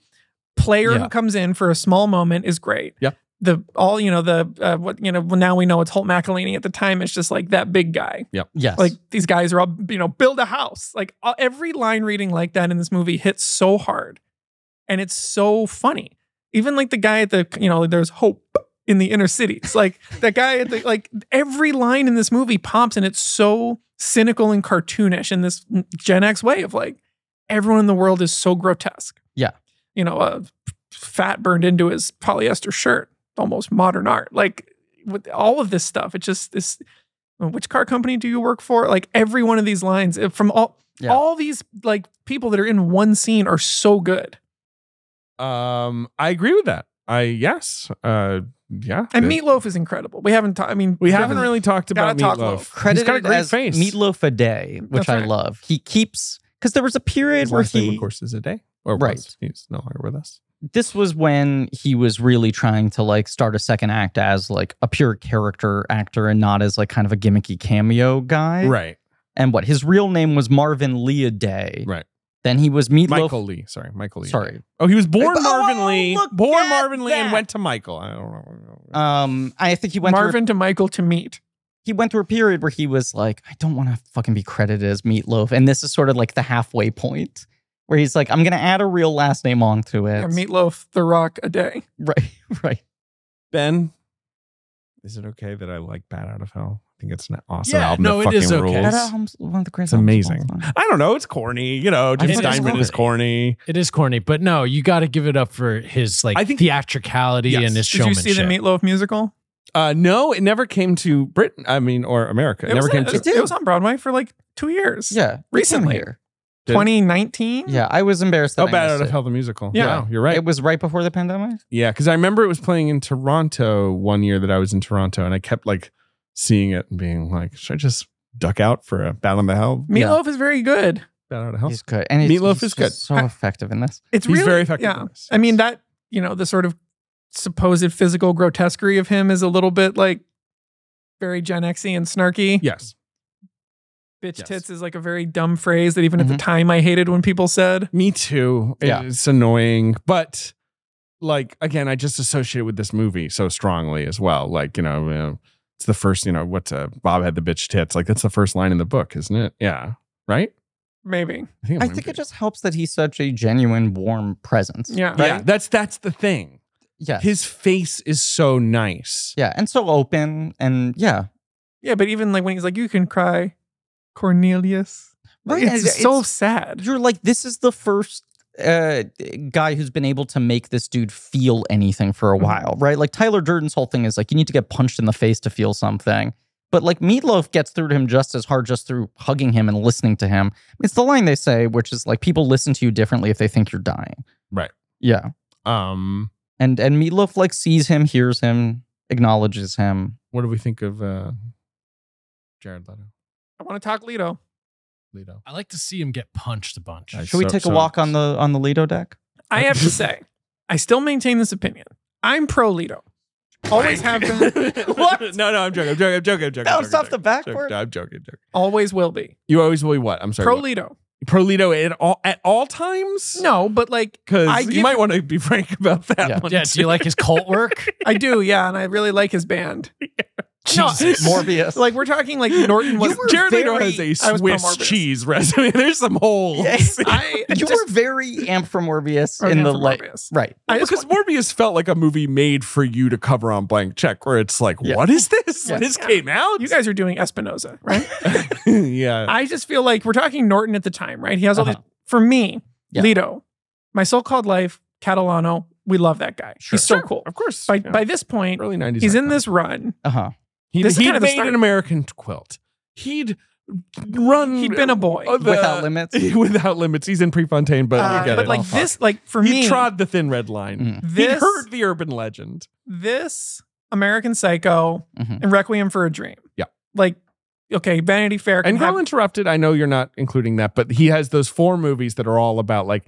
Speaker 4: player
Speaker 5: Yeah.
Speaker 4: who comes in for a small moment is great.
Speaker 3: Yeah.
Speaker 4: The all you know the uh, what you know well, now we know it's Holt McElhaney. At the time, it's just like that big guy.
Speaker 2: Yes.
Speaker 4: Like these guys are all you know build a house. Like all, every line reading like that in this movie hits so hard, and it's so funny. Even like the guy at the you know like, there's hope in the inner cities. Like <laughs> that guy at the like every line in this movie pops, and it's so cynical and cartoonish in this Gen X way of like everyone in the world is so grotesque.
Speaker 2: Yeah.
Speaker 4: you know, uh, fat burned into his polyester shirt, almost modern art. Like with all of this stuff, it just this. Which car company do you work for? Like every one of these lines uh, from all
Speaker 2: Yeah.
Speaker 4: all these like people that are in one scene are so good.
Speaker 3: Um, I agree with that. I yes, uh, yeah.
Speaker 4: And
Speaker 3: The-
Speaker 4: Meatloaf is incredible. We haven't. ta- I mean,
Speaker 3: We haven't really talked
Speaker 4: Gotta
Speaker 3: about
Speaker 4: talk
Speaker 3: Meatloaf.
Speaker 4: loaf.
Speaker 3: He's
Speaker 2: credited
Speaker 3: got a great
Speaker 2: as
Speaker 3: face.
Speaker 2: Meatloaf a day, which
Speaker 4: That's
Speaker 2: I
Speaker 4: right.
Speaker 2: love. He keeps because there was a period
Speaker 3: His
Speaker 2: where
Speaker 3: last name,
Speaker 2: he
Speaker 3: of course, is a day. Or
Speaker 2: Right.
Speaker 3: was. He's no longer with us.
Speaker 2: this was when he was really trying to like start a second act as like a pure character actor and not as like kind of a gimmicky cameo guy.
Speaker 3: Right.
Speaker 2: And what his real name was Marvin Lee a day.
Speaker 3: Right.
Speaker 2: Then he was Meatloaf.
Speaker 3: Michael Lee. Sorry, Michael Lee.
Speaker 2: Sorry.
Speaker 3: Oh, he was born
Speaker 2: Oh,
Speaker 3: Marvin Lee.
Speaker 2: look
Speaker 3: Born
Speaker 2: at
Speaker 3: Marvin Lee and
Speaker 2: that.
Speaker 3: went to Michael. I don't know.
Speaker 2: Um, I think he went through,
Speaker 4: Marvin to Michael to meet.
Speaker 2: he went through a period where he was like, I don't want to fucking be credited as Meatloaf, and this is sort of like the halfway point where he's like, I'm gonna add a real last name onto it.
Speaker 4: Yeah, Meatloaf, The Rock, a day.
Speaker 2: <laughs> right, right.
Speaker 3: ben, is it okay that I like Bat Out of Hell? I think it's an awesome
Speaker 5: Yeah,
Speaker 3: album.
Speaker 5: no,
Speaker 3: that
Speaker 5: it is
Speaker 3: fucking
Speaker 5: okay.
Speaker 3: rules.
Speaker 2: That album's one of the greatest.
Speaker 3: It's
Speaker 2: albums of all
Speaker 3: amazing.
Speaker 2: time.
Speaker 3: I don't know. It's corny. You know, Jim
Speaker 5: fucking
Speaker 3: Steinman
Speaker 2: love
Speaker 3: is
Speaker 2: it.
Speaker 3: corny.
Speaker 5: It is corny, but no, you got to give it up for his like
Speaker 3: I think-
Speaker 5: theatricality
Speaker 3: Yes.
Speaker 5: and his
Speaker 4: Did you
Speaker 5: showmanship.
Speaker 4: see the Meatloaf musical?
Speaker 3: Uh, no, it never came to Britain. I mean, or America. It, never
Speaker 4: was,
Speaker 3: came to.
Speaker 4: it, was on Broadway for like two years.
Speaker 2: Yeah, it came
Speaker 4: Recently.
Speaker 2: here.
Speaker 3: Did it?
Speaker 4: 2019.
Speaker 2: Yeah, I was embarrassed that
Speaker 3: Oh,
Speaker 2: I
Speaker 3: Bat
Speaker 2: missed
Speaker 3: Out of
Speaker 2: it.
Speaker 3: Hell, the musical.
Speaker 4: Yeah.
Speaker 3: Wow, you're right.
Speaker 2: It was right before the pandemic.
Speaker 3: Yeah, because I remember it was playing in Toronto one year that I was in Toronto, and I kept like seeing it and being like, should I just duck out for a battle in the hell?
Speaker 4: Meatloaf is very good.
Speaker 3: Battle in the hell.
Speaker 2: He's good, and he's,
Speaker 3: Meatloaf
Speaker 2: he's
Speaker 3: is
Speaker 2: just
Speaker 3: good.
Speaker 2: So effective in
Speaker 3: <laughs>
Speaker 2: this.
Speaker 4: It's
Speaker 3: He's
Speaker 4: really
Speaker 3: very effective.
Speaker 4: Yeah.
Speaker 3: in this.
Speaker 4: I mean that you know the sort of supposed physical grotesquerie of him is a little bit like very Gen Xy and snarky.
Speaker 3: yes,
Speaker 4: Bitch
Speaker 3: Yes.
Speaker 4: tits is like a very dumb phrase that even
Speaker 2: Mm-hmm.
Speaker 4: at the time I hated when people said.
Speaker 3: me too. It-
Speaker 2: Yeah.
Speaker 3: it's annoying, but like again, I just associate it with this movie so strongly as well. Like you know, uh, it's the first. You know, what's uh, Bob had the bitch tits. Like that's the first line in the book, isn't it? Yeah, right.
Speaker 4: Maybe.
Speaker 3: it
Speaker 2: I
Speaker 3: might
Speaker 2: think
Speaker 3: be.
Speaker 2: it just helps that he's such a genuine, warm presence.
Speaker 4: Yeah.
Speaker 3: Yeah, that's that's the thing.
Speaker 2: yeah,
Speaker 3: His face is so nice.
Speaker 2: yeah, and so open, and yeah,
Speaker 4: Yeah, but even like when he's like, you can cry, Cornelius. Like,
Speaker 2: Right,
Speaker 4: It's,
Speaker 2: it's-
Speaker 4: so
Speaker 2: it's-
Speaker 4: sad.
Speaker 2: you're like, this is the first uh guy who's been able to make this dude feel anything for a
Speaker 3: Mm-hmm.
Speaker 4: Mhm.
Speaker 2: while, right? Like Tyler Durden's whole thing is like you need to get punched in the face to feel something. But like Meatloaf gets through to him just as hard just through hugging him and listening to him. It's the line they say, which is like people listen to you differently if they think you're dying.
Speaker 3: Right.
Speaker 2: Yeah.
Speaker 3: Um,
Speaker 2: and and Meatloaf like sees him, hears him, acknowledges him.
Speaker 3: what do we think of uh, Jared Leto?
Speaker 4: I want to talk Leto.
Speaker 3: Leto.
Speaker 5: I like to see him get punched a bunch.
Speaker 3: I-
Speaker 2: Should we
Speaker 3: So-
Speaker 2: take
Speaker 3: so- <laughs>
Speaker 2: a walk on the on the Lido deck?
Speaker 4: I have to say, I still maintain this opinion. I'm pro Leto. Always have
Speaker 2: <laughs>
Speaker 4: been.
Speaker 3: <laughs> what?
Speaker 4: <laughs>
Speaker 3: No, no, I'm joking. I'm joking. I'm joking. I'm joking.
Speaker 2: Bounced
Speaker 3: I'm
Speaker 2: off the
Speaker 3: joking, joking.
Speaker 2: backboard.
Speaker 3: No, I'm joking. I'm joking.
Speaker 4: Always will be.
Speaker 3: You always will be what? I'm sorry.
Speaker 4: Pro
Speaker 3: what?
Speaker 4: Leto.
Speaker 3: Prolito at all at all times?
Speaker 4: No, but like I
Speaker 3: Because you
Speaker 4: give-
Speaker 3: might want to be frank about that
Speaker 2: Yeah.
Speaker 3: one.
Speaker 5: Yeah, do you like his cult work?
Speaker 4: I do, yeah, and I really like his
Speaker 2: <laughs>
Speaker 4: band. No,
Speaker 2: Morbius.
Speaker 4: like we're talking like Norton was
Speaker 2: You were
Speaker 3: Jared Leto
Speaker 2: very-
Speaker 3: has a
Speaker 4: I was
Speaker 3: Swiss
Speaker 4: pro-Morbius.
Speaker 3: cheese resume. <laughs> There's some holes. <laughs>
Speaker 2: Yeah.
Speaker 4: <laughs> I
Speaker 2: you
Speaker 4: just,
Speaker 2: were very amped for Morbius
Speaker 4: Or
Speaker 2: in
Speaker 4: amped
Speaker 2: the
Speaker 4: for
Speaker 2: like
Speaker 4: Morbius.
Speaker 2: right.
Speaker 4: I just
Speaker 3: because Morbius felt like a movie made for you to cover on blank check, where it's like,
Speaker 2: Yeah.
Speaker 3: what is this?
Speaker 2: Yeah.
Speaker 3: This came out?
Speaker 4: you guys are doing Espinoza, right?
Speaker 3: <laughs> yeah.
Speaker 4: I just feel like we're talking Norton at the time, right? He has all
Speaker 2: Uh-huh.
Speaker 4: these. For me,
Speaker 2: Yeah.
Speaker 4: Leto, my so-called life, Catalano. We love that guy. He's so cool.
Speaker 3: Of course.
Speaker 4: By
Speaker 3: Yeah.
Speaker 4: by this point,
Speaker 3: early 90s.
Speaker 4: he's in
Speaker 3: icon.
Speaker 4: this run.
Speaker 2: Uh huh.
Speaker 3: He'd,
Speaker 4: this is
Speaker 3: he'd
Speaker 4: kind of the
Speaker 3: made
Speaker 4: start.
Speaker 3: an American quilt. He'd run.
Speaker 4: He'd been a boy.
Speaker 3: uh, the-
Speaker 2: Without
Speaker 4: <laughs>
Speaker 2: limits.
Speaker 3: without limits. <laughs> He's in Prefontaine, but
Speaker 4: Uh,
Speaker 3: we get
Speaker 4: but
Speaker 3: it.
Speaker 4: like this, like for
Speaker 3: he
Speaker 4: me, Mm.
Speaker 3: trod the thin red line.
Speaker 2: Mhm.
Speaker 3: He
Speaker 4: this
Speaker 3: heard the urban legend.
Speaker 4: this American Psycho
Speaker 2: Mhm.
Speaker 4: and Requiem for a Dream.
Speaker 3: Mm-hmm. Yeah.
Speaker 4: like okay, Vanity Fair can
Speaker 3: And
Speaker 4: have
Speaker 3: Girl Interrupted, I know you're not including that, but he has those four movies that are all about like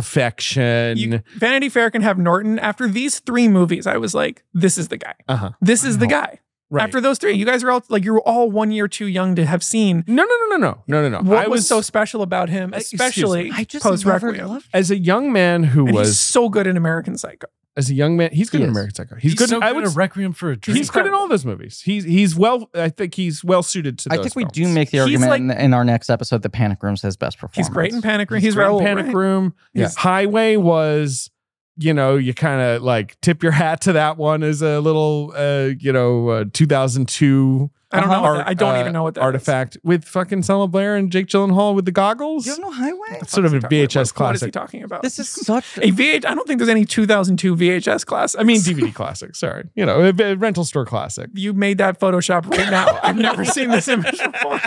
Speaker 3: disaffection.
Speaker 4: you- Vanity Fair can have Norton. After these three movies, I was like, this is the guy.
Speaker 3: uh-huh.
Speaker 4: This is the guy.
Speaker 3: Right.
Speaker 4: After those three, you guys are all like, you're all one year too young to have seen
Speaker 3: no, no, no, no, no, no, no.
Speaker 4: what
Speaker 3: I
Speaker 4: was, so special about him,
Speaker 3: Excuse
Speaker 4: especially
Speaker 3: me.
Speaker 2: I just
Speaker 4: post
Speaker 2: never
Speaker 4: Requiem.
Speaker 2: loved
Speaker 3: as a young man who
Speaker 4: And he's
Speaker 3: was
Speaker 4: so good in American Psycho.
Speaker 3: as a young man, he's good
Speaker 2: He
Speaker 3: in
Speaker 2: is.
Speaker 3: American Psycho. He's, good.
Speaker 5: So
Speaker 3: in-
Speaker 5: good
Speaker 3: I would.
Speaker 5: at Requiem for a Dream.
Speaker 3: He's good in all those movies. He's he's well. I think he's well suited to.
Speaker 2: I
Speaker 3: those
Speaker 2: think we do
Speaker 3: films.
Speaker 2: make the
Speaker 4: He's
Speaker 2: argument
Speaker 4: like-
Speaker 2: in, in our next episode that Panic Room's his best performance.
Speaker 4: He's great in Panic Room. He's,
Speaker 3: great in
Speaker 4: Raoul,
Speaker 3: Panic
Speaker 4: right?
Speaker 3: Room.
Speaker 4: Yeah.
Speaker 3: Highway was, you know, you kind of like tip your hat to that one as a little, uh, you know, uh, 2002
Speaker 4: I don't know. what
Speaker 3: Art-
Speaker 4: that- I don't
Speaker 3: uh,
Speaker 4: even know what that is.
Speaker 3: artifact with fucking Selma Blair and Jake Gyllenhaal with the goggles.
Speaker 2: You have no highway.
Speaker 3: Sort of a
Speaker 4: What-
Speaker 3: VHS
Speaker 4: what- What is he
Speaker 3: classic.
Speaker 4: talking about?
Speaker 2: This is such.
Speaker 4: <laughs> a VH. I don't think there's any 2002 VHS class. I
Speaker 3: I
Speaker 4: mean,
Speaker 3: mean, DVD classic. Sorry, you know, a, a rental store classic.
Speaker 4: <laughs> you made that Photoshop
Speaker 3: <laughs>
Speaker 4: right now. I've never seen this image before.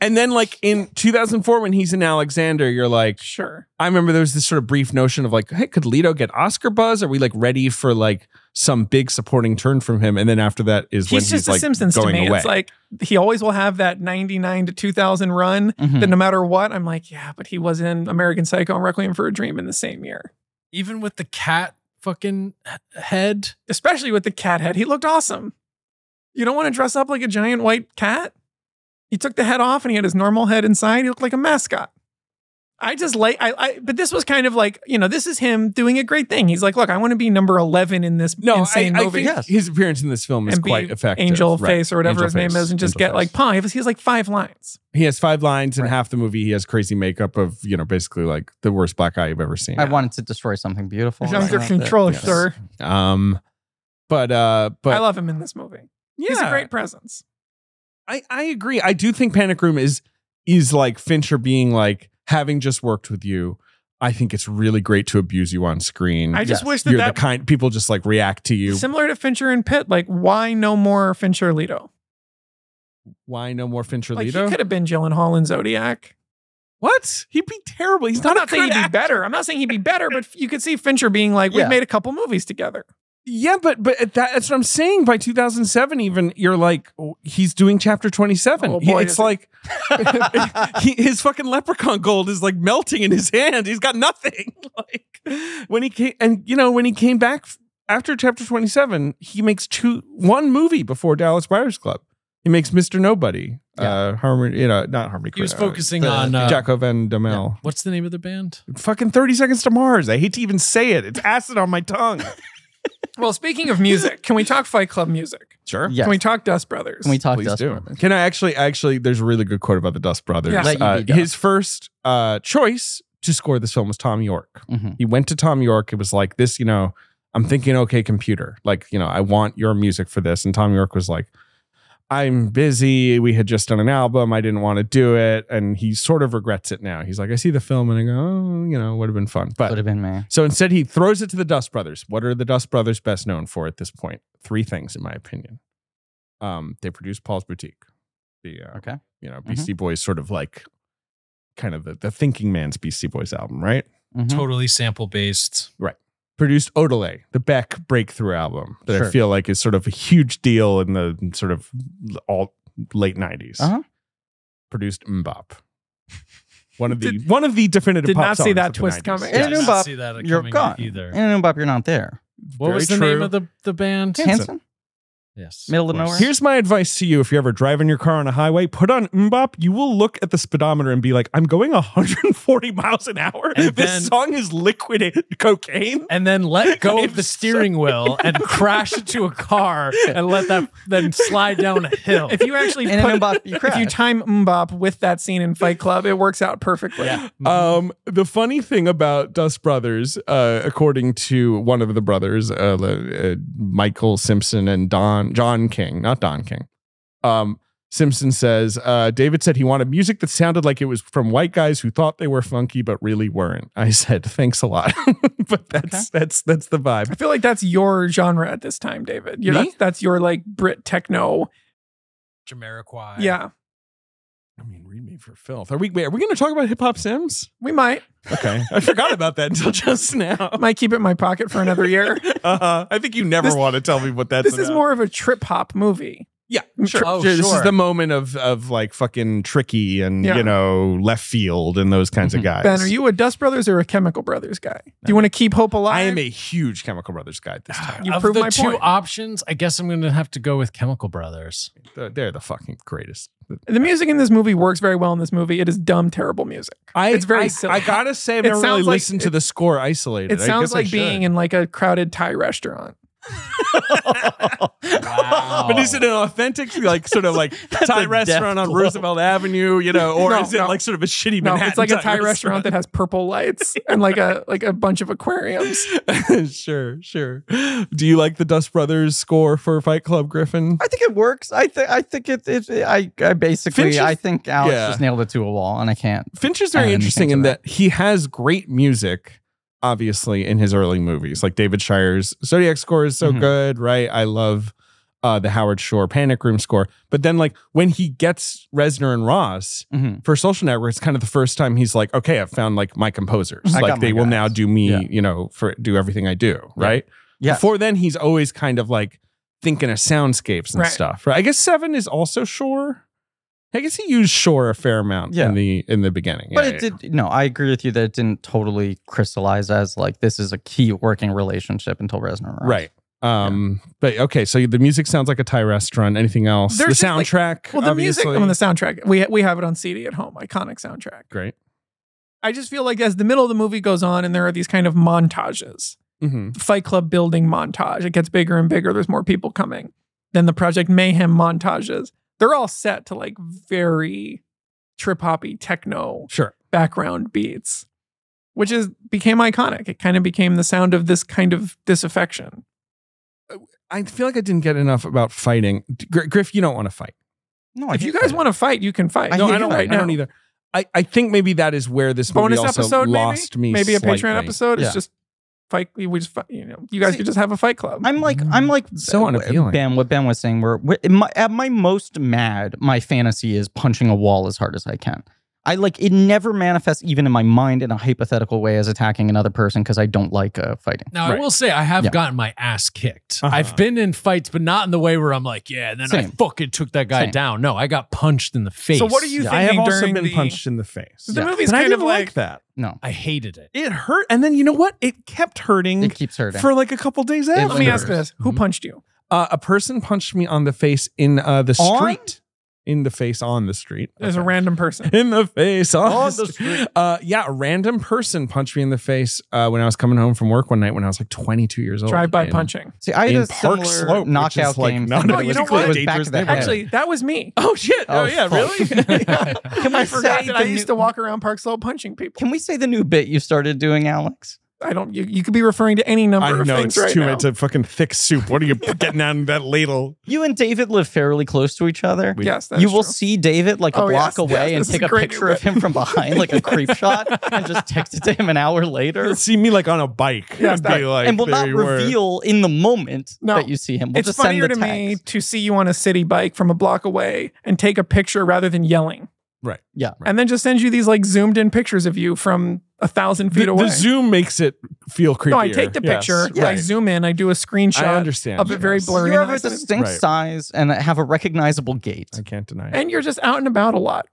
Speaker 3: and then, like in 2004, when he's in Alexander, you're like,
Speaker 4: sure.
Speaker 3: I remember there was this sort of brief notion of like, hey, could Leto get Oscar buzz? Are we like ready for like some big supporting turn from him? And then after that is when
Speaker 4: He's just
Speaker 3: he's
Speaker 4: The
Speaker 3: like
Speaker 4: Simpsons to
Speaker 3: going
Speaker 4: me.
Speaker 3: away.
Speaker 4: It's like he always will have that 99 to 2000 run
Speaker 2: Mhm.
Speaker 3: Hmm.
Speaker 4: that no matter what, I'm like, yeah, but he was in American Psycho and Requiem for a Dream in the same year.
Speaker 5: Even with the cat fucking h- head.
Speaker 4: Especially with the cat head. He looked awesome. You don't want to dress up like a giant white cat? He took the head off and he had his normal head inside. He looked like a mascot. I just like I, I but this was kind of like, you know, this is him doing a great thing. He's like, look, I want to be number 11 in this
Speaker 3: no, I,
Speaker 4: insane
Speaker 3: I
Speaker 4: movie.
Speaker 3: think his appearance in this film is
Speaker 4: And be
Speaker 3: quite effective.
Speaker 4: Angel
Speaker 3: Right.
Speaker 4: Face or whatever
Speaker 3: Angel
Speaker 4: his name
Speaker 3: Face.
Speaker 4: is and just
Speaker 3: Angel
Speaker 4: get
Speaker 3: Face.
Speaker 4: like pie. He has like five lines.
Speaker 3: He has five lines in half the movie. He has crazy makeup of you know basically like the worst black eye you've ever seen.
Speaker 2: I wanted to destroy something beautiful.
Speaker 4: He's
Speaker 2: I
Speaker 4: under
Speaker 2: loved it.
Speaker 4: control,
Speaker 2: Yes.
Speaker 4: sir.
Speaker 3: Um, but uh, but
Speaker 4: I love him in this movie.
Speaker 3: yeah,
Speaker 4: He's a great presence.
Speaker 3: I, I agree. I do think Panic Room is is like Fincher being like having just worked with you. I think it's really great to abuse you on screen.
Speaker 4: I just
Speaker 2: Yes.
Speaker 4: wish that
Speaker 3: You're
Speaker 4: that
Speaker 3: the kind people just like react to you.
Speaker 4: similar to Fincher and Pitt. Like, why no more Fincher Leto?
Speaker 3: Why no more Fincher
Speaker 4: Like, he
Speaker 3: Leto?
Speaker 4: could have been Gyllenhaal in Zodiac.
Speaker 3: what? He'd be terrible. He's
Speaker 4: I'm
Speaker 3: not,
Speaker 4: not
Speaker 3: a
Speaker 4: saying
Speaker 3: good
Speaker 4: he'd be
Speaker 3: actor.
Speaker 4: better. I'm not saying he'd be better, but you could see Fincher being like, "We've
Speaker 2: Yeah.
Speaker 4: made a couple movies together."
Speaker 3: Yeah, but but at that, that's what I'm saying. By 2007, even you're like oh, he's doing Chapter 27.
Speaker 4: Oh,
Speaker 3: He-
Speaker 4: boy,
Speaker 3: it's
Speaker 4: is he.
Speaker 3: like <laughs> he, his fucking leprechaun gold is like melting in his hand. He's got nothing. <laughs> Like when he came and you know when he came back f- after Chapter 27, he makes two one movie before Dallas Buyers Club. He makes Mr. Nobody. Uh, Harmony, you know, not Harmony.
Speaker 5: He was
Speaker 3: Korine,
Speaker 5: focusing
Speaker 2: the-
Speaker 5: on
Speaker 3: uh,
Speaker 5: uh,
Speaker 3: Jaco Van Damel.
Speaker 5: what's the name of the band?
Speaker 3: Fucking 30 Seconds to Mars. I hate to even say it. It's acid on my tongue.
Speaker 4: Well, speaking of music, can we talk Fight Club music?
Speaker 3: sure.
Speaker 2: Yes.
Speaker 4: Can we talk Dust Brothers?
Speaker 2: Can we talk
Speaker 3: Please
Speaker 2: Dust
Speaker 3: do.
Speaker 2: Brothers?
Speaker 3: Can I actually? Actually, there's a really good quote about the Dust Brothers.
Speaker 4: Yeah.
Speaker 2: Let you
Speaker 3: Uh,
Speaker 2: be Dust.
Speaker 3: his first uh, choice to score this film was Tom York.
Speaker 2: Mhm.
Speaker 3: He went to Tom York. It was like this, you know. I'm thinking, okay, computer, like you know, I want your music for this. And Tom York was like, I'm busy. We had just done an album. I didn't want to do it, and he sort of regrets it now. He's like, I see the film, and I go, oh, you know, would have been fun, but
Speaker 2: Could have been me.
Speaker 3: so instead, he throws it to the Dust Brothers. What are the Dust Brothers best known for at this point? Three things, in my opinion. Um, they produced Paul's Boutique, the uh,
Speaker 2: Okay.
Speaker 3: you
Speaker 4: Mm-hmm.
Speaker 3: know Beastie Boys, sort of like kind of the, the thinking man's Beastie Boys album, right?
Speaker 2: Mhm.
Speaker 5: Mm-hmm. Totally sample based.
Speaker 3: Produced Odelay, the Beck breakthrough album that I
Speaker 2: Sure.
Speaker 3: feel like is sort of a huge deal in the sort of all late 90s.
Speaker 2: Uh-huh.
Speaker 4: <laughs>
Speaker 3: Produced Mbop. One of the one of the definitive
Speaker 4: did
Speaker 3: pop
Speaker 4: not see
Speaker 3: songs
Speaker 4: that
Speaker 3: of the
Speaker 4: twist
Speaker 3: 90s.
Speaker 4: coming.
Speaker 2: And
Speaker 5: Yeah, I
Speaker 2: Noon
Speaker 5: didn't
Speaker 2: Bop,
Speaker 5: see that
Speaker 2: you're
Speaker 5: coming
Speaker 2: gone.
Speaker 5: either.
Speaker 2: And Bob, you're not there.
Speaker 5: what was the
Speaker 3: Very
Speaker 5: name
Speaker 3: true.
Speaker 5: of the, the band?
Speaker 2: Hanson,
Speaker 5: Yes.
Speaker 2: middle of
Speaker 5: course.
Speaker 2: nowhere.
Speaker 3: Here's my advice to you if you're ever driving your car on a highway, put on Mbop. You will look at the speedometer and be like, I'm going 140 miles an hour.
Speaker 5: And
Speaker 3: this
Speaker 5: then-
Speaker 3: song is liquid cocaine.
Speaker 5: and then let go of
Speaker 3: I'm
Speaker 5: the steering wheel and crash into a car and let that then slide down a hill.
Speaker 4: If
Speaker 2: <laughs>
Speaker 4: you actually
Speaker 2: and
Speaker 4: put,
Speaker 2: then Bob, you
Speaker 4: <laughs> if
Speaker 2: crash.
Speaker 4: you time Mbop with that scene in Fight Club, it works out perfectly.
Speaker 3: Um, the funny thing about Dust Brothers, uh, according to one of the brothers, uh, uh, Michael Simpson and Don John King, not Don King. Um, Simpson says uh, David said he wanted music that sounded like it was from white guys who thought they were funky but really weren't. I said thanks a lot, <laughs> but that's that's that's the vibe.
Speaker 4: I feel like that's your genre at this time, David. You're,
Speaker 3: Me?
Speaker 4: That's, that's your like Brit techno.
Speaker 5: Jamiroquai.
Speaker 4: Yeah,
Speaker 3: I mean, read me for filth. Are we wait, are we going to talk about hip hop Sims?
Speaker 4: we might
Speaker 3: Okay, <laughs> I forgot about that until just now.
Speaker 4: <laughs> might keep it in my pocket for
Speaker 2: <laughs>
Speaker 4: another year.
Speaker 3: Uh, I think you never
Speaker 4: Uh-huh. This-
Speaker 3: want to tell me what that's.
Speaker 4: this is
Speaker 3: about.
Speaker 4: more of a trip hop movie.
Speaker 3: Yeah,
Speaker 4: sure.
Speaker 5: Oh,
Speaker 3: Sure, This is
Speaker 5: sure.
Speaker 3: the moment of of like fucking tricky and
Speaker 4: Yeah. Mm-hmm.
Speaker 3: you know left field and those kinds
Speaker 5: Mhm.
Speaker 3: of guys.
Speaker 4: Ben, are you a Dust Brothers or a Chemical Brothers guy? Do you want to keep hope alive?
Speaker 3: I am a huge Chemical Brothers guy.
Speaker 4: <sighs>
Speaker 3: This time.
Speaker 4: You
Speaker 5: of
Speaker 4: proved
Speaker 5: the
Speaker 4: my
Speaker 5: two
Speaker 4: point.
Speaker 5: options, I guess I'm going to have to go with Chemical Brothers.
Speaker 3: They're- They're the fucking greatest.
Speaker 4: the music in this movie works very well in this movie. It is dumb, terrible music.
Speaker 3: I,
Speaker 4: It's very
Speaker 3: I,
Speaker 4: silly.
Speaker 3: I gotta say, I've
Speaker 4: <laughs> It
Speaker 3: never really
Speaker 4: sounds like-
Speaker 3: listened to the score isolated.
Speaker 4: It sounds like being in like a crowded Thai restaurant.
Speaker 5: Wow.
Speaker 3: But is it an authentic, like sort of
Speaker 4: <laughs>
Speaker 3: like Thai
Speaker 2: a
Speaker 3: restaurant
Speaker 2: death
Speaker 3: on
Speaker 2: blow.
Speaker 3: Roosevelt Avenue, you know, or
Speaker 4: No,
Speaker 3: is it
Speaker 4: no.
Speaker 3: like sort of a shitty
Speaker 4: No,
Speaker 3: Manhattan
Speaker 4: it's like a Thai restaurant that has purple lights and like a like a bunch of aquariums.
Speaker 3: <laughs> sure, sure. Do you like the Dust Brothers score for Fight Club, Griffin?
Speaker 2: I think it works. I think I think it. it I, I basically
Speaker 3: Finch is-
Speaker 2: I think Alex
Speaker 3: Yeah.
Speaker 2: just nailed it to a wall, and I can't.
Speaker 3: Finch is
Speaker 2: I
Speaker 3: very
Speaker 2: don't
Speaker 3: interesting
Speaker 2: think so,
Speaker 3: in
Speaker 2: though.
Speaker 3: that he has great music, obviously, in his early movies. Like David Shire's Zodiac score is so
Speaker 4: Mm-hmm.
Speaker 2: Mhm.
Speaker 3: good, right? I love uh, the Howard Shore Panic Room score. But then, like, when he gets Resner and Ross
Speaker 2: Mhm.
Speaker 3: for Social Network, it's kind of the first time he's like, okay, I've found like my composers.
Speaker 2: I got
Speaker 3: like, they
Speaker 2: my
Speaker 3: will
Speaker 2: guys.
Speaker 3: now do me,
Speaker 2: Yeah.
Speaker 3: you know, for do everything I do, right?
Speaker 2: Yeah.
Speaker 3: Before then, he's always kind of like thinking of soundscapes and
Speaker 4: Right.
Speaker 3: stuff, right? I guess Seven is also Shore. I guess he used Shore a fair amount
Speaker 2: Yeah.
Speaker 3: in the in the beginning.
Speaker 2: But
Speaker 3: Yeah,
Speaker 2: it did. No, I agree with you that it didn't totally crystallize as like this is a key working relationship until Resner. arrives.
Speaker 3: Right. Um, but okay, so the music sounds like a Thai restaurant. Anything else?
Speaker 4: There's
Speaker 3: the
Speaker 4: just, like-
Speaker 3: soundtrack.
Speaker 4: Well, the
Speaker 3: obviously.
Speaker 4: music on the soundtrack. We we have it on CD at home. Iconic soundtrack.
Speaker 3: great.
Speaker 4: I just feel like as the middle of the movie goes on and there are these kind of montages.
Speaker 3: Mm-hmm.
Speaker 4: Fight Club building montage. It gets bigger and bigger. There's more people coming. Then the Project Mayhem montages. They're all set to like very trip hoppy techno
Speaker 3: Sure.
Speaker 4: background beats, which is became iconic. It kind of became the sound of this kind of disaffection.
Speaker 3: I feel like I didn't get enough about fighting. Gr- Griff, you don't want to fight.
Speaker 2: No, I
Speaker 4: if you
Speaker 2: hate
Speaker 4: guys
Speaker 2: that.
Speaker 4: want to fight, you can fight.
Speaker 2: I
Speaker 3: no,
Speaker 2: hate
Speaker 3: I don't.
Speaker 2: fighting.
Speaker 4: right
Speaker 3: I
Speaker 4: now.
Speaker 3: don't either. I, I think maybe that is where this movie
Speaker 4: Bonus
Speaker 3: also
Speaker 4: episode,
Speaker 3: lost
Speaker 4: maybe.
Speaker 3: me.
Speaker 4: Maybe a Patreon
Speaker 3: slightly.
Speaker 4: episode. It's
Speaker 2: Yeah.
Speaker 4: just fight. We just fight, you know, you guys
Speaker 2: See,
Speaker 4: could just have a fight club.
Speaker 2: I'm like I'm like
Speaker 3: Mm, So unappealing.
Speaker 2: Ben, what Ben was saying, where where- in my, at my most mad, my fantasy is punching a wall as hard as I can. I like it never manifests even in my mind in a hypothetical way as attacking another person because I don't like uh, fighting.
Speaker 5: Now, I
Speaker 3: Right.
Speaker 5: will say I have
Speaker 2: Yeah.
Speaker 5: gotten my ass kicked.
Speaker 3: Uh-huh.
Speaker 5: I've been in fights, but not in the way where I'm like, yeah, and then I
Speaker 2: Same.
Speaker 5: fucking took that guy
Speaker 2: Same.
Speaker 5: down. No, I got punched in the face.
Speaker 4: So what are you thinking
Speaker 3: I have also
Speaker 4: during
Speaker 3: been
Speaker 4: the,
Speaker 3: punched in the face.
Speaker 4: The
Speaker 2: Yeah.
Speaker 4: movie's
Speaker 3: And I
Speaker 4: kind
Speaker 3: didn't
Speaker 4: of
Speaker 3: like,
Speaker 4: like,
Speaker 3: that.
Speaker 2: No,
Speaker 5: I hated it.
Speaker 3: It hurt, and then you know what? It kept hurting
Speaker 2: it keeps hurting.
Speaker 3: Mm, for like a couple days after.
Speaker 4: Let me ask
Speaker 2: lingers.
Speaker 4: this: Who
Speaker 5: Mhm.
Speaker 4: punched you?
Speaker 3: Uh, a person punched me on the face in uh, the
Speaker 2: On?
Speaker 3: street. In the face on the street.
Speaker 4: There's a
Speaker 3: Okay.
Speaker 4: random
Speaker 3: <laughs>
Speaker 4: person.
Speaker 3: in the face on,
Speaker 2: On
Speaker 3: the
Speaker 2: the street.
Speaker 3: street. Uh, yeah, a random person punched me in the face uh, when I was coming home from work one night when I was like 22 years old.
Speaker 4: Drive by
Speaker 3: In-
Speaker 4: punching.
Speaker 2: See, I had
Speaker 3: in
Speaker 2: a similar
Speaker 3: Park Slope, which is,
Speaker 2: knockout
Speaker 3: like,
Speaker 2: game.
Speaker 3: not
Speaker 2: thing.
Speaker 4: a No, you know particularly what?
Speaker 2: It was back
Speaker 3: dangerous
Speaker 2: to the head.
Speaker 3: neighborhood.
Speaker 4: Actually, that was me.
Speaker 3: Oh shit! Oh,
Speaker 2: Oh,
Speaker 3: yeah,
Speaker 2: fuck. <laughs>
Speaker 3: really? <laughs>
Speaker 2: can
Speaker 4: I
Speaker 2: we
Speaker 4: forgot
Speaker 2: say
Speaker 4: that
Speaker 2: the
Speaker 4: I
Speaker 2: new-
Speaker 4: used to walk around Park Slope punching people.
Speaker 2: Can we say the new bit you started doing, Alex?
Speaker 4: I don't. You, you could be referring to any number
Speaker 3: I
Speaker 4: of
Speaker 3: know
Speaker 4: things
Speaker 3: it's
Speaker 4: right
Speaker 3: too
Speaker 4: now.
Speaker 3: it's a fucking thick soup. What are
Speaker 4: <laughs>
Speaker 3: you getting out of that ladle?
Speaker 2: You and David live fairly close to each other.
Speaker 4: yes, that's
Speaker 2: you will see David like a
Speaker 4: Oh,
Speaker 2: block
Speaker 3: <laughs>
Speaker 4: yes, yes,
Speaker 2: away
Speaker 4: this
Speaker 2: and
Speaker 4: is
Speaker 2: take
Speaker 4: a
Speaker 2: a
Speaker 4: great
Speaker 2: picture of him from behind, like a creep shot, and just text it to him an hour later.
Speaker 3: You'll see me like on a bike.
Speaker 4: Yeah,
Speaker 3: and
Speaker 4: that-
Speaker 3: be like,
Speaker 2: and will not
Speaker 3: there you were.
Speaker 2: reveal in the moment
Speaker 4: No.
Speaker 2: that you see him. We'll
Speaker 4: it's
Speaker 2: just send
Speaker 4: funnier
Speaker 2: the
Speaker 4: to
Speaker 2: text.
Speaker 4: me to see you on a city bike from a block away and take a picture rather than yelling.
Speaker 3: Right.
Speaker 2: Yeah.
Speaker 4: And then just send you these like zoomed in pictures of you from a thousand
Speaker 3: The,
Speaker 4: feet
Speaker 3: the
Speaker 4: away.
Speaker 3: zoom makes it feel creepy.
Speaker 4: no, I take the picture. I zoom in. I do a screenshot.
Speaker 3: I understand.
Speaker 4: of it very
Speaker 3: yes.
Speaker 4: blurry.
Speaker 2: You have
Speaker 4: and I
Speaker 2: a
Speaker 4: send it-
Speaker 2: distinct
Speaker 3: Right.
Speaker 2: size and have a recognizable gait.
Speaker 3: I can't deny it.
Speaker 4: And you're just out and about a lot.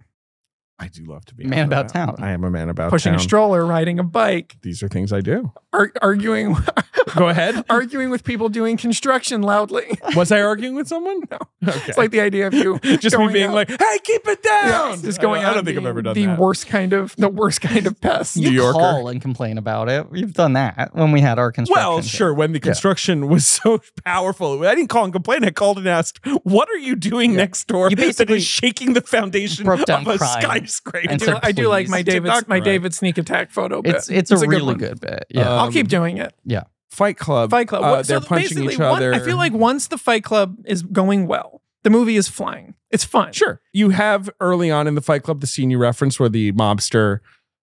Speaker 3: I do love to be
Speaker 2: Man
Speaker 3: out and
Speaker 2: about town.
Speaker 3: I am a man about
Speaker 4: pushing
Speaker 3: town.
Speaker 4: a stroller, riding a bike,
Speaker 3: These are things I do.
Speaker 4: ar- arguing, <laughs>
Speaker 3: Go ahead.
Speaker 4: arguing with people doing construction loudly.
Speaker 3: Was I arguing with someone?
Speaker 4: No.
Speaker 3: Okay.
Speaker 4: It's like the idea of you
Speaker 3: <laughs> just me
Speaker 4: going
Speaker 3: being
Speaker 4: out-
Speaker 3: like, "Hey, keep it
Speaker 4: Yeah,
Speaker 3: down."
Speaker 4: just going
Speaker 3: I don't, I
Speaker 4: out
Speaker 3: don't
Speaker 4: and
Speaker 3: think I've
Speaker 4: being
Speaker 3: ever done
Speaker 4: the
Speaker 3: that.
Speaker 4: worst kind of the worst kind of <laughs> pest.
Speaker 3: New
Speaker 2: you
Speaker 3: Yorker.
Speaker 2: call and complain about it. You've done that when we had our construction.
Speaker 3: Well,
Speaker 2: thing.
Speaker 3: sure. When the construction was <laughs> so powerful, I didn't call and complain. I called and asked, "What are you doing next door?"
Speaker 2: You
Speaker 3: that
Speaker 2: basically
Speaker 3: is shaking the foundation
Speaker 2: broke down
Speaker 3: of a
Speaker 2: crying
Speaker 3: skyscraper.
Speaker 2: and
Speaker 4: I do-
Speaker 2: said,
Speaker 4: I do like
Speaker 2: "Please."
Speaker 4: my
Speaker 3: It's a
Speaker 4: David
Speaker 3: doc,
Speaker 4: my
Speaker 3: right?
Speaker 4: David sneak attack photo. Bit.
Speaker 2: It's it's, a,
Speaker 4: good
Speaker 2: really
Speaker 4: one.
Speaker 2: good, bit. Yeah.
Speaker 4: I'll
Speaker 3: Um,
Speaker 4: keep doing it.
Speaker 3: Fight Club.
Speaker 4: Fight Club.
Speaker 3: Uh,
Speaker 4: What-
Speaker 3: they're punching
Speaker 4: basically
Speaker 3: each
Speaker 4: one-
Speaker 3: other.
Speaker 4: I feel like once the Fight Club is going well, the movie is flying. It's fun.
Speaker 3: Sure. You have early on in the Fight Club the scene you reference where the mobster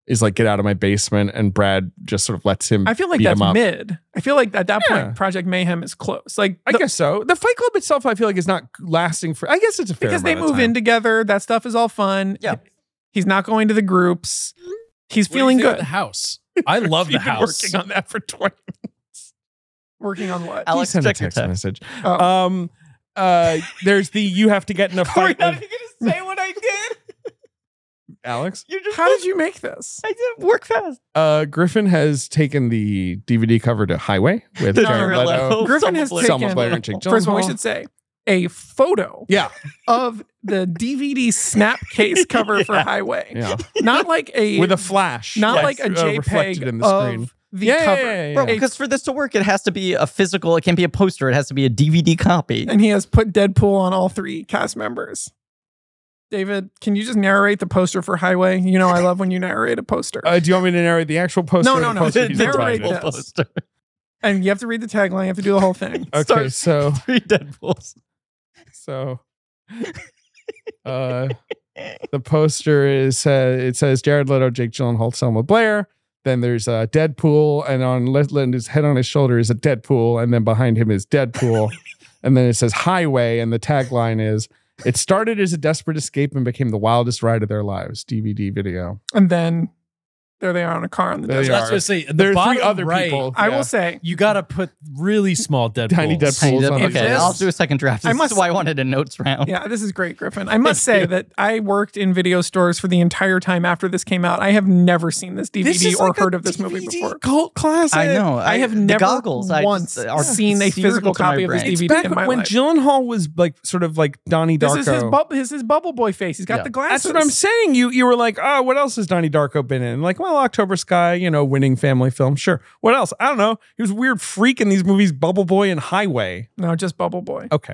Speaker 3: is like, get out of my basement. And Brad just sort of lets him.
Speaker 4: I feel like
Speaker 3: Beat 'em
Speaker 4: that's
Speaker 3: up.
Speaker 4: mid. I feel like at that
Speaker 3: Yeah.
Speaker 4: point, Project Mayhem is close. Like
Speaker 3: I
Speaker 4: the-
Speaker 3: guess so. The Fight Club itself, I feel like, is not lasting for. I guess it's a fair
Speaker 4: because they
Speaker 3: amount of
Speaker 4: move
Speaker 3: time. <laughs>
Speaker 4: in together. That stuff is all fun.
Speaker 2: Yeah.
Speaker 4: He's not going to the groups. He's
Speaker 5: What do you
Speaker 4: feeling
Speaker 5: think of
Speaker 4: good.
Speaker 5: The house. <laughs>
Speaker 3: <laughs>
Speaker 5: I love the
Speaker 3: You've been
Speaker 5: house.
Speaker 3: Working on that for twenty.
Speaker 4: Working on what?
Speaker 2: Alex,
Speaker 3: Send a
Speaker 2: check your
Speaker 3: text
Speaker 2: text.
Speaker 3: message.
Speaker 4: Oh.
Speaker 3: Um, uh, there's the you have to get
Speaker 4: <laughs>
Speaker 3: in a
Speaker 2: We're
Speaker 3: fight.
Speaker 2: not
Speaker 3: with-
Speaker 2: even gonna say what I did.
Speaker 3: <laughs> Alex.
Speaker 2: You just
Speaker 4: How did you make this?
Speaker 2: I did work fast.
Speaker 3: Uh, Griffin has taken the DVD cover to Highway with Jared <laughs> Leto,
Speaker 4: Griffin has
Speaker 2: Someone-
Speaker 4: taken-
Speaker 3: Selma Blair, and Jake
Speaker 4: First of all, we
Speaker 3: Gyllenhaal.
Speaker 4: should say a photo
Speaker 3: Yeah,
Speaker 4: of the
Speaker 3: <laughs>
Speaker 4: DVD snap case cover for Highway. <laughs>
Speaker 3: yeah,
Speaker 4: Not like a
Speaker 3: <laughs> with a flash,
Speaker 4: not
Speaker 3: yes,
Speaker 4: like a
Speaker 3: uh,
Speaker 4: JPEG
Speaker 3: reflected in the
Speaker 4: of
Speaker 3: screen.
Speaker 4: the
Speaker 3: yeah,
Speaker 4: cover.
Speaker 3: yeah, yeah, yeah.
Speaker 2: Bro, because for this to work, it has to be a physical. It can't be a poster. It has to be a DVD
Speaker 4: <laughs>
Speaker 2: copy.
Speaker 4: And he has put Deadpool on all three cast members. David, can you just narrate the poster for Highway? You know I love when you narrate a
Speaker 3: <laughs>
Speaker 4: poster.
Speaker 3: Uh, do you want me to narrate the actual poster?
Speaker 4: No,
Speaker 3: or the
Speaker 4: no, no. <laughs>
Speaker 3: poster
Speaker 4: The-
Speaker 3: you
Speaker 4: the
Speaker 3: provided?
Speaker 4: Deadpool poster. and you have to read the tagline, you have to do the whole thing.
Speaker 3: <laughs> Okay,
Speaker 2: Start-
Speaker 3: so
Speaker 2: Three Deadpools.
Speaker 3: <laughs> so uh, the poster is uh, it says Jared Leto, Jake Gyllenhaal, Selma Blair. Then there's uh, Deadpool, and on Le- Linda's head on his shoulder is a Deadpool, and then behind him is <laughs> Deadpool, and then it says Highway, and the tagline is. It started as a desperate escape and became the wildest ride of their lives. DVD video.
Speaker 4: And then there they are on a car on the
Speaker 3: There they
Speaker 4: desert.
Speaker 5: That's
Speaker 3: are.
Speaker 5: what I say. The
Speaker 3: There are
Speaker 5: bottom
Speaker 3: three other
Speaker 5: right,
Speaker 3: people.
Speaker 4: I
Speaker 3: Yeah.
Speaker 4: will say
Speaker 5: You got to put
Speaker 3: <laughs>
Speaker 5: really small Deadpools.
Speaker 2: Tiny
Speaker 3: Tiny Deadpools on
Speaker 2: Deadpool.
Speaker 3: the
Speaker 2: Okay,
Speaker 3: first.
Speaker 2: I'll do a second draft. This
Speaker 4: I
Speaker 2: I must,
Speaker 4: must-
Speaker 2: is why I wanted a notes round.
Speaker 4: Yeah, this is great, Griffin. I must say that I worked in video stores for the entire time after this came out. I have never seen this DVD or heard of this movie before.
Speaker 3: Cult classic.
Speaker 2: Oh, I know.
Speaker 4: I have
Speaker 2: the
Speaker 4: never
Speaker 2: goggles, I
Speaker 4: once
Speaker 2: just, are
Speaker 4: seen a
Speaker 2: seared
Speaker 4: physical
Speaker 2: into my
Speaker 4: copy of this
Speaker 2: brain.
Speaker 4: DVD.
Speaker 3: It's back
Speaker 4: in my
Speaker 3: when
Speaker 4: life.
Speaker 3: Gyllenhaal was like sort of like Donnie Darko.
Speaker 4: This is his bub- his, his bubble boy face. He's got
Speaker 2: Yeah.
Speaker 4: the
Speaker 3: That's
Speaker 4: glasses.
Speaker 3: what I'm saying. You you were like, oh, what else has Donnie Darko been in? Like, well, October Sky, you know, winning family film. Sure. What else? I don't know. He was a weird freak in these movies, Bubble Boy and Highway.
Speaker 4: No, just bubble
Speaker 2: Oh,
Speaker 4: boy.
Speaker 3: Okay.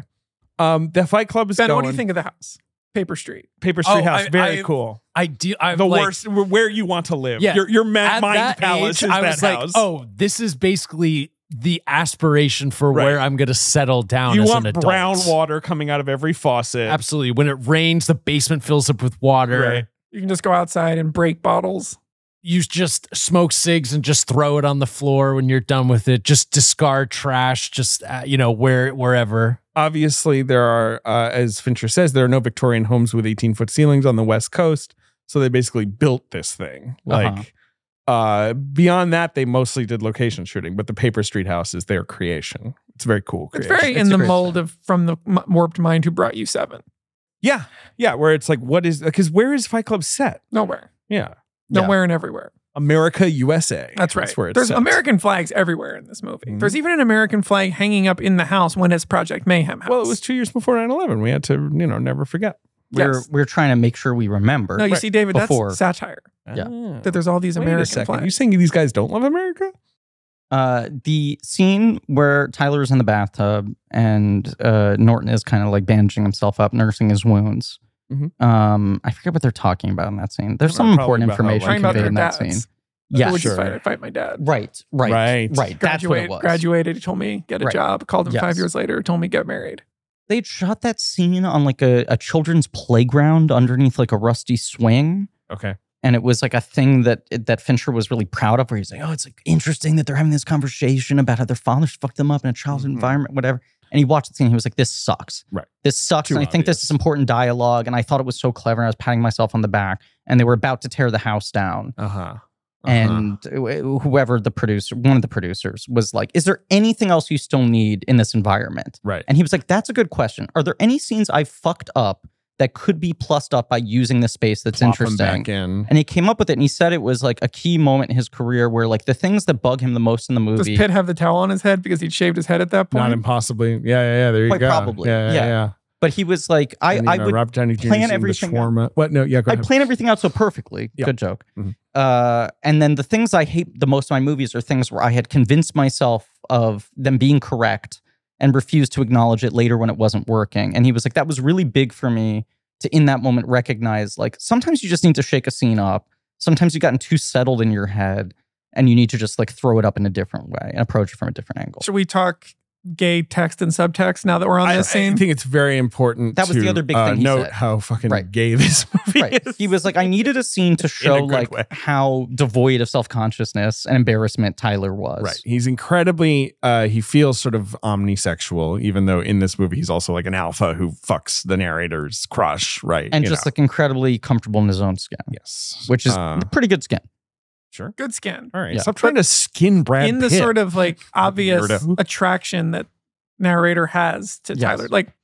Speaker 3: Um, the Fight Club is
Speaker 4: ben,
Speaker 3: going.
Speaker 4: what do you think of the house? Paper Street.
Speaker 3: Paper Street
Speaker 5: Oh,
Speaker 3: House,
Speaker 5: I-
Speaker 3: very
Speaker 5: I-
Speaker 3: cool.
Speaker 5: I do. I'm
Speaker 3: the
Speaker 5: like,
Speaker 3: worst, where you want to live.
Speaker 5: Yeah.
Speaker 3: Your your ma-
Speaker 5: At
Speaker 3: mind
Speaker 5: that
Speaker 3: palace
Speaker 5: age,
Speaker 3: is
Speaker 5: I
Speaker 3: that
Speaker 5: was
Speaker 3: house.
Speaker 5: like, oh, this is basically the aspiration for
Speaker 3: Right.
Speaker 5: where I'm going to settle down.
Speaker 3: you
Speaker 5: as
Speaker 3: want
Speaker 5: an adult.
Speaker 3: brown water coming out of every faucet.
Speaker 5: Absolutely. When it rains, the basement fills up with water.
Speaker 3: Right.
Speaker 4: You can just go outside and break bottles.
Speaker 5: You just smoke cigs and just throw it on the floor when you're done with it. Just discard trash. Just uh, you know where wherever.
Speaker 3: obviously there are uh, as fincher says there are no victorian homes with 18 foot ceilings on the west coast so they basically built this thing
Speaker 2: Uh-huh.
Speaker 3: like uh beyond that they mostly did location shooting but the paper street house is their creation it's a very cool
Speaker 4: It's
Speaker 3: creation.
Speaker 4: very in the mold of from the M- warped mind who brought you seven.
Speaker 3: yeah yeah where it's like what is because where is fight club set
Speaker 4: Nowhere,
Speaker 3: yeah
Speaker 2: Yeah.
Speaker 4: nowhere, and everywhere.
Speaker 3: america usa
Speaker 4: That's right.
Speaker 3: where it's
Speaker 4: There's
Speaker 3: set.
Speaker 4: American flags everywhere in this movie.
Speaker 3: Mhm.
Speaker 4: There's even an American flag hanging up in the house when it's Project Mayhem house.
Speaker 3: well it was two years before 9-11 we had to you know never forget
Speaker 2: We're we're trying to make sure we remember.
Speaker 4: no, you see, David,
Speaker 2: Before.
Speaker 4: that's satire.
Speaker 2: Yeah.
Speaker 3: Ah.
Speaker 4: That there's all these
Speaker 3: Wait a
Speaker 4: American
Speaker 3: second.
Speaker 4: flags.
Speaker 3: you saying these guys don't love america
Speaker 2: Uh, the scene where Tyler's in the bathtub and uh, Norton is kind of like bandaging himself up, nursing his wounds.
Speaker 3: Mhm.
Speaker 2: Um, I forget what they're talking about in that scene. There's
Speaker 3: They're
Speaker 2: some
Speaker 3: probably
Speaker 2: important
Speaker 3: about how, like,
Speaker 2: information
Speaker 4: talking Mm-hmm. about
Speaker 2: conveyed in
Speaker 4: their
Speaker 2: that
Speaker 4: dads.
Speaker 2: scene. Yeah,
Speaker 4: Would you
Speaker 3: sure.
Speaker 4: fight, fight my dad?
Speaker 2: Right, right,
Speaker 3: Right.
Speaker 2: right, That's what it
Speaker 4: Graduate,
Speaker 2: was.
Speaker 4: graduated, told me get a
Speaker 2: Right.
Speaker 4: job. Called him five
Speaker 2: Yes.
Speaker 4: years later, told me get married.
Speaker 2: They would shot that scene on like a, a children's playground underneath like a rusty swing.
Speaker 3: okay
Speaker 2: and it was like a thing that that Fincher was really proud of, where he's like, "Oh, it's like interesting that they're having this conversation about how their fathers fucked them up in a childhood
Speaker 3: Mhm.
Speaker 2: environment, whatever." And he watched the scene, he was like, "This sucks.
Speaker 3: Right.
Speaker 2: This sucks."
Speaker 3: Too
Speaker 2: and I think this
Speaker 3: obvious.
Speaker 2: is important dialogue. And I thought it was so clever. And I was patting myself on the back. And they were about to tear the house down,
Speaker 3: uh-huh, uh-huh.
Speaker 2: and uh, wh- whoever the producer, one of the producers, was like, "Is there anything else you still need in this environment?"
Speaker 3: right
Speaker 2: And he was like, That's a good question. Are there any scenes I fucked up that could be plussed up by using the space that's
Speaker 3: Plop 'em
Speaker 2: interesting.
Speaker 3: Back in.
Speaker 2: And he came up with it and he said it was like a key moment in his career where like the things that bug him the most in the
Speaker 4: Does
Speaker 2: movie
Speaker 4: Pitt have the towel on his head because he'd shaved his head at that point?
Speaker 3: Not impossibly. Yeah, yeah, yeah. There you
Speaker 2: Quite
Speaker 3: go.
Speaker 2: probably.
Speaker 3: Yeah,
Speaker 2: Yeah.
Speaker 3: yeah, yeah.
Speaker 2: but he was like I,
Speaker 3: And, you
Speaker 2: I
Speaker 3: know,
Speaker 2: would
Speaker 3: Robert Downey Jr. 's
Speaker 2: plan
Speaker 3: in the
Speaker 2: everything out.
Speaker 3: shawarma. What? No, yeah, go
Speaker 2: I
Speaker 3: ahead.
Speaker 2: plan everything out so perfectly.
Speaker 3: Yeah.
Speaker 2: Good joke.
Speaker 3: Mhm.
Speaker 2: Uh, and then the things I hate the most in my movies are things where I had convinced myself of them being correct and refused to acknowledge it later when it wasn't working. And he was like, that was really big for me to in that moment recognize like sometimes you just need to shake a scene up. Sometimes you've gotten too settled in your head and you need to just like throw it up in a different way and approach it from a different
Speaker 3: <laughs>
Speaker 2: angle.
Speaker 4: Should we talk gay text and subtext now that we're on
Speaker 3: I,
Speaker 4: this
Speaker 3: I
Speaker 4: scene?
Speaker 3: think it's very important.
Speaker 2: That was the
Speaker 3: to,
Speaker 2: other big
Speaker 3: uh,
Speaker 2: thing he
Speaker 3: note
Speaker 2: said.
Speaker 3: how fucking
Speaker 2: Right.
Speaker 3: gay this <laughs> movie
Speaker 2: right.
Speaker 3: is.
Speaker 2: He was like, I needed a scene
Speaker 3: <laughs>
Speaker 2: to show
Speaker 3: good
Speaker 2: like
Speaker 3: way.
Speaker 2: how devoid of self consciousness and embarrassment Tyler was.
Speaker 3: Right. He's incredibly. Uh, he feels sort of omnisexual, even though in this movie he's also like an alpha who fucks the narrator's crush. Right.
Speaker 2: and
Speaker 3: you
Speaker 2: just
Speaker 3: know.
Speaker 2: like incredibly comfortable in his own skin,
Speaker 3: yes,
Speaker 2: which is
Speaker 3: Uh,
Speaker 2: pretty good skin.
Speaker 3: sure.
Speaker 4: Good skin.
Speaker 3: All right.
Speaker 2: Yeah.
Speaker 3: Stop trying to skin <laughs> Brad
Speaker 4: in the
Speaker 3: Pitt.
Speaker 4: sort of like obvious
Speaker 3: Weirdo.
Speaker 4: attraction that narrator has to
Speaker 2: Yes.
Speaker 4: Tyler. Like,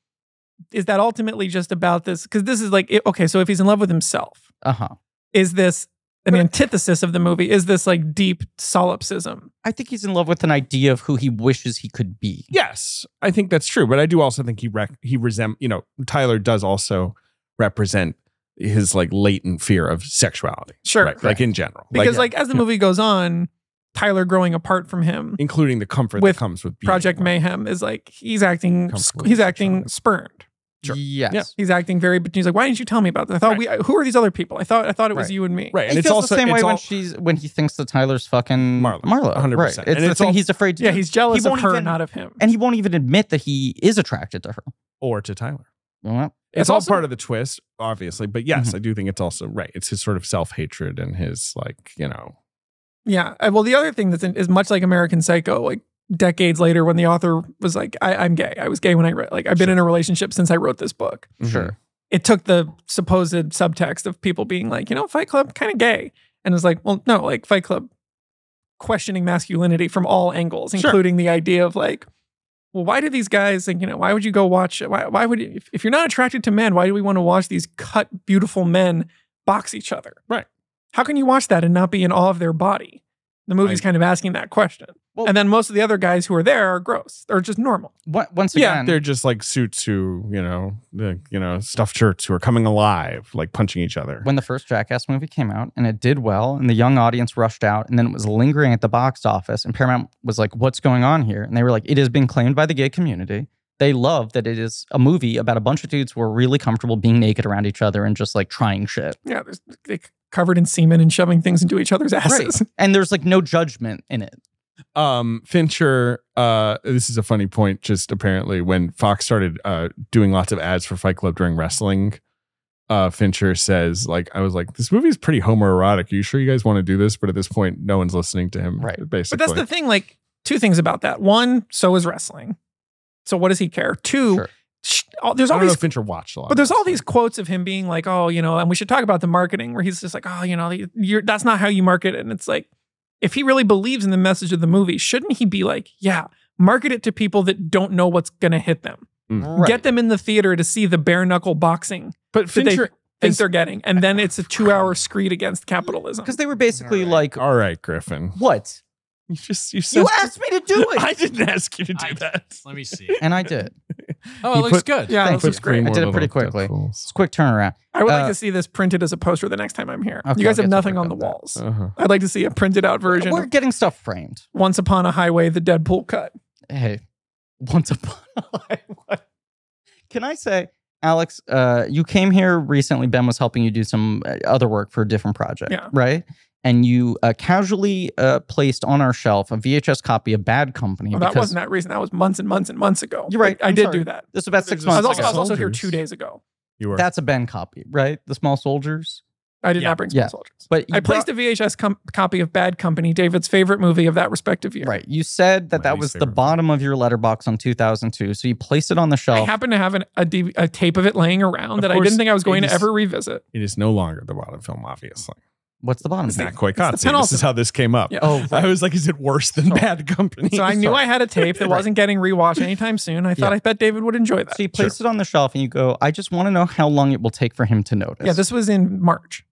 Speaker 4: is that ultimately just about this? Because this is like, it- okay, so if he's in love with himself,
Speaker 2: Uh huh.
Speaker 4: is this an antithesis of the movie? Is this like deep solipsism?
Speaker 2: I think he's in love with an idea of who he wishes he could be.
Speaker 3: Yes, I think that's true, but I do also think he rec- he resent you know Tyler does also represent his like latent fear of sexuality,
Speaker 4: Sure.
Speaker 3: right? Like in general,
Speaker 4: Because like, as the
Speaker 3: yeah.
Speaker 4: movie goes on, Tyler growing apart from him,
Speaker 3: including the comfort
Speaker 4: with
Speaker 3: that comes with being,
Speaker 4: Project
Speaker 3: like,
Speaker 4: Mayhem is like he's acting
Speaker 3: Comfortable
Speaker 4: he's
Speaker 3: with
Speaker 4: acting
Speaker 3: sexuality.
Speaker 4: spurned.
Speaker 3: Sure.
Speaker 2: Yes.
Speaker 3: Yeah.
Speaker 4: He's acting very but he's like, why didn't you tell me about this? I thought we who are these other people? I thought I thought it was
Speaker 2: Right.
Speaker 4: you and me.
Speaker 3: right, and
Speaker 2: he
Speaker 3: it's
Speaker 2: feels
Speaker 3: also
Speaker 2: the same
Speaker 3: it's
Speaker 2: way when
Speaker 3: all-
Speaker 2: she's when he thinks that Tyler's fucking
Speaker 3: Marlo.
Speaker 2: Marlo,
Speaker 3: 100%.
Speaker 2: Right. It's
Speaker 3: And
Speaker 2: the
Speaker 3: it's
Speaker 2: thing
Speaker 3: all-
Speaker 2: he's afraid to.
Speaker 4: Yeah,
Speaker 2: do.
Speaker 4: he's jealous
Speaker 2: He
Speaker 4: of
Speaker 2: won't
Speaker 4: her,
Speaker 2: even-
Speaker 4: not of him.
Speaker 2: and he won't even admit that he is attracted to her.
Speaker 3: or to Tyler.
Speaker 2: Well,
Speaker 3: It's,
Speaker 4: It's
Speaker 3: all
Speaker 4: also-
Speaker 3: part of the twist, obviously, but yes,
Speaker 2: Mhm.
Speaker 3: I do think it's also right. It's his sort of self hatred and his like you know
Speaker 4: Yeah. Uh, Well, the other thing that's in, is much like American Psycho, like decades later when the author was like, I, I'm gay. I was gay when I wrote, like, I've been in a relationship since I wrote this book.
Speaker 2: Mm-hmm.
Speaker 3: Mm-hmm.
Speaker 2: Sure.
Speaker 4: It took the supposed subtext of people being like, you know, Fight Club, kind of gay. And it's like, well, no, like Fight Club questioning masculinity from all angles,
Speaker 3: Sure.
Speaker 4: including the idea of like, well, why do these guys think, you know, why would you go watch, why, why would, you, if, if you're not attracted to men, why do we want to watch these cut, beautiful men box each other?
Speaker 3: Right.
Speaker 4: How can you watch that and not be in awe of their body? The movie's
Speaker 3: I-
Speaker 4: kind of asking that question.
Speaker 2: Well-
Speaker 4: and then most of the other guys who are there are gross. They're just normal.
Speaker 2: on- once
Speaker 3: yeah,
Speaker 2: again,
Speaker 3: they're just like suits who you know the, you know stuffed shirts who are coming alive, like punching each other.
Speaker 2: when the first Jackass movie came out and it did well and the young audience rushed out and then it was lingering at the box office and Paramount was like, "What's going on here?" And they were like, "It has been claimed by the gay community. They love that it is a movie about a bunch of dudes who are really comfortable being naked around each other and just like trying shit."
Speaker 4: Yeah, there's they covered in semen and shoving things into each other's asses.
Speaker 2: And there's like no judgment in it.
Speaker 3: um fincher uh this is a funny point just apparently when fox started uh doing lots of ads for fight club during wrestling uh fincher says like i was like this movie is pretty homoerotic Are you sure you guys want to do this but at this point no one's listening to him
Speaker 2: Right.
Speaker 3: basically
Speaker 4: But that's the thing. Like, two things about that. One, so is wrestling. So what does he care? Two,
Speaker 2: Sure.
Speaker 4: sh- all, there's
Speaker 3: i
Speaker 4: all
Speaker 3: don't know
Speaker 4: these
Speaker 3: if fincher watched a lot
Speaker 4: But
Speaker 3: of
Speaker 4: there's all
Speaker 3: wrestling.
Speaker 4: these quotes of him being like, "Oh, you know," and we should talk about the marketing where he's just like, "Oh, you know, you're, that's not how you market." it." And it's like, if he really believes in the message of the movie, shouldn't he be like, "Yeah, market it to people that don't know what's gonna hit them. Get them in the theater to see the bare knuckle boxing
Speaker 3: but
Speaker 4: that they
Speaker 3: fincher
Speaker 4: think
Speaker 3: is-
Speaker 4: they're getting, and then it's a two hour screed against capitalism."
Speaker 2: Because they were basically like,
Speaker 3: all right griffin
Speaker 2: what?
Speaker 3: you just you said
Speaker 2: You asked me to <laughs> do it.
Speaker 3: <laughs> i didn't ask you to do
Speaker 5: I-
Speaker 3: that
Speaker 5: Let me see.
Speaker 2: and I did.
Speaker 5: <laughs> Oh,
Speaker 3: He
Speaker 5: it looks
Speaker 3: put-
Speaker 5: good.
Speaker 4: Yeah,
Speaker 2: Thank
Speaker 4: this is
Speaker 2: you.
Speaker 4: great.
Speaker 2: I did it pretty quickly. It's a quick turnaround.
Speaker 4: I would like
Speaker 2: Uh,
Speaker 4: to see this printed as a poster the next time I'm here.
Speaker 2: Okay,
Speaker 4: you guys
Speaker 2: I'll get
Speaker 4: have
Speaker 2: to
Speaker 4: nothing
Speaker 2: work
Speaker 4: on the
Speaker 2: on that.
Speaker 4: walls.
Speaker 3: uh-huh.
Speaker 4: I'd like to see a printed out version
Speaker 2: We're
Speaker 4: of
Speaker 2: getting stuff framed.
Speaker 4: Once Upon a Highway, the Deadpool cut.
Speaker 2: hey, once upon a <laughs> highway. Can I say, Alex, uh, you came here recently. Ben was helping you do some uh, other work for a different project,
Speaker 4: Yeah.
Speaker 2: right? And you uh, casually uh, placed on our shelf a VHS copy of Bad Company.
Speaker 4: Well, Oh, that wasn't that reason. That was months and months and months ago.
Speaker 2: You're right.
Speaker 4: But I
Speaker 2: I'm
Speaker 4: did
Speaker 2: sorry.
Speaker 4: do that.
Speaker 2: This was about
Speaker 3: There's
Speaker 2: six
Speaker 3: a
Speaker 4: I
Speaker 2: months
Speaker 4: was, also, I
Speaker 2: ago.
Speaker 4: was also here
Speaker 3: Soldiers.
Speaker 4: two days ago.
Speaker 3: you were
Speaker 2: That's a Ben copy, right? The Small Soldiers.
Speaker 4: I did
Speaker 5: Yeah.
Speaker 4: not bring Small
Speaker 2: Yeah.
Speaker 4: Soldiers.
Speaker 2: But you
Speaker 4: I placed a VHS com- copy of Bad Company, David's favorite movie of that respective year.
Speaker 2: brought- right. You said that
Speaker 3: My
Speaker 2: that
Speaker 3: least
Speaker 2: was the
Speaker 3: favorite.
Speaker 2: bottom of your letterbox on 2002. So you placed it on the
Speaker 4: I
Speaker 2: shelf.
Speaker 4: happen to have an, a, D- a tape of it laying around
Speaker 3: Of
Speaker 4: that I
Speaker 3: course,
Speaker 4: didn't think I was going
Speaker 2: <laughs>
Speaker 4: to
Speaker 3: it is-
Speaker 4: ever revisit.
Speaker 3: it is no longer the bottom film obviously
Speaker 2: What's the bottom?
Speaker 3: It's not
Speaker 2: thing?
Speaker 4: It's
Speaker 3: Koikatsu.
Speaker 4: the
Speaker 3: This is how this came up.
Speaker 4: Yeah.
Speaker 2: Oh,
Speaker 3: I was like, is it worse than Bad Company?
Speaker 4: So I <laughs> knew I had a tape
Speaker 2: <laughs>
Speaker 4: that wasn't getting rewatched anytime soon. I thought I bet David would enjoy that.
Speaker 2: so you place it on the shelf and you go, I just want to know how long it will take for him to notice.
Speaker 4: yeah, this was in March.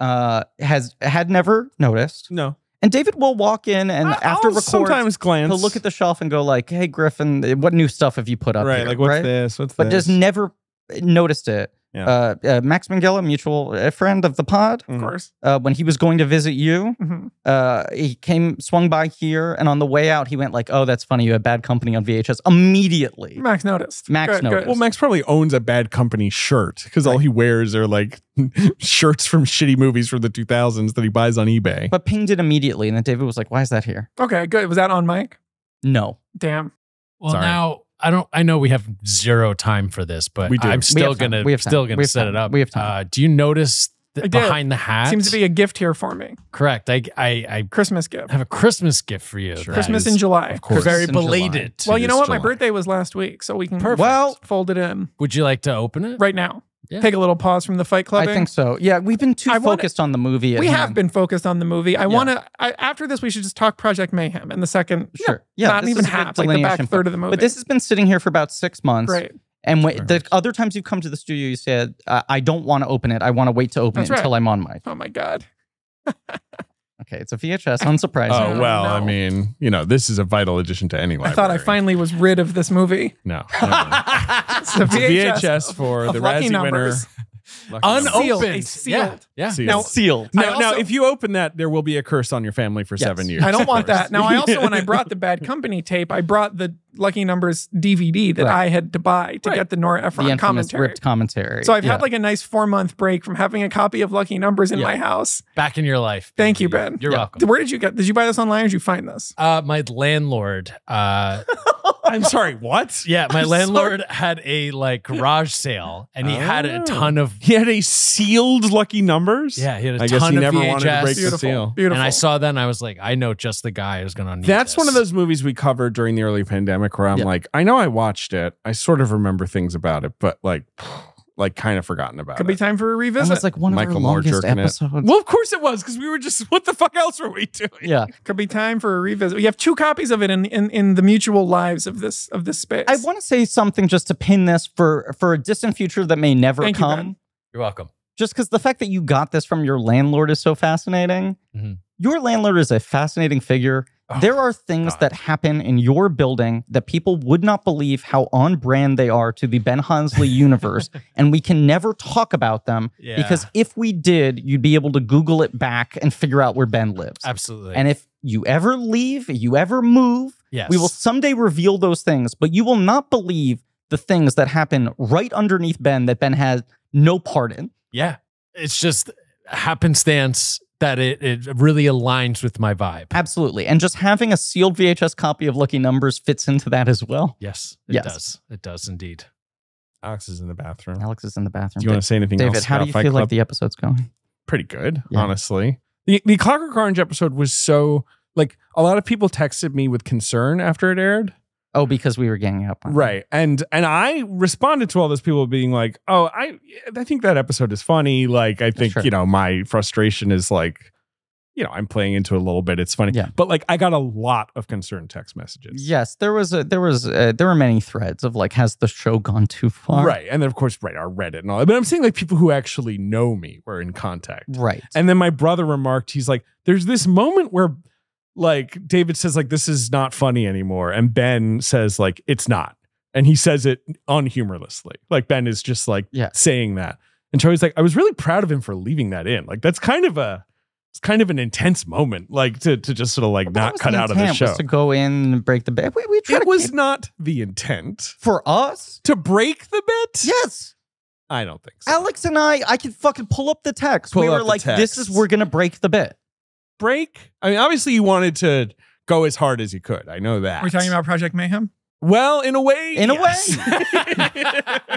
Speaker 2: uh, has had never noticed.
Speaker 3: No.
Speaker 2: And David will walk in and
Speaker 3: I-
Speaker 2: after
Speaker 3: I'll
Speaker 2: record,
Speaker 3: sometimes glance.
Speaker 2: he'll look at the shelf and go like, "Hey Griffin, what new stuff have you put up?"
Speaker 3: right,
Speaker 2: here?"
Speaker 3: like what's
Speaker 2: right?
Speaker 3: this? What's
Speaker 2: But
Speaker 3: this?
Speaker 2: just never noticed it.
Speaker 3: Yeah.
Speaker 2: Uh, uh, Max Mangella, mutual uh, friend of the pod,
Speaker 4: Of
Speaker 3: Mhm.
Speaker 4: course.
Speaker 2: uh, when he was going to visit you,
Speaker 4: Mhm.
Speaker 2: uh, he came swung by here, and on the way out, he went like, "Oh, that's funny. You had bad company on VHS." Immediately,
Speaker 4: Max noticed.
Speaker 2: Max
Speaker 4: Good, good.
Speaker 2: noticed.
Speaker 3: Well, Max probably owns a bad company shirt because all he wears are like <laughs> shirts from shitty movies from the 2000s that he buys on eBay.
Speaker 2: but pinged it immediately, and then David was like, "Why is that here?"
Speaker 4: Okay, good. Was that on mic?
Speaker 2: No,
Speaker 4: Damn.
Speaker 5: Well,
Speaker 3: Sorry.
Speaker 5: now I don't. I know we have zero time for this, but
Speaker 3: We do.
Speaker 5: I'm
Speaker 3: We
Speaker 5: still
Speaker 2: have time.
Speaker 5: gonna
Speaker 2: We have time.
Speaker 5: still gonna
Speaker 2: We have
Speaker 5: set
Speaker 2: time.
Speaker 5: it up.
Speaker 2: We have time.
Speaker 5: Uh, do you notice
Speaker 4: I
Speaker 5: that
Speaker 4: did.
Speaker 5: behind the hat?
Speaker 4: Seems to be a gift here for me.
Speaker 5: correct. I I,
Speaker 4: Christmas
Speaker 5: I
Speaker 4: gift.
Speaker 5: have a Christmas gift for you. that
Speaker 4: Christmas
Speaker 5: is
Speaker 4: in July.
Speaker 3: Of course.
Speaker 5: Very
Speaker 2: in July.
Speaker 5: belated.
Speaker 4: Well, you know
Speaker 5: It is
Speaker 4: what? My
Speaker 5: July.
Speaker 4: birthday was last week, so we can
Speaker 5: Perfect.
Speaker 2: Well-
Speaker 4: fold it in
Speaker 5: Would you like to open it?
Speaker 4: right now.
Speaker 5: Yeah.
Speaker 4: Take a little pause from the Fight Club.
Speaker 2: I think so. Yeah, we've been too
Speaker 4: I wanna-
Speaker 2: focused on the movie. at
Speaker 4: we have
Speaker 2: hand.
Speaker 4: been focused on the movie. I want to. After this, we should just talk Project Mayhem and the second.
Speaker 2: Sure. Yeah,
Speaker 4: not
Speaker 2: this
Speaker 4: even
Speaker 2: is a good
Speaker 4: half, like the back
Speaker 2: delineation
Speaker 4: third of the movie.
Speaker 2: But this has been sitting here for about six months.
Speaker 4: great.
Speaker 2: And wait, the other times you've come to the studio, you said, uh, I don't want to open it. I want to wait to open
Speaker 4: That's
Speaker 2: it
Speaker 4: right.
Speaker 2: until I'm on mic.
Speaker 4: Oh my god.
Speaker 2: Okay, it's a
Speaker 4: <laughs>
Speaker 2: VHS, unsurprising.
Speaker 3: oh, well,
Speaker 4: no.
Speaker 3: I mean, you know, this is a vital addition to any
Speaker 4: I
Speaker 3: library.
Speaker 4: thought I finally was rid of
Speaker 2: <laughs>
Speaker 4: this movie.
Speaker 3: No. never mind.
Speaker 4: It's a
Speaker 3: It's a
Speaker 4: VHS.
Speaker 3: VHS for
Speaker 4: of
Speaker 3: the
Speaker 4: lucky
Speaker 3: Razzie
Speaker 4: numbers.
Speaker 3: winner. Lucky number.
Speaker 4: Sealed.
Speaker 5: Unopened.
Speaker 4: It's sealed.
Speaker 5: oh, Yeah. yeah.
Speaker 3: Sealed.
Speaker 4: Now-
Speaker 2: Sealed.
Speaker 3: Now,
Speaker 4: I also-
Speaker 3: now, if you open that, there will be a curse on your family for
Speaker 2: Yes.
Speaker 3: seven years.
Speaker 4: I don't want
Speaker 3: of course.
Speaker 4: that. Now,
Speaker 3: <laughs>
Speaker 4: I also, when I brought the Bad Company tape, I brought the Lucky Numbers DVD that
Speaker 2: Right.
Speaker 4: I had to buy to
Speaker 3: Right.
Speaker 4: get the Nora
Speaker 2: The
Speaker 4: Ephron
Speaker 2: infamous
Speaker 4: commentary.
Speaker 2: ripped commentary.
Speaker 4: So I've
Speaker 2: Yeah.
Speaker 4: had like a nice four month break from having a copy of Lucky Numbers in
Speaker 2: Yeah.
Speaker 4: my house.
Speaker 5: Back in your life.
Speaker 4: Thank you,
Speaker 5: baby.
Speaker 4: Ben.
Speaker 5: You're
Speaker 2: Yeah.
Speaker 5: welcome.
Speaker 4: Where did you get? Did you buy this online or did you find this?
Speaker 5: Uh, my landlord. <laughs> Uh,
Speaker 3: I'm sorry. What?
Speaker 5: yeah, my <laughs>
Speaker 3: I'm
Speaker 5: landlord had a like garage sale, and he had a
Speaker 3: Oh.
Speaker 5: ton of.
Speaker 3: He had a sealed lucky numbers.
Speaker 5: Yeah, he had a
Speaker 3: I
Speaker 5: ton
Speaker 3: guess he
Speaker 5: of
Speaker 3: never
Speaker 5: VHS.
Speaker 3: wanted to break the
Speaker 4: Beautiful.
Speaker 3: seal.
Speaker 4: Beautiful.
Speaker 5: And I saw that, and I was like, I know just the guy who's gonna need.
Speaker 3: That's one of
Speaker 5: this.
Speaker 3: those movies we covered during the early pandemic where I'm
Speaker 2: Yeah.
Speaker 3: like, I know I watched it. I sort of remember things about it, but like, <sighs> like kind of forgotten about
Speaker 4: Could
Speaker 3: it.
Speaker 4: be time for a
Speaker 2: That
Speaker 4: revisit.
Speaker 2: was like one of
Speaker 3: Michael
Speaker 2: our
Speaker 3: Moore
Speaker 2: longest
Speaker 3: jerking it.
Speaker 2: episodes.
Speaker 3: well, of course it was because we were just, <laughs> what the fuck else were we doing?
Speaker 2: Yeah.
Speaker 4: Could be time for a revisit. We have two copies of it in in, in the mutual lives of this of this space.
Speaker 2: I want to say something just to pin this for, for a distant future that may never
Speaker 4: Thank you,
Speaker 2: come.
Speaker 4: Ben.
Speaker 5: You're welcome.
Speaker 2: just because the fact that you got this from your landlord is so fascinating.
Speaker 5: Mhm.
Speaker 2: Your landlord is a fascinating figure.
Speaker 5: Oh,
Speaker 2: there are things
Speaker 5: God.
Speaker 2: that happen in your building that people would not believe how on brand they are to the Ben Honsley
Speaker 5: <laughs>
Speaker 2: universe. and we can never talk about them
Speaker 5: Yeah.
Speaker 2: because if we did, you'd be able to Google it back and figure out where Ben lives.
Speaker 5: Absolutely.
Speaker 2: And if you ever leave, you ever move,
Speaker 5: yes.
Speaker 2: we will someday reveal those things, but you will not believe the things that happen right underneath Ben that Ben has no part in.
Speaker 5: Yeah. It's just happenstance that it, it really aligns with my vibe.
Speaker 2: Absolutely. And just having a sealed VHS copy of Lucky Numbers fits into that as well.
Speaker 5: Yes, it
Speaker 2: Yes.
Speaker 5: does. It does indeed.
Speaker 3: Alex is in the bathroom.
Speaker 2: Alex is in the bathroom.
Speaker 3: Do you want to say anything
Speaker 2: David,
Speaker 3: else?
Speaker 2: how do
Speaker 3: about
Speaker 2: you
Speaker 3: Fight
Speaker 2: feel like
Speaker 3: Club?
Speaker 2: the episode's going?
Speaker 3: pretty good,
Speaker 2: Yeah.
Speaker 3: honestly. The the Clockwork Orange episode was so like a lot of people texted me with concern after it aired.
Speaker 2: Oh, because we were ganging up. on it.
Speaker 3: Right. And and I responded to all those people being like, "Oh, I I think that episode is funny. Like I think,
Speaker 2: Sure.
Speaker 3: you know, my frustration is like you know, I'm playing into it a little bit. It's funny.
Speaker 2: Yeah.
Speaker 3: But like I got a lot of concerned text messages.
Speaker 2: Yes, there was a there was a, there were many threads of like, has the show gone too far?
Speaker 3: Right. And then of course, right, our Reddit and all that. But I'm saying like people who actually know me were in contact.
Speaker 2: Right.
Speaker 3: And then my brother remarked, he's like, there's this moment where like David says, like, this is not funny anymore. And Ben says, like, it's not. And he says it unhumorlessly. Like Ben is just like
Speaker 2: Yeah.
Speaker 3: saying that. And Charlie's like, I was really proud of him for leaving that in. Like that's kind of a it's kind of an intense moment, like to to just sort of like
Speaker 2: But that
Speaker 3: not
Speaker 2: was
Speaker 3: cut out of the
Speaker 2: intent, was
Speaker 3: show.
Speaker 2: to go in and break the bed. We, we tried
Speaker 3: It
Speaker 2: to
Speaker 3: was
Speaker 2: keep-
Speaker 3: not the intent
Speaker 2: for us.
Speaker 3: to break the bit.
Speaker 2: Yes,
Speaker 3: I don't think so.
Speaker 2: Alex and I, I could fucking pull up the text.
Speaker 3: Pull
Speaker 2: we
Speaker 3: up
Speaker 2: were
Speaker 3: the
Speaker 2: like, this is
Speaker 3: text.
Speaker 2: we're gonna break the bit.
Speaker 3: break. I mean, obviously you wanted to go as hard as you could. I know that.
Speaker 4: Are we talking about Project Mayhem?
Speaker 3: Well, in a way.
Speaker 2: In a way.
Speaker 3: way.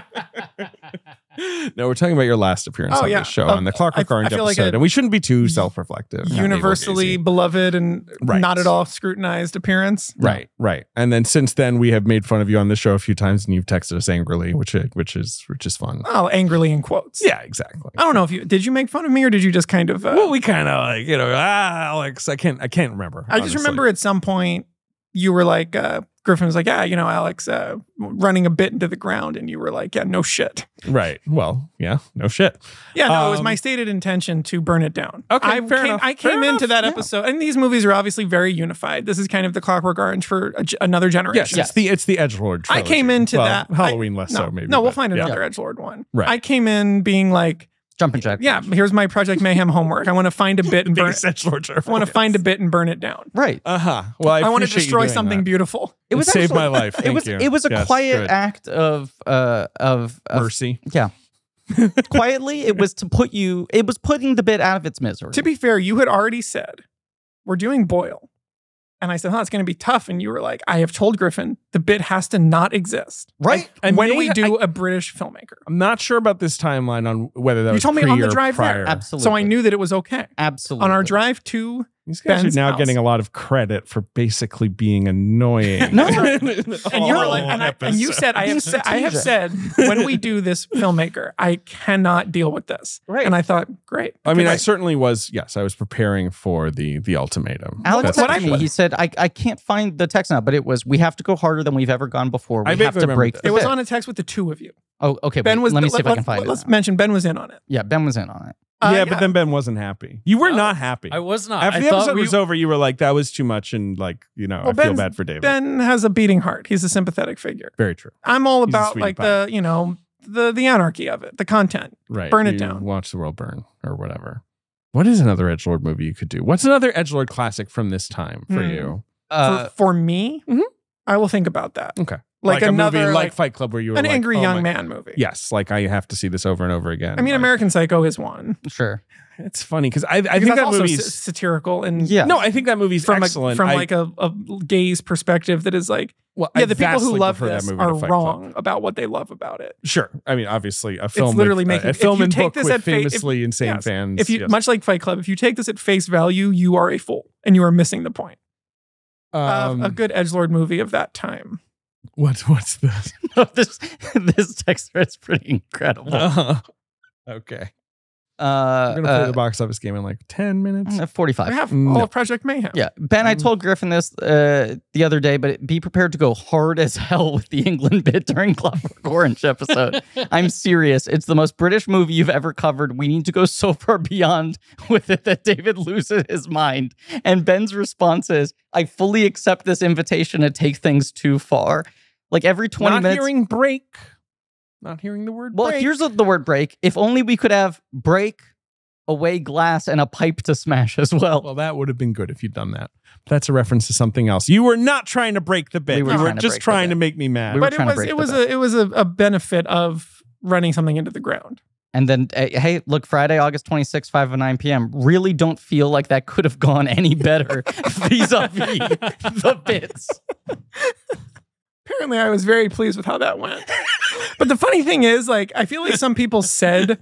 Speaker 3: <laughs> no, we're talking about your last appearance
Speaker 4: Oh,
Speaker 3: on
Speaker 4: yeah.
Speaker 3: this show
Speaker 4: Oh,
Speaker 3: on the Clockwork
Speaker 4: I- I
Speaker 3: Orange
Speaker 4: feel
Speaker 3: episode,
Speaker 4: like I- Mm-hmm.
Speaker 3: and we shouldn't be too self-reflective.
Speaker 4: Universally beloved and
Speaker 3: Right.
Speaker 4: not at all scrutinized appearance.
Speaker 3: Right, right. And then since then, we have made fun of you on the show a few times, and you've texted us angrily, which uh, which is which is fun.
Speaker 4: Oh, angrily in quotes.
Speaker 3: Yeah, exactly.
Speaker 4: I don't know if you did you make fun of me or did you just kind of uh,
Speaker 3: Well, we kind of like you know, ah, Alex. I can't I can't remember.
Speaker 4: I just
Speaker 3: honestly.
Speaker 4: remember at some point you were like, uh, Griffin was like, yeah, you know, Alex, uh, running a bit into the ground. And you were like, yeah, no shit.
Speaker 3: Right. Well, yeah. No shit.
Speaker 4: Yeah, no, it was
Speaker 3: Um,
Speaker 4: my stated intention to burn it down.
Speaker 3: Okay,
Speaker 4: I
Speaker 3: fair
Speaker 4: came,
Speaker 3: enough.
Speaker 4: I
Speaker 3: Fair
Speaker 4: came into
Speaker 3: enough,
Speaker 4: that
Speaker 3: yeah.
Speaker 4: episode, and these movies are obviously very unified. This is kind of the Clockwork Orange for a, ge- another
Speaker 3: Yes,
Speaker 4: generation.
Speaker 3: it's the it's the Edge Lord.
Speaker 4: I came into that- I-
Speaker 3: Halloween less
Speaker 4: No,
Speaker 3: so maybe.
Speaker 4: no, we'll
Speaker 3: but
Speaker 4: find
Speaker 3: yeah.
Speaker 4: another Edge Lord one.
Speaker 3: Right.
Speaker 4: I came in being like,
Speaker 2: Jumping jack.
Speaker 4: yeah, here's my Project Mayhem homework. I want to find a
Speaker 3: <laughs>
Speaker 4: bit and burn.
Speaker 3: Base
Speaker 4: It.
Speaker 3: Edge Lord.
Speaker 4: I want to find a bit and burn it down.
Speaker 2: Right.
Speaker 3: Uh huh. Well, I,
Speaker 4: I, want to
Speaker 3: appreciate you
Speaker 4: destroy
Speaker 3: doing
Speaker 4: something
Speaker 3: that.
Speaker 4: beautiful.
Speaker 3: It saved
Speaker 2: actually-
Speaker 3: my
Speaker 2: <laughs>
Speaker 3: life.
Speaker 2: it
Speaker 3: Thank
Speaker 2: was
Speaker 3: you.
Speaker 2: it was a
Speaker 3: Yes,
Speaker 2: quiet
Speaker 3: good.
Speaker 2: act of uh of, of
Speaker 3: Mercy.
Speaker 2: Yeah. <laughs> Quietly, it was to put you. It was putting the bit out of its misery.
Speaker 4: To be fair, you had already said, we're doing Boyle. And I said, huh, it's going to be tough. And you were like, I have told Griffin the bit has to not exist.
Speaker 2: right.
Speaker 3: And
Speaker 4: when
Speaker 3: they-
Speaker 4: we do a British filmmaker.
Speaker 3: I'm not sure about this timeline on whether that
Speaker 4: You
Speaker 3: was
Speaker 4: told me
Speaker 3: pre
Speaker 4: on the
Speaker 3: or
Speaker 4: drive there.
Speaker 3: prior.
Speaker 2: Absolutely.
Speaker 4: So I knew that it was okay.
Speaker 2: Absolutely.
Speaker 4: On our drive to,
Speaker 3: These guys
Speaker 4: Ben's
Speaker 3: are now
Speaker 4: house.
Speaker 3: getting a lot of credit for basically being annoying.
Speaker 2: No.
Speaker 3: <laughs>
Speaker 4: and you were like, and, I- and you said, I
Speaker 2: Being
Speaker 4: have, said, I have said,
Speaker 2: strategic.
Speaker 4: when we
Speaker 3: <laughs>
Speaker 4: do this filmmaker, I cannot deal with this.
Speaker 2: Right.
Speaker 4: And I thought, great.
Speaker 3: I mean, I
Speaker 4: Right.
Speaker 3: certainly was. Yes, I was preparing for the the ultimatum.
Speaker 2: Alex
Speaker 3: That's
Speaker 2: texted
Speaker 3: for
Speaker 2: me.
Speaker 3: sure.
Speaker 2: He said, I, "I can't find the text now, but it was we have to go harder than we've ever gone before. We
Speaker 3: I
Speaker 2: have
Speaker 3: vaguely
Speaker 2: to
Speaker 3: remember
Speaker 2: break."
Speaker 3: this.
Speaker 2: The
Speaker 4: it was
Speaker 2: bit."
Speaker 4: on a text with the two of you.
Speaker 2: Oh, okay.
Speaker 4: Ben
Speaker 2: wait,
Speaker 4: was,
Speaker 2: Let me see if I
Speaker 4: let-
Speaker 2: can find
Speaker 4: Let's
Speaker 2: it. now.
Speaker 4: mention Ben was in on it.
Speaker 2: Yeah, Ben was in on it.
Speaker 4: Uh,
Speaker 3: yeah, but then Ben wasn't happy. You were
Speaker 5: No,
Speaker 3: not happy.
Speaker 5: I was not.
Speaker 3: After
Speaker 5: I
Speaker 3: the
Speaker 5: thought
Speaker 3: episode
Speaker 5: we-
Speaker 3: was over, you were like, "That was too much," and like, you know,
Speaker 4: Well,
Speaker 3: I feel
Speaker 4: Ben's-
Speaker 3: bad for David.
Speaker 4: Ben has a beating heart. He's a sympathetic figure.
Speaker 3: Very true.
Speaker 4: I'm all
Speaker 3: He's a
Speaker 4: about
Speaker 3: sweetie
Speaker 4: like the you know the the anarchy of it, the content.
Speaker 3: Right.
Speaker 4: Burn it
Speaker 3: You
Speaker 4: down.
Speaker 3: Watch the world burn or whatever. What is another Edge Lord movie you could do? What's another Edge Lord classic from this time for
Speaker 4: Hmm.
Speaker 3: you?
Speaker 2: Uh,
Speaker 4: for, for me,
Speaker 3: Mhm.
Speaker 4: I will think about that.
Speaker 3: Okay.
Speaker 4: like,
Speaker 3: a
Speaker 4: another
Speaker 3: movie like
Speaker 4: like,
Speaker 3: Fight Club, where you were
Speaker 4: an
Speaker 3: like,
Speaker 4: angry
Speaker 3: "Oh
Speaker 4: young
Speaker 3: my-
Speaker 4: man movie.
Speaker 3: Yes, like I have to see this over and over again.
Speaker 4: I mean
Speaker 3: Like,
Speaker 4: American Psycho is one.
Speaker 2: sure. <laughs>
Speaker 3: It's funny because I, I
Speaker 4: Because
Speaker 3: think
Speaker 4: that's
Speaker 3: that
Speaker 4: also
Speaker 3: movie's
Speaker 4: sa- satirical and
Speaker 2: Yeah.
Speaker 3: no, I think that movie's
Speaker 4: from
Speaker 3: excellent.
Speaker 4: a, from
Speaker 3: I-
Speaker 4: like a, a gay's perspective that is like
Speaker 3: well, I
Speaker 4: yeah the people who
Speaker 3: vastly
Speaker 4: love
Speaker 3: prefer that
Speaker 4: this
Speaker 3: movie to
Speaker 4: are
Speaker 3: Fight Club.
Speaker 4: wrong about what they love about it.
Speaker 3: Sure. I mean, obviously, a film.
Speaker 4: literally
Speaker 3: with,
Speaker 4: making-
Speaker 3: a
Speaker 4: if
Speaker 3: film
Speaker 4: you
Speaker 3: and
Speaker 4: take
Speaker 3: book
Speaker 4: this
Speaker 3: with
Speaker 4: at fa- if-
Speaker 3: famously insane
Speaker 4: yes.
Speaker 3: fans.
Speaker 4: If you
Speaker 3: yes.
Speaker 4: much like Fight Club, if you take this at face value, you are a fool and you are missing the point.
Speaker 3: um,
Speaker 4: of uh, a good edge lord movie of that time.
Speaker 3: <laughs> what what's this?
Speaker 2: No, this this text thread is pretty incredible. <laughs> Uh,
Speaker 3: okay,
Speaker 2: uh,
Speaker 3: we're gonna play the box office game in like ten minutes.
Speaker 2: uh, forty-five.
Speaker 4: We have all
Speaker 3: No.
Speaker 4: of Project Mayhem.
Speaker 2: Yeah, Ben, I
Speaker 3: Um,
Speaker 2: told Griffin this uh, the other day, but be prepared to go hard as <laughs> hell with the England bit during <laughs> Clockwork Orange episode.
Speaker 3: <laughs>
Speaker 2: I'm serious. It's the most British movie you've ever covered. We need to go so far beyond <laughs> with it that David loses his mind. And Ben's response is, I fully accept this invitation to take things too far. Like every 20
Speaker 3: Not
Speaker 2: minutes.
Speaker 3: hearing break. Not hearing the word.
Speaker 2: well,
Speaker 3: break.
Speaker 2: here's the word break. If only we could have break, away glass, and a pipe to smash as well.
Speaker 3: Well, that would have been good if you'd done that. That's a reference to something else. You were not trying to break the bit.
Speaker 2: We were
Speaker 3: you were
Speaker 2: trying to
Speaker 3: just
Speaker 2: break the
Speaker 3: trying
Speaker 2: bit.
Speaker 3: to make me mad.
Speaker 2: We were
Speaker 4: but it
Speaker 2: trying to
Speaker 4: was
Speaker 2: break the
Speaker 4: it was a it was a, a benefit of running something into the ground.
Speaker 2: And then, eh, hey, look, Friday, August oh 26th, 5 and 9 p.m. Really don't feel like that could have gone any
Speaker 4: <laughs>
Speaker 2: better vis a vis the bits.
Speaker 4: Apparently, I was very pleased with how that went. <laughs> but the funny thing is, like, I feel like some people said,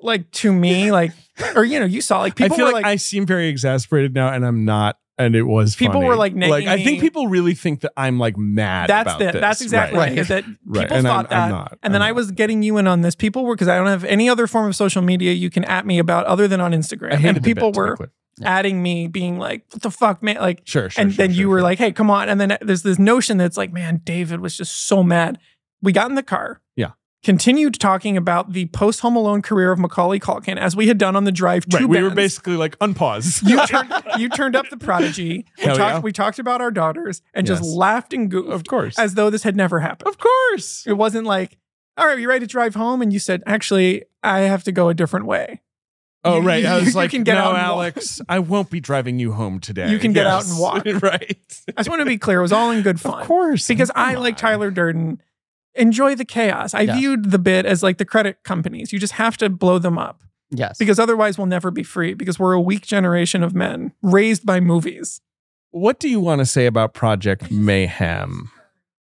Speaker 4: like, to me, like, or you know, you saw, like, people
Speaker 3: I feel
Speaker 4: were
Speaker 3: like,
Speaker 4: like,
Speaker 3: I seem very exasperated now, and I'm not. And it was
Speaker 4: People
Speaker 3: funny.
Speaker 4: were, like, nagging
Speaker 3: like I think
Speaker 4: me.
Speaker 3: people really think that I'm like mad.
Speaker 4: that's
Speaker 3: about
Speaker 4: the,
Speaker 3: this.
Speaker 4: that's exactly
Speaker 3: right.
Speaker 4: right. Is that
Speaker 3: Right.
Speaker 4: people
Speaker 3: And I'm-
Speaker 4: thought that,
Speaker 3: I'm not.
Speaker 4: and then
Speaker 3: I'm
Speaker 4: I
Speaker 3: not.
Speaker 4: was getting you in on this. People were because I don't have any other form of social media you can at me about other than on Instagram,
Speaker 3: I hated
Speaker 4: and
Speaker 3: the bit,
Speaker 4: people
Speaker 3: to be
Speaker 4: were
Speaker 3: clear.
Speaker 4: adding me, being like, "What the fuck, man!" Like,
Speaker 3: sure, sure.
Speaker 4: and
Speaker 3: sure,
Speaker 4: then
Speaker 3: sure,
Speaker 4: you were
Speaker 3: sure.
Speaker 4: like, "Hey, come on!" And then uh, there's this notion that's like, "Man, David was just so mad." We got in the car.
Speaker 3: Yeah.
Speaker 4: Continued talking about the post Home Alone career of Macaulay Culkin as we had done on the drive. To
Speaker 3: right, we were
Speaker 4: Ben's.
Speaker 3: basically like unpause.
Speaker 4: You turned, <laughs> you turned up the
Speaker 3: <laughs>
Speaker 4: prodigy. We
Speaker 3: Hell
Speaker 4: talked,
Speaker 3: yeah.
Speaker 4: we talked about our daughters and
Speaker 3: Yes.
Speaker 4: just laughed and
Speaker 3: <laughs> of
Speaker 4: goofed
Speaker 3: course,
Speaker 4: as though this had never happened.
Speaker 3: of course.
Speaker 4: It wasn't like, all right, you ready to drive home? And you said, actually, I have to go a different way.
Speaker 3: Oh
Speaker 4: You-
Speaker 3: right,
Speaker 4: you-
Speaker 3: I
Speaker 4: you
Speaker 3: was like,
Speaker 4: can get
Speaker 3: no,
Speaker 4: out and walk."
Speaker 3: Alex, I won't be driving you home today.
Speaker 4: You can get out and walk.
Speaker 3: <laughs> right?
Speaker 4: I just want to be clear. It was all in good
Speaker 3: <laughs>
Speaker 4: fun.
Speaker 3: Of course,
Speaker 4: because I,
Speaker 3: Come
Speaker 4: like
Speaker 3: on.
Speaker 4: Tyler Durden, enjoy the chaos. I
Speaker 2: Yeah.
Speaker 4: viewed the bit as like the credit companies. You just have to blow them up
Speaker 2: Yes.
Speaker 4: because otherwise we'll never be free because we're a weak generation of men raised by movies.
Speaker 3: What do you want to say about Project Mayhem?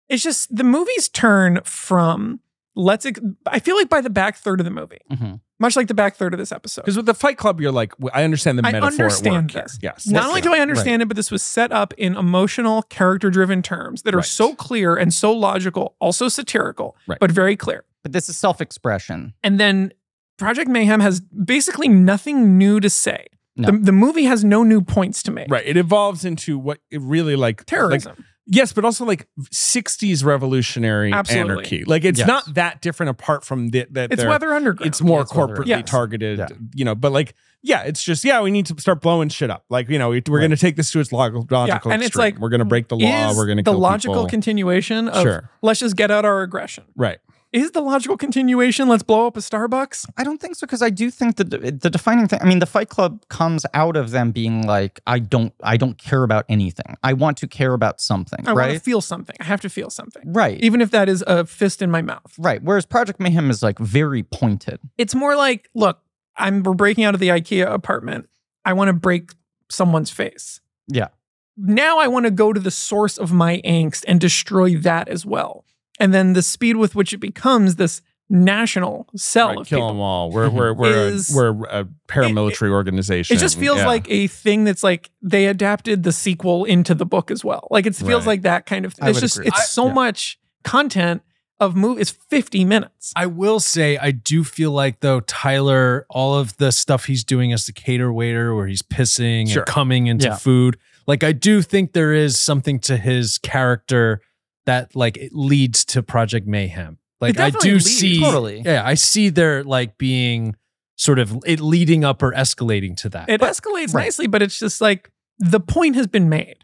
Speaker 4: it's just the movies turn from let's. ex- I feel like by the back third of the movie,
Speaker 2: Mhm.
Speaker 4: much like the back third of this episode,
Speaker 3: Mm-hmm. Because with the Fight Club, you're like, w- I understand the
Speaker 4: I
Speaker 3: metaphor. at
Speaker 4: understand
Speaker 3: work
Speaker 4: this.
Speaker 3: here. Yes.
Speaker 4: Not only do I understand it, but this was set up in emotional, character driven terms that are
Speaker 3: Right.
Speaker 4: so clear and so logical, also satirical,
Speaker 3: Right.
Speaker 4: but very clear.
Speaker 2: But this is self expression.
Speaker 4: And then Project Mayhem has basically nothing new to say.
Speaker 2: No.
Speaker 4: The, the movie has no new points to make.
Speaker 3: Right. It evolves into what it really like
Speaker 4: Terrorism.
Speaker 3: like- yes, but also like 60s revolutionary
Speaker 4: Absolutely.
Speaker 3: anarchy. Like it's
Speaker 5: Yes.
Speaker 3: not that different apart from the, that
Speaker 4: it's
Speaker 3: they're-
Speaker 4: Weather Underground.
Speaker 3: it's more
Speaker 5: It's weather-
Speaker 3: corporately
Speaker 4: Yes.
Speaker 3: targeted,
Speaker 5: Yeah.
Speaker 3: you know, but like yeah, it's just yeah, we need to start blowing shit up. Like, you know, we, we're going to take this to its log- logical
Speaker 4: and it's
Speaker 3: extreme.
Speaker 4: like,
Speaker 3: we're going to break the law,
Speaker 4: Is
Speaker 3: we're going to
Speaker 4: the
Speaker 3: kill
Speaker 4: logical
Speaker 3: people.
Speaker 4: continuation of
Speaker 3: Sure.
Speaker 4: let's just get out our aggression.
Speaker 3: Right.
Speaker 4: Is the logical continuation let's blow up a Starbucks?
Speaker 2: I don't think so because I do think that the, the defining thing. I mean, the Fight Club comes out of them being like, I don't, I don't care about anything. I want to care about something,
Speaker 4: I want to
Speaker 2: right?
Speaker 4: feel something. I have to feel something.
Speaker 2: right,
Speaker 4: Even if that is a fist in my mouth.
Speaker 2: right. Whereas Project Mayhem is like very pointed.
Speaker 4: It's more like, look, I'm we're breaking out of the IKEA apartment. I want to break someone's face.
Speaker 2: Yeah.
Speaker 4: Now I want to go to the source of my angst and destroy that as well. And then the speed with which it becomes this national cell
Speaker 3: Right,
Speaker 4: of
Speaker 3: kill
Speaker 4: people.
Speaker 3: them all. We're
Speaker 4: <laughs>
Speaker 3: we're we're,
Speaker 4: Is-
Speaker 3: a, we're a paramilitary organization.
Speaker 4: It just feels
Speaker 3: Yeah.
Speaker 4: like a thing that's like they adapted the sequel into the book as well. Like it feels
Speaker 3: Right.
Speaker 4: like that kind of thing.
Speaker 3: I
Speaker 4: It's
Speaker 3: would
Speaker 4: just
Speaker 3: agree.
Speaker 4: it's
Speaker 5: I-
Speaker 4: so
Speaker 3: yeah.
Speaker 4: much content of movie. It's fifty minutes.
Speaker 5: I will say I do feel like though Tyler, all of the stuff he's doing as the cater waiter, where he's pissing
Speaker 3: Sure.
Speaker 5: and coming into
Speaker 2: Yeah.
Speaker 5: food, like I do think there is something to his character that like it leads to Project Mayhem. Like I
Speaker 4: definitely
Speaker 5: do
Speaker 4: leads.
Speaker 5: see,
Speaker 2: Totally.
Speaker 5: yeah, I see there like being sort of it leading up or escalating to that.
Speaker 4: It escalates
Speaker 2: right.
Speaker 4: nicely, but it's just like the point has been made.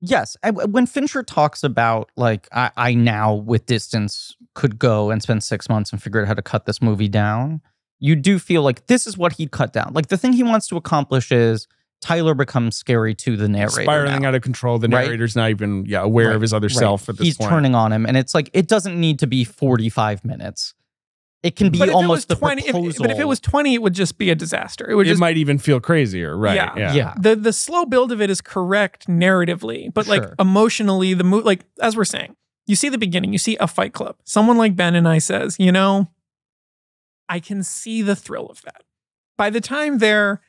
Speaker 2: Yes, I, when Fincher talks about like, I, I now with distance could go and spend six months and figure out how to cut this movie down. You do feel like this is what he'd cut down. Like the thing he wants to accomplish is Tyler becomes scary to the narrator.
Speaker 3: spiraling
Speaker 2: now.
Speaker 3: out of control. The
Speaker 2: Right.
Speaker 3: narrator's not even yeah aware
Speaker 2: Right,
Speaker 3: of his other
Speaker 2: Right.
Speaker 3: self at this
Speaker 2: He's
Speaker 3: point.
Speaker 2: turning on him, and it's like it doesn't need to be forty-five minutes. It can be
Speaker 4: But if it was
Speaker 2: almost the
Speaker 4: 20 if-
Speaker 2: proposal.
Speaker 4: but if it was twenty, it would just be a disaster. It would
Speaker 3: it
Speaker 4: just
Speaker 3: might even feel crazier, right?
Speaker 4: Yeah.
Speaker 2: yeah,
Speaker 4: the the slow build of it is correct narratively, but like
Speaker 2: Sure.
Speaker 4: emotionally, the move like as we're saying, you see the beginning, you see a Fight Club. Someone like Ben and I says, you know, I can see the thrill of that. By the time they're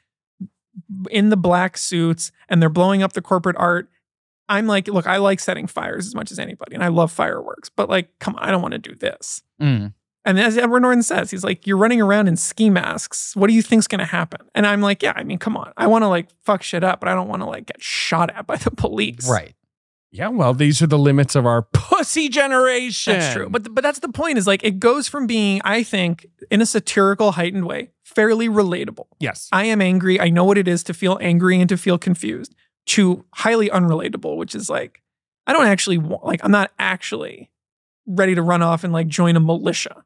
Speaker 4: in the black suits and they're blowing up the corporate art, I'm like, look, I like setting fires as much as anybody, and I love fireworks, but like, come on, I don't want to do this.
Speaker 2: Mm.
Speaker 4: And as Edward Norton says, he's like, You're running around in ski masks. What do you think's going to happen? And I'm like, Yeah, I mean, come on. I want to like fuck shit up, but I don't want to like get shot at by the <laughs> police.
Speaker 2: right.
Speaker 3: Yeah, well, these are the limits of our pussy generation.
Speaker 4: That's true. But, but that's the point is like, it goes from being, I think, in a satirical, heightened way, fairly relatable.
Speaker 3: yes,
Speaker 4: I am angry. I know what it is to feel angry and to feel confused to highly unrelatable, which is like, I don't actually want, like, I'm not actually ready to run off and like join a militia.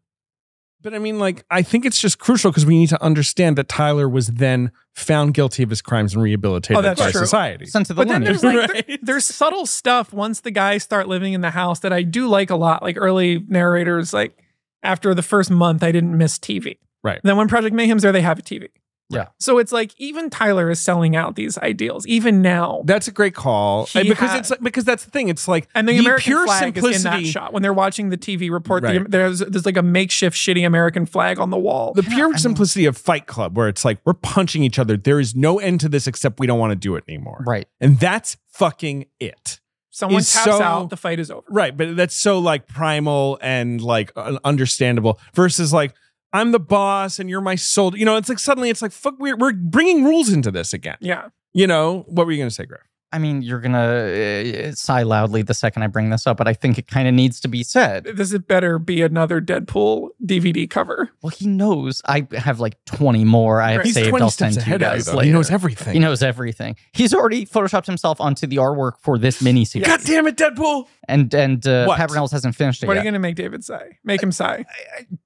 Speaker 3: but I mean, like, I think it's just crucial because we need to understand that Tyler was then found guilty of his crimes and rehabilitated
Speaker 4: Oh, that's
Speaker 3: by
Speaker 4: true.
Speaker 3: society.
Speaker 2: Sent to the
Speaker 4: But then
Speaker 2: limit. <laughs>
Speaker 4: there's
Speaker 3: <laughs>
Speaker 4: like
Speaker 3: Right.
Speaker 4: there- there's subtle stuff once the guys start living in the house that I do like a lot. Like early narrators, like after the first month, I didn't miss TV.
Speaker 3: Right.
Speaker 4: Then when Project Mayhem's there, they have a TV.
Speaker 2: Yeah.
Speaker 4: So it's like even Tyler is selling out these ideals, even now.
Speaker 3: That's a great call
Speaker 4: He
Speaker 3: And because
Speaker 4: had-
Speaker 3: it's like, because that's the thing. It's like
Speaker 4: and the, American flag is in that shot when they're watching the TV report. the-
Speaker 3: Right.
Speaker 4: there's there's like a makeshift shitty American flag on the wall.
Speaker 3: The pure simplicity of Fight Club, where it's like we're punching each other. There is no end to this except we don't want to do it anymore.
Speaker 2: Right.
Speaker 3: And that's fucking it.
Speaker 4: Someone
Speaker 3: is
Speaker 4: taps
Speaker 3: so-
Speaker 4: out, the fight is over.
Speaker 3: Right, but that's so like primal and like un- understandable versus like I'm the boss and you're my soul. You know, it's like suddenly it's like fuck. We're we're bringing rules into this again.
Speaker 4: Yeah.
Speaker 3: You know, what were you gonna say, Griff?
Speaker 2: I mean, you're gonna uh, sigh loudly the second I bring this up, but I think it kind of needs to be said.
Speaker 4: This is better be another Deadpool DVD cover.
Speaker 2: Well, he knows I have like 20 more I have
Speaker 4: Right. He's
Speaker 2: saved. I'll send to you guys
Speaker 3: He
Speaker 2: later.
Speaker 3: knows everything.
Speaker 2: He knows everything. He's already photoshopped himself onto the artwork for this miniseries,
Speaker 3: God damn it, Deadpool!
Speaker 2: and and uh,
Speaker 3: What?
Speaker 2: Pat Reynolds hasn't finished it
Speaker 4: What are
Speaker 2: yet.
Speaker 4: you going to make David sigh? Make him sigh.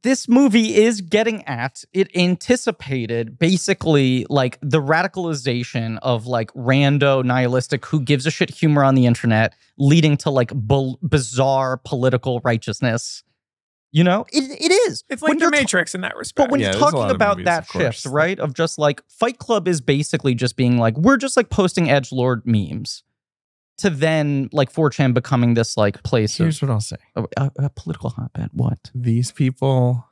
Speaker 2: this movie is getting at it anticipated basically like the radicalization of like rando nihilistic who gives a shit humor on the internet leading to like bu- bizarre political righteousness you know it, it is
Speaker 4: It's like
Speaker 2: When
Speaker 4: the
Speaker 2: you're ta-
Speaker 4: Matrix in that respect.
Speaker 2: but when
Speaker 3: Yeah,
Speaker 2: you're
Speaker 3: there's a
Speaker 2: talking
Speaker 3: lot of
Speaker 2: about
Speaker 3: movies,
Speaker 2: that
Speaker 3: of course.
Speaker 2: shift right of just like fight club is basically just being like we're just like posting edge lord memes to then like 4chan becoming this like place of
Speaker 3: Here's what I'll say.
Speaker 2: a, a- a political hotbed. What?
Speaker 3: these people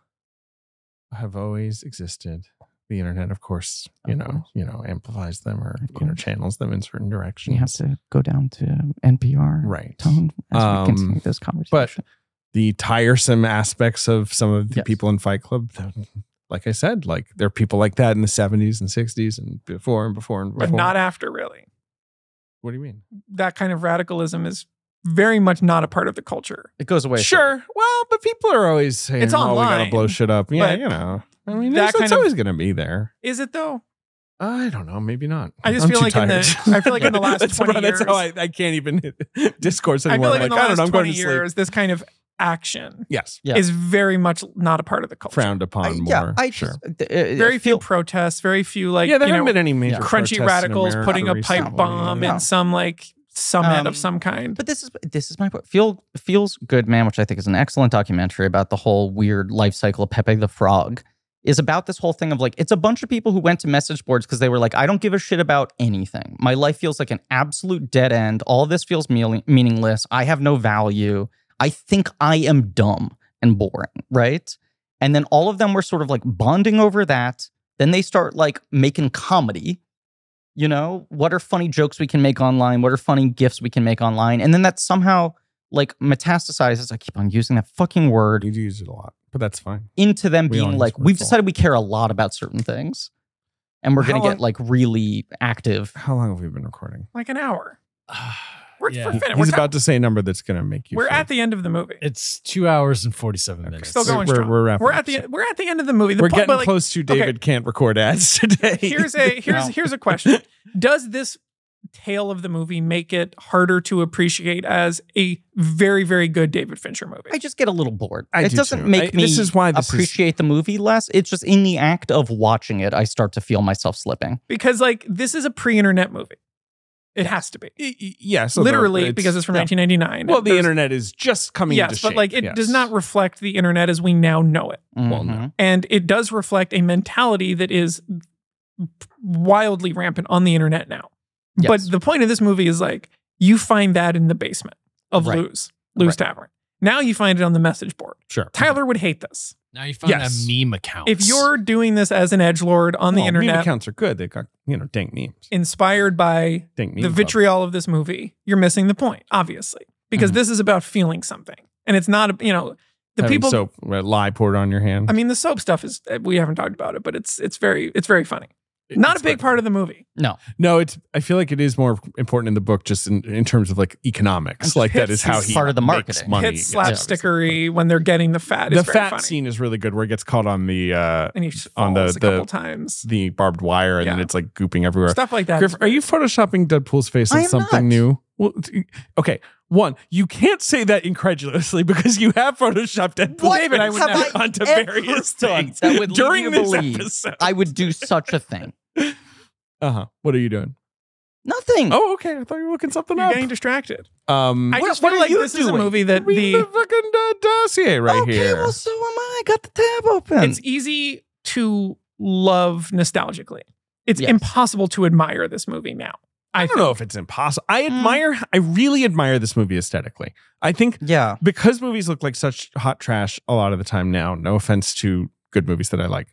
Speaker 3: have always existed. The internet, of course, you
Speaker 2: Of
Speaker 3: know,
Speaker 2: course.
Speaker 3: you know, amplifies them or
Speaker 2: Of
Speaker 3: you know
Speaker 2: course.
Speaker 3: channels them in certain directions.
Speaker 2: We have to go down to NPR
Speaker 3: Hmm. right.
Speaker 2: tone as
Speaker 3: Um,
Speaker 2: we continue this conversation.
Speaker 3: The tiresome aspects of some of the
Speaker 2: Yes.
Speaker 3: people in Fight Club. Like I said, like there are people like that in the seventies and sixties and before and before and before.
Speaker 4: but not after really.
Speaker 3: what do you mean?
Speaker 4: That kind of radicalism is very much not a part of the culture.
Speaker 2: it goes away.
Speaker 3: Sure. Well, but people are always saying,
Speaker 4: It's
Speaker 3: "Oh, we gotta
Speaker 4: online,
Speaker 3: blow shit up." Yeah,
Speaker 4: but
Speaker 3: you know. I mean,
Speaker 4: that
Speaker 3: that that's
Speaker 4: kind of-
Speaker 3: always gonna be there.
Speaker 4: Is it though?
Speaker 3: I don't know. Maybe not.
Speaker 4: I just
Speaker 3: I'm
Speaker 4: feel
Speaker 3: too
Speaker 4: like in the-
Speaker 3: tired.
Speaker 4: I feel like
Speaker 3: <laughs>
Speaker 4: in the last
Speaker 3: that's
Speaker 4: 20
Speaker 3: about- That's how I,
Speaker 4: years-
Speaker 3: I can't even <laughs> discourse
Speaker 4: I feel
Speaker 3: anymore.
Speaker 4: like in
Speaker 3: I'm
Speaker 4: the
Speaker 3: like, I don't
Speaker 4: last
Speaker 3: know. I'm going
Speaker 4: twenty
Speaker 3: to
Speaker 4: years, this kind of action
Speaker 3: sleep. Yes.
Speaker 2: Yeah.
Speaker 4: is very much not a part of the culture.
Speaker 2: I-
Speaker 3: Frowned upon more.
Speaker 2: yeah, I
Speaker 3: sure.
Speaker 4: Very few protests, very few like
Speaker 3: yeah, there
Speaker 4: you
Speaker 3: haven't
Speaker 4: know,
Speaker 3: been any major
Speaker 2: Yeah.
Speaker 3: protests
Speaker 4: crunchy
Speaker 3: in
Speaker 4: radicals
Speaker 3: America
Speaker 4: putting a pipe
Speaker 3: recently.
Speaker 4: bomb
Speaker 2: No.
Speaker 4: in some like summit
Speaker 2: Um,
Speaker 4: of some kind.
Speaker 2: But this is this is my point. Feel feels good, man, which I think is an excellent documentary about the whole weird life cycle of Pepe the Frog. Is about this whole thing of like it's a bunch of people who went to message boards because they were like, I don't give a shit about anything. My life feels like an absolute dead end. All this feels meal- meaningless. I have no value. I think I am dumb and boring, right? And then all of them were sort of like bonding over that. Then they start like making comedy, you know what are funny jokes we can make online what are funny gifts we can make online and then that somehow like metastasizes i keep on using that fucking word
Speaker 3: You do use it a lot, but that's fine.
Speaker 2: into them
Speaker 3: We all
Speaker 2: being
Speaker 3: use
Speaker 2: like
Speaker 3: word
Speaker 2: we've
Speaker 3: fault.
Speaker 2: decided we care a lot about certain things and we're going
Speaker 3: How
Speaker 2: to get
Speaker 3: long-
Speaker 2: like really active
Speaker 3: How long have we been recording?
Speaker 4: like an hour. We're,
Speaker 5: We're,
Speaker 4: we're finished.
Speaker 3: He's
Speaker 4: we're
Speaker 3: about to say a number that's going to make you.
Speaker 4: we're
Speaker 3: feel-
Speaker 4: at the end of the movie.
Speaker 5: <sighs> It's two hours and forty-seven minutes.
Speaker 4: Still going
Speaker 3: we're,
Speaker 4: strong.
Speaker 3: We're, wrapping
Speaker 4: We're
Speaker 3: up,
Speaker 4: at the
Speaker 3: so-
Speaker 4: we're at the end of the movie. The
Speaker 3: We're
Speaker 4: point-
Speaker 3: getting
Speaker 4: but, like,
Speaker 3: close to David can't record ads <laughs> today.
Speaker 4: here's a here's
Speaker 2: No.
Speaker 4: here's a question. Does this tale of the movie make it harder to appreciate as a very very good David Fincher movie?
Speaker 2: i just get a little bored
Speaker 3: I
Speaker 2: it
Speaker 3: do
Speaker 2: doesn't
Speaker 3: too.
Speaker 2: make
Speaker 3: I-
Speaker 2: me
Speaker 3: this is why this is-
Speaker 2: appreciate the movie less it's just in the act of watching it i start to feel myself slipping
Speaker 4: because like this is a pre-internet movie. It has to be.
Speaker 3: <laughs> Y- y- yeah, so the-
Speaker 4: Literally because it's from
Speaker 3: yeah.
Speaker 4: 1999.
Speaker 3: Well, the
Speaker 4: There's-
Speaker 3: internet is just coming.
Speaker 4: Yes,
Speaker 3: into
Speaker 4: but
Speaker 3: shape.
Speaker 4: like it
Speaker 3: Yes.
Speaker 4: does not reflect the internet as we now know it.
Speaker 3: Well, no.
Speaker 2: Mhm.
Speaker 4: And it does reflect a mentality that is wildly rampant on the internet now.
Speaker 2: Mm-hmm. Yes.
Speaker 4: But the point of this movie is like you find that in the basement of
Speaker 2: Right.
Speaker 4: Lou's, Lou's Tavern. Now you find it on the message board.
Speaker 3: sure.
Speaker 4: Tyler would hate this.
Speaker 5: Now you found
Speaker 3: Mm-hmm. Yes.
Speaker 5: a meme account.
Speaker 4: If you're doing this as an edge lord on the
Speaker 3: Well, meme
Speaker 4: internet,
Speaker 3: accounts are good. They got you know dank memes.
Speaker 4: inspired by
Speaker 3: Dank meme
Speaker 4: the
Speaker 3: club.
Speaker 4: vitriol of this movie, you're missing the point, obviously, because
Speaker 3: Mm-hmm.
Speaker 2: Mhm.
Speaker 4: this is about feeling something, and it's not, you know, the
Speaker 3: Having
Speaker 4: people.
Speaker 3: soap uh, lye poured on your hand.
Speaker 4: I mean, the soap stuff is eh, we haven't talked about it, but it's it's very it's very funny. Not a big part of the movie.
Speaker 3: No, it's. I feel like it is more important in the book, just in, in terms of like
Speaker 2: And just
Speaker 3: economics. Like that is
Speaker 4: hits
Speaker 3: how
Speaker 2: is
Speaker 3: he
Speaker 2: part of the
Speaker 3: makes
Speaker 2: marketing.
Speaker 3: money.
Speaker 4: Hit
Speaker 3: Yes,
Speaker 4: slapstickery when they're getting the fat.
Speaker 3: obviously.
Speaker 4: is
Speaker 3: The
Speaker 4: very
Speaker 3: fat
Speaker 4: funny.
Speaker 3: scene is really good, where he gets caught on the uh,
Speaker 4: and he falls
Speaker 3: on the-
Speaker 4: a couple
Speaker 3: the-
Speaker 4: times.
Speaker 3: the barbed wire, and then
Speaker 4: Yeah.
Speaker 3: it's like gooping everywhere.
Speaker 4: Stuff like that.
Speaker 3: Griff, are you photoshopping Deadpool's face
Speaker 2: I
Speaker 3: on
Speaker 2: am
Speaker 3: something
Speaker 2: not.
Speaker 3: new? Well, t- okay. One, you can't say that incredulously <laughs> because you have photoshopped Deadpool's
Speaker 2: What
Speaker 3: face
Speaker 2: have I
Speaker 3: onto
Speaker 2: ever
Speaker 3: various
Speaker 2: done
Speaker 3: things
Speaker 2: that would lead
Speaker 3: during
Speaker 2: you to
Speaker 3: this
Speaker 2: believe
Speaker 3: episode.
Speaker 2: i would do such a thing
Speaker 3: uh huh. What are you doing?
Speaker 2: nothing
Speaker 3: Oh, okay. I thought you were looking something
Speaker 4: You're
Speaker 3: up.
Speaker 4: getting distracted.
Speaker 3: Um,
Speaker 4: I just feel like this is a movie that
Speaker 3: Read
Speaker 4: the-
Speaker 3: fucking uh, dossier right
Speaker 2: okay
Speaker 3: here.
Speaker 2: well so am i got the tab open
Speaker 4: It's easy to love nostalgically. It's
Speaker 2: Yes.
Speaker 4: impossible to admire this movie now.
Speaker 3: I
Speaker 4: I,
Speaker 3: don't
Speaker 4: think.
Speaker 3: know if it's impossible. I admire. I really admire this movie aesthetically. I think
Speaker 2: yeah
Speaker 3: because movies look like such hot trash a lot of the time now. No offense to good movies that I like.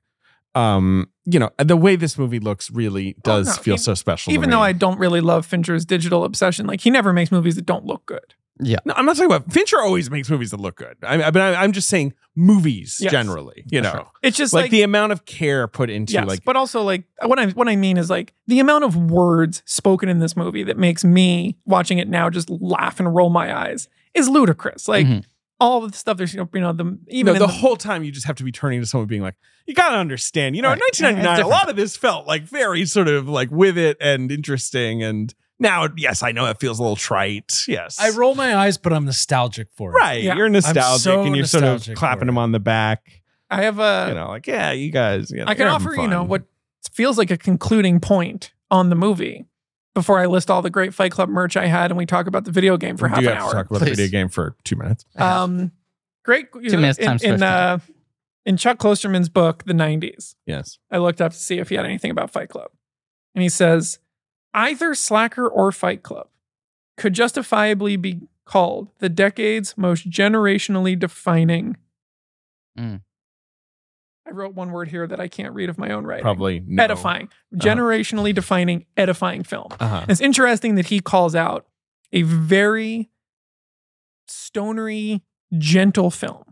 Speaker 3: Um, you know the way this movie looks really
Speaker 4: Oh,
Speaker 3: does
Speaker 4: no,
Speaker 3: feel
Speaker 4: even-
Speaker 3: so special.
Speaker 4: even
Speaker 3: to
Speaker 4: though
Speaker 3: me.
Speaker 4: I don't really love Fincher's digital obsession, like he never makes movies that don't look good.
Speaker 3: No, I'm not talking about Fincher. Always makes movies that look good. I, I, but I, I'm just saying movies
Speaker 4: Yes.
Speaker 3: generally. You know,
Speaker 4: It's just
Speaker 3: like,
Speaker 4: like,
Speaker 3: the amount of care put into
Speaker 4: yes,
Speaker 3: like
Speaker 4: but also like what I what I mean is like the amount of words spoken in this movie that makes me watching it now just laugh and roll my eyes is ludicrous. Like
Speaker 2: Mhm.
Speaker 4: all of the stuff there's you know, you know the even
Speaker 3: Mm-hmm. no,
Speaker 4: in
Speaker 3: the,
Speaker 4: the,
Speaker 3: whole time you just have to be turning to someone being like, you gotta understand. You know, in
Speaker 2: Right. Yeah, it's
Speaker 3: 1999, a
Speaker 2: different.
Speaker 3: lot of this felt like very sort of like with it and interesting. And now, yes, I know it feels a little trite. Yes,
Speaker 5: I roll my eyes, but I'm nostalgic for it.
Speaker 3: right.
Speaker 4: Yeah.
Speaker 3: You're nostalgic
Speaker 5: so
Speaker 3: and you're sort of
Speaker 5: nostalgic
Speaker 3: clapping
Speaker 5: for
Speaker 3: him
Speaker 5: it.
Speaker 3: on the back.
Speaker 4: I have a
Speaker 3: you know, like yeah, you guys. You know,
Speaker 4: I can
Speaker 3: you're having
Speaker 4: offer you know
Speaker 3: fun.
Speaker 4: what feels like a concluding point on the movie before I list all the great Fight Club merch I had and we talk about the video game for
Speaker 3: We
Speaker 4: half
Speaker 3: do
Speaker 4: an
Speaker 3: have to
Speaker 4: hour.
Speaker 3: talk about the
Speaker 2: Please.
Speaker 3: video game for two minutes.
Speaker 4: Um, great.
Speaker 2: Two minutes
Speaker 4: in,
Speaker 2: times
Speaker 4: in,
Speaker 2: first
Speaker 4: uh,
Speaker 2: time.
Speaker 4: in Chuck Klosterman's book, The 90s,
Speaker 3: Yes,
Speaker 4: I looked up to see if he had anything about Fight Club. And he says, either Slacker or Fight Club. could justifiably be called the decade's most generationally defining.
Speaker 2: Mm.
Speaker 4: I wrote one word here that I can't read of my own writing.
Speaker 3: Probably no.
Speaker 4: Edifying, generationally defining, edifying film.
Speaker 3: Uh-huh.
Speaker 4: It's interesting that he calls out a very stonery, gentle film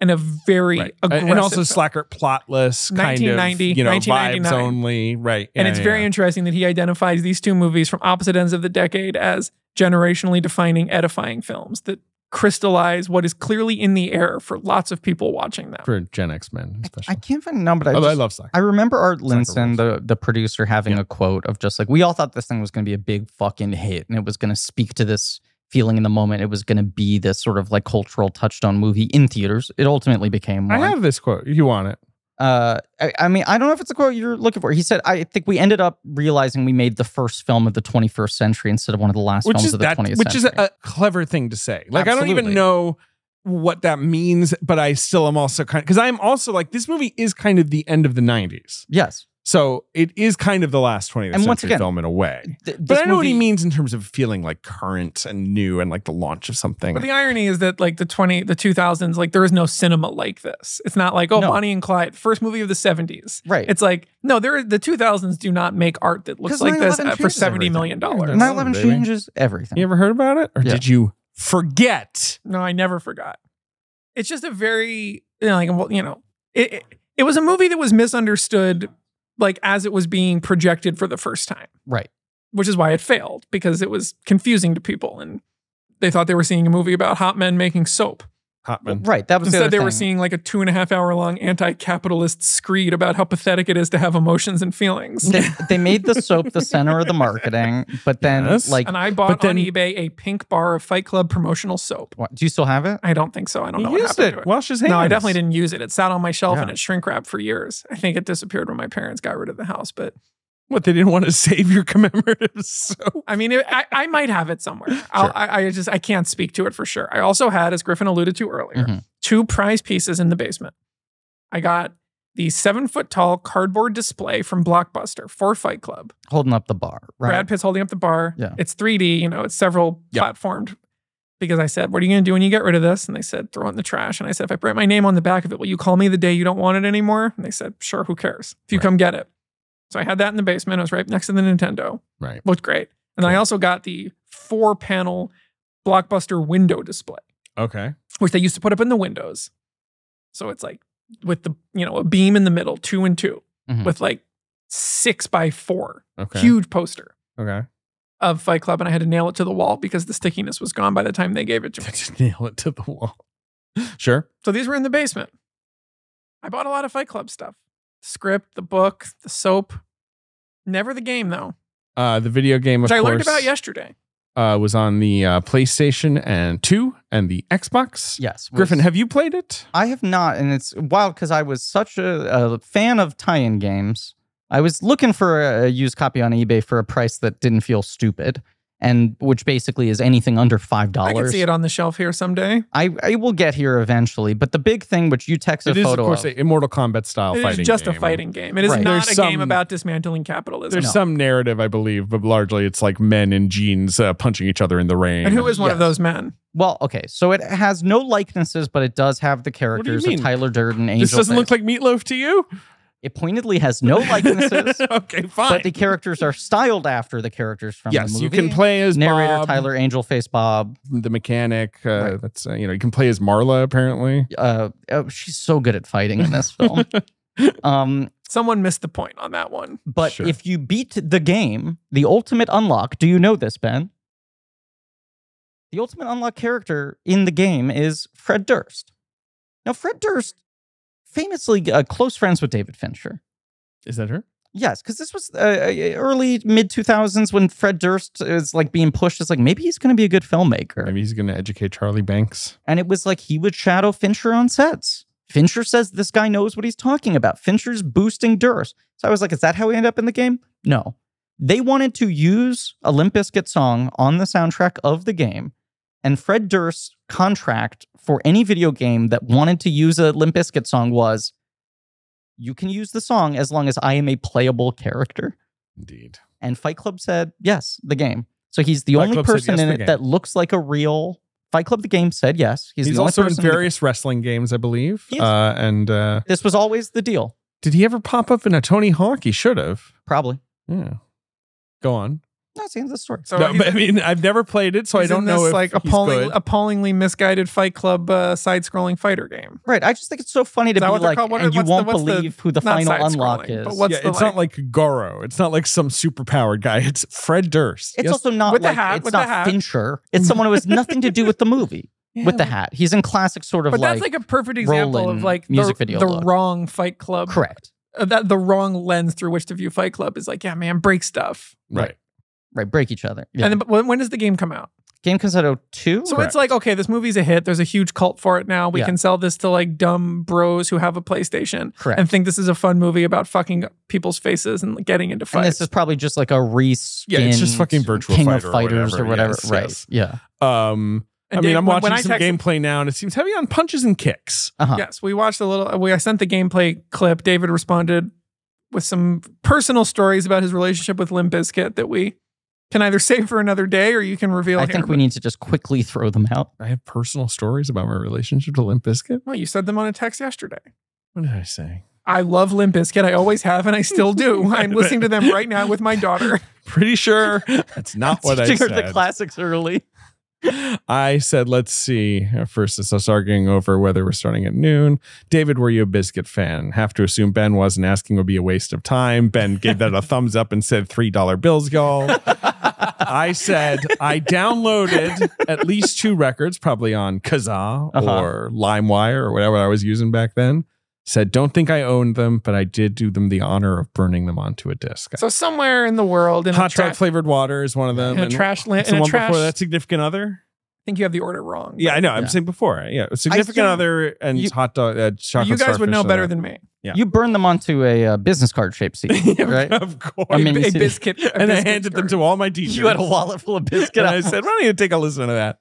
Speaker 4: and a very
Speaker 3: Right. And-
Speaker 4: aggressive
Speaker 3: And also
Speaker 4: film.
Speaker 3: slacker, plotless, kind of
Speaker 4: 1990,
Speaker 3: you know vibes
Speaker 4: 1999.
Speaker 3: only, right?
Speaker 4: And
Speaker 3: Yeah,
Speaker 4: it's
Speaker 3: yeah,
Speaker 4: very
Speaker 3: yeah.
Speaker 4: interesting that he identifies these two movies from opposite ends of the decade as generationally defining, edifying films that crystallize what is clearly in the air for lots of people watching them.
Speaker 3: for Gen X men, especially.
Speaker 2: I can't find a number, but I,
Speaker 3: Although Oh, I
Speaker 2: just-
Speaker 3: love slacker.
Speaker 2: I remember Art Linson,
Speaker 3: Rules.
Speaker 2: the, the producer, having a quote of just like, we all thought this thing was going to be a big fucking hit and it was going to speak to this feeling in the moment. It was going to be this sort of like cultural touchstone movie in theaters. It ultimately became
Speaker 3: I
Speaker 2: one.
Speaker 3: have this quote. You want it?
Speaker 2: Uh, I, I mean, I don't know if it's a quote you're looking for. He said, I think we ended up realizing we made the first film of the 21st century instead of one of the last
Speaker 3: which
Speaker 2: films
Speaker 3: is
Speaker 2: of the
Speaker 3: that,
Speaker 2: 20th
Speaker 3: which
Speaker 2: century.
Speaker 3: is a clever thing to say. Like I don't
Speaker 2: Absolutely.
Speaker 3: even know what that means, but I still am also kind because I'm also like this movie is kind of the end of the '90s,
Speaker 2: yes.
Speaker 3: so it is kind of the last 20th
Speaker 2: And
Speaker 3: century
Speaker 2: once again,
Speaker 3: film in a way.
Speaker 2: Th-
Speaker 3: But
Speaker 2: this
Speaker 3: I know what he
Speaker 2: movie-
Speaker 3: means in terms of feeling like current and new and like the launch of something.
Speaker 4: But the irony is that like the 20 the 2000s like there is no cinema like this. It's not like oh
Speaker 2: No.
Speaker 4: Bonnie and Clyde first movie of the 70s.
Speaker 2: Right.
Speaker 4: <laughs> It's like no there the 2000s do not make art that looks
Speaker 2: 'Cause
Speaker 4: like this
Speaker 2: 9/11
Speaker 4: uh, for
Speaker 2: changes
Speaker 4: 70 million
Speaker 3: everything.
Speaker 4: dollars.
Speaker 2: 9 11
Speaker 3: Baby.
Speaker 2: changes everything.
Speaker 3: you ever heard about it, or
Speaker 2: Yeah.
Speaker 3: did you forget?
Speaker 4: No, I never forgot. It's just a very you know, like well, you know, it, it it was a movie that was misunderstood like as it was being projected for the first time,
Speaker 2: Right.
Speaker 4: which is why it failed because it was confusing to people and they thought they were seeing a movie about hot men making soap.
Speaker 3: Hotman.
Speaker 2: Right. That was the
Speaker 4: Instead,
Speaker 2: other
Speaker 4: they were
Speaker 2: thing.
Speaker 4: seeing like a two and a half hour long anti-capitalist screed about how pathetic it is to have emotions and feelings.
Speaker 2: they, they made the soap the center of the marketing, but then
Speaker 3: Yes.
Speaker 2: like,
Speaker 4: and I bought
Speaker 3: then-
Speaker 4: on eBay a pink bar of Fight Club promotional soap.
Speaker 2: what, do you still have it?
Speaker 4: I don't think so. I don't know
Speaker 3: He
Speaker 4: what
Speaker 3: used
Speaker 4: happened to
Speaker 3: it.
Speaker 4: it.
Speaker 3: Wash his hands.
Speaker 4: No, I definitely didn't use it. It sat on my shelf
Speaker 2: Yeah.
Speaker 4: and it shrink wrapped for years. I think it disappeared when my parents got rid of the house. But
Speaker 3: What they didn't want to <laughs> save your commemorative soap.
Speaker 4: I mean, it, I, I might have it somewhere. I'll, I, I just I can't speak to it for sure. I also had, as Griffin alluded to earlier,
Speaker 2: Mhm.
Speaker 4: two prize pieces in the basement. I got the seven foot tall cardboard display from Blockbuster for Fight Club.
Speaker 2: Holding up the bar. Right.
Speaker 4: Brad Pitt's holding up the bar.
Speaker 2: Yeah.
Speaker 4: It's 3D, you know, it's several
Speaker 3: Yeah.
Speaker 4: platformed. Because I said, What are you going to do when you get rid of this? And they said, Throw it in the trash. And I said, If I print my name on the back of it, will you call me the day you don't want it anymore? And they said, Sure, who cares? If you come get it. So I had that in the basement. It was right next to the Nintendo.
Speaker 3: Right.
Speaker 4: Looked great. And then I also got the four panel blockbuster window display,
Speaker 3: Okay.
Speaker 4: which they used to put up in the windows. So it's like with the, you know, a beam in the middle, two and 2
Speaker 2: Mhm.
Speaker 4: with like six by four,
Speaker 3: Mm-hmm. Okay.
Speaker 4: huge poster
Speaker 3: <laughs> Okay.
Speaker 4: of Fight Club, and I had to nail it to the wall because the stickiness was gone by the time they gave it to me.
Speaker 3: Just nail it to the wall. <laughs> Sure.
Speaker 4: So these were in the basement. I bought a lot of Fight Club stuff the script, the book, the soap. Never the game, though,
Speaker 3: Uh, the video game, of
Speaker 4: which I learned
Speaker 3: course,
Speaker 4: about yesterday.
Speaker 3: uh, was on the uh, PlayStation and two and the Xbox.
Speaker 2: Yes. was-
Speaker 3: Griffin, have you played it?
Speaker 2: I have not, and it's wild because I was such a, a fan of tie-in games. I was looking for a, a used copy on eBay for a price that didn't feel stupid, and which basically is anything under five
Speaker 4: I
Speaker 2: dollars.
Speaker 4: can see it on the shelf here someday.
Speaker 2: I, I will get here eventually, but the big thing which you texted
Speaker 3: It
Speaker 2: a
Speaker 3: is, of
Speaker 2: photo
Speaker 3: course, a Mortal Kombat style
Speaker 4: It
Speaker 3: fighting.
Speaker 4: is just a
Speaker 3: game.
Speaker 4: fighting game. It is
Speaker 2: Right.
Speaker 4: not
Speaker 3: There's
Speaker 4: a game
Speaker 3: some-
Speaker 4: about dismantling capitalism.
Speaker 3: There's some narrative, I believe, but largely it's like men in jeans uh, punching each other in the rain.
Speaker 4: And who is one of
Speaker 2: Yes.
Speaker 4: those men? <laughs>
Speaker 2: well, okay, so it has no likenesses, but it does have the
Speaker 3: do you
Speaker 2: characters
Speaker 3: mean?
Speaker 2: of Tyler Durden, Angel.
Speaker 3: this doesn't look
Speaker 2: Face.
Speaker 3: like meatloaf to you?
Speaker 2: it pointedly has no likenesses,
Speaker 3: <laughs> okay, fine.
Speaker 2: but the characters are styled after the characters from
Speaker 3: yes,
Speaker 2: the movie.
Speaker 3: you can play as
Speaker 2: narrator
Speaker 3: Bob,
Speaker 2: Tyler Angelface Bob.
Speaker 3: the mechanic. Uh,
Speaker 2: Right.
Speaker 3: That's uh, you know you can play as Marla apparently.
Speaker 2: uh, oh, she's so good at fighting in this
Speaker 3: <laughs>
Speaker 2: film. um,
Speaker 4: Someone missed the point on that one.
Speaker 2: but
Speaker 3: Sure.
Speaker 2: if you beat the game, the ultimate unlock, do you know this, Ben? The ultimate unlock character in the game is Fred Durst. Now, Fred Durst, famously uh, close friends with David Fincher.
Speaker 3: Is that her?
Speaker 2: Yes, because this was uh, uh, early mid 2000s when Fred Durst is like being pushed as like maybe he's going to be a good filmmaker.
Speaker 3: Maybe he's going to educate Charlie Banks.
Speaker 2: And it was like he would shadow Fincher on sets. Fincher says this guy knows what he's talking about. Fincher's boosting Durst. So I was like, is that how we end up in the game? No. They wanted to use a Limp Bizkit song on the soundtrack of the game. And Fred Durst's contract for any video game that wanted to use a Limp Bizkit song was you can use the song as long as I am a playable character.
Speaker 3: Indeed.
Speaker 2: And Fight Club said, yes, the game. So he's the
Speaker 3: Fight
Speaker 2: only
Speaker 3: Club said
Speaker 2: person
Speaker 3: yes
Speaker 2: in it
Speaker 3: to the game.
Speaker 2: that looks like a real Fight Club. The game said yes. He's,
Speaker 3: He's,
Speaker 2: the only
Speaker 3: also in
Speaker 2: person that-
Speaker 3: various wrestling games, I believe.
Speaker 2: He is.
Speaker 3: Uh, and uh,
Speaker 2: this was always the deal,
Speaker 3: did he ever pop up in a Tony Hawk? He should have.
Speaker 2: probably.
Speaker 3: Yeah. Go on.
Speaker 2: That's the end of the story.
Speaker 4: So
Speaker 3: No,
Speaker 4: he's-
Speaker 3: but I mean, I've never played it, so I
Speaker 4: he's
Speaker 3: don't
Speaker 4: in this,
Speaker 3: know if
Speaker 4: like
Speaker 3: he's
Speaker 4: appalling,
Speaker 3: good.
Speaker 4: appallingly misguided Fight Club uh, side-scrolling fighter game.
Speaker 2: Right. I just think it's so funny to
Speaker 4: Is that
Speaker 2: be
Speaker 4: what they're
Speaker 2: like,
Speaker 4: called? What are-
Speaker 2: and you
Speaker 4: what's the-
Speaker 2: won't
Speaker 4: what's the-
Speaker 2: believe who the
Speaker 4: not
Speaker 2: final unlock
Speaker 4: side-scrolling,
Speaker 2: is.
Speaker 4: but what's
Speaker 3: yeah,
Speaker 4: the
Speaker 3: it's
Speaker 4: like-
Speaker 3: not like Goro. It's not like some superpowered guy. It's Fred Durst.
Speaker 2: it's
Speaker 3: Yes.
Speaker 2: also not
Speaker 4: With the
Speaker 2: like
Speaker 4: hat,
Speaker 2: it's
Speaker 4: with the
Speaker 2: not
Speaker 4: hat.
Speaker 2: Fincher. It's someone who
Speaker 4: <laughs>
Speaker 2: has nothing to do with the movie. with the hat, he's in classic sort of
Speaker 4: But
Speaker 2: like,
Speaker 4: that's like a perfect example
Speaker 2: Roland
Speaker 4: of like the,
Speaker 2: music video
Speaker 4: the
Speaker 2: look.
Speaker 4: wrong Fight Club.
Speaker 2: correct,
Speaker 4: Uh, that the wrong lens through which to view Fight Club is like, yeah, man, break stuff.
Speaker 3: right.
Speaker 2: right? Break each other. Yeah.
Speaker 4: And then, but when, when does the game come out?
Speaker 2: game comes out 02?
Speaker 4: So it's like, okay, this movie's a hit. There's a huge cult for it now. We
Speaker 2: Yeah.
Speaker 4: can sell this to like dumb bros who have a PlayStation
Speaker 2: correct.
Speaker 4: and think this is a fun movie about fucking people's faces and like, getting into
Speaker 2: And
Speaker 4: fights.
Speaker 2: this is probably just like a reskinned
Speaker 3: Yeah, it's just fucking Virtua
Speaker 2: King
Speaker 3: Fighter
Speaker 2: of
Speaker 3: or
Speaker 2: Fighters or whatever.
Speaker 3: whatever. Yes,
Speaker 2: right?
Speaker 3: yes.
Speaker 2: Yeah.
Speaker 3: Um, I
Speaker 4: And
Speaker 3: mean,
Speaker 4: Dave,
Speaker 3: I'm
Speaker 4: when-
Speaker 3: watching
Speaker 4: when I
Speaker 3: some
Speaker 4: text-
Speaker 3: gameplay now, and it seems heavy on punches and kicks.
Speaker 2: Uh-huh.
Speaker 4: Yes, we watched a little. We I sent the gameplay clip. David responded with some personal stories about his relationship with Limp Bizkit that we can either save for another day or you can reveal.
Speaker 2: I
Speaker 4: here.
Speaker 2: think we need to just quickly throw them out.
Speaker 3: I have personal stories about my relationship to Limp Bizkit.
Speaker 4: Well, you said them on a text yesterday.
Speaker 3: What did I say?
Speaker 4: I love Limp Bizkit. I always have, and I
Speaker 3: <laughs>
Speaker 4: still do. I'm listening to them right now with my daughter.
Speaker 3: Pretty
Speaker 4: <laughs>
Speaker 3: sure that's not <laughs> what I
Speaker 2: <laughs> Teaching her
Speaker 3: said.
Speaker 2: the classics early.
Speaker 3: I said, let's see. At first, it's us arguing over whether we're starting at noon. David, were you a biscuit fan? Have to assume Ben wasn't asking would be a waste of time. Ben gave
Speaker 4: <laughs>
Speaker 3: that a thumbs up and said $3 bills go. I said, I downloaded at least two records, probably on Kazaa
Speaker 2: Uh-huh.
Speaker 3: or LimeWire or whatever I was using back then. Said, don't think I owned them, but I did do them the honor of burning them onto a disc.
Speaker 4: So somewhere in the world, in
Speaker 3: Hot
Speaker 4: a tra-
Speaker 3: dog flavored water is one of them.
Speaker 4: in a
Speaker 3: and
Speaker 4: trash land, in
Speaker 3: someone
Speaker 4: a trash.
Speaker 3: before
Speaker 4: I
Speaker 3: that, significant other.
Speaker 4: think you have the order wrong.
Speaker 3: Yeah, I know. I'm
Speaker 2: Yeah.
Speaker 3: saying before. Yeah, significant
Speaker 2: you-
Speaker 3: other and
Speaker 2: you-
Speaker 3: hot dog, uh,
Speaker 4: But
Speaker 3: chocolate. uh,
Speaker 4: You guys would know better than me.
Speaker 3: Yeah.
Speaker 2: You burn them onto a uh, business card shaped
Speaker 3: <laughs>
Speaker 2: CD, right?
Speaker 3: of course.
Speaker 2: I mean,
Speaker 4: A
Speaker 2: it's-
Speaker 4: biscuit.
Speaker 3: <laughs>
Speaker 4: a
Speaker 3: and I
Speaker 4: biscuit
Speaker 3: handed them
Speaker 4: story.
Speaker 3: to all my teachers.
Speaker 2: you had a wallet full of biscuit.
Speaker 3: and I said, "Why don't you take a listen to that?"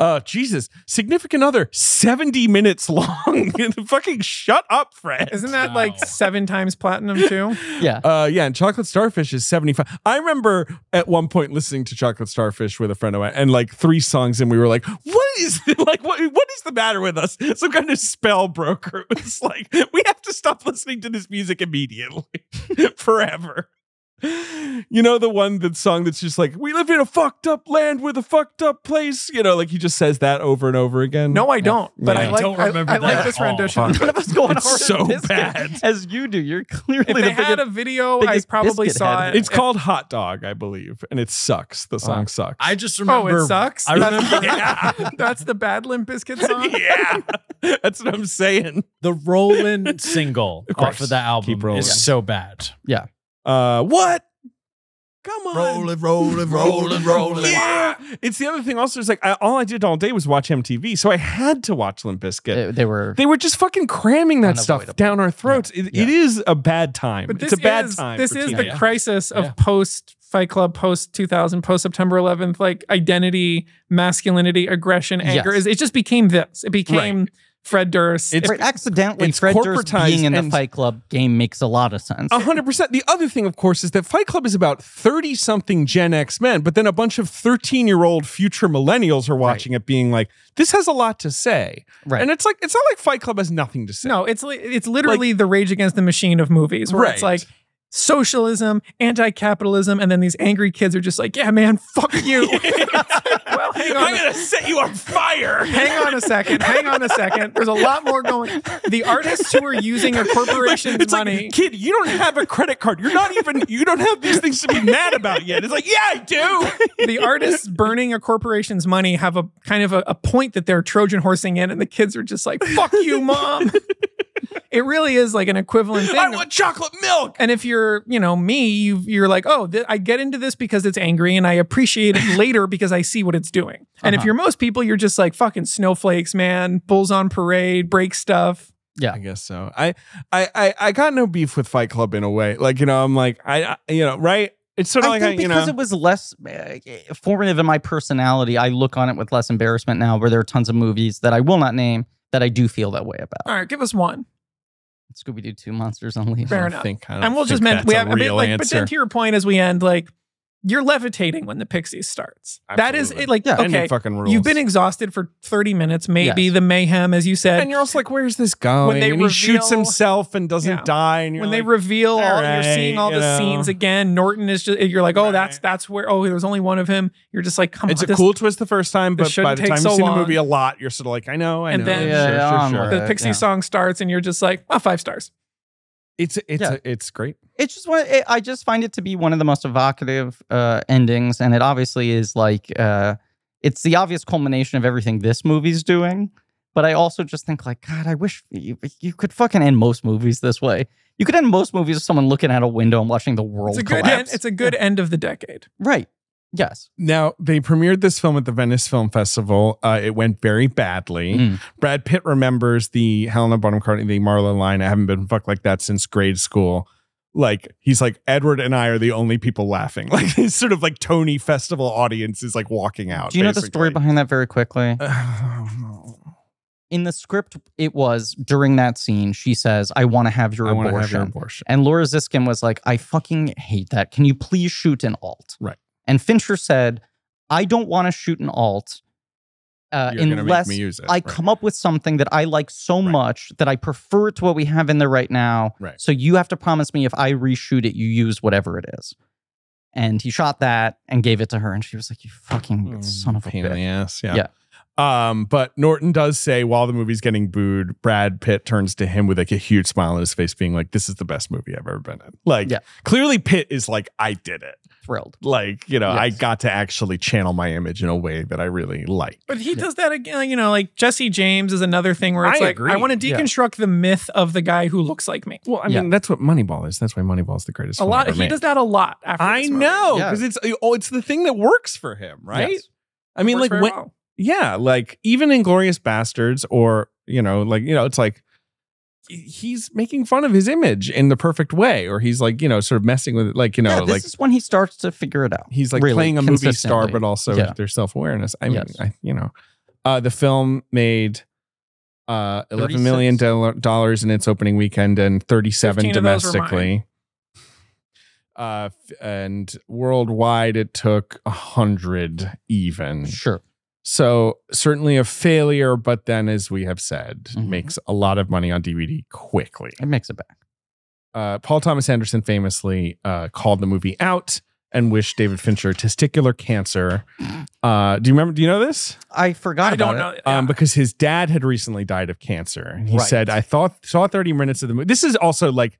Speaker 3: Uh, Jesus, significant other, seventy minutes long. <laughs> Fucking shut up, Fred.
Speaker 4: Isn't that
Speaker 5: Wow.
Speaker 4: like seven times platinum too?
Speaker 3: <laughs>
Speaker 2: yeah.
Speaker 3: Uh, yeah, and Chocolate Starfish is 75. I remember at one point listening to Chocolate Starfish with a friend of mine, and like three songs, and we were like, "What is <laughs> like what what is the matter with us? Some kind of spell broker? <laughs> It's like we have to stop listening to this music immediately, <laughs> forever." You know the one that song that's just like we live in a fucked up land with a fucked up place. You know, like he just says that over and over again.
Speaker 4: No, I don't. But
Speaker 3: Yeah.
Speaker 4: I like
Speaker 5: Don't
Speaker 4: I,
Speaker 5: remember
Speaker 4: I
Speaker 5: that
Speaker 4: like
Speaker 5: at
Speaker 4: this
Speaker 5: all.
Speaker 4: rendition.
Speaker 2: None of us going
Speaker 3: It's
Speaker 2: hard
Speaker 3: so
Speaker 2: at biscuit
Speaker 3: bad.
Speaker 2: <laughs> as you do. You're clearly
Speaker 4: <laughs> If
Speaker 2: the
Speaker 4: they
Speaker 2: biggest.
Speaker 4: had a video, I
Speaker 2: biggest
Speaker 4: probably
Speaker 2: biscuit
Speaker 4: saw
Speaker 2: head.
Speaker 4: it. <laughs>
Speaker 3: it's called Hot Dog, I believe, and it sucks. The song sucks. <laughs>
Speaker 5: I just
Speaker 4: Oh,
Speaker 5: remember.
Speaker 4: it sucks.
Speaker 5: I remember
Speaker 4: yeah. <laughs> That's the bad Limp Bizkit song.
Speaker 3: yeah, <laughs> that's what I'm saying.
Speaker 5: the <laughs> Roland single
Speaker 3: Of course.
Speaker 5: off of the album
Speaker 3: Keep rolling.
Speaker 5: is so bad.
Speaker 3: Uh, what? Come on.
Speaker 5: rolling, rolling, rolling.
Speaker 3: Yeah. It's the other thing also is like I, all I did all day was watch MTV, so I had to watch Limp Bizkit.
Speaker 2: <laughs> They, they were.
Speaker 3: they were just fucking cramming that stuff
Speaker 2: Unavoidable.
Speaker 3: down our throats. It, it is a bad time.
Speaker 4: But this
Speaker 3: it's a bad
Speaker 4: is,
Speaker 3: time.
Speaker 4: This
Speaker 3: for
Speaker 4: is the
Speaker 3: teenagers.
Speaker 4: crisis of
Speaker 5: Yeah.
Speaker 4: post Fight Club, post 2000, post September 11th, like identity, masculinity, aggression, anger.
Speaker 2: Yes.
Speaker 4: Is It just became this. It became Fred Durst.
Speaker 3: It's-
Speaker 2: right, accidentally,
Speaker 3: it's
Speaker 2: Fred Durst
Speaker 3: corporatized
Speaker 2: being in the
Speaker 3: and- Oh,
Speaker 2: Fight Club game makes a lot of sense.
Speaker 3: A hundred percent. The other thing, of course, is that Fight Club is about thirty-something Gen X men, but then a bunch of thirteen-year-old future millennials are watching it, being like, "This has a lot to say."
Speaker 2: Right.
Speaker 3: And it's like it's not like Fight Club has nothing to say.
Speaker 4: no, it's li- it's literally the Rage Against the Machine of movies, where it's
Speaker 3: Right.
Speaker 4: like socialism, anti-capitalism, and then these angry kids are just like, "Yeah, man, fuck you." <laughs> well, hang on.
Speaker 3: I'm gonna set you on fire.
Speaker 4: Hang on a second. Hang on a second. There's a lot more going. The artists who are using a corporation's
Speaker 3: It's
Speaker 4: money.
Speaker 3: like, kid, you don't have a credit card. You're not even, you don't have these things to be mad about yet. It's like, yeah, I <laughs> do.
Speaker 4: the artists burning a corporation's money have a kind of a, a point that they're Trojan horsing in, and the kids are just like, fuck you, mom. it really is like an equivalent thing.
Speaker 3: I want chocolate milk.
Speaker 4: and if you're, you know, me, you, you're like, oh, th- I get into this because it's angry and I appreciate
Speaker 3: <laughs>
Speaker 4: it later because I see what it's doing. And if
Speaker 2: Uh-huh.
Speaker 4: you're most people, you're just like, fucking snowflakes, man, bulls on parade, break stuff.
Speaker 3: I guess so. I, I, I, I got no beef with Fight Club in a way. Like, you know, I'm like, I, I you know, right? It's sort of
Speaker 2: I
Speaker 3: like,
Speaker 2: think
Speaker 3: I, you
Speaker 2: because
Speaker 3: know,
Speaker 2: it was less uh, formative in my personality, I look on it with less embarrassment now. Where there are tons of movies that I will not name that I do feel that way about.
Speaker 4: All right, give us one.
Speaker 2: Scooby Doo Two Monsters Unleashed.
Speaker 4: Fair
Speaker 3: I
Speaker 4: enough.
Speaker 3: think, I don't
Speaker 4: And we'll just
Speaker 3: think
Speaker 4: meant
Speaker 3: that's
Speaker 4: we
Speaker 3: a
Speaker 4: have I mean,
Speaker 3: real
Speaker 4: like, but
Speaker 3: answer.
Speaker 4: then to your point as we end, like you're levitating when the pixie starts. That is
Speaker 3: Absolutely.
Speaker 4: it, like
Speaker 2: Yeah.
Speaker 3: And it
Speaker 4: okay.
Speaker 3: fucking rules.
Speaker 4: You've been exhausted for 30 minutes, maybe
Speaker 2: Yes.
Speaker 4: the mayhem, as you said.
Speaker 3: and you're also like, where's this going?
Speaker 4: they
Speaker 3: and he shoots
Speaker 4: reveal-
Speaker 3: himself and doesn't
Speaker 4: Yeah.
Speaker 3: die. And you're
Speaker 4: when they
Speaker 3: like,
Speaker 4: reveal all, you're
Speaker 3: "Alright,"
Speaker 4: seeing all
Speaker 3: you know.
Speaker 4: the scenes again. Norton is just you're like, oh, that's
Speaker 3: Right.
Speaker 4: that's where oh, there's only one of him. You're just like, come
Speaker 3: it's a
Speaker 4: on, this-
Speaker 3: cool twist the first time,
Speaker 4: this
Speaker 3: but by
Speaker 4: shouldn't
Speaker 3: the
Speaker 4: take
Speaker 3: time
Speaker 4: so
Speaker 3: you've seen
Speaker 4: long.
Speaker 3: the movie a lot, you're sort of like, I know, I
Speaker 4: And
Speaker 3: know.
Speaker 4: then- Yeah,
Speaker 3: sure,
Speaker 2: yeah,
Speaker 3: sure,
Speaker 2: onward.
Speaker 3: sure.
Speaker 4: the Pixie
Speaker 2: Yeah.
Speaker 4: song starts, and you're just like, oh, five stars.
Speaker 3: It's it's
Speaker 2: Yeah.
Speaker 3: a, it's great.
Speaker 2: it's just one. It, I just find it to be one of the most evocative uh, endings, and it obviously is like uh, it's the obvious culmination of everything this movie's doing. But I also just think like God, I wish you, you could fucking end most movies this way. You could end most movies with someone looking out a window and watching the world
Speaker 4: It's a good end,
Speaker 2: collapse.
Speaker 4: it's a good end of the decade.
Speaker 2: right. Yes.
Speaker 3: Now they premiered this film at the Venice Film Festival. Uh, it went very badly.
Speaker 2: Mm.
Speaker 3: Brad Pitt remembers the Helena Bonham Carter, the Marla line. I haven't been fucked like that since grade school. Like he's like Edward and I are the only people laughing. <laughs> Like this sort of like Tony Festival audience is like walking out.
Speaker 2: Do you know the story
Speaker 3: basically.
Speaker 2: behind that very quickly?
Speaker 3: <sighs> Uh, no.
Speaker 2: In the script, it was during that scene. She says, "I want to have your
Speaker 3: I want to have your
Speaker 2: abortion."
Speaker 3: abortion.
Speaker 2: And Laura Ziskin was like, I fucking hate that. Can you please shoot an alt?
Speaker 3: Right.
Speaker 2: And Fincher said, I don't want to shoot an alt uh,
Speaker 3: You're gonna
Speaker 2: unless
Speaker 3: make me use it.
Speaker 2: I
Speaker 3: <laughs> Right.
Speaker 2: come up with something that I like so
Speaker 3: Right.
Speaker 2: much that I prefer it to what we have in there right now.
Speaker 3: Right.
Speaker 2: So you have to promise me if I reshoot it, you use whatever it is. And he shot that and gave it to her. And she was like, You fucking
Speaker 3: Mm,
Speaker 2: son of a
Speaker 3: pain in the
Speaker 2: bitch.
Speaker 3: ass. Yeah. Um, but Norton does say while the movie's getting booed, Brad Pitt turns to him with like a huge smile on his face, being like, "This is the best movie I've ever been in." Like,
Speaker 2: Yeah.
Speaker 3: clearly, Pitt is like, "I did it."
Speaker 2: Thrilled.
Speaker 3: Like, you know, I
Speaker 2: Yes.
Speaker 3: got to actually channel my image in a way that I really like.
Speaker 4: But he does that again, you know, like Jesse James is another thing where it's
Speaker 3: I
Speaker 4: like,
Speaker 3: agree.
Speaker 4: I want to
Speaker 2: Yeah.
Speaker 4: deconstruct the myth of the guy who looks like me.
Speaker 3: Well, I
Speaker 2: Yeah.
Speaker 3: mean, that's what Moneyball is. That's why Moneyball is the greatest.
Speaker 4: A
Speaker 3: film
Speaker 4: lot.
Speaker 3: ever
Speaker 4: He
Speaker 3: made.
Speaker 4: does that a lot. After
Speaker 3: I
Speaker 4: this movie.
Speaker 3: know
Speaker 2: Yeah.
Speaker 3: because it's oh, it's the thing that works for him, right?
Speaker 2: Yes.
Speaker 3: I mean,
Speaker 4: Works
Speaker 3: like
Speaker 4: very
Speaker 3: when,
Speaker 4: well.
Speaker 3: yeah, like even in Glorious Bastards, or you know, like you know, it's like he's making fun of his image in the perfect way, or he's like you know, sort of messing with it, like you know,
Speaker 2: yeah, this
Speaker 3: like
Speaker 2: is when he starts to figure it out.
Speaker 3: he's like
Speaker 2: really
Speaker 3: playing a movie star,
Speaker 2: consistently.
Speaker 3: but also
Speaker 2: Yeah.
Speaker 3: their self awareness. I mean,
Speaker 2: Yes.
Speaker 3: I, you know, uh, the film made. Uh, eleven million dollars in its opening weekend and thirty-seven
Speaker 4: 15 of those were mine.
Speaker 3: domestically. Uh, f- and worldwide, it took a hundred even.
Speaker 2: Sure.
Speaker 3: So certainly a failure, but then as we have said,
Speaker 2: Mhm.
Speaker 3: makes a lot of money on DVD quickly.
Speaker 2: It makes it back.
Speaker 3: Uh, Paul Thomas Anderson famously uh, called the movie out and wished David Fincher testicular cancer. Uh, do you remember? Do you know this?
Speaker 2: I forgot
Speaker 4: I
Speaker 2: about
Speaker 4: don't
Speaker 2: it.
Speaker 4: know.
Speaker 3: Um, because his dad had recently died of cancer. And he
Speaker 2: Right.
Speaker 3: said, I thought saw 30 minutes of the movie. This is also like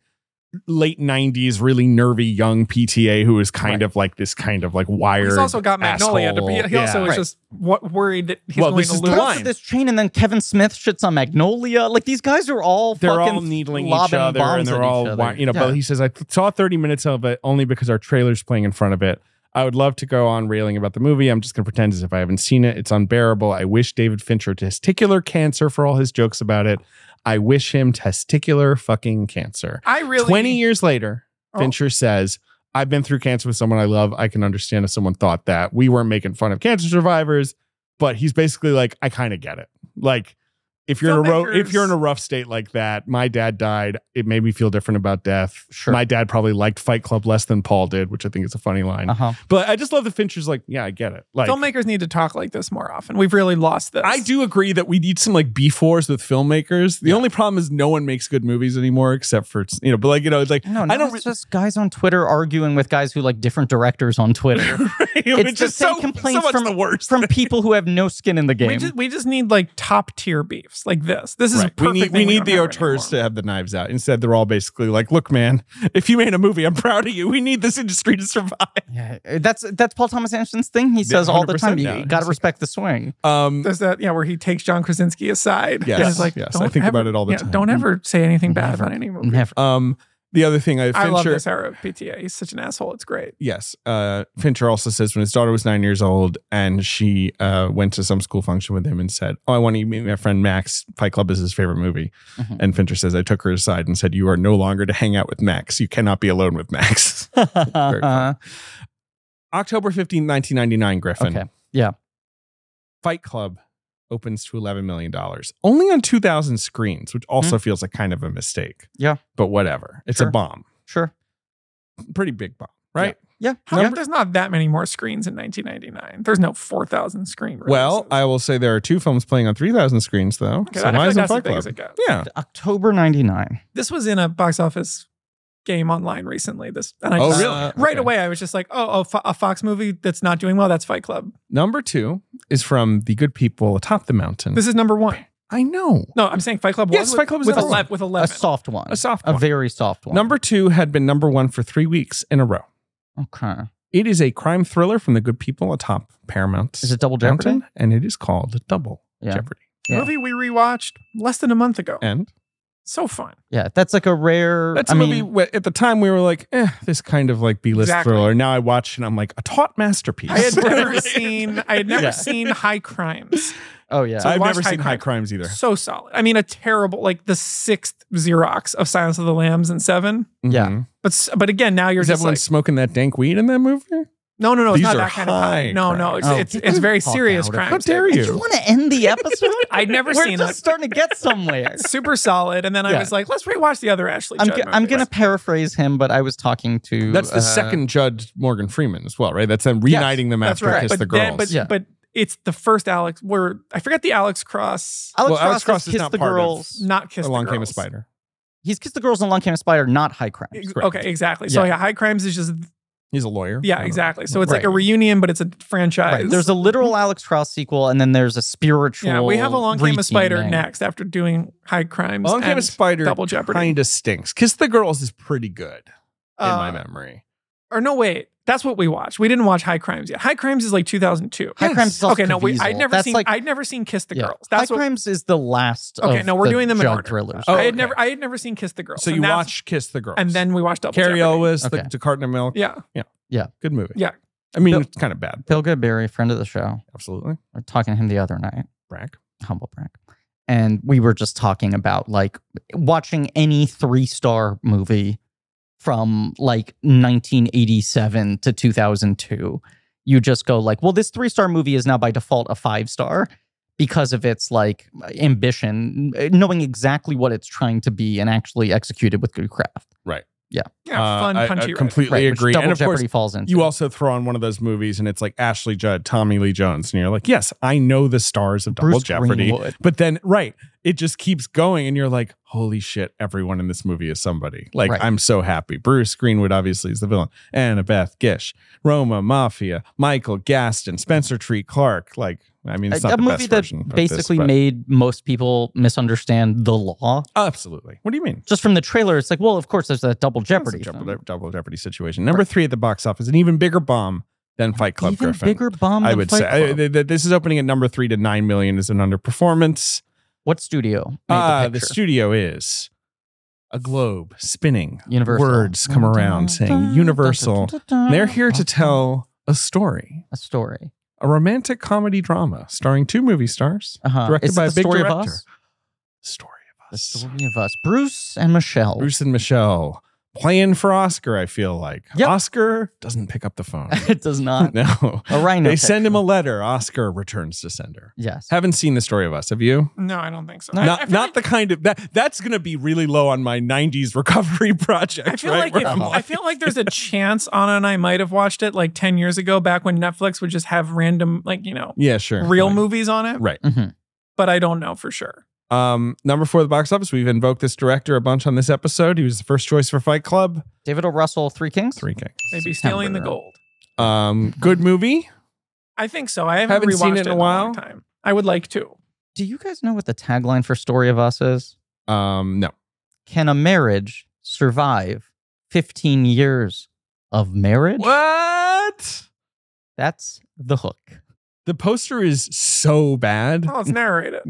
Speaker 3: late 90s, really nervy young PTA who is kind
Speaker 2: Right.
Speaker 3: of like this kind of like wired.
Speaker 4: he's also got Magnolia to be. He
Speaker 3: asshole.
Speaker 4: also
Speaker 3: Yeah.
Speaker 4: is
Speaker 2: Right.
Speaker 4: just wo- worried that he's
Speaker 3: Well,
Speaker 4: going
Speaker 3: this
Speaker 4: to
Speaker 3: is
Speaker 4: lose.
Speaker 3: the
Speaker 2: Parts
Speaker 3: line.
Speaker 2: of this chain, and then Kevin Smith shits on Magnolia. Like these guys are all
Speaker 3: they're
Speaker 2: fucking
Speaker 3: all needling each
Speaker 2: lobbing
Speaker 3: other
Speaker 2: bombs
Speaker 3: and
Speaker 2: at
Speaker 3: they're
Speaker 2: each
Speaker 3: all
Speaker 2: other.
Speaker 3: wi- you know
Speaker 2: Yeah.
Speaker 3: but he says i th- saw 30 minutes of it only because our trailer's playing in front of it i would love to go on railing about the movie i'm just going to pretend as if i haven't seen it it's unbearable i wish david fincher testicular cancer for all his jokes about it i wish him testicular fucking cancer
Speaker 4: I really
Speaker 3: 20 years later
Speaker 4: Oh.
Speaker 3: fincher says i've been through cancer with someone i love i can understand if someone thought that we weren't making fun of cancer survivors but he's basically like i kind of get it like if you're in a ro- if
Speaker 4: Filmmakers-
Speaker 3: you're in a rough state like that, my dad died. It made me feel different about death.
Speaker 2: Sure.
Speaker 3: My dad probably liked Fight Club less than Paul did, which I think is a funny line.
Speaker 2: Uh-huh.
Speaker 3: But I just love the Fincher's like, yeah, I get it. Like
Speaker 4: Uh. filmmakers need to talk like this more often. We've really lost this.
Speaker 3: I do agree that we need some like B4s with filmmakers. The only problem is no one makes good movies anymore except for you know, but like you know, it's like
Speaker 2: No, no,
Speaker 3: I don't
Speaker 2: it's just guys on Twitter arguing with guys who like different directors on
Speaker 3: <laughs>
Speaker 2: Twitter. it's
Speaker 3: just
Speaker 2: the same
Speaker 3: so,
Speaker 2: complaints
Speaker 3: so much
Speaker 2: from
Speaker 3: the worst. <laughs>
Speaker 2: from people who have no skin in the
Speaker 4: We
Speaker 2: game.
Speaker 4: just, we just need like top tier beefs like this. This is a
Speaker 3: Right. We need
Speaker 4: perfect
Speaker 3: we
Speaker 4: thing
Speaker 3: need
Speaker 4: don't
Speaker 3: the
Speaker 4: have
Speaker 3: auteurs
Speaker 4: anymore.
Speaker 3: to have the knives out. Instead, they're all basically like, "Look, man, if you made a movie, I'm proud of you. We need this industry to survive." <laughs>
Speaker 2: Yeah, that's that's Paul Thomas Anderson's thing. He says all the time,
Speaker 3: 100%
Speaker 2: you
Speaker 3: now.
Speaker 2: got to respect the swing.
Speaker 3: Um,
Speaker 4: There's that yeah where he takes John Krasinski aside.
Speaker 3: Yes,
Speaker 4: And he's like,
Speaker 3: yes.
Speaker 4: don't
Speaker 3: I think
Speaker 4: ever-
Speaker 3: about it all the
Speaker 4: yeah,
Speaker 3: time.
Speaker 4: Don't ever say anything bad about any movie.
Speaker 2: <laughs>
Speaker 3: <laughs>
Speaker 2: Never.
Speaker 3: Um, the other thing I, Fincher,
Speaker 4: I love this era of PTA. He's such an asshole. It's great.
Speaker 3: Yes, uh, Fincher also says when his daughter was nine years old, and she uh, went to some school function with him and said, "Oh, I want to meet my friend Max. Fight Club is his favorite movie."
Speaker 2: Mhm.
Speaker 3: And Fincher says, "I took her aside and said, you are no longer to hang out with Max. You cannot be alone with Max." <laughs>
Speaker 2: Uh,
Speaker 3: October fifteenth, nineteen ninety nine. Griffin.
Speaker 2: Okay. Yeah.
Speaker 3: Fight Club opens to $11 million, only on 2,000 screens, which also feels like kind of a mistake.
Speaker 2: Mm-hmm. Yeah.
Speaker 3: But whatever. It's
Speaker 2: Sure.
Speaker 3: a bomb.
Speaker 2: sure.
Speaker 3: Pretty big bomb, right?
Speaker 2: Yeah.
Speaker 4: How come there's not that many more screens in 1999? There's no 4,000 screen.
Speaker 3: Well, uh,
Speaker 4: releases.
Speaker 3: I will say there are two films playing on 3,000 screens, though.
Speaker 4: Okay,
Speaker 3: so
Speaker 4: I feel
Speaker 3: mine's in
Speaker 4: like that's as
Speaker 3: Fight
Speaker 4: big
Speaker 3: Club.
Speaker 4: as it gets.
Speaker 3: Yeah.
Speaker 2: October 99.
Speaker 4: This was in a box office game online recently. This and I
Speaker 3: Oh,
Speaker 4: just,
Speaker 3: really? Uh,
Speaker 4: right
Speaker 3: okay.
Speaker 4: away I was just like, oh, a, Fo- a Fox movie that's not doing well. That's Fight Club.
Speaker 3: Number two is from The Good People Atop the Mountain.
Speaker 4: This is number one.
Speaker 3: I know.
Speaker 4: No, I'm saying Fight Club.
Speaker 3: Hmm. Yes,
Speaker 4: was with-
Speaker 3: Fight Club is
Speaker 4: with
Speaker 3: number one.
Speaker 4: 11. With 11.
Speaker 2: A soft one.
Speaker 3: A soft
Speaker 2: A
Speaker 3: one.
Speaker 2: very soft one.
Speaker 3: Number two had been number one for three weeks in a row.
Speaker 2: Okay.
Speaker 3: It is a crime thriller from The Good People Atop Paramount.
Speaker 2: Is it Double Jeopardy?
Speaker 3: Mountain, and it is called Double
Speaker 2: Yeah.
Speaker 3: Jeopardy.
Speaker 2: Yeah.
Speaker 4: Movie we rewatched less than a month ago.
Speaker 3: And <laughs>
Speaker 4: So fun.
Speaker 2: Yeah. That's like a rare.
Speaker 3: that's
Speaker 2: I
Speaker 3: a movie
Speaker 2: mean,
Speaker 3: where- at the time we were like, eh, this kind of like B list
Speaker 4: Exactly.
Speaker 3: thriller. Now I watch and I'm like, a taut masterpiece. <laughs>
Speaker 4: I had never seen. I had never
Speaker 2: Yeah.
Speaker 4: seen High Crimes.
Speaker 2: Oh, yeah.
Speaker 4: So-
Speaker 3: I've
Speaker 4: watched
Speaker 3: never
Speaker 4: High
Speaker 3: seen High Crimes either.
Speaker 4: So solid. I mean, a terrible like the sixth Xerox of Silence of the Lambs and Seven.
Speaker 2: Yeah.
Speaker 3: Mhm.
Speaker 4: But s- but again, now you're
Speaker 3: Is
Speaker 4: just
Speaker 3: everyone
Speaker 4: like
Speaker 3: smoking that dank weed in that movie?
Speaker 4: no no no. It's
Speaker 3: These
Speaker 4: not
Speaker 3: are
Speaker 4: that kind of high.
Speaker 3: high
Speaker 4: No no. It's
Speaker 2: crimes. Oh,
Speaker 4: it's,
Speaker 2: get
Speaker 4: it's
Speaker 2: the
Speaker 4: very
Speaker 2: fuck
Speaker 4: serious
Speaker 2: out of-
Speaker 4: crimes.
Speaker 3: How dare
Speaker 4: David.
Speaker 3: you?
Speaker 4: <laughs>
Speaker 2: you want to end the episode?
Speaker 4: I'd never
Speaker 2: We're
Speaker 4: seen
Speaker 2: just
Speaker 4: it.
Speaker 2: starting to get somewhere.
Speaker 4: <laughs> Super solid. And then I
Speaker 2: Yeah.
Speaker 4: was like, let's rewatch the other Ashley.
Speaker 2: I'm,
Speaker 4: Judd
Speaker 2: g- I'm
Speaker 4: movies.
Speaker 2: gonna paraphrase him, but I was talking to
Speaker 3: That's the
Speaker 2: uh,
Speaker 3: second Judge Morgan Freeman as well, right? That's them reuniting them
Speaker 4: That's
Speaker 3: after
Speaker 4: right.
Speaker 3: Kiss
Speaker 4: But
Speaker 3: the Girls.
Speaker 4: then but
Speaker 2: Yeah.
Speaker 4: but it's the first Alex where I forget the Alex Cross.
Speaker 2: Alex,
Speaker 3: Well, Alex
Speaker 2: Cross,
Speaker 3: Cross is
Speaker 2: kissed
Speaker 3: not
Speaker 2: the
Speaker 3: part of-
Speaker 2: girls.
Speaker 4: Not kiss
Speaker 3: Along
Speaker 4: the
Speaker 3: Came a
Speaker 4: Girls.
Speaker 3: Spider.
Speaker 2: He's kissed the girls in Long Came a Spider, not High Crime.
Speaker 4: Ex-
Speaker 3: Correct. Uh,
Speaker 4: Okay, exactly. So
Speaker 2: Yeah.
Speaker 4: yeah, High Crimes is just
Speaker 3: He's a lawyer. Uh-huh. I
Speaker 4: yeah,
Speaker 3: don't
Speaker 4: exactly. So it's like a
Speaker 2: Right.
Speaker 4: reunion, but it's a franchise.
Speaker 2: Right. There's a literal Alex Cross sequel, and then there's a spiritual.
Speaker 4: Mm-hmm. yeah. We have Along Came a Spider
Speaker 2: reteaming.
Speaker 4: next after doing High Crimes.
Speaker 3: know. Along Came a
Speaker 4: and
Speaker 3: Spider
Speaker 4: Double Jeopardy.
Speaker 3: kind of stinks. Kiss the Girls is pretty good in my
Speaker 4: Uh,
Speaker 3: memory.
Speaker 4: Or no, wait, that's what we watched. We didn't watch High Crimes yet. High Crimes is like 2002.
Speaker 2: High Crimes is also
Speaker 4: okay, no, we,
Speaker 2: Caviezel.
Speaker 4: I'd never
Speaker 2: That's
Speaker 4: seen.
Speaker 2: like-
Speaker 4: I'd never seen Kiss the
Speaker 2: Yeah.
Speaker 4: Girls. That's
Speaker 2: High
Speaker 4: what
Speaker 2: Crimes is the last.
Speaker 4: Okay,
Speaker 2: of
Speaker 4: no, we're
Speaker 2: the
Speaker 4: doing them in
Speaker 2: jug
Speaker 4: order.
Speaker 2: thrillers.
Speaker 3: Oh,
Speaker 4: I had
Speaker 3: okay.
Speaker 4: never. I had never seen Kiss the Girls.
Speaker 3: So
Speaker 4: and
Speaker 3: you
Speaker 4: that's-
Speaker 3: watch Kiss the Girls.
Speaker 4: and then we watched Double
Speaker 3: Carrie
Speaker 4: Jeopardy.
Speaker 3: Elwes,
Speaker 2: Okay.
Speaker 3: the, the Carton of Milk.
Speaker 4: Yeah,
Speaker 3: Good movie.
Speaker 4: Yeah.
Speaker 3: I mean,
Speaker 2: Bill-
Speaker 3: it's kind of bad.
Speaker 2: Bill Goodberry, friend of the show,
Speaker 3: Absolutely.
Speaker 2: we're talking to him the other night.
Speaker 3: Brack.
Speaker 2: humble brag. And we were just talking about like watching any three star movie from like 1987 to 2002. You just go like, well, this three star movie is now by default a five star because of its like ambition, knowing exactly what it's trying to be and actually executed with good craft.
Speaker 4: yeah,
Speaker 3: Uh,
Speaker 4: fun,
Speaker 3: I- I
Speaker 4: punchy. ride.
Speaker 3: completely
Speaker 2: Right, which
Speaker 3: agree.
Speaker 2: Double
Speaker 3: And of
Speaker 2: Jeopardy
Speaker 3: course,
Speaker 2: falls into.
Speaker 3: you also throw on one of those movies and it's like Ashley Judd, Tommy Lee Jones, and you're like, yes, I know the stars of Double
Speaker 2: Bruce
Speaker 3: Jeopardy.
Speaker 2: Greenwood.
Speaker 3: But then, right, it just keeps going, and you're like, holy shit, everyone in this movie is somebody. Like,
Speaker 2: Right.
Speaker 3: I'm so happy. Bruce Greenwood, obviously, is the villain. Annabeth Gish, Roma Mafia, Michael Gaston, Spencer Tree Clark. Like, I mean, it's
Speaker 2: a,
Speaker 3: not
Speaker 2: a
Speaker 3: the
Speaker 2: movie
Speaker 3: best
Speaker 2: that
Speaker 3: version of this,
Speaker 2: basically
Speaker 3: but-
Speaker 2: made most people misunderstand the law.
Speaker 3: Absolutely. What do you mean?
Speaker 2: Just from the trailer, it's like, well, of course, there's that double
Speaker 3: That's
Speaker 2: jeopardy.
Speaker 3: a
Speaker 2: thing.
Speaker 3: Double, double Jeopardy situation. Number three at the box office, an even bigger bomb than Fight Club
Speaker 2: Even
Speaker 3: Griffin.
Speaker 2: bigger bomb.
Speaker 3: I
Speaker 2: than
Speaker 3: would
Speaker 2: Fight
Speaker 3: say I-
Speaker 2: Club.
Speaker 3: th- th- this is opening at number three to nine million is an underperformance.
Speaker 2: What studio? Made
Speaker 3: Uh,
Speaker 2: the
Speaker 3: the,
Speaker 2: picture?
Speaker 3: studio is a globe spinning.
Speaker 2: Universal.
Speaker 3: Words come around saying Universal.
Speaker 2: Ah,
Speaker 3: They're here to tell a story,
Speaker 2: a story.
Speaker 3: a romantic comedy drama starring two movie stars,
Speaker 2: Uh-huh.
Speaker 3: directed
Speaker 2: Is it
Speaker 3: by a
Speaker 2: the
Speaker 3: big
Speaker 2: story
Speaker 3: director.
Speaker 2: Of us?
Speaker 3: Story of
Speaker 2: The
Speaker 3: us.
Speaker 2: story of us. Bruce and Michelle.
Speaker 3: Bruce and Michelle playing for Oscar. I feel like
Speaker 2: Yep.
Speaker 3: Oscar doesn't pick up
Speaker 2: <laughs>
Speaker 3: the phone.
Speaker 2: <laughs> it does
Speaker 3: <laughs>
Speaker 2: not.
Speaker 3: no,
Speaker 2: A rhino.
Speaker 3: they send him a
Speaker 2: picture.
Speaker 3: letter. Oscar returns to sender.
Speaker 2: Yes.
Speaker 3: Haven't seen the story of us. Have you?
Speaker 4: No, I don't think so. I- I
Speaker 3: not
Speaker 4: feel
Speaker 3: not
Speaker 4: like-
Speaker 3: the kind of that that's going to be really low on my 90s <laughs> recovery project
Speaker 4: I feel
Speaker 3: right
Speaker 4: like
Speaker 3: Where
Speaker 4: if,
Speaker 3: I'm
Speaker 4: I feel like there's
Speaker 3: <laughs>
Speaker 4: a chance Anna and I might have watched it like ten years ago, back when Netflix would just have random like you know
Speaker 3: yeah sure
Speaker 4: real
Speaker 3: Like,
Speaker 4: movies on it.
Speaker 3: right
Speaker 2: Mhm.
Speaker 4: But I don't know for sure.
Speaker 3: um number four the box office we've invoked this director a bunch on this episode he was the first choice for fight club
Speaker 2: David O. Russell, Three Kings.
Speaker 3: three king
Speaker 4: Maybe stealing the
Speaker 2: September.
Speaker 4: gold.
Speaker 3: um good movie
Speaker 4: I think so. I haven't,
Speaker 3: Haven't
Speaker 4: rewatched
Speaker 3: seen
Speaker 4: it in a
Speaker 3: while.
Speaker 4: long time. I would
Speaker 3: <laughs>
Speaker 4: like to.
Speaker 2: Do you guys know what the tagline for Story of Us is?
Speaker 3: um no
Speaker 2: Can a marriage survive 15 years of marriage?
Speaker 3: what
Speaker 2: That's the hook.
Speaker 3: the poster is so bad
Speaker 4: Well, let's narrate it.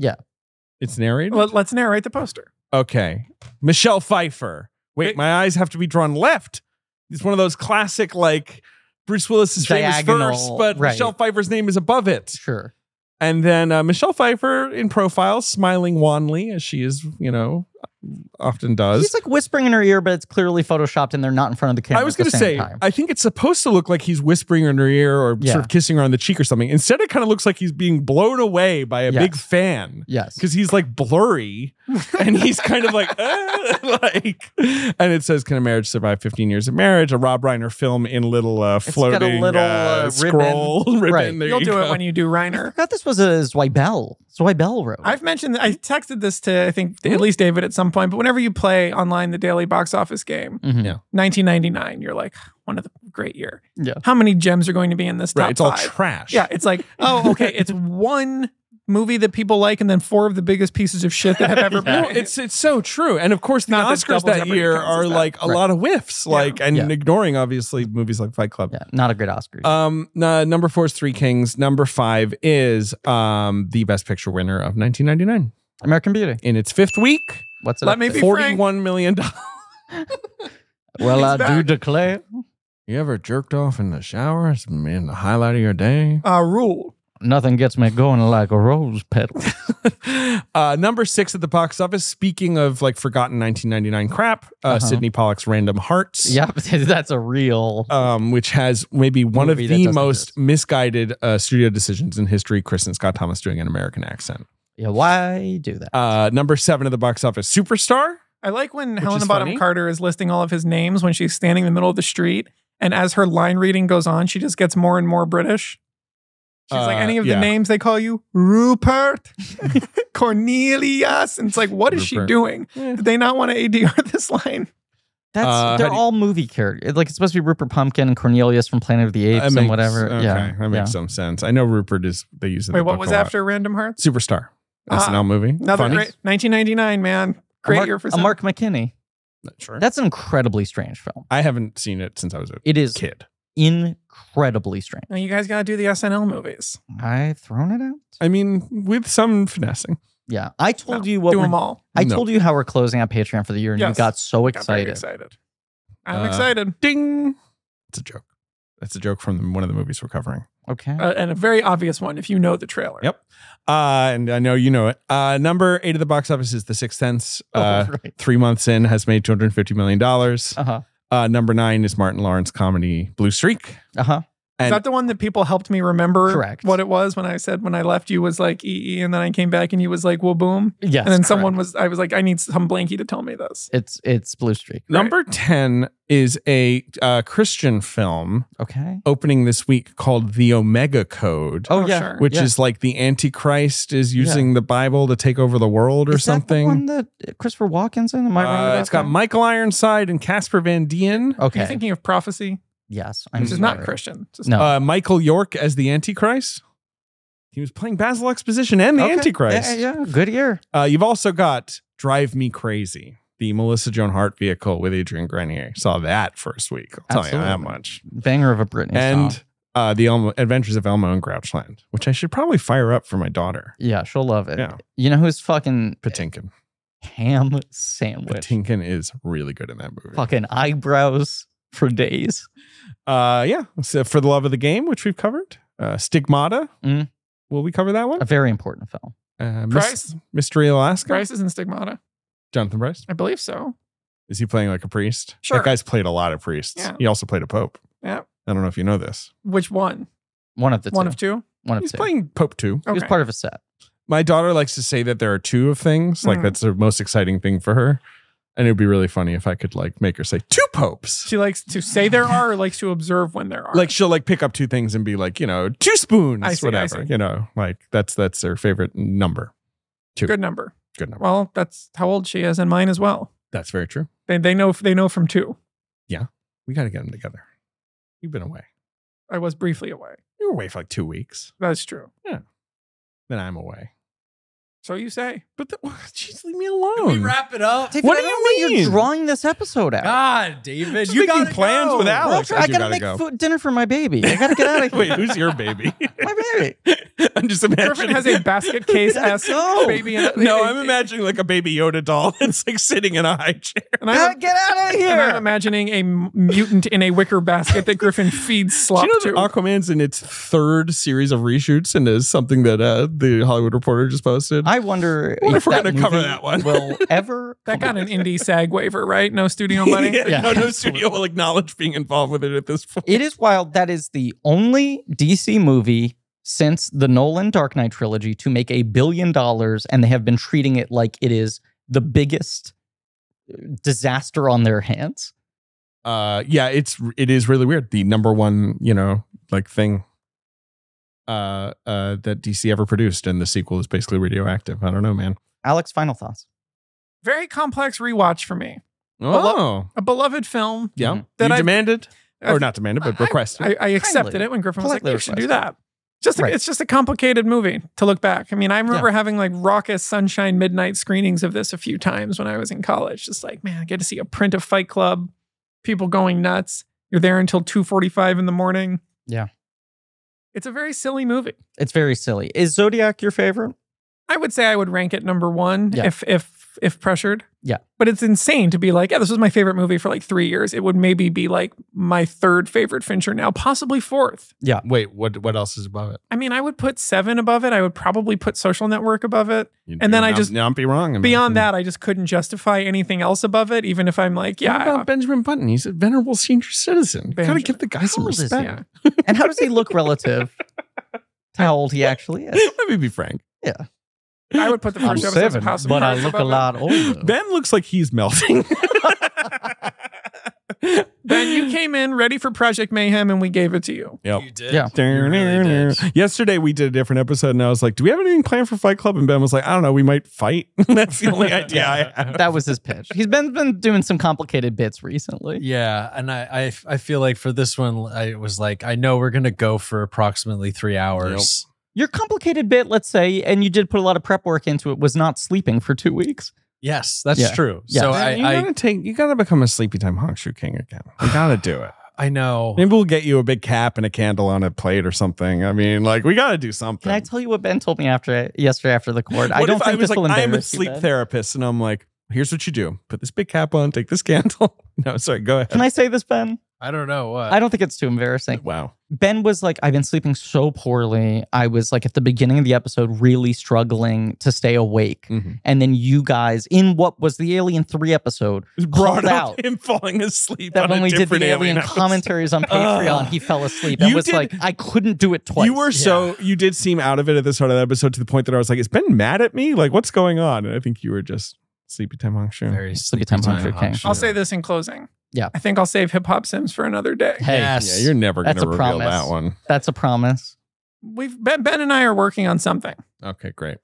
Speaker 3: it's narrated
Speaker 4: Let, us narrate the poster.
Speaker 3: okay michelle pfeiffer wait
Speaker 4: Wait.
Speaker 3: my eyes have to be drawn left it's one of those classic like bruce willis's famous
Speaker 2: Diagonal,
Speaker 3: verse but
Speaker 2: right.
Speaker 3: michelle pfeiffer's name is above it
Speaker 2: Sure.
Speaker 3: And then uh, Michelle Pfeiffer in profile, smiling wanly as she is, you know, often does.
Speaker 2: He's like whispering in her ear, but it's clearly photoshopped, and they're not in front of the camera.
Speaker 3: I was
Speaker 2: going to
Speaker 3: say,
Speaker 2: time.
Speaker 3: I think it's supposed to look like he's whispering in her ear or
Speaker 2: Yeah.
Speaker 3: sort of kissing her on the cheek or something. Instead, it kind of looks like he's being blown away by a big
Speaker 2: Yes.
Speaker 3: fan
Speaker 2: yes,
Speaker 3: because he's like blurry and he's kind of like, "Uh," <laughs> like, and it says, Can a marriage survive 15 years of marriage? A Rob Reiner film in little uh,
Speaker 2: got a
Speaker 3: floating
Speaker 2: little,
Speaker 3: uh,
Speaker 2: uh,
Speaker 3: scroll <laughs> ribbon.
Speaker 2: Right.
Speaker 3: There
Speaker 4: You'll
Speaker 3: you
Speaker 4: do
Speaker 3: go.
Speaker 4: it when you do
Speaker 3: <laughs>
Speaker 4: Reiner.
Speaker 2: I thought this was a Zweibel. Zweibel wrote.
Speaker 4: I've mentioned I texted this to I think at least David at some point, but whenever you play online the daily box office game,
Speaker 2: Mhm.
Speaker 3: Yeah.
Speaker 4: 1999, you're like one of the great year.
Speaker 2: Yeah.
Speaker 4: How many gems are going to be in this top
Speaker 3: Right. It's all
Speaker 4: five?
Speaker 3: trash.
Speaker 4: yeah,
Speaker 3: <laughs>
Speaker 4: it's like oh okay, it's one movie that people like and then four of the biggest pieces of shit that
Speaker 3: <laughs>
Speaker 4: have ever
Speaker 3: No,
Speaker 4: been.
Speaker 3: it's it's so true, and of course the
Speaker 4: Not that
Speaker 3: Oscars
Speaker 4: Double
Speaker 3: that
Speaker 4: Jeopardy
Speaker 3: year
Speaker 4: counts as
Speaker 3: are
Speaker 4: that.
Speaker 3: like a
Speaker 2: Right.
Speaker 3: lot of whiffs, like and
Speaker 2: Yeah.
Speaker 3: ignoring obviously movies like Fight Club.
Speaker 2: yeah, not a good Oscar.
Speaker 3: Um, no, number four is Three Kings. Number five is um the Best Picture winner of 1999
Speaker 2: American Beauty.
Speaker 3: in its fifth week,
Speaker 2: What's it?
Speaker 4: Let
Speaker 2: up
Speaker 4: me
Speaker 2: to?
Speaker 4: be frank.
Speaker 3: forty-one million dollars.
Speaker 2: Well, I do
Speaker 4: back.
Speaker 2: declare.
Speaker 3: You ever jerked off in the shower? It's been the highlight of your day.
Speaker 4: uh, rule.
Speaker 2: Nothing gets me going like a rose petal.
Speaker 3: <laughs> uh, number six at the box office. Speaking of like forgotten 1999 crap, uh,
Speaker 2: Uh-huh.
Speaker 3: Sydney Pollock's Random Hearts.
Speaker 2: <laughs> yep, <laughs> that's a real.
Speaker 3: um, which has maybe one of
Speaker 2: Movie that
Speaker 3: the
Speaker 2: doesn't
Speaker 3: most
Speaker 2: exist.
Speaker 3: misguided uh, studio decisions in history. Kristen Scott Thomas doing an American accent.
Speaker 2: yeah, why do that?
Speaker 3: Uh, number seven of the box office, Superstar.
Speaker 4: I like when
Speaker 3: Which
Speaker 4: Helena
Speaker 3: is
Speaker 4: Bottom
Speaker 3: funny.
Speaker 4: Carter is listing all of his names when she's standing in the middle of the street. And as her line reading goes on, she just gets more and more British. She's like,
Speaker 3: Uh,
Speaker 4: any of
Speaker 3: yeah.
Speaker 4: the names they call you?
Speaker 3: <laughs>
Speaker 4: Rupert, Cornelius. And it's like, what is she
Speaker 3: Rupert.
Speaker 4: doing?
Speaker 3: Yeah.
Speaker 4: Did they not want to ADR this line?
Speaker 2: That's
Speaker 3: uh,
Speaker 2: they're
Speaker 3: how do you-
Speaker 2: all movie characters. Like it's supposed to be Rupert Pumpkin and Cornelius from Planet of the Apes
Speaker 3: That
Speaker 2: and
Speaker 3: makes-
Speaker 2: whatever.
Speaker 3: Okay,
Speaker 2: yeah,
Speaker 3: that makes
Speaker 2: yeah.
Speaker 3: some sense. I know Rupert is. They use it. in
Speaker 4: Wait,
Speaker 3: the
Speaker 4: what
Speaker 3: book
Speaker 4: was
Speaker 3: a lot.
Speaker 4: after Random Hearts?
Speaker 3: Superstar? SNL movie.
Speaker 4: Another
Speaker 3: Funny.
Speaker 4: great 1999, man. Great
Speaker 2: a Mark,
Speaker 4: year for
Speaker 2: a
Speaker 4: some.
Speaker 2: Mark McKinney.
Speaker 3: Sure.
Speaker 2: That's an incredibly strange film.
Speaker 3: I haven't seen it since I was a
Speaker 2: It is
Speaker 3: kid.
Speaker 2: incredibly strange.
Speaker 4: Now you guys got to do the SNL movies.
Speaker 2: I've thrown it out.
Speaker 3: I mean, with some finessing.
Speaker 2: Yeah, I told
Speaker 4: No,
Speaker 2: you what.
Speaker 4: do
Speaker 2: we're-
Speaker 4: them all.
Speaker 2: I
Speaker 3: No.
Speaker 2: told you how we're closing out Patreon for the year, and you
Speaker 4: Yes.
Speaker 2: got so
Speaker 4: Got very
Speaker 2: excited.
Speaker 4: excited. I'm
Speaker 3: Uh,
Speaker 4: excited.
Speaker 3: Ding. It's a joke. That's a joke from one of the movies we're covering.
Speaker 2: Okay,
Speaker 4: Uh, and a very obvious one if you know the trailer.
Speaker 3: Yep. Uh, and I know you know it. Uh, number eight of the box office is The Sixth Sense. Uh,
Speaker 2: <laughs> oh, right.
Speaker 3: three months in has made $250 million.
Speaker 2: Uh huh.
Speaker 3: Uh, number nine is Martin Lawrence comedy Blue Streak.
Speaker 2: Uh huh.
Speaker 3: And-
Speaker 4: is that the one that people helped me remember
Speaker 2: Correct.
Speaker 4: what it was when I said when I left you was like EE and then I came back and you was like well boom
Speaker 2: Yes.
Speaker 4: and then
Speaker 2: correct.
Speaker 4: someone was I was like I need some blankie to tell me this.
Speaker 2: It's it's Blue Streak.
Speaker 3: Number 10 is a uh, Christian film
Speaker 2: Okay.
Speaker 3: opening this week called The Omega Code,
Speaker 2: Oh, yeah.
Speaker 4: sure.
Speaker 3: which
Speaker 2: yeah.
Speaker 3: is like the Antichrist is using the Bible to take over the world or
Speaker 2: Is
Speaker 3: something.
Speaker 2: That the one that Christopher Walken's in? Am I wrong?
Speaker 3: Uh,
Speaker 2: about
Speaker 3: it's got
Speaker 2: that?
Speaker 3: Michael Ironside and Casper Van Dien.
Speaker 4: Are
Speaker 2: Okay.
Speaker 4: you thinking of prophecy,
Speaker 2: yes. I'm
Speaker 4: which is not
Speaker 2: sorry.
Speaker 4: Christian. It's just-
Speaker 2: No.
Speaker 3: uh, Michael York as the Antichrist. He was playing Basil Exposition and the
Speaker 2: Okay.
Speaker 3: Antichrist.
Speaker 2: Yeah, yeah, Good year.
Speaker 3: Uh, you've also got Drive Me Crazy, the Melissa Joan Hart vehicle with Adrian Grenier. Saw that first week. I'll tell you that
Speaker 2: Absolutely.
Speaker 3: much.
Speaker 2: Banger of a Britney
Speaker 3: and
Speaker 2: song.
Speaker 3: uh, the Elmo, Adventures of Elmo and Grouchland, which I should probably fire up for my daughter.
Speaker 2: Yeah, she'll love it.
Speaker 3: Yeah.
Speaker 2: You know who's fucking
Speaker 3: Patinkin.
Speaker 2: Eh, ham sandwich?
Speaker 3: Patinkin is really good in that movie.
Speaker 2: Fucking eyebrows for days.
Speaker 3: Uh, yeah. So for the love of the game, which we've covered. Uh, Stigmata.
Speaker 2: Mm.
Speaker 3: Will we cover that one?
Speaker 2: A very important film.
Speaker 3: Uh, Mys-
Speaker 4: Price?
Speaker 3: Mystery Alaska.
Speaker 4: Christ is in Stigmata.
Speaker 3: Jonathan Bryce.
Speaker 4: I believe so.
Speaker 3: Is he playing like a priest?
Speaker 4: Sure.
Speaker 3: That guy's played a lot of priests.
Speaker 4: Yeah.
Speaker 3: He also played a pope.
Speaker 4: Yeah.
Speaker 3: I don't know if you know this.
Speaker 4: Which one?
Speaker 2: One of the
Speaker 4: one
Speaker 2: two.
Speaker 4: of two?
Speaker 2: One of
Speaker 3: He's
Speaker 2: two.
Speaker 3: playing Pope too.
Speaker 2: He
Speaker 4: Okay.
Speaker 2: was part of a set.
Speaker 3: My daughter likes to say that there are two of things. Like
Speaker 4: Mm.
Speaker 3: that's the most exciting thing for her. And it would be really funny if I could like make her say two popes.
Speaker 4: she likes to say there are or likes to observe when there are.
Speaker 3: Like she'll like pick up two things and be like, you know, two spoons,
Speaker 4: I see, I
Speaker 3: whatever.
Speaker 4: see.
Speaker 3: You know, like that's that's her favorite number.
Speaker 4: good number.
Speaker 3: Good number.
Speaker 4: Well, that's how old she is and mine as well.
Speaker 3: That's very true.
Speaker 4: They they know they know from two.
Speaker 3: We got to get them together. You've been away.
Speaker 4: I was briefly away.
Speaker 3: You were away for like two weeks.
Speaker 4: That's true.
Speaker 3: Then I'm away.
Speaker 4: So you say.
Speaker 3: But the, <laughs> jeez, leave me alone.
Speaker 5: Can we wrap it up?
Speaker 2: David,
Speaker 3: What
Speaker 2: I
Speaker 3: do
Speaker 2: don't
Speaker 3: you
Speaker 2: think You're
Speaker 3: mean?
Speaker 2: drawing this episode out.
Speaker 5: God, David,
Speaker 3: Just
Speaker 5: you
Speaker 3: making
Speaker 5: got
Speaker 3: plans
Speaker 5: go.
Speaker 3: with Alex.
Speaker 2: Well, I
Speaker 3: you
Speaker 2: gotta
Speaker 3: gotta
Speaker 2: make
Speaker 3: go.
Speaker 2: food, dinner for my baby. I gotta get out of here.
Speaker 3: <laughs> Wait, who's your <laughs> baby?
Speaker 2: my baby.
Speaker 3: I'm just imagining.
Speaker 4: Griffin has
Speaker 3: <laughs>
Speaker 4: a basket case
Speaker 2: I
Speaker 4: esque
Speaker 2: know.
Speaker 4: baby. In
Speaker 3: <laughs>
Speaker 4: it.
Speaker 3: no, I'm imagining like a baby Yoda doll that's like sitting in a high chair.
Speaker 4: And And I'm,
Speaker 2: Get out of
Speaker 4: and I'm
Speaker 2: here.
Speaker 4: imagining a m- mutant in a wicker basket that
Speaker 3: <laughs>
Speaker 4: Griffin feeds
Speaker 3: Do
Speaker 4: slop
Speaker 3: you know that
Speaker 4: to.
Speaker 3: Aquaman's in its third series of reshoots and is something that uh, the Hollywood Reporter just posted? <laughs>
Speaker 2: I wonder
Speaker 3: Wonder
Speaker 2: if
Speaker 3: if we're
Speaker 2: that
Speaker 3: gonna cover
Speaker 2: movie
Speaker 3: that one. <laughs>
Speaker 2: will ever.
Speaker 4: that
Speaker 2: come
Speaker 4: got an indie SAG waiver, right? No studio money.
Speaker 3: yeah,
Speaker 5: Yeah,
Speaker 3: no, <laughs> no studio will acknowledge being involved with it at this point.
Speaker 2: It is wild. That is the only DC movie since the Nolan Dark Knight trilogy to make a billion dollars, and they have been treating it like it is the biggest uh, disaster on their hands.
Speaker 3: uh yeah it's it is really weird the number one you know like thing uh uh that dc ever produced and the sequel is basically radioactive i don't know man
Speaker 2: Alex, final thoughts.
Speaker 4: Very complex rewatch for me.
Speaker 3: oh
Speaker 4: A beloved film.
Speaker 3: yeah
Speaker 4: That
Speaker 3: you
Speaker 4: mm-hmm. I-
Speaker 3: demanded
Speaker 4: I-
Speaker 3: or not demanded but
Speaker 4: I-
Speaker 3: requested
Speaker 4: I, I accepted
Speaker 2: Kindly.
Speaker 4: it when Griffin was like,
Speaker 2: Politely
Speaker 4: "You should do
Speaker 2: requested.
Speaker 4: that." Just a,
Speaker 2: Right.
Speaker 4: it's just a complicated movie to look back. I mean, I remember having like raucous sunshine midnight screenings of this a few times when I was in college. Just like, man, I get to see a print of Fight Club, people going nuts. You're there until two forty five in the morning.
Speaker 2: Yeah.
Speaker 4: it's a very silly movie.
Speaker 2: It's very silly. Is Zodiac your favorite?
Speaker 4: I would say I would rank it number one
Speaker 2: Yeah.
Speaker 4: if if if pressured.
Speaker 2: Yeah.
Speaker 4: But it's insane to be like, yeah, this was my favorite movie for like three years. It would maybe be like my third favorite Fincher now, possibly fourth.
Speaker 3: wait what what else is above it
Speaker 4: I mean, I would put seven above it. I would probably put social network above it.
Speaker 3: You-
Speaker 4: And then I
Speaker 3: not-
Speaker 4: just-
Speaker 3: not be wrong about
Speaker 4: Beyond that, I just couldn't justify anything else above it, even if I'm like,
Speaker 3: yeah,
Speaker 4: yeah. I-
Speaker 3: Benjamin Button. He's a venerable senior citizen. Gotta
Speaker 4: Benjamin-
Speaker 3: give the guy some
Speaker 2: old is he?
Speaker 3: respect.
Speaker 2: And how does he look relative to how old he actually
Speaker 3: <laughs>
Speaker 2: is?
Speaker 3: Let me be frank.
Speaker 4: I would put the 1st episode of House of
Speaker 2: but I
Speaker 4: Cards
Speaker 2: look a
Speaker 4: above it.
Speaker 2: lot
Speaker 3: <gasps>
Speaker 2: older.
Speaker 3: Ben looks like he's melting.
Speaker 4: Ben, you came in ready for Project Mayhem and we gave it to you.
Speaker 3: <laughs> Yep.
Speaker 5: You did.
Speaker 2: Yeah.
Speaker 5: You really did.
Speaker 3: Yesterday we did a different episode, and I was like, "Do we have anything planned for Fight Club?" And Ben was like, "I don't know. We might fight." <laughs> That's the only idea I have.
Speaker 2: that was his pitch. He's been been doing some complicated bits recently.
Speaker 5: Yeah, and I, I I feel like for this one, I was like, I know we're gonna go for approximately three hours.
Speaker 2: Your complicated bit, let's say, and you did put a lot of prep work into it, was not sleeping for two weeks.
Speaker 5: Yes, that's
Speaker 2: Yeah.
Speaker 5: true.
Speaker 2: Yeah.
Speaker 5: So
Speaker 3: Ben, you
Speaker 5: I,
Speaker 3: gotta take. You gotta become a sleepy time hongshoe king again. You gotta do it.
Speaker 5: I I know.
Speaker 3: <laughs> Maybe we'll get you a big cap and a candle on a plate or something. I mean, like we gotta do something.
Speaker 2: Can I tell you what Ben told me after yesterday after the court? I
Speaker 3: What
Speaker 2: don't
Speaker 3: if
Speaker 2: think
Speaker 3: I was
Speaker 2: this will
Speaker 3: like, I am a
Speaker 2: embarrass you,
Speaker 3: sleep
Speaker 2: Ben.
Speaker 3: therapist, and I'm like, here's what you do: put this big cap on, take this candle. <laughs> no, sorry, go ahead.
Speaker 2: Can I say this, Ben?
Speaker 5: I don't know
Speaker 3: Uh,
Speaker 5: what.
Speaker 2: I don't think it's too embarrassing.
Speaker 3: Wow.
Speaker 2: Ben was like, I've been sleeping so poorly. I was like, at the beginning of the episode, really struggling to stay awake.
Speaker 3: Mhm.
Speaker 2: And then you guys, in what was the Alien 3 episode, called
Speaker 3: Brought up <laughs>
Speaker 2: out
Speaker 3: him falling asleep.
Speaker 2: that
Speaker 3: on
Speaker 2: when
Speaker 3: a
Speaker 2: we did the
Speaker 3: different
Speaker 2: Alien,
Speaker 3: episode.
Speaker 2: commentaries
Speaker 3: <laughs>
Speaker 2: on Patreon, he fell asleep. I
Speaker 3: You
Speaker 2: was
Speaker 3: did-
Speaker 2: like, I couldn't do it twice.
Speaker 3: You were so you did seem out of it at the start of that episode to the point that I was like, "Is Ben mad at me? Like, what's going on?" And I think you were just sleepy time hongshoe.
Speaker 5: Very
Speaker 2: Sleepy Time Hunger King.
Speaker 4: I'll say this in closing.
Speaker 2: Yeah.
Speaker 4: I think I'll save Hip Hop Sims for another day.
Speaker 2: Hey,
Speaker 3: Yeah,
Speaker 5: Yes.
Speaker 3: you're never going
Speaker 2: That's
Speaker 3: to
Speaker 2: a
Speaker 3: reveal
Speaker 2: promise.
Speaker 3: that one.
Speaker 2: that's a promise.
Speaker 4: We've Ben, ben and I are working on something.
Speaker 3: Okay, great.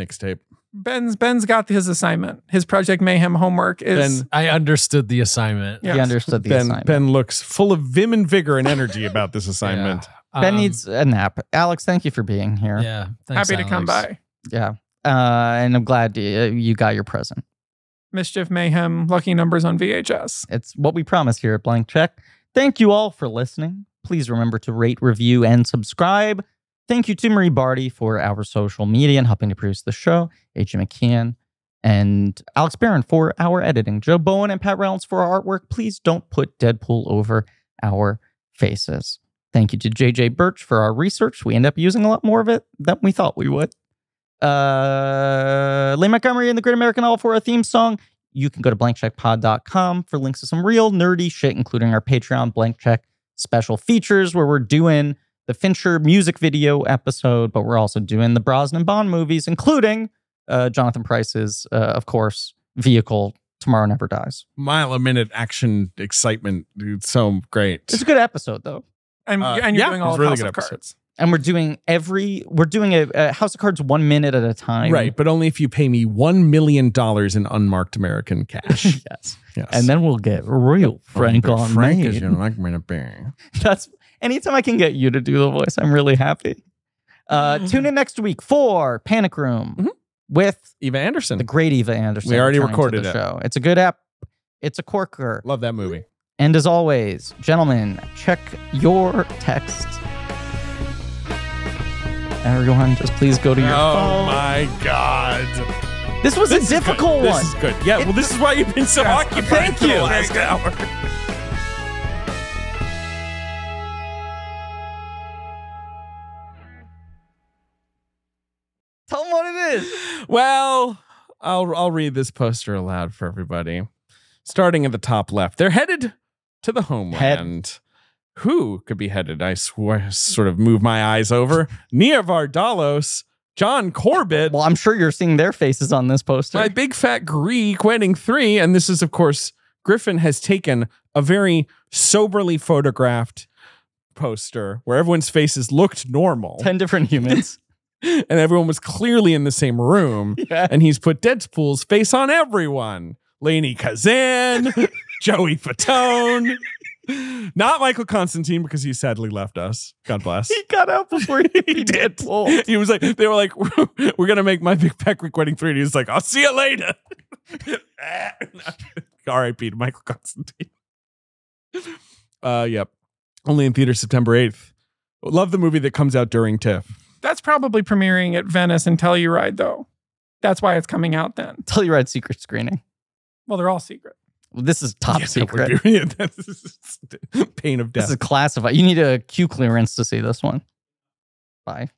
Speaker 3: Mixtape.
Speaker 4: Ben's Ben's got his assignment. His Project Mayhem homework is
Speaker 3: Ben
Speaker 5: I understood the assignment.
Speaker 4: Yeah.
Speaker 2: He
Speaker 4: Yes.
Speaker 2: understood the
Speaker 3: ben
Speaker 2: assignment. Ben,
Speaker 3: Ben looks full of vim and vigor
Speaker 2: <laughs>
Speaker 3: and energy about this assignment.
Speaker 5: Yeah. Um,
Speaker 2: needs a nap. Alex, thank you for being here. Yeah.
Speaker 5: Yeah. Thanks,
Speaker 4: happy to come
Speaker 5: Alex.
Speaker 4: by.
Speaker 2: Uh, and I'm glad you, you got your present.
Speaker 4: Mischief Mayhem Lucky Numbers on VHS.
Speaker 2: It's what we promise here at Blank Check. Thank you all for listening. Please remember to rate, review, and subscribe. Thank you to Marie Barty for our social media and helping to produce the show, AJ McKeon, and Alex Barron for our editing, Joe Bowen and Pat Reynolds for our artwork. Please don't put Deadpool over our faces. Thank you to JJ Birch for our research. We end up using a lot more of it than we thought we would. Uh, Lane Montgomery and the Great American All for our theme song. You can go to blankcheckpod.com for links to some real nerdy shit, including our Patreon blank check special features where we're doing the Fincher music video episode, but we're also doing the Brosnan Bond movies, including uh, Jonathan Price's, uh, of course, vehicle Tomorrow Never Dies.
Speaker 3: Mile a minute action excitement, dude. So great.
Speaker 2: It's a good episode, though.
Speaker 4: And,
Speaker 3: Uh,
Speaker 4: and you're
Speaker 3: yeah,
Speaker 4: doing
Speaker 3: it was
Speaker 4: all of
Speaker 3: really
Speaker 4: House
Speaker 3: good
Speaker 4: of
Speaker 3: episode.
Speaker 4: Cards.
Speaker 2: and we're doing every we're doing a, a house of cards one minute at a time
Speaker 3: right, but only if you pay me one million dollars in unmarked American cash.
Speaker 2: <laughs> yes
Speaker 3: yes.
Speaker 2: <laughs> and then we'll get real frank on
Speaker 3: Frank
Speaker 2: me <laughs>
Speaker 3: is your Lightman Bear.
Speaker 2: that's anytime i can get you to do the voice i'm really happy uh
Speaker 3: Ah.
Speaker 2: tune in next week for panic room
Speaker 3: Mhm.
Speaker 2: with
Speaker 3: Eva Anderson.
Speaker 2: the great eva anderson
Speaker 3: We already
Speaker 2: returning to
Speaker 3: recorded
Speaker 2: the
Speaker 3: it.
Speaker 2: show it's a good app it's a corker
Speaker 3: Love that movie.
Speaker 2: and as always gentlemen check your text everyone just please go to your
Speaker 3: Oh
Speaker 2: phone
Speaker 3: my god.
Speaker 2: This was a difficult
Speaker 3: This
Speaker 2: one.
Speaker 3: is good. Yeah, well, this is why you've been so
Speaker 2: <laughs>
Speaker 3: occupied.
Speaker 2: Thank
Speaker 3: for the
Speaker 2: you.
Speaker 3: last hour.
Speaker 2: Tell them what it is.
Speaker 3: Well, I'll I'll read this poster aloud for everybody. Starting at the top left, they're headed to the homeland. Who could be headed? I swear, sort of move my eyes over. Nia Vardalos, John Corbett,
Speaker 2: Well, I'm sure you're seeing their faces on this poster.
Speaker 3: my big fat Greek wedding three, and this is of course Griffin has taken a very soberly photographed poster where everyone's faces looked normal.
Speaker 2: Ten different
Speaker 3: <laughs>
Speaker 2: humans.
Speaker 3: and everyone was clearly in the same room.
Speaker 2: <laughs> Yeah.
Speaker 3: And he's put Deadpool's face on everyone. Lainey
Speaker 2: <laughs>
Speaker 3: Kazan, Joey Fatone, not Michael Constantine because he sadly left us. God bless.
Speaker 2: he got out before he, <laughs> he did.
Speaker 3: He was like, they were like, <laughs> we're gonna make my big pack recording three. And he was like, I'll see you later. <laughs> R.I.P. to Michael Constantine. Uh, yep. Only in theater September eighth. Love the movie that comes out during TIFF.
Speaker 4: That's probably premiering at Venice and Telluride, though. That's why it's coming out then.
Speaker 2: Telluride secret screening.
Speaker 4: Well, they're all secret.
Speaker 2: Well, this is top
Speaker 3: Yeah, that would
Speaker 2: secret.
Speaker 3: be- yeah, <laughs> that's- pain of
Speaker 2: This
Speaker 3: death.
Speaker 2: is classified. You need a Q clearance to see this one. Bye.